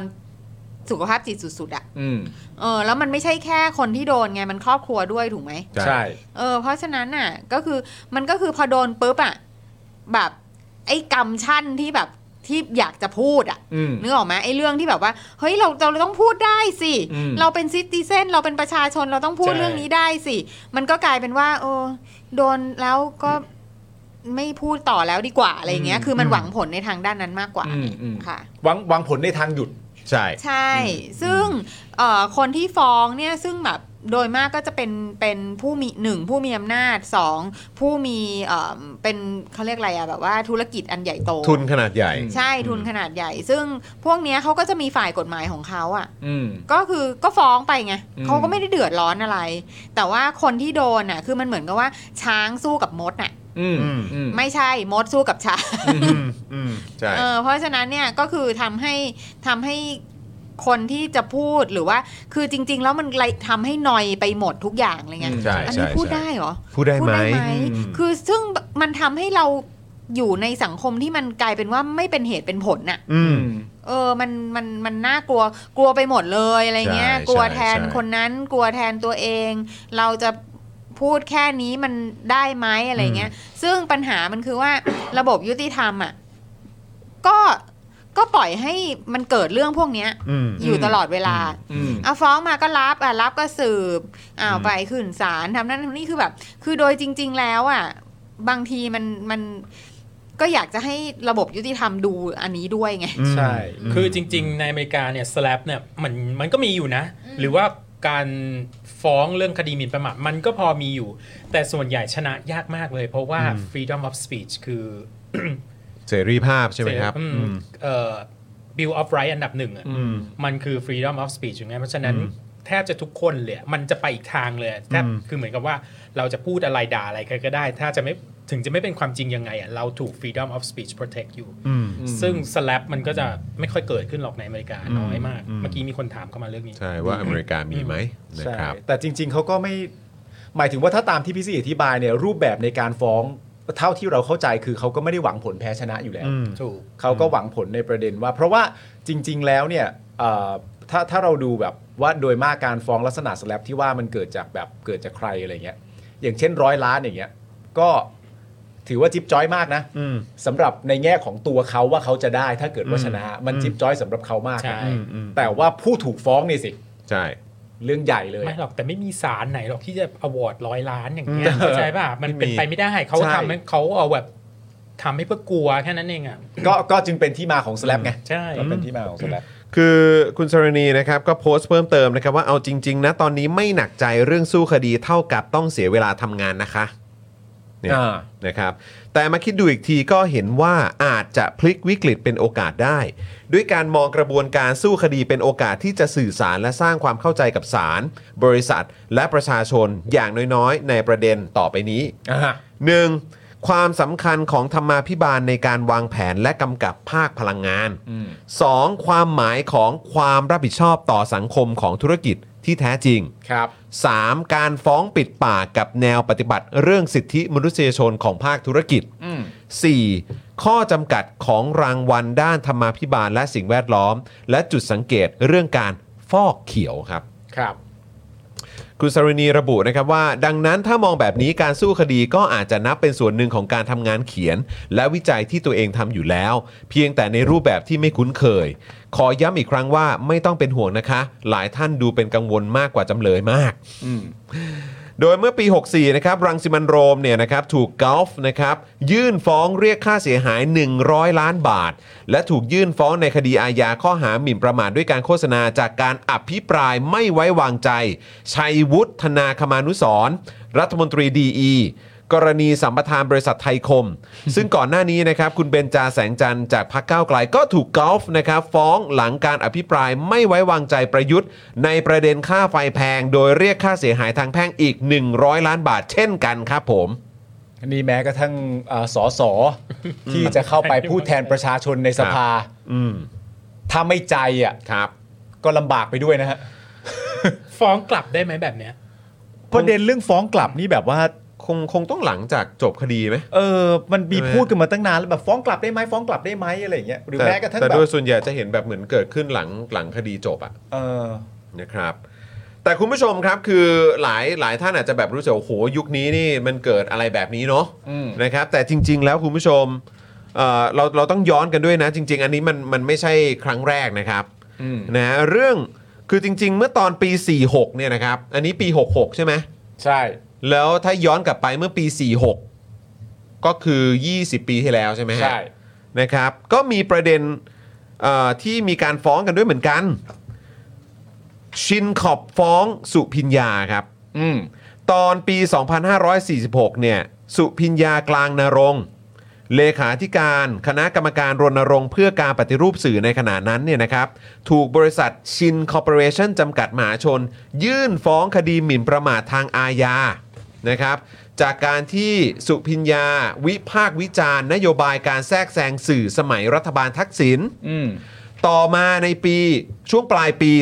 D: สุขภาพจิตสุดๆอ่ะ
B: อืม
D: เออแล้วมันไม่ใช่แค่คนที่โดนไงมันครอบครัวด้วยถูกไหม
A: ใช่
B: ใช่
D: เออเพราะฉะนั้นน่ะก็คือมันก็คือพอโดนปุ๊บอ่ะแบบไอ้กรรมชั่นที่แบบที่อยากจะพูดอ่ะ
B: อืม
D: นึกออกไหมไอ้เรื่องที่แบบว่าเฮ้ยเราเราต้องพูดได้สิ
B: อืม
D: เราเป็นซิติเซนเราเป็นประชาชนเราต้องพูด
C: ใช่
D: เรื่องนี้ได้สิ มันก็กลายเป็นว่า โอ้โดนแล้วก็ไม่พูดต่อแล้วดีกว่าอะไรอย่างเงี้ย คือมันหวังผลในทางด้านนั้นมากกว่า
B: อืมอืม
D: ค่ะ
B: หวังหวังผลในทางหยุด
A: ใช่
D: ใช่ ซึ่งเอ่อคนที่ฟ้องเนี่ยซึ่งแบบโดยมากก็จะเป็นเป็นผู้มีหนึ่งผู้มีอำนาจสองผู้มีเอ่อเป็นเขาเรียกอะไรอะแบบว่าธุรกิจอันใหญ่โต
A: ทุนขนาดใหญ่
D: ใช่ทุนขนาดใหญ่ ซึ่งพวกเนี้ยเขาก็จะมีฝ่ายกฎหมายของเขาอะ
B: อืม
D: ก็คือก็ฟ้องไปไง
B: อืม
D: เขาก็ไม่ได้เดือดร้อนอะไร แต่ว่าคนที่โดนอะคือมันเหมือนกับว่าช้างสู้กับมดน่ะ
B: อืม
A: อืม
B: อืม
D: ไม่ใช่มดสู้กับช้าง
A: อืมอืมใช่
D: เออเพราะฉะนั้นเนี่ยก็คือทำให้ทำให้คนที่จะพูดหรือว่าคือจริง ๆ แล้วมันไล่ทำให้นอยไปหมดทุกอย่างเลยไง
B: อืม
A: ใช่
D: อัน
A: ใช่
D: นี้พูด
A: ใช่
D: ได้เหรอ
A: พูดได้
D: พูด
A: ไหม
D: ได้ไหม
A: อืม
D: คือซึ่งมันทำให้เราอยู่ในสังคมที่มันกลายเป็นว่าไม่เป็นเหตุเป็นผลน่ะ
A: อื
B: อื
A: ม
B: ม
D: เออมันมันมันน่ากลัวกลัวไปหมดเลยอะไรเงี้ย
A: ใช่
D: กลัว
A: ใช่
D: แทน
A: ใช่
D: คนนั้นกลัวแทนตัวเอง เราจะพูดแค่นี้มันได้ไหมอะไรเงี้ย ซึ่งปัญหามันคือว่า ระบบยุติธรรมอ่ะก็ก็ปล่อยให้มันเกิดเรื่องพวกเนี้ย
A: อืม
D: อยู่ตลอดเวลา
B: อืม
D: เอาฟ้องมาก็รับอ่ะรับก็สืบอ้าวไปขึ้นศาลทำนั่นทำนี่คือแบบ คือโดยจริง ๆ แล้วอ่ะบางทีมันมันก็อยากจะให้ระบบยุติธรรมดูอันนี้ด้วยไง
B: ใช่
C: คือจริง ๆ ในอเมริกาเนี่ย slap เนี่ยมันมันก็มีอยู่นะ หรือว่าการฟ้องเรื่องคดีหมิ่นประมาทมันก็พอมีอยู่ แต่ส่วนใหญ่ชนะยากมากเลย เพราะว่า freedom of speech คือ
A: เสรีภาพใช่ไหมครับ
C: อืมเอ่อ Bill of Rights อันดับหนึ่งอะมันคือ Freedom of Speech อย่างเงี้ยเพราะฉะนั้นแทบจะทุกคนเลยอะมันจะไปอีกทางเลยอะแทบคือเหมือนกับว่าเราจะพูดอะไรด่าอะไรใครก็ได้ ถ้าจะไม่ ถึงจะไม่เป็นความจริงยังไงอ่ะเราถูก freedom of speech protect อยู่
F: อืม
C: ซึ่ง slap มันก็จะไม่ค่อยเกิดขึ้นหรอกในอเมริกา
F: อืม
C: น้อยมาก
F: อืม
C: เมื่อกี้มีคนถามเข้ามาเรื่องนี้
A: ใช่ว่าอเมริกามีไหมนะ
B: ใช่
A: ครับ
B: แต่จริง ๆเขาก็ไม่หมายถึงว่าถ้าตามที่พี่ซีอธิบายเนี่ยรูปแบบในการฟ้องเท่าที่เราเข้าใจคือเขาก็ไม่ได้หวังผลแพ้ชนะอยู่แล้ว
F: อืม
C: ถูก
B: เขาก็หวังผลในประเด็นว่า เพราะว่าจริง ๆ แล้วเนี่ยเอ่อถ้าถ้าเราดูแบบว่าโดยมากการฟ้องลักษณะสแลปที่ว่ามันเกิดจากแบบเกิดจากใครอะไรเงี้ยอย่างเช่นร้อยล้านอย่างเงี้ยก็ถือว่าจิ๊บจ้อยมากนะ
F: อืม
B: สำหรับในแง่ของตัวเขาว่าเขาจะได้ถ้าเกิดว่า
F: อืม
B: ชนะ มันจิ๊บจ้อยสำหรับเขามาก
C: ใช่
B: นะ
F: อืมอืม
B: แต่ว่าผู้ถูกฟ้องนี่สิ
A: ใช่
B: เรื่องใหญ่เลยอะ
C: ไม่หรอกแต่ไม่มีศาลไหนหรอกที่จะอวอร์ดร้อยล้านอย่างเงี้ยเข้าใจป่ะ มันเป็น
A: ไม่มี
C: ไปไม่ได้เขา
B: ใช่
C: ทำให้เขาเอาแบบทำให้เพื่อกลัวแค่นั้นเองอ่ะ
B: ก็ก็จึงเป็นที่มาของสแลปไง
C: ใช่
B: ก็เป็นที่มาของสแลป
A: คือคุณสรณีนะครับก็โพสต์เพิ่มเติมนะครับว่าเอาจริง ๆ นะ ตอนนี้ไม่หนักใจเรื่องสู้คดีเท่ากับต้องเสียเวลาทำงานนะคะเนี่ย
B: อ่า
A: นะครับ แต่มาคิดดูอีกทีก็เห็นว่าอาจจะพลิกวิกฤตเป็นโอกาสได้ ด้วยการมองกระบวนการสู้คดีเป็นโอกาสที่จะสื่อสารและสร้างความเข้าใจกับศาลบริษัท และประชาชนอย่างน้อยๆ ในประเด็นต่อไปนี้ หนึ่งความสำคัญของธรรมาภิบาลในการวางแผนและกำกับภาคพลังงาน 2. ความหมายของความรับผิดชอบต่อสังคมของธุรกิจที่แท้จริง
B: ครับ
A: 3. การฟ้องปิดปากกับแนวปฏิบัติเรื่องสิทธิมนุษยชนของภาคธุรกิจ
B: อืม
A: 4. ข้อจำกัดของรางวัลด้านธรรมาภิบาลและสิ่งแวดล้อม และจุดสังเกตเรื่องการฟอกเขียวครับ
B: ครับ
A: คุณสรณีระบุนะครับว่า ดังนั้นถ้ามองแบบนี้การสู้คดีก็อาจจะนับเป็นส่วนหนึ่งของการทำงานเขียน และวิจัยที่ตัวเองทำอยู่แล้ว เพียงแต่ในรูปแบบที่ไม่คุ้นเคย ขอย้ำอีกครั้งว่าไม่ต้องเป็นห่วงนะคะ หลายท่านดูเป็นกังวลมากกว่าจำเลยมาก โดยเมื่อปี 64 นะครับ รังสิมันโรมเนี่ยนะครับ ถูกกอล์ฟนะครับ ยื่นฟ้องเรียกค่าเสียหาย 100 ล้านบาท และถูกยื่นฟ้องในคดีอาญาข้อหาหมิ่นประมาทด้วยการโฆษณาจากการอภิปรายไม่ไว้วางใจ ชัยวุฒนาคมานุสรณ์รัฐมนตรีดีอี กรณีสัมปทานบริษัทไทยคม ซึ่งก่อนหน้านี้นะครับ คุณเบนจาแสงจันทร์จากพรรคก้าวไกลก็ถูกกอล์ฟนะครับ ฟ้องหลังการอภิปรายไม่ไว้วางใจประยุทธ์ ในประเด็นค่าไฟแพง โดยเรียกค่าเสียหายทางแพ่งอีก 100 ล้านบาทเช่นกันครับผม
B: นี่แม้กระทั่งเอ่อสอสอที่จะเข้าไปพูดแทนประชาชนในสภา
A: อืม
B: ถ้าไม่ใจอ่ะ
A: ครับ
B: ก็ลำบากไปด้วยนะฮะ
C: ฟ้องกลับได้ไหมแบบเนี้ย
B: ประเด็นเรื่องฟ้องกลับนี่แบบว่า
A: คงคงต้องหลังจากจบคดีไหม
B: เออ มันมี
A: ใช่ไหม
B: พูดกันมาตั้งนานแล้วแบบฟ้องกลับได้ไหมฟ้องกลับได้ไหมอะไรอย่างเงี้ยหรือ
A: แต่
B: แม้กระทั่ง
A: แต่
B: แบ
A: โด
B: บ
A: ยส่วนใหญ่จะเห็นแบบเหมือนเกิดขึ้นหลังหลังคดีจบอะ
B: เออ
A: นะครับแต่คุณผู้ชมครับคือหลายหลายท่านอาจจะแบบรู้สึกว่าโอ้โหยุคนี้นี่มันเกิดอะไรแบบนี้เนาะ
B: อืม
A: นะครับแต่จริง ๆ แล้วคุณผู้ชมเอ่อเราเราต้องย้อนกันด้วยนะ จริง ๆ อันนี้มันมันไม่ใช่ครั้งแรกนะครับ
B: อืม
A: นะเรื่องคือจริง ๆ เมื่อตอนปี 46เนี่ยนะครับอันนี้ปี 66 ใช่ไหม
B: ใช่
A: แล้วถ้าย้อนกลับไปเมื่อปี 46 ก็คือ 20 ปีที่แล้วใช่ไหมฮะ
B: ใช่
A: นะครับก็มีประเด็นเอ่อที่มีการฟ้องกันด้วยเหมือนกัน ชินขอบฟ้องสุพิญญาครับ
B: อืม
A: ตอนปี 2546 เนี่ยสุพิญญากลางนรงค์เลขาธิการคณะกรรมการรณรงค์เพื่อการปฏิรูปสื่อในขณะนั้นเนี่ยนะครับถูกบริษัทชินคอร์ปอเรชั่นจำกัดมหาชน ยื่นฟ้องคดีหมิ่นประมาททางอาญานะครับจากการที่สุพิญญาวิพากษ์วิจารณ์ นโยบายการแทรกแซงสื่อสมัยรัฐบาลทักษิณ
B: อืม
A: ต่อมาในปีช่วงปลายปี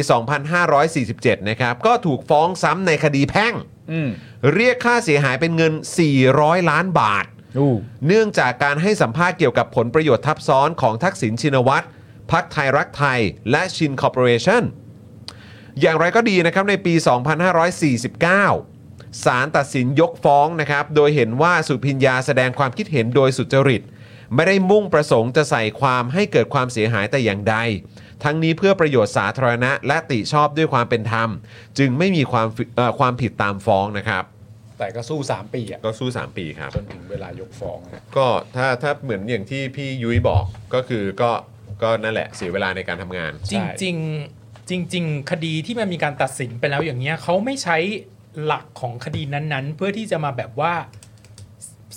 A: 2547 นะครับก็ถูกฟ้องซ้ำในคดีแพ่ง
B: อืม
A: เรียกค่าเสียหายเป็นเงิน 400 ล้านบาท
B: อู้
A: เนื่องจากการให้สัมภาษณ์เกี่ยวกับผลประโยชน์ทับซ้อนของทักษิณชินวัตรพักไทยรักไทย และชินคอร์ปอเรชั่น อย่างไรก็ดีนะครับในปี 2549 ศาลตัดสินยกฟ้องนะครับ โดยเห็นว่าสุพิญญาแสดงความคิดเห็นโดยสุจริต ไม่ได้มุ่งประสงค์จะใส่ความให้เกิดความเสียหายแต่อย่างใด ทั้งนี้เพื่อประโยชน์สาธารณะ และติชอบด้วยความเป็นธรรม จึงไม่มีความฟิเอ่อความผิดตามฟ้องนะครับ
B: แต่ก็สู้ 3 ปีอ่ะ
A: ก็สู้ 3 ปีครับ
B: จนถึงเวลายกฟ้องนะ
A: ก็ถ้าถ้าเหมือนอย่างที่พี่ยุ้ยบอกก็คือก็ก็นั่นแหละเสียเวลาในการทำงาน
C: จริงจริงๆจริง ๆ คดีที่มันมีการตัดสินไปแล้วอย่างเงี้ยเขาไม่ใช้หลักของคดีนั้นๆ เพื่อที่จะมาแบบว่า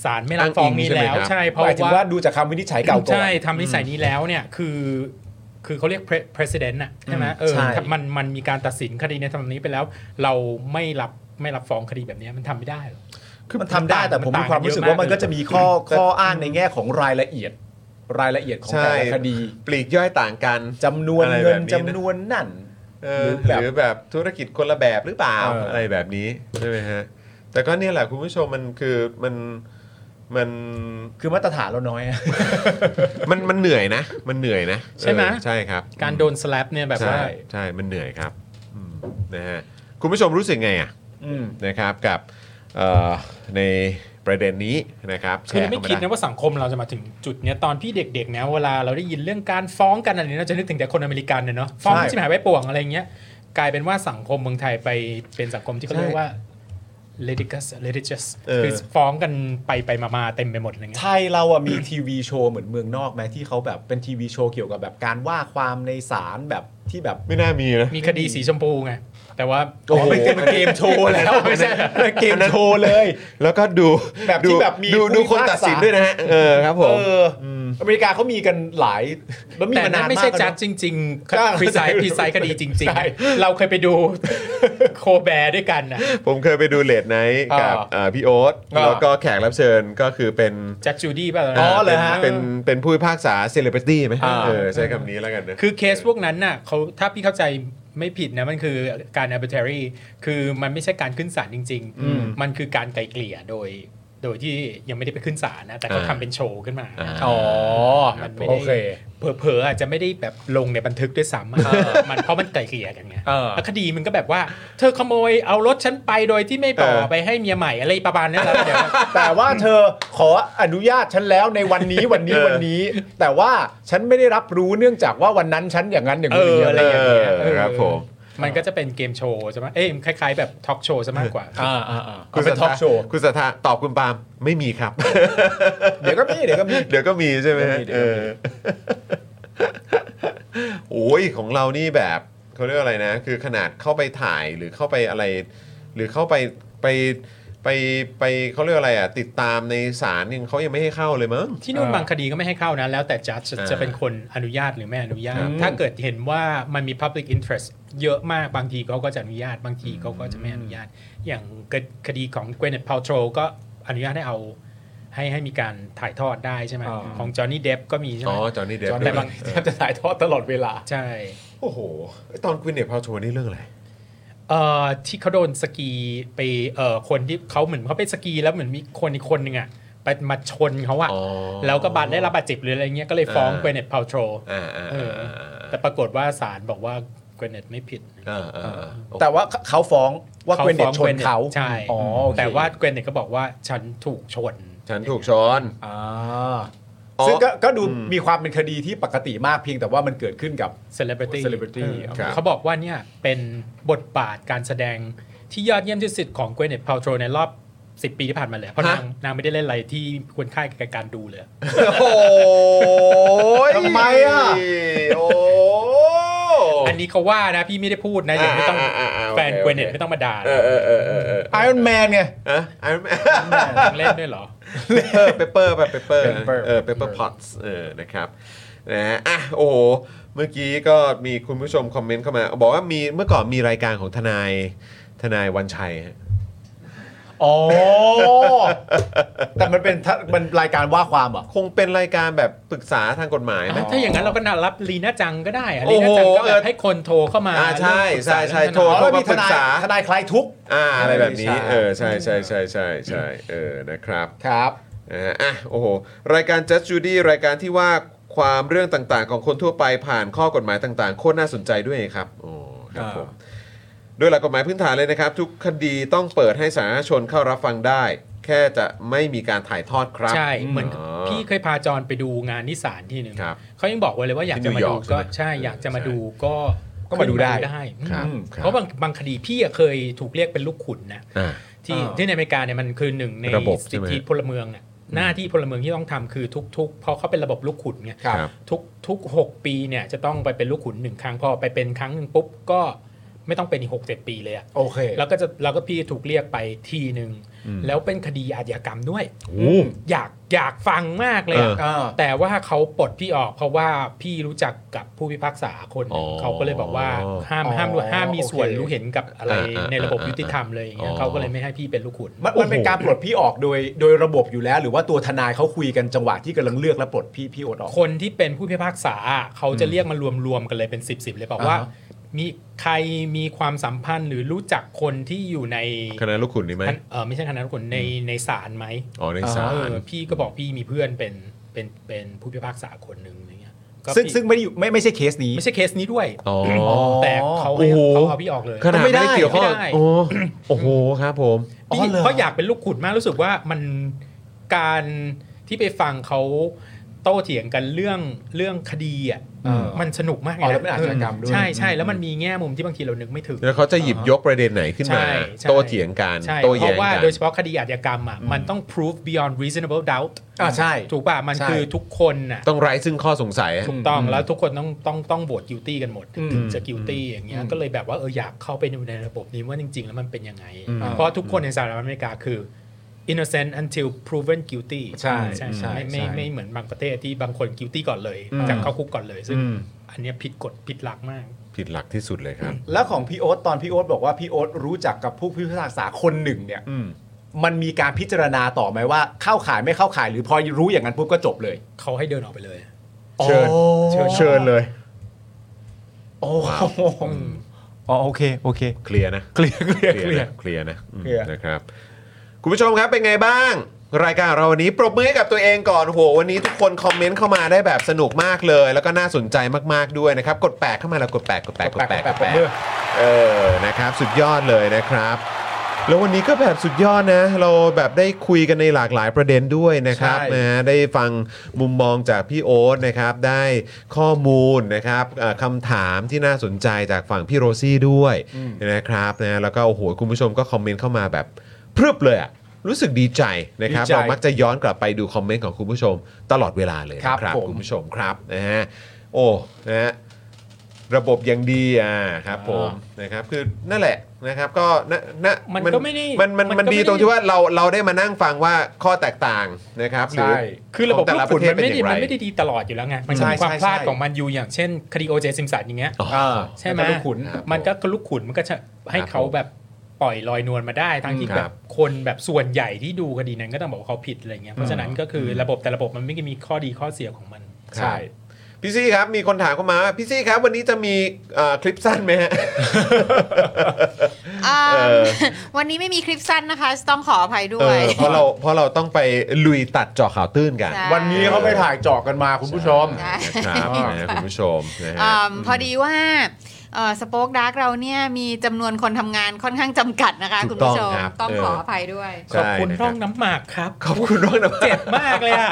C: ศาลไม่รับ
A: อ้างอิง
C: ฟ้องนี้
A: ใช่ไหม
C: แล้ว
A: ครับ
C: ใช่เพ
B: ห
C: ราะ
B: มายถึงว่า
C: ว่า
B: ดูจากคำวินิจฉัยเก่าก่อน
C: ใช่ทำนิสัยนี้แล้วเนี่ยคือคือเขาเรียก pre- precedent น่ะใช่ไหมเออ
B: ใช่
C: ถ้ามันมันมีการตัดสินคดีในทำนองนี้ไปแล้ว เราไม่รับไม่รับฟ้องคดีแบบเนี้ยมันทำไม่ได้หรอก คือ
B: มันทำได้แต่ผมมีความรู้สึกว่ามันก็จะมีข้อข้ออ้างในแง่ของรายละเอียด รายละเอียดของ
A: ใช่
B: แต่ละคดี
A: ปลีกย่อยต่างกัน
B: จำนวน
A: อะไรแบบนี้
B: เงิน
A: นะ
B: จำนวนนั่น
A: เออ
B: หรือแบบ
A: หรือแบบธุรกิจคนละแบบหรือเปล่า
B: เอออ
A: อะไรแบบนี้ใช่ไหมฮะแต่ก็เนี่ยแหละคุณผู้ชมมันคือมันมัน
B: คือมาตรฐานเราน้อยอะ
A: มันมันเหนื่อยนะ มันเหนื่อยนะ
C: ใช่ไหม
A: เออใช่ครับ
C: การโดนสแลปเนี่ยแบบ
A: ใช่
C: ว่า
A: ใช่มันเหนื่อยครับอืมนะฮะคุณผู้ชมรู้สึกไงอ่ะ
B: อืม
A: นะครับกับเอ่อในประเด็นนี้นะครับ
C: คือ
A: แชร์
C: ไม่
A: เข้ามา
C: คิด
A: ได้
C: นะว่าสังคมเราจะมาถึงจุดเนี้ยตอนพี่เด็กๆนะเวลาเราได้ยินเรื่องการฟ้องกันอะไรเนี้ยเราจะนึกถึงแต่คนอเมริกันเนี่ยเนาะฟ้อง
B: ใช่
C: ชิมหายไปป่วงอะไรเงี้ยกลายเป็นว่าสังคมเมืองไทยไปเป็นสังคมที่เขาเรียกว่า litigious litigious
A: เออ
C: คือฟ้องกันไปไปมามาเต็มไปหมดอะไรเงี้ย
B: ไทยเราอะมี ทีวีโชว์เหมือนเมืองนอกไหมที่เขาแบบเป็นทีวีโชว์เกี่ยวกับแบบการว่าความในศาลแบบที่แบบ
A: ไม่น่ามีนะ
C: มีคดีสีชมพูไง แต่ว่า
B: โอ้โหเป็นเกมโชว์แล้วไม่ใช่เป็นเกมโชว์เลย
A: แล้วก็ดู
B: แบบที่
A: ดู
B: แบบมี
A: ดู
B: ผู้
A: ดูคน
B: พิพากษา
A: ตัดสินด้วยนะฮะเออครับผ
B: เอ
A: ม
B: อออเมริกาเขามีกันหลายแล้วมี
C: แต่นั้
B: มาา
C: น
B: น น
C: ไม่
B: มาก
C: ใช่
B: แล้ว
C: จัด
B: นะ
C: จริง
B: ก็
C: ๆพรีไซส์พรีไซส์คดีจริง
B: ใช่
C: ๆ เราเคยไปดูโคแบร์ด้วยกันนะ
A: ผมเคยไปดูเลดไนท์
B: อ่ากั
A: กับเอ่อพี่โอ๊ต
B: อ่า
A: แล้วก็แขกรับเชิญก็คือเป็น
C: แจ็คจูดี้ป่ะ
B: อ๋อ
C: นะ
B: เหรฮะ
A: เป็นเป็นเป็นผู้พิพากษาเซเลบริตี้ไหม
B: อ่า
A: เออใช้คำนี้แล้วกันนะ
C: คือเคสพวกนั้นน่ะเขาถ้าพี่เข้าใจไม่ผิดนะ มันคือการ arbitrary คือมันไม่ใช่การขึ้นศาลจริง
A: อืม
C: ๆ มันคือการไกลเกลี่ยโดย โดยที่ยังไม่ได้ไปขึ้นศาลนะ แต่เขา
A: อ่า
C: ทำเป็นโชว์ขึ้นมา
A: อ่า
B: อ๋อ
C: มันไม่
B: โอเค
C: ได้เผลอๆอาจจะไม่ได้แบบลงในบันทึกด้วยซ้ำอะ
B: เออ
C: มันเพราะมันไกลเกลี่ยกันไง
B: เออ
C: แล้วคดีมันก็แบบว่า เธอขโมยเอารถฉันไปโดยที่ไม่ต่อ
A: เออ
C: ไปให้เมียใหม่อะไรประมาณนั้นแหละเดี๋ยว
B: แต่ว่าเธอขออนุญาตฉันแล้วในวันนี้วันนี้
A: เออ
B: วันนี้ แต่ว่าฉันไม่ได้รับรู้เนื่องจากว่าวันนั้นฉันอย่างนั้นอย่างนี้
C: เออ
B: อะไร
A: เอ
B: อย่างเงี้ย
A: อครับผม
C: มันก็จะเป็นเกมโชว์ใช่ไหมเอ้ยมันคล้ายๆแบบทอล์กโชว์ซะมากกว่า
B: อ่าอ่าอ่า
A: คุณ
B: เป็น
A: สัท
B: ทอล์
A: ธาก
B: โชว์
A: คุณสัทธาตอบคุณปาล์มไม่มีครับ
B: เดี๋ยวก็มีเดี๋ยวก็มี
A: เดี๋ยวก็มีใช่ไหมฮะ
B: เดี๋
A: เอ
B: ยวก็มี
A: อโอ้ยของเรานี่แบบเขาเรียกว่าอะไรนะ คือขนาดเข้าไปถ่ายหรือเข้าไปอะไร หรือเข้าไปไปไปไปเขาเรียกว่าอะไรอ่ะติดตามในศาลยังเขายังไม่ให้เข้าเลยมั้ง
C: ที่นู่น
B: อ่า
C: บางคดีก็ไม่ให้เข้านะ แล้วแต่จัดจะ
A: อ่า
C: จะเป็นคนอนุญาตหรือไม่อนุญาต
A: ครับ
C: ถ้าเกิดเห็นว่ามันมี Public Interest เยอะมากบางทีเขาก็จะอนุญาตบางทีเขาก็จะไม่อนุญาต อย่างคดีของ Gwyneth Paltrow ก็อนุญาตให้เอาให้ให้มีการถ่ายทอดได้ใช่ไหม
B: อ่า
C: ของ Johnny Depp ก็มีใช่ไห
A: อ๋
C: ม
A: อจอห์นนี่เดฟ
B: จอห์น
C: แต่
B: แต่
C: บา
B: บาง งแทบจะถ่ายทอดตลอดเวลา
C: ใช่
A: โอ้โหไอ้ตอนควินเนตพาวโชนี่เรื่องอะไร
C: เอ่อที่เขาโดนสกีไปเอ่อคนที่เขาเหมือนเขาไปสกีแล้วเหมือนมีคนอีกคนหนึ่งอ่ะไปมาชนเขาอ่ะ
A: อ๋อ
C: แล้วก็บาดได้รับบาดเจ็บหรืออะไรเงี้ยก็เลยฟ้อง
A: อ่า
C: เกรเนตพาวโทร
A: อ่าอ่า
C: เอ
A: อ่
C: อ
A: า
C: แต่ปรากฏว่าศาลบอกว่าเกรเนตไม่ผิด
A: อ่าอ่าอ่าโอเค
B: แต่ว่าเขาฟ้องว่า
C: ข
B: เกวนเดต
C: ฟ้อง
B: ชนเขา
C: ใช่
B: อ๋อโอเค
C: แต่ว่าเกรเนตก็บอกว่าฉันถูกชน
A: ฉันถูกชน
B: อ่า
A: อ๋อ
B: ซึ่งก็ก็ดู
A: อืม
B: มีความเป็นคดีที่ปกติมากเพียงแต่ว่ามันเกิดขึ้นกับ
C: Celebrity
B: Celebrity
C: เออ
A: ครับ
C: เขาบอกว่าเนี่ยเป็นบทบาทการแสดงที่ยอดเยี่ยมที่สุดของเกรเนตพาวโทรในรอบ 10 ปีที่ผ่านมาเลยเพราะนางนางไม่ได้เล่นอะไรที่ควรค่าแก่การดูเลย
A: โอ้ย
B: ทำไมอ่ะ
A: โอ้
C: อันนี้เขาว่านะพี่ไม่ได้พูดนะอย่าไม่ต้อง
A: อ่าอ่าอ่าโอเค
C: แฟนเกรเนต
A: โอเค
C: ไม่ต้องมาด่า
A: เออเออเออเออเออ
B: ไอรอนแมนไง
A: อะไอ้ เ
C: นางเล่นด้วยเหรอ
A: ปเปอร์แบบเปเปอร์
B: Pepper
A: เออเปเปอร์พอตเออนะครับนะฮะอ่ะโอ้โหเมื่อกี้ก็มีคุณผู้ชมคอมเมนต์เข้ามา บอกว่ามีเมื่อก่อนมีรายการของทนายทนายวันชัยฮะ
B: อ๋อ แต่มันเป็นถ้ามันรายการว่าความเหรอ่ะ
A: คงเป็นรายการแบบปรึกษาทางกฎหมายไหม
C: ถ้าอย่างนั้นเราก็น่ารับลีน่าจังก็ได้อะ
A: โอ้
C: ลี
A: โห
C: น่าจังก็แบ
A: เออบ
C: ให้คนโทรเข้ามา
A: อ่าใช่ใช่ใช่
C: เรื่อง
A: โทร
C: ป
B: อ๋อ
C: ษา
B: แล้วมี
A: ป
B: ท
A: รึก
B: นาย
A: ษา
B: ทนายคลายทุกข์
A: อ่าอะไรแบบนี้
B: ใช่
A: เออใช่ใช่ใช่ใช่ใช่เออนะครับ
B: ครับ
A: นะฮะอ่ะโอ้โหรายการ Just Judy รายการที่ว่าความเรื่องต่างๆ ของคนทั่วไปผ่านข้อกฎหมายต่างๆ โคตรน่าสนใจด้วยครับโอ้ครับผมโดยหลักกฎหมายพื้นฐานเลยนะครับ ทุกคดีต้องเปิดให้สาธารณชนเข้ารับฟังได้ แค่จะไม่มีการถ่ายทอดครับ
C: ใช่ เหมือน
A: อ๋อ
C: พี่เคยพาจอนไปดูงานที่ศาลที่หนึ่ง
A: ครับ
C: เขายังบอกไว้เลยว่าอยากจะ
A: ที่
C: มา
A: นิวย
C: ดู
A: อร์ก
C: ก็
A: ใช่ไหม
C: ใช่อยากจะมา
A: ใช่
C: ดูก็
B: ก็มาดูได้
C: อืม
A: ครับครับ
C: เพราะบางบางคดีพี่อะเคยถูกเรียกเป็นลูกขุนนะ
A: อ่า
C: ที่
B: อ่า
C: ที่ในอเมริกาเนี่ยมันคือหนึ่งใน
A: ระบบใช่
C: สิท
A: ไหม
C: ธิพลเมืองน่ะหน้าที่พลเมืองที่ต้องทำคือทุกๆเพราะเขาเป็นระบบลูกขุนไง
B: ครับ
C: ทุกทุก 6 ปีเนี่ยจะต้องไปเป็นลูกขุนหนึ่งครั้งพอไปเป็นครั้งหนึ่งปุ๊บก็ ไม่ต้องเป็นอีกหกเจ็ดปีเลยอะ
B: โอเค
C: แล้วก็จะแล้วก็พี่ถูกเรียกไปทีหนึ่งแล้วเป็นคดีอาชญากรรมด้วยอยากอยากฟังมากเลยอะ
A: เออ
B: อ่า
C: แต่ว่าเขาปลดพี่ออกเพราะว่าพี่รู้จักกับผู้พิพากษาคนหนึ่ง
A: อ๋อ
C: เขาก็เลยบอกว่าห้าม
B: อ๋อ
C: ห้ามห้ามมีส่วน
B: โอเค
C: รู้เห็นกับอะไร
A: อ่าอ่า
C: ในระบบยุติธรรมเลยอย่างเงี้ย
A: อ๋อ
C: เขาก็เลยไม่ให้พี่เป็นลูกขุน
B: มันมันเป็นการปลดพี่ออกโดยโดยระบบอยู่แล้ว หรือว่าตัวทนายเขาคุยกันจังหวะที่กำลังเลือกและปลดพี่พี่โอดออก
C: คนที่เป็นผู้พิพากษาอะเขาจะเรียกมารวมรวมๆกันเลยเป็น 10บสเลยบอกว่า
B: อ่าฮะ
C: มีใครมีความสัมพันธ์หรือรู้จักคนที่อยู่ใน
A: คณะลูกขุนนี่ไหม
C: เออไม่ใช่คณะทุกคนในในศาลไหม
A: อ๋อในศา
C: เอ
A: ล
C: อพี่ก็บอกพี่มีเพื่อนเป็นเป็นเป็นผู้พิพากษาคนหนึ่งอะไรเงี้ยก็
B: ซึ่ง
C: พี่
B: ซึ่งไม่ได้อยู่ไม่ไม่ใช่เคสนี้
C: ไม่ใช่เคสนี้ด้วย
A: อ๋อ
C: แต่เขาให้
A: โอ้โห
C: เขาเอาพี่ออกเลย
A: ขนาด
B: ไม่
A: ไม่
B: ได้
A: ได้เกี่ยวข้อง
C: ไม่ได้
A: โอ้โอ้โหครับผม
C: พี่
B: อ๋อเหรอ
C: เพราะอยากเป็นลูกขุนมากรู้สึกว่ามันการที่ไปฟังเขาโต้เถียงกันเรื่องเรื่องคดีอ่ะ
B: เออ
C: มันสนุกมากไง
B: อ๋อแล้วเป็นอาชญากรรมด้วย
C: ใช่ใช่แล้วมันมีแง่มุมที่บางทีเรานึกไม่ถึง
A: แล้วเขาจะหยิบยกประเด็นไหนขึ้นมา
C: ใช่ใช่
A: โต้เถียงกัน
C: ใช่
A: โต้
C: เพ
A: แย้
C: ราะ
A: ง
C: ว่า
A: กัน
C: โดยเฉพาะคดีอาชญากรรมอ่ะมันต้อง proof beyond reasonable doubt
B: อ่าใช่
C: ถูกป่ะมัน
B: ใช่
C: คือทุกคนอ่ะ
A: ต้องไร้ซึ่งข้อสงสัย
C: ถูกต้องแล้วทุกคนต้องต้องต้องโหวต guilty กันหมด
B: อืม
C: ถึงจะ guilty อย่างเงี้ยก็เลยแบบว่าเอออยากเข้าไปดูในระบบนี้ว่าจริง ๆ แล้วมันเป็นยังไง
B: อืม
C: เพราะทุกคนในสหรัฐอเมริกาคือ innocent until proven guilty
B: ใช่
C: ใช่
B: ใช่
C: ไม่ไม่
B: ใช่
C: ไม่เหมือนบางประเทศที่บางคน guilty ก่อนเลย
B: อืม
C: จากเข้าคุกก่อนเลย ซึ่ง
B: อืม
C: อันเนี้ยผิดกฎผิดหลักมาก
A: ผิดหลักที่สุดเลยครับ
B: แล้วของพี่โอ๊ตตอนพี่โอ๊ตบอกว่าพี่โอ๊ตรู้จักกับผู้พิพากษาคนหนึ่งเนี่ยมันมีการพิจารณาต่อไหมว่าเข้าข่ายไม่เข้าข่ายหรือพอรู้อย่างนั้นปุ๊บก็จบเลย
C: เขาให้เดินออกไปเลย
A: เชิญ
B: เชิญ
A: เชิญเลย
B: โอ้โหอ๋อโอเคโอเค
A: เคลียร์นะ
B: เคลียร์เคลียร์เคลียร์
A: เคลียร์นะอืม
B: เคลียร์
A: นะครับ คุณผู้ชมครับเป็นไงบ้าง รายการเราวันนี้ปรบมือให้กับตัวเองก่อนโอ้โหวันนี้ทุกคนคอมเมนต์เข้ามาได้แบบสนุกมากเลย แล้วก็น่าสนใจมากๆด้วยนะครับ กดแปะเข้ามาแล้วกดแปะกดแปะกดแปะกดแปะเออนะครับ สุดยอดเลยนะครับ แล้ววันนี้ก็แบบสุดยอดนะ เราแบบได้คุยกันในหลากหลายประเด็นด้วยนะครับ
B: ใช่
A: นะ นะได้ฟังมุมมองจากพี่โอ๊ตนะครับ ได้ข้อมูลนะครับเอ่อคำถามที่น่าสนใจจากฝั่งพี่โรซี่ด้วยนะครับนะแล้วก็โอ้โหคุณผู้ชมก็คอมเมนต์เข้ามาแบบพรึบเลยอะรู้สึกดีใจนะครับ
B: ดีใจ
A: เรามักจะย้อนกลับไปดูคอมเมนต์ของคุณผู้ชมตลอดเวลาเลยนะครับ ครับ
B: ผม
A: คุณผู้ชมครับนะฮะโอ้นะฮะระบบอย่างดีอ่ะครับผมนะครับคือนั่นแหละนะครับก็นะนะ
C: มันก็ไม่ได้
A: มันมัน
C: มั
A: มัน น
C: ก็
A: ดี
C: ไม่ได้
A: ตรงที่ว่าเราเราได้มานั่งฟังว่าข้อแตกต่างนะครับ
B: ใช่
C: คือระบ
A: ข
C: บ
A: งแต่
C: ลูก
A: ป
C: ขุน
A: เทศ
C: มันไม่
A: เป็
C: ได้
A: อย่างร
C: มันไม่ได้ดีตลอดอยู่แล้วไง มัน
B: ใช่
C: มีความ
B: ใช่
C: พลาด
B: ใช่
C: ของมันอยู่อย่างเช่นคดีโอเจสิมสันอย่างเงี้ย
B: อ่า
C: ใช่ไหม
B: แล้วก็ลูกขุน
C: มันก็ลูกขุนมันก็จะให้เขาแบบปล่อยลอยนวลมาได้ทั้งที่
A: อืมค
C: แบ
A: รั
C: บบ คนแบบส่วนใหญ่ที่ดูคดีนั้นก็ต้องบอกว่าเขาผิดอะไรเงี้ยเพราะฉะนั้นก็คือระบบแต่ระบบมันไม่ได้มีข้อดีข้อเสียของมัน
B: ใช่
A: พี่ซี่ครับ มีคนถามเข้ามาว่าพี่ซี่ครับวันนี้จะมีเอ่อคลิปสั้นไหมฮะ
D: อ่า
A: เออ
D: วันนี้ไม่มีคลิปสั้นนะคะ ต้องขออภัยด้
A: เอ
D: วย
A: อเพราะเราเพราะเราต้องไปลุยตัดเจาะข่าวตื้นกัน
D: ใช่
B: วันนี้เขาไปถ่ายเจอกกันมาคุณผู้ชม
D: ใช่
A: นะครับนะคุณผู้ชมนะฮะ
D: อ่าพอดีว่าสป็อกดาร์กเราเนี่ยมีจำนวนคนทำงานค่อนข้างจำกัดนะคะ
A: ถู
D: คุณ
A: กต้อง
D: ผู้ชม
A: ครับ
D: ต้อง
A: เออ
D: ขออภัยด้วย
C: ขอบคุณ
A: ใช่นะ
C: ร่องน้ำหมากครับ
A: ขอบคุณร่องน้ำ
C: เจ็บมากเลยอ่ะ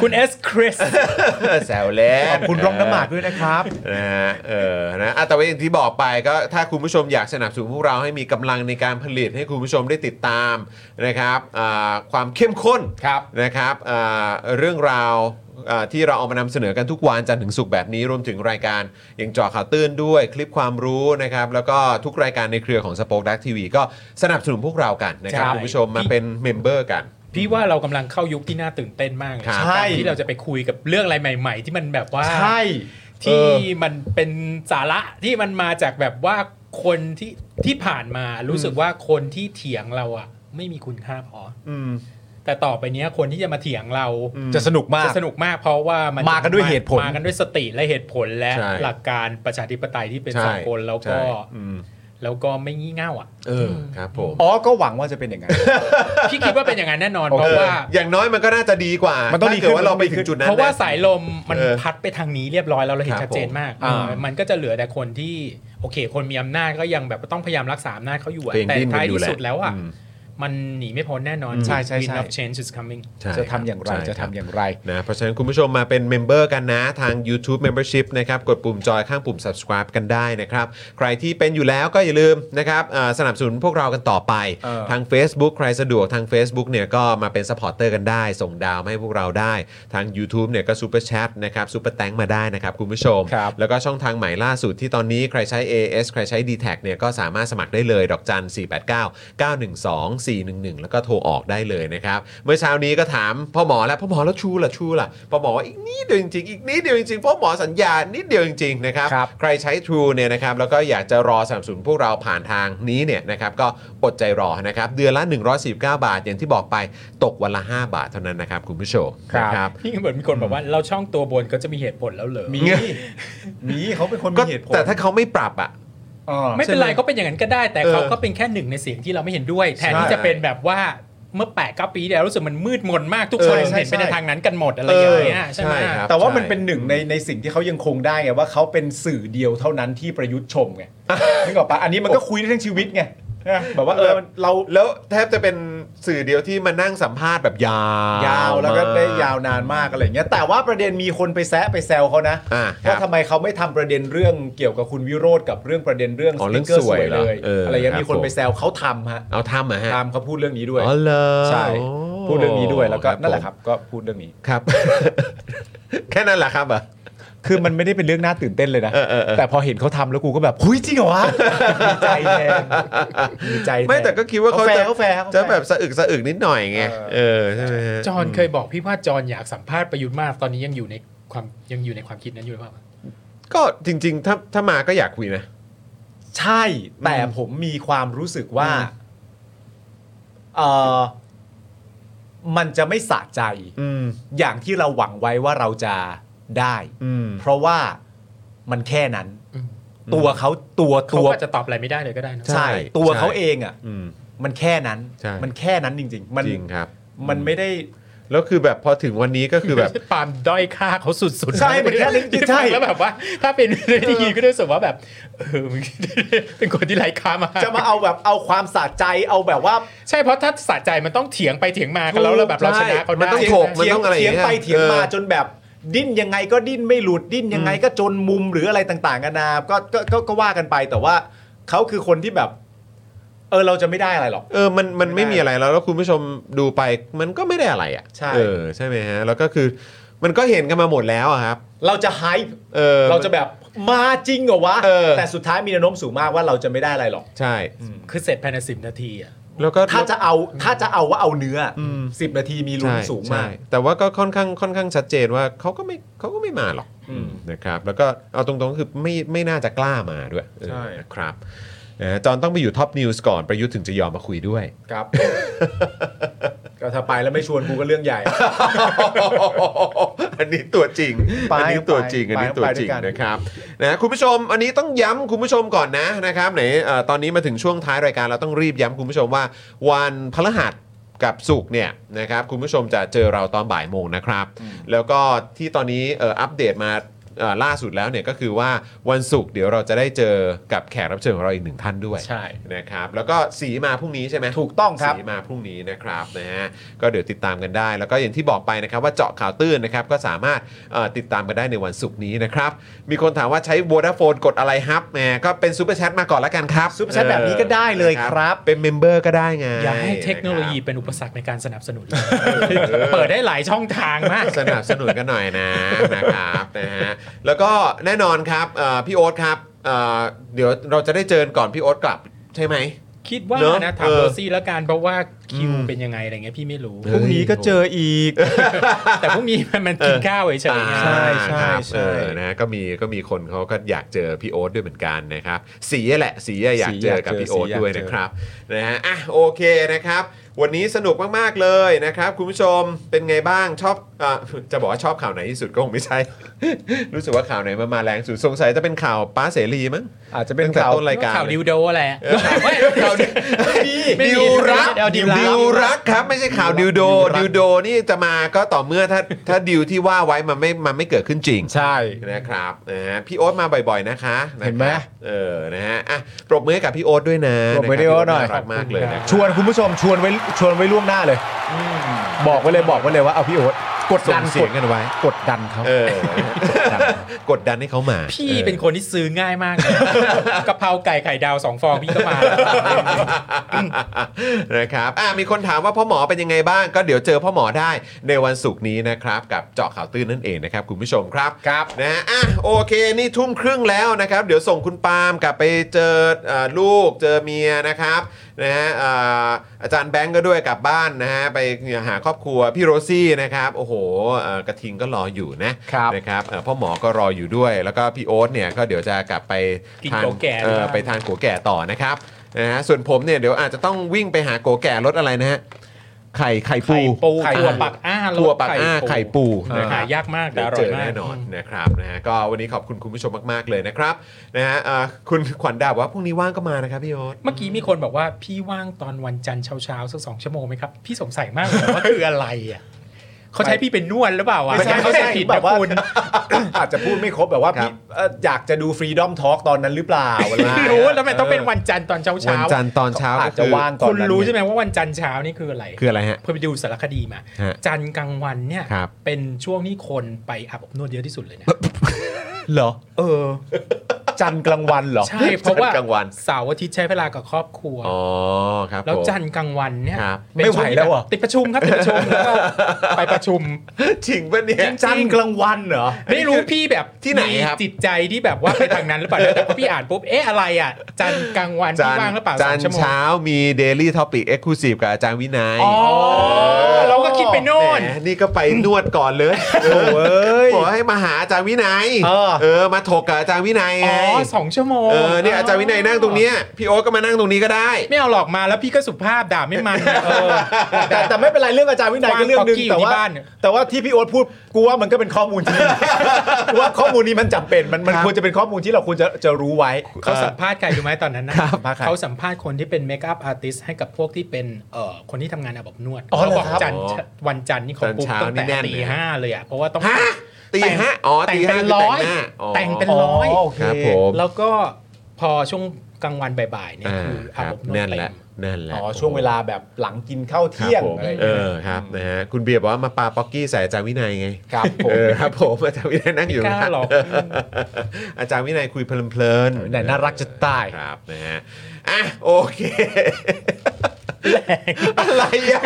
C: คุณเอสคริส
A: แซวเล่น
B: ขอบคุณร้องน้ำหมากด้วยนะครับ
A: นะฮะเออนะอ่ะแต่ว่าอย่างที่บอกไปก็ถ้าคุณผู้ชมอยากสนับสนุนพวกเราให้มีกำลังในการผลิตให้คุณผู้ชมได้ติดตามนะครับอ่าความเข้มข้น
B: ครับ
A: นะครับเอ่อเรื่องราวเอ่อที่เราเอามานำเสนอกันทุกวันจันทร์ถึงศุกร์แบบนี้รวมถึงรายการอย่างเจอข่าวตื้นด้วยคลิปความรู้นะครับแล้วก็ทุกรายการในเครือของสป o อ e ดักทีวีก็สนับสนุนพวกเรากันนะครับ
C: ใช่
A: คุณผู้ชมมาเป็นเมมเบอร์กัน
C: พี่ว่าเรากำลังเข้ายุคที่น่าตื่นเต้นมากเลย
A: ครับ
C: การที่เราจะไปคุยกับเรื่องอะไรใหม่ ๆ ที่มันแบบว่า
B: ใช่
C: ที่
B: เออ
C: มันเป็นสาระที่มันมาจากแบบว่าคนที่ที่ผ่านมารู้สึกว่าคนที่เถียงเราอะไม่มีคุณค่าพออแต่ต่อไปเนี้ยคนที่จะมาเถียงเรา
B: จะสนุกมาก
C: จะสนุกมากเพราะว่ามัน
B: มากันด้วยเหตุผล
C: มากันด้วยสติและเหตุผลและ
A: ใช่
C: หลักการประชาธิปไตยที่เป็น
A: ใช่
C: สากลแล้วก็
A: ใช่อืม
C: แล้วก็ไม่งี่เง่าอ่ะ
A: เออครับผม
B: อ๋อก็หวังว่าจะเป็นอย่างนั้น
C: พี่คิดว่าเป็นอย่างนั้นแน่นอน
B: โอ
C: เพ
B: เค
C: ราะว่า
A: อย่างน้อยมันก็น่าจะดีกว่า
B: มันต้องดี
A: ถ้าเกิดว่าเราไปถึงจุดนั้น
C: เพราะว่า
A: แล้
C: สายลมมัน
A: เออ
C: พัดไปทางนี้เรียบร้อยแล้วเราเห็น
A: ครับ
C: ชัดเจนมาก
B: ผมอ่า
C: เออมันก็จะเหลือแต่คนที่โอเค คนมีอำนาจก็ยังแบบต้องพยายามรักษาอำนาจเขาอยู่อะ
A: ก็ยัง
C: แต่
A: ดิ้นกัน
C: ท้าย
A: อยู่
C: ที่
A: แหละ
C: สุดแล้วอ่ะ
A: อืม
C: มันหนีไม่พ้นแน่นอน
B: ใช่ใช่ใช่
C: วิน of change is coming
A: ใช่
B: จะทำอย่างไร
A: ใช่คบ
B: จะทำอย่างไร
A: นะเพราะฉะนั้นคุณผู้ชมมาเป็นเมมเบอร์กันนะทาง YouTube Membership นะครับกดปุ่มจอยข้างปุ่ม subscribe กันได้นะครับ ใครที่เป็นอยู่แล้วก็อย่าลืมนะครับอ่าสนับสนุนพวกเรากันต่อไป
B: เออ
A: ทาง Facebook ใครสะดวกทาง Facebook เนี่ยก็มาเป็น s u p p อร์เตอร์กันได้ ส่งดาวมาให้พวกเราได้ ทาง u t u b e เนี่ยก็ Super Chat นะครับ Super t a n k มาได้นะครับ คุณผู้ชม
B: ครับ
A: แล้วก็ช่องทางใหม่ล่าสุดที่ตอนนี้ใครใช้ AS ใครใช้ d t แทเนี่ยก็สามารถสมัครได้เลยดอกจัน 4 8 9 9 1 2 4 1 1 แล้วก็โทรออกได้เลยนะครับ เมื่อเช้านี้ก็ถามพ่อหมอแล้วพ่อหมอแล้วชูล่ะชูล่ะพ่อหมอว่าอีกนิดเดียวจริงๆอีกนิดเดียวจริงๆพ่อหมอสัญญานิดเดียวจริงๆนะครับ
B: ครับ
A: ใครใช้ True เนี่ยนะครับแล้วก็อยากจะรอสนับสนุนพวกเราผ่านทางนี้เนี่ยนะครับก็อดใจรอนะครับเดือนละ 149 บาท อย่างที่บอกไปตกวันละ 5 บาทเท่านั้นนะครับคุณผู้ชม
B: ครับ
A: นะ
C: นี่เหมือนมีคนบอกว่าเราช่องตัวบนก็จะมีเหตุผลแล้วเหรอ
B: มี
A: เงี้ย
B: มีเขาเป็นคน
A: ก็
B: มีเหตุผล
A: แต่ถ้าเขาไม่ปรับอ่ะ
B: อ่า
C: ไม่เป็นไรก็เป็นอย่างนั้นก็ได้ แต่
A: เออ
C: เขาก็เป็นแค่หนึ่งในเสียงที่เราไม่เห็นด้วย แทนที่
A: ใช่
C: จะเป็นแบบว่าเมื่อ8ปดเก้าปีที่แล้วรู้สึกมันมืดมนมากทุกคน
B: เออใช่
C: เห็นไปใน
B: ใช่
C: ทางนั้นกันหมดอะไรอย่างเงี้ย
A: เออ
C: ใช่ไหม
A: ใช่ครับ
B: แต่ว่ามัน
A: ใช่
B: เป็นหนึ่งในในสิ่งที่เขายังคงได้ไงว่าเขาเป็นสื่อเดียวเท่านั้นที่ประยุทธ์ชมไง นึกออกปะอันนี้มันก็คุยได้ทั้งชีวิตไงนะแบบว่าเออมันเรา
A: แล้วแทบจะเป็นสื่อเดียวที่มานั่งสัมภาษณ์แบบยาวย
B: าวแล้วก็
A: ม
B: ได้ยาวนานมากอะไรอย่างเงี้ยแต่ว่าประเด็นมีคนไปแซะไปแซวเขานะ
A: อ่าครับ
B: ว่าทำไมเขาไม่ทำประเด็นเรื่องเกี่ยวกับคุณวิโรธกับเรื่องประเด็นเรื่อง
A: อ๋อเรื่อง
B: ติ๊กก
A: สวยเหรอ
B: เลย
A: เอออ
B: อะไรอย่าง
A: ครับ
B: เงี้ยมีคนไปแซวเขาทำฮะ
A: เอาทำเหรอฮะ
B: ตามเขาพูดเรื่องนี้ด้วย
A: อ๋อเหรอ
B: ใช่
A: โอ้
B: พูดเรื่องนี้ด้วยแล้วก็นั่นแหละครับ
A: ผม
B: ก็พูดเรื่องนี้
A: ครับ แค่นั้นแหละครับเหรอ่ะ
B: คือมันไม่ได้เป็นเรื่องน่าตื่นเต้นเลยนะ
A: เออเออเออ
B: แต่พอเห็นเขาทำแล้วกูก็แบบหุยจริงเหรอวะ ดีใจแทนดีใจทน
A: ไม่แต่ก็คิดว่าเขา
B: แฟ
A: จะ
B: ร์เขาแฟร์เขาฟร์
A: จะแบบสะอึกสะอึกนิดหน่อยไงเออใช่ไหมฮะ
C: จอห์นเคยบอกพี่ว่าจอห์นอยากสัมภาษณ์ประยุทธ์มากตอนนี้ยังอยู่ในความยังอยู่ในความคิดนั้นอยู่หรือเปล่า
A: ก็จริง ๆ ถ้าถ้ามาก็อยากคุยนะ
B: ใช่ แต่ผมมีความรู้สึกว่าเออมันจะไม่สะใจ
A: อืม
B: อย่างที่เราหวังไว้ว่าเราจะได้
A: อืม
B: เพราะว่ามันแค่นั้น
C: อืม
B: ตัวเขาตัว
C: เขา
B: ตัว
C: ก็จะตอบอะไรไม่ได้เลยก็ได้นะ
A: ใช่
B: ใช่ ตัวเขาเองอ่ะ
A: อืม
B: มันแค่นั้น
A: ใช่
B: มันแค่นั้นจริง ๆ มัน
A: จริงครับ
B: มันไม่ได้
A: แล้วคือแบบพอถึงวันนี้ก็คือแบบ
C: ปาล์มด้อยค่าเขาสุดๆ
B: ใช่มันแค่นั้นใช่
C: ฟังแล้วแบบว่า ถ้าเป็นได้ยินก็รู้สึกว่าแบบเออมึงเป็นคนที่ไร้ค่ามาก
B: จะมาเอาแบบเอาความสะใจเอาแบบว่า
C: ใช่เพราะถ้าสะใจมันต้องเถียงไปเถียงมากันแล้วเราแบบเราชนะเขา
A: มัน
C: ได้
A: ต้อง
C: ใช่
A: ถก
C: ไหม
A: มันต้องอะไรอย่าง
B: เถี
A: เงี้ย
B: ยงไปเถียงมา
A: เออ
B: จนแบบดิ้นยังไงก็ดิ้นไม่หลุดดิ้นยังไงก็จนมุมหรืออะไรต่างๆกันานาก็ก็ก็ก็ว่ากันไปแต่ว่าเขาคือคนที่แบบ เออเราจะไม่ได้อะไรหรอก
A: เออ มัน มันไม่
B: ไม่ได้
A: มีอะไรแล้ว แล้วคุณผู้ชมดูไป มันก็ไม่ได้อะไรอ่ะ
B: ใช่
A: เออ ใช่ไหมฮะ แล้วก็คือ มันก็เห็นกันมาหมดแล้วอะครับ
B: เราจะไฮป์
A: เออ
B: เราจะแบบมาจริงเหรอวะ
A: เออ
B: แต่สุดท้ายมีแนวโน้มสูงมากว่าเราจะไม่ได้อะไรหรอก
A: ใช่
C: คือเสร็จภายในสิบนาทีอ่ะ
A: แล้วก็
B: ถ้าจะเอาถ้าจะเอาว่าเอาเนื้ออสิบนาทีมีลุ้น
A: ใช่
B: สูง
A: ใช่
B: มาก
A: แต่ว่าก็ค่อนข้าง ค่อนข้างชัดเจนว่าเขาก็ไม่เขาก็ไม่มาหรอก
B: อืม
A: นะครับ แล้วก็เอาตรงๆ คือไม่ ไม่น่าจะกล้ามาด้วย
B: ใช่
A: เออนะครับเออจอนต้องไปอยู่ท็อปนิวส์ก่อน ประยุทธ์ถึงจะยอมมาคุยด้วย
B: ครับ ก็ถ้าไปแล้วไม่ชวนกูก็เรื่องใหญ่
A: อันนี้ตัวจริง
B: ไป
A: อันนี้ตัวจริง
B: ไป
A: อันนี้ตัวจริง
B: ไปด้วยกัน
A: นะครับนะคุณผู้ชม อันนี้ต้องย้ำคุณผู้ชมก่อนนะนะครับไหนเอ่อตอนนี้มาถึงช่วงท้ายรายการเราต้องรีบย้ำคุณผู้ชมว่า วันพฤหัสกับสุกร์เนี่ยนะครับคุณผู้ชมจะเจอเราตอนบ่ายโมงนะครับ แล้วก็ที่ตอนนี้เอ่ออัปเดตมาเอ่อล่าสุดแล้วเนี่ยก็คือว่าวันศุกร์เดี๋ยวเราจะได้เจอกับแขกรับเชิญของเราอีกหนึ่งท่านด้วย
B: ใช่
A: นะครับแล้วก็สีมาพรุ่งนี้ใช่ไหม
B: ถูกต้องครับ
A: สีมาพรุ่งนี้นะครับนะฮะก็เดี๋ยวติดตามกันได้ แล้วก็อย่างที่บอกไปนะครับว่าเจาะข่าวตื้นนะครับก็สามารถเอ่อติดตามกันได้ในวันศุกร์นี้นะครับมีคนถามว่าใช้ Vodafone กดอะไรฮับแหมก็เป็นซูเปอร์แชทมาก่อนละกันครับ
B: Super Chat แบบนี้ก็ได้เลยครับ
A: เป็นเมมเบอร์ก็ได้ไง
C: อย่าให้เทคโนโลยีเป็นอุปสรรคในการสนับสนุน เปิดได้หลายช่องทางมาก
A: สนับสนุนกันหน่อยนะนะครับ นะฮะแล้วก็แน่นอนครับเอ่อพี่โอ๊ตครับเอ่อเดี๋ยวเราจะได้เจอก่อนพี่โอ๊ตกลับใช่ไหม
C: คิดว่า
A: เนอะ
C: นะถาม
A: เออ
C: โรซี่แล้วกันเพราะว่าคิว
A: อืม
C: เป็นยังไงอะไรเงี้ยพี่ไม่รู้
B: พรุ่งนี้ก็เจออีก
C: แต่พรุ่งนี้มันมันกินข้าวเฉยๆไง
B: ใช่ใช่
A: ครับ
B: ใช่
A: เออนะฮะก็มีก็มีคนเขาก็อยากเจอพี่โอ๊ตด้วยเหมือนกันนะครับสีแหละสีอยากเจอกับพี่โอ๊ตด้วยนะครับนะฮะอ่ะโอเคนะครับ วันนี้สนุกมาก ๆ เลยนะครับ คุณผู้ชมเป็นไงบ้างชอบอะจะบอกว่าชอบข่าวไหนที่สุดก็คงไม่ใช่ รู้สึกว่าข่าวไหนมามาแรงสุดสงสัยจะเป็นข่าวป้าเสรีมั้ง
B: อาจจะเป็น
A: ตั้งแต่
B: ข่าว
A: ต้นรายการ
C: ข่าว
A: เลย
C: ดิวโดแหละ
A: เออข่าวดิ
C: ไม่มี
A: ดิวรัก
C: ไม่มีเอาดิวรัก
A: ดิวรักครับไม่ใช่ข่าวดิวโดดิวโดนี่จะมาก็ต่อเมื่อถ้าถ้าดิวที่ว่าไว้มันไม่มันไม่เกิดขึ้นจริง
B: ใช่
A: นะครับนะฮะพี่โอ๊ตมาบ่อยๆนะคะ
B: เห็นไหม
A: ะครับเออนะฮะอ่ะปรบมือให้กับพี่โอ๊ตด้วยนะ
B: ผมไม่ได้ว่าหน่อย
A: ารักมากเลยนะครับ
B: ชวนคุณผู้ชมชวนไว้ชวนไว้ล่วงหน้าเลย บอกไว้เลยบอกไว้เลยว่าเอาพี่โอ๊ตกด
A: ส่
B: ดัน
A: งเสียงกันไว้
B: กดดันเขา
A: เออ กดดันให้เขามา
C: พี่
A: ออ
C: เป็นคนที่ซื้อง่ายมากเลย กะเพราไก่ไข่ดาวสองฟองพี่ก็มาแล้ว
A: นะครับอ่ะมีคนถามว่าพ่อหมอเป็นยังไงบ้าง ก็เดี๋ยวเจอพ่อหมอได้ในวันศุกร์นี้นะครับ กับเจาะข่าวตื้นนั่นเองนะครับ คุณผู้ชมครับครับนะฮะอ่ะโอเคนี่ทุ่มครึ่งแล้วนะครับ เดี๋ยวส่งคุณปาล์มกลับไปเจอเอ่อลูกเจอเมียนะครับนะฮะเอ่ออาจารย์แบงก์ก็ด้วยกลับบ้านนะฮะไปหาครอบครัวพี่โรซี่นะครับโอ้โหเอ่อกระทิงก็รออยู่นะครับ นะครับเอ่อพ่อหมอก็รออยู่ด้วย แล้วก็พี่โอ๊ตเนี่ยก็เดี๋ยวจะกลับไป
C: กิน
A: ทา
C: โกแก่
A: เออ
C: ด้วย
A: ไป ไปทานกัวแก่ต่อนะครับนะฮะส่วนผมเนี่ยเดี๋ยวอาจจะต้องวิ่งไปหากัวแก่รถอะไรนะฮะไข่ไข่ปู
C: ไข่ปู
B: ไข่ปู
C: ถั่วปักอ้า
A: ถั่วปักอ้าไข่ปูนะค
C: หา
A: รับ
C: ยากมากแต่
A: เดี๋ยวเจอ
C: อร่อยมาก
A: แน่นอนนะครับนะฮะก็วันนี้ขอบคุณคุณผู้ชมมาก ๆ เลยนะครับนะฮะเอ่อคุณขวัญดาบอกว่าพรุ่งนี้ว่างก็มานะครับพี่โอ๊ต
C: เมื่อกี้มีคนบอกว่าพี่ว่างตอนวันจันทร์เช้าๆสักสองชั่วโมงไหมครับ พี่สงสัยมากเลยว่าคืออะไรอ่ะเขาใช้พี่เป็นนวดหรือเปล่าวะ
B: ไม่ใช่
C: เขา
B: ไม่
C: ใช้
B: ใช่
C: ผิด
B: แบ
C: นะ
B: บว่า
C: คุณ
B: อาจจะพูดไม่ครบแบบว่าพี่เอ่ออยากจะดูฟรีดอมทอล์กตอนนั้นหรือเปล่าอะไรอย่างเงี้ย
C: รู้แล้วทำไมต้องเป็นวันจันทร์ตอนเช้า
A: วัน
C: เช้า
A: จันทร์ตอนเช้า
B: อาจจะว่างตอน
C: คุณ
B: นั้น
C: รู้ใช่ไหมว่าวันจันทร์เช้านี่คืออะไร
A: คืออะไรฮะ
C: เพื่อไปดูสารคดีมา
A: ฮะ
C: จันทร์กลางวันเนี่ย
A: ครับ
C: เป็นช่วงที่คนไปอาบอบนวดเยอะที่สุดเลยนะ
A: เหรอ
B: เออ จันทร์กลางวันเหรอ
C: ใช่เพราะว่า
A: จันทร์กลางวัน
C: เสาร์อาทิตย์ใช้เวลากับครอบครัว
A: อ๋อครับ
C: แล้ว
A: ผม
C: จันทร์กลางวันเนี่ย
A: ครับ
C: เป็นช่
B: ไม่
C: งที่
B: ไหวแล้วเหรอ
C: ติดประชุมครับติดประชุมแล้วก็ ไปประชุม
A: จริงปะเนี่ย
B: จันทร์กลางวันเหรอ
C: ไม่รู้พี่แบบ
A: ที่ไหน
C: มี
A: ครับ
C: จิตใจที่แบบว่าไปทางนั้นหรือเปล่านะแต่พอพี่อ่านปุ๊บเอ๊ะอะไรอ่ะ จันทร์กลางวัน
A: จั
C: พี่
A: นท
C: ว่างหรือเปล่า
A: ร์จั
C: สาน ม
A: ทร์
C: ชั่วโมง
A: เช้ามี Daily Topic Exclusive กับอาจารย์วินัย
C: อ๋อเราก็คิดไปโน่น
A: แหมนี่ก็ไปนวดก่อนเลย
B: โอ้ย
A: บอกให้มาหาอาจารย์วินัย
B: เออ
A: เออ มาถกกับอาจารย์วินัย
C: อ๋
A: ไง
C: อสองชั่วโมง
A: เออ เนี่ยอาจารย์วินัยนั่งตรงเนี้ย พี่โอ๊ตก็มานั่งตรงนี้ก็ได้
C: ไม่เอาหรอกมาแล้วพี่ก็สุภาพด่าไม่ มันเออ
B: แต่แต่ไม่เป็นไรเรื่องอาจารย์วินัยก็เรื่องหนึง
C: วางป๊อกกี้อยู่
B: แต่ว่า
C: ที่บ้านเนี่ย
B: แต่ว่าที่พี่โอ๊ตพูดกูว่ามันก็เป็นข้อมูลที่ ว่าข้อมูลนี้มันจำเป็นมันมัน
A: ครับ
B: ควรจะเป็นข้อมูลที่เราควรจะจะรู้ไว้
C: เขาสัมภาษณ์ใครรู้ไหมตอนนั้นนะครับ
B: สัมภาษณ์ใคร
C: เขาสัมภาษณ์คนที่เป็นเมคอัพอาร์ติสให้กับพวกที่เป็นเอ่อคนที่ทำงานอาบอบนวด
B: อ๋อ
C: เขา
B: เหรอ
C: บอก
B: ครับ
C: จันทร์วันจันทร์นี่เขาปุ๊บ
A: ต
C: ตั้
A: อน
C: ง
A: เช้านี่
C: แต่
A: แน่นเลย
C: ตีห้าเลยอ่ะเพราะว่าต้อง
A: ฮะตีห้าอ๋อ
C: แต่
A: ตี
C: ง
A: ห้า
C: เป็น
A: คือ
C: ร้อย
A: แต่งหน้าอ๋อ
C: แต่งเป็นร้อย
B: โอเค
A: ครับผม
C: แล้วก็พอช่วงกลางวันบ่ายๆเนี่ย
A: อ่า
C: คือ
A: ค
C: อา
A: รั
C: บบ อบนวด
A: นั่น
C: เต็
A: แหละ
C: ม
A: นั่นแหละ
B: อ๋อช่วงเวลาแบบหลังกินข้าว
A: ครับ
B: เที่ยง
A: ผม
B: อะไรอย่าง
A: เอ
B: เงี้ย
A: อ ครับ นะฮะ คุณเบียร์บอกว่ามาปาป๊อกกี้ใส่อาจารย์วินัยไง
B: ครับผม
A: เออ ครับผม อาจารย์วินัยนั่งอยู่
C: ไม่กล้าหรอก
A: อาจารย์วินัยคุย เพลิน
B: ไหนน่ารักจะตาย
A: ครับ นะฮะ อ่ะ โอเค อะไรอ่ะ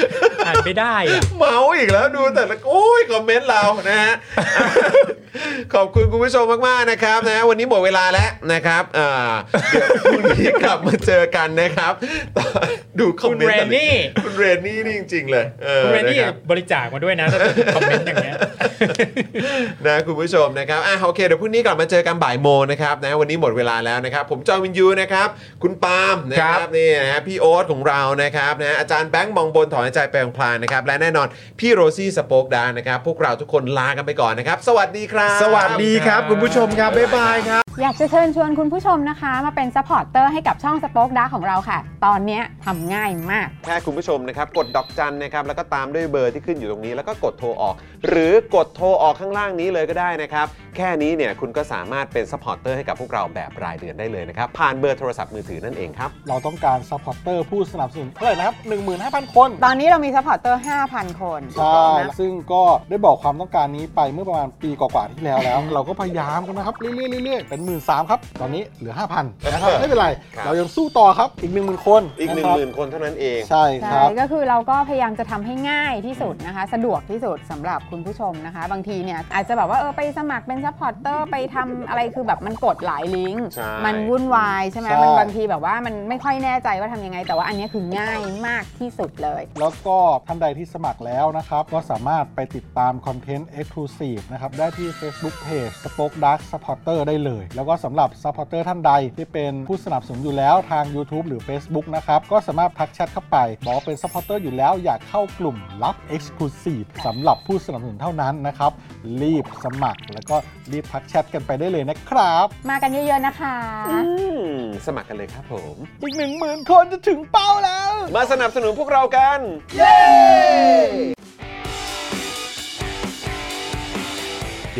C: อ่านไม่ได้อะ
A: เมาอีกแล้วดูแต่ละโอ้ยคอมเมนต์เรานะฮะ ขอบคุณคุณผู้ชมมากๆนะครับนะวันนี้หมดเวลาแล้วนะครับอ่าเดี๋ยวพรุ่งนี้กลับมาเจอกันนะครับ ต่อดูคอมเมนต์
C: คุณเรนนี่
A: แต่ละคุณเรนนี่นี่จริง ๆ เลยออ
C: คุณเรนนี่
A: ะครับ
C: บริจาคมาด้วยนะถ้าเกิดคอมเมนต์อย่างเงี้ย
A: นะคุณผู้ชมนะครับอ่ะโอเคเดี๋ยวพรุ่งนี้กลับมาเจอกันบ่ายโมงนะครับนะวันนี้หมดเวลาแล้วนะครับ ผมจอห์นวินยูนะครับ คุณปาล์มนะค
B: ครั
A: รับบ นี่นะฮะพี่โอ๊ตของเรานะครับนะอาจารย์แบงค์มองบนถอนใจไปพลางๆนะครับ และแน่นอน พี่โรซี่สโปกดาร์นะครับ พวกเราทุกคนลากันไปก่อนนะครับ สวัสดีครับ
B: สวัสดีครับคุณผู้ชมครับ บ๊ายบายครับ
G: อยากจะเชิญชวนคุณผู้ชมนะคะ มาเป็นซัพพอร์ตเตอร์ให้กับช่องสป็อคดาของเราค่ะ ตอนเนี้ยทำง่ายมาก
A: แค่คุณผู้ชมนะครับ กดดอกจันนะครับ แล้วก็ตามด้วยเบอร์ที่ขึ้นอยู่ตรงนี้ แล้วก็กดโทรออก หรือกดโทรออกข้างล่างนี้เลยก็ได้นะครับ แค่นี้เนี่ยคุณก็สามารถเป็นซัพพอร์ตเตอร์ให้กับพวกเราแบบรายเดือนได้เลยนะครับ ผ่านเบอร์โทรศัพท์มือถือนั่นเองครับ
H: เราต้องการซัพพอร์ตเตอร์ผู้สนับสนุนเท่าไหร่นะครับ 15,000 คน
G: ตอนนี้เรามีซัพพอร์ตเตอร์ 5,000 คน
H: ใช่
G: นะ
H: ซึ่งก็ได้บอกความต้องการนี้ไปเมื่อประมาณปีกว่าๆที่แล้วแล้ว เราก็พยายามกันนะครับ เรื่อยๆเรื่อยๆเป็นหมื่นสามครับ ตอนนี้เหลือ 5,000นะครับ ไม่เป็นไร
A: ครับ
H: เรายังสู้ต่อครับ อีก 1 0,000 คน
A: อีก 1
H: ะครับ
A: 0,000 คนเท่านั้นเอง
H: ใช่ค
G: ใช่
H: รับ
G: ก็คือเราก็พยายามจะทำให้ง่ายที่สุดนะคะ สะดวกที่สุดสำหรับคุณผู้ชมนะคะ บางทีเนี่ยอาจจะแบบว่าเออไปสมัครเป็น ซัพพอร์เตอร์ไปทำอะไรคือแบบมันกดหลายลิงก์
A: ใช่
G: มันวุ่นวายใช่ไหม
H: ใช่
G: มันบางทีแบบว่ามันไม่ค่อยแน่ใจว่าทำยังไง แต่ว่าอันเนี้ยคือง่ายมากที่สุดเลย
H: แล้วก็ท่านใดที่สมัครแล้วนะครับ ก็สามารถไปติดตามคอนเทนต์ Exclusive นะครับ ได้ที่ Facebook Page Spoke Dark Supporter ได้เลย แล้วก็สำหรับ Supporter ท่านใดที่เป็นผู้สนับสนุนอยู่แล้วทาง YouTube หรือ Facebook นะครับ ก็สามารถทักแชทเข้าไป บอกว่าเป็น Supporter อยู่แล้วอยากเข้ากลุ่มลับ Exclusive สำหรับผู้สนับสนุนเท่านั้นนะครับ รีบสมัคร แล้วก็รีบทักแชทกันไปได้เลยนะครับ
G: มากันเยอะๆนะคะ
A: สมัครกันเลยครับผม
H: อีก 1 0,000 คนจะถึงเป้าแล้ว
A: มาสนับสนุนพวกเรากัน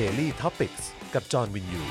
F: Daily t o p i c กกับจอห์นวินยู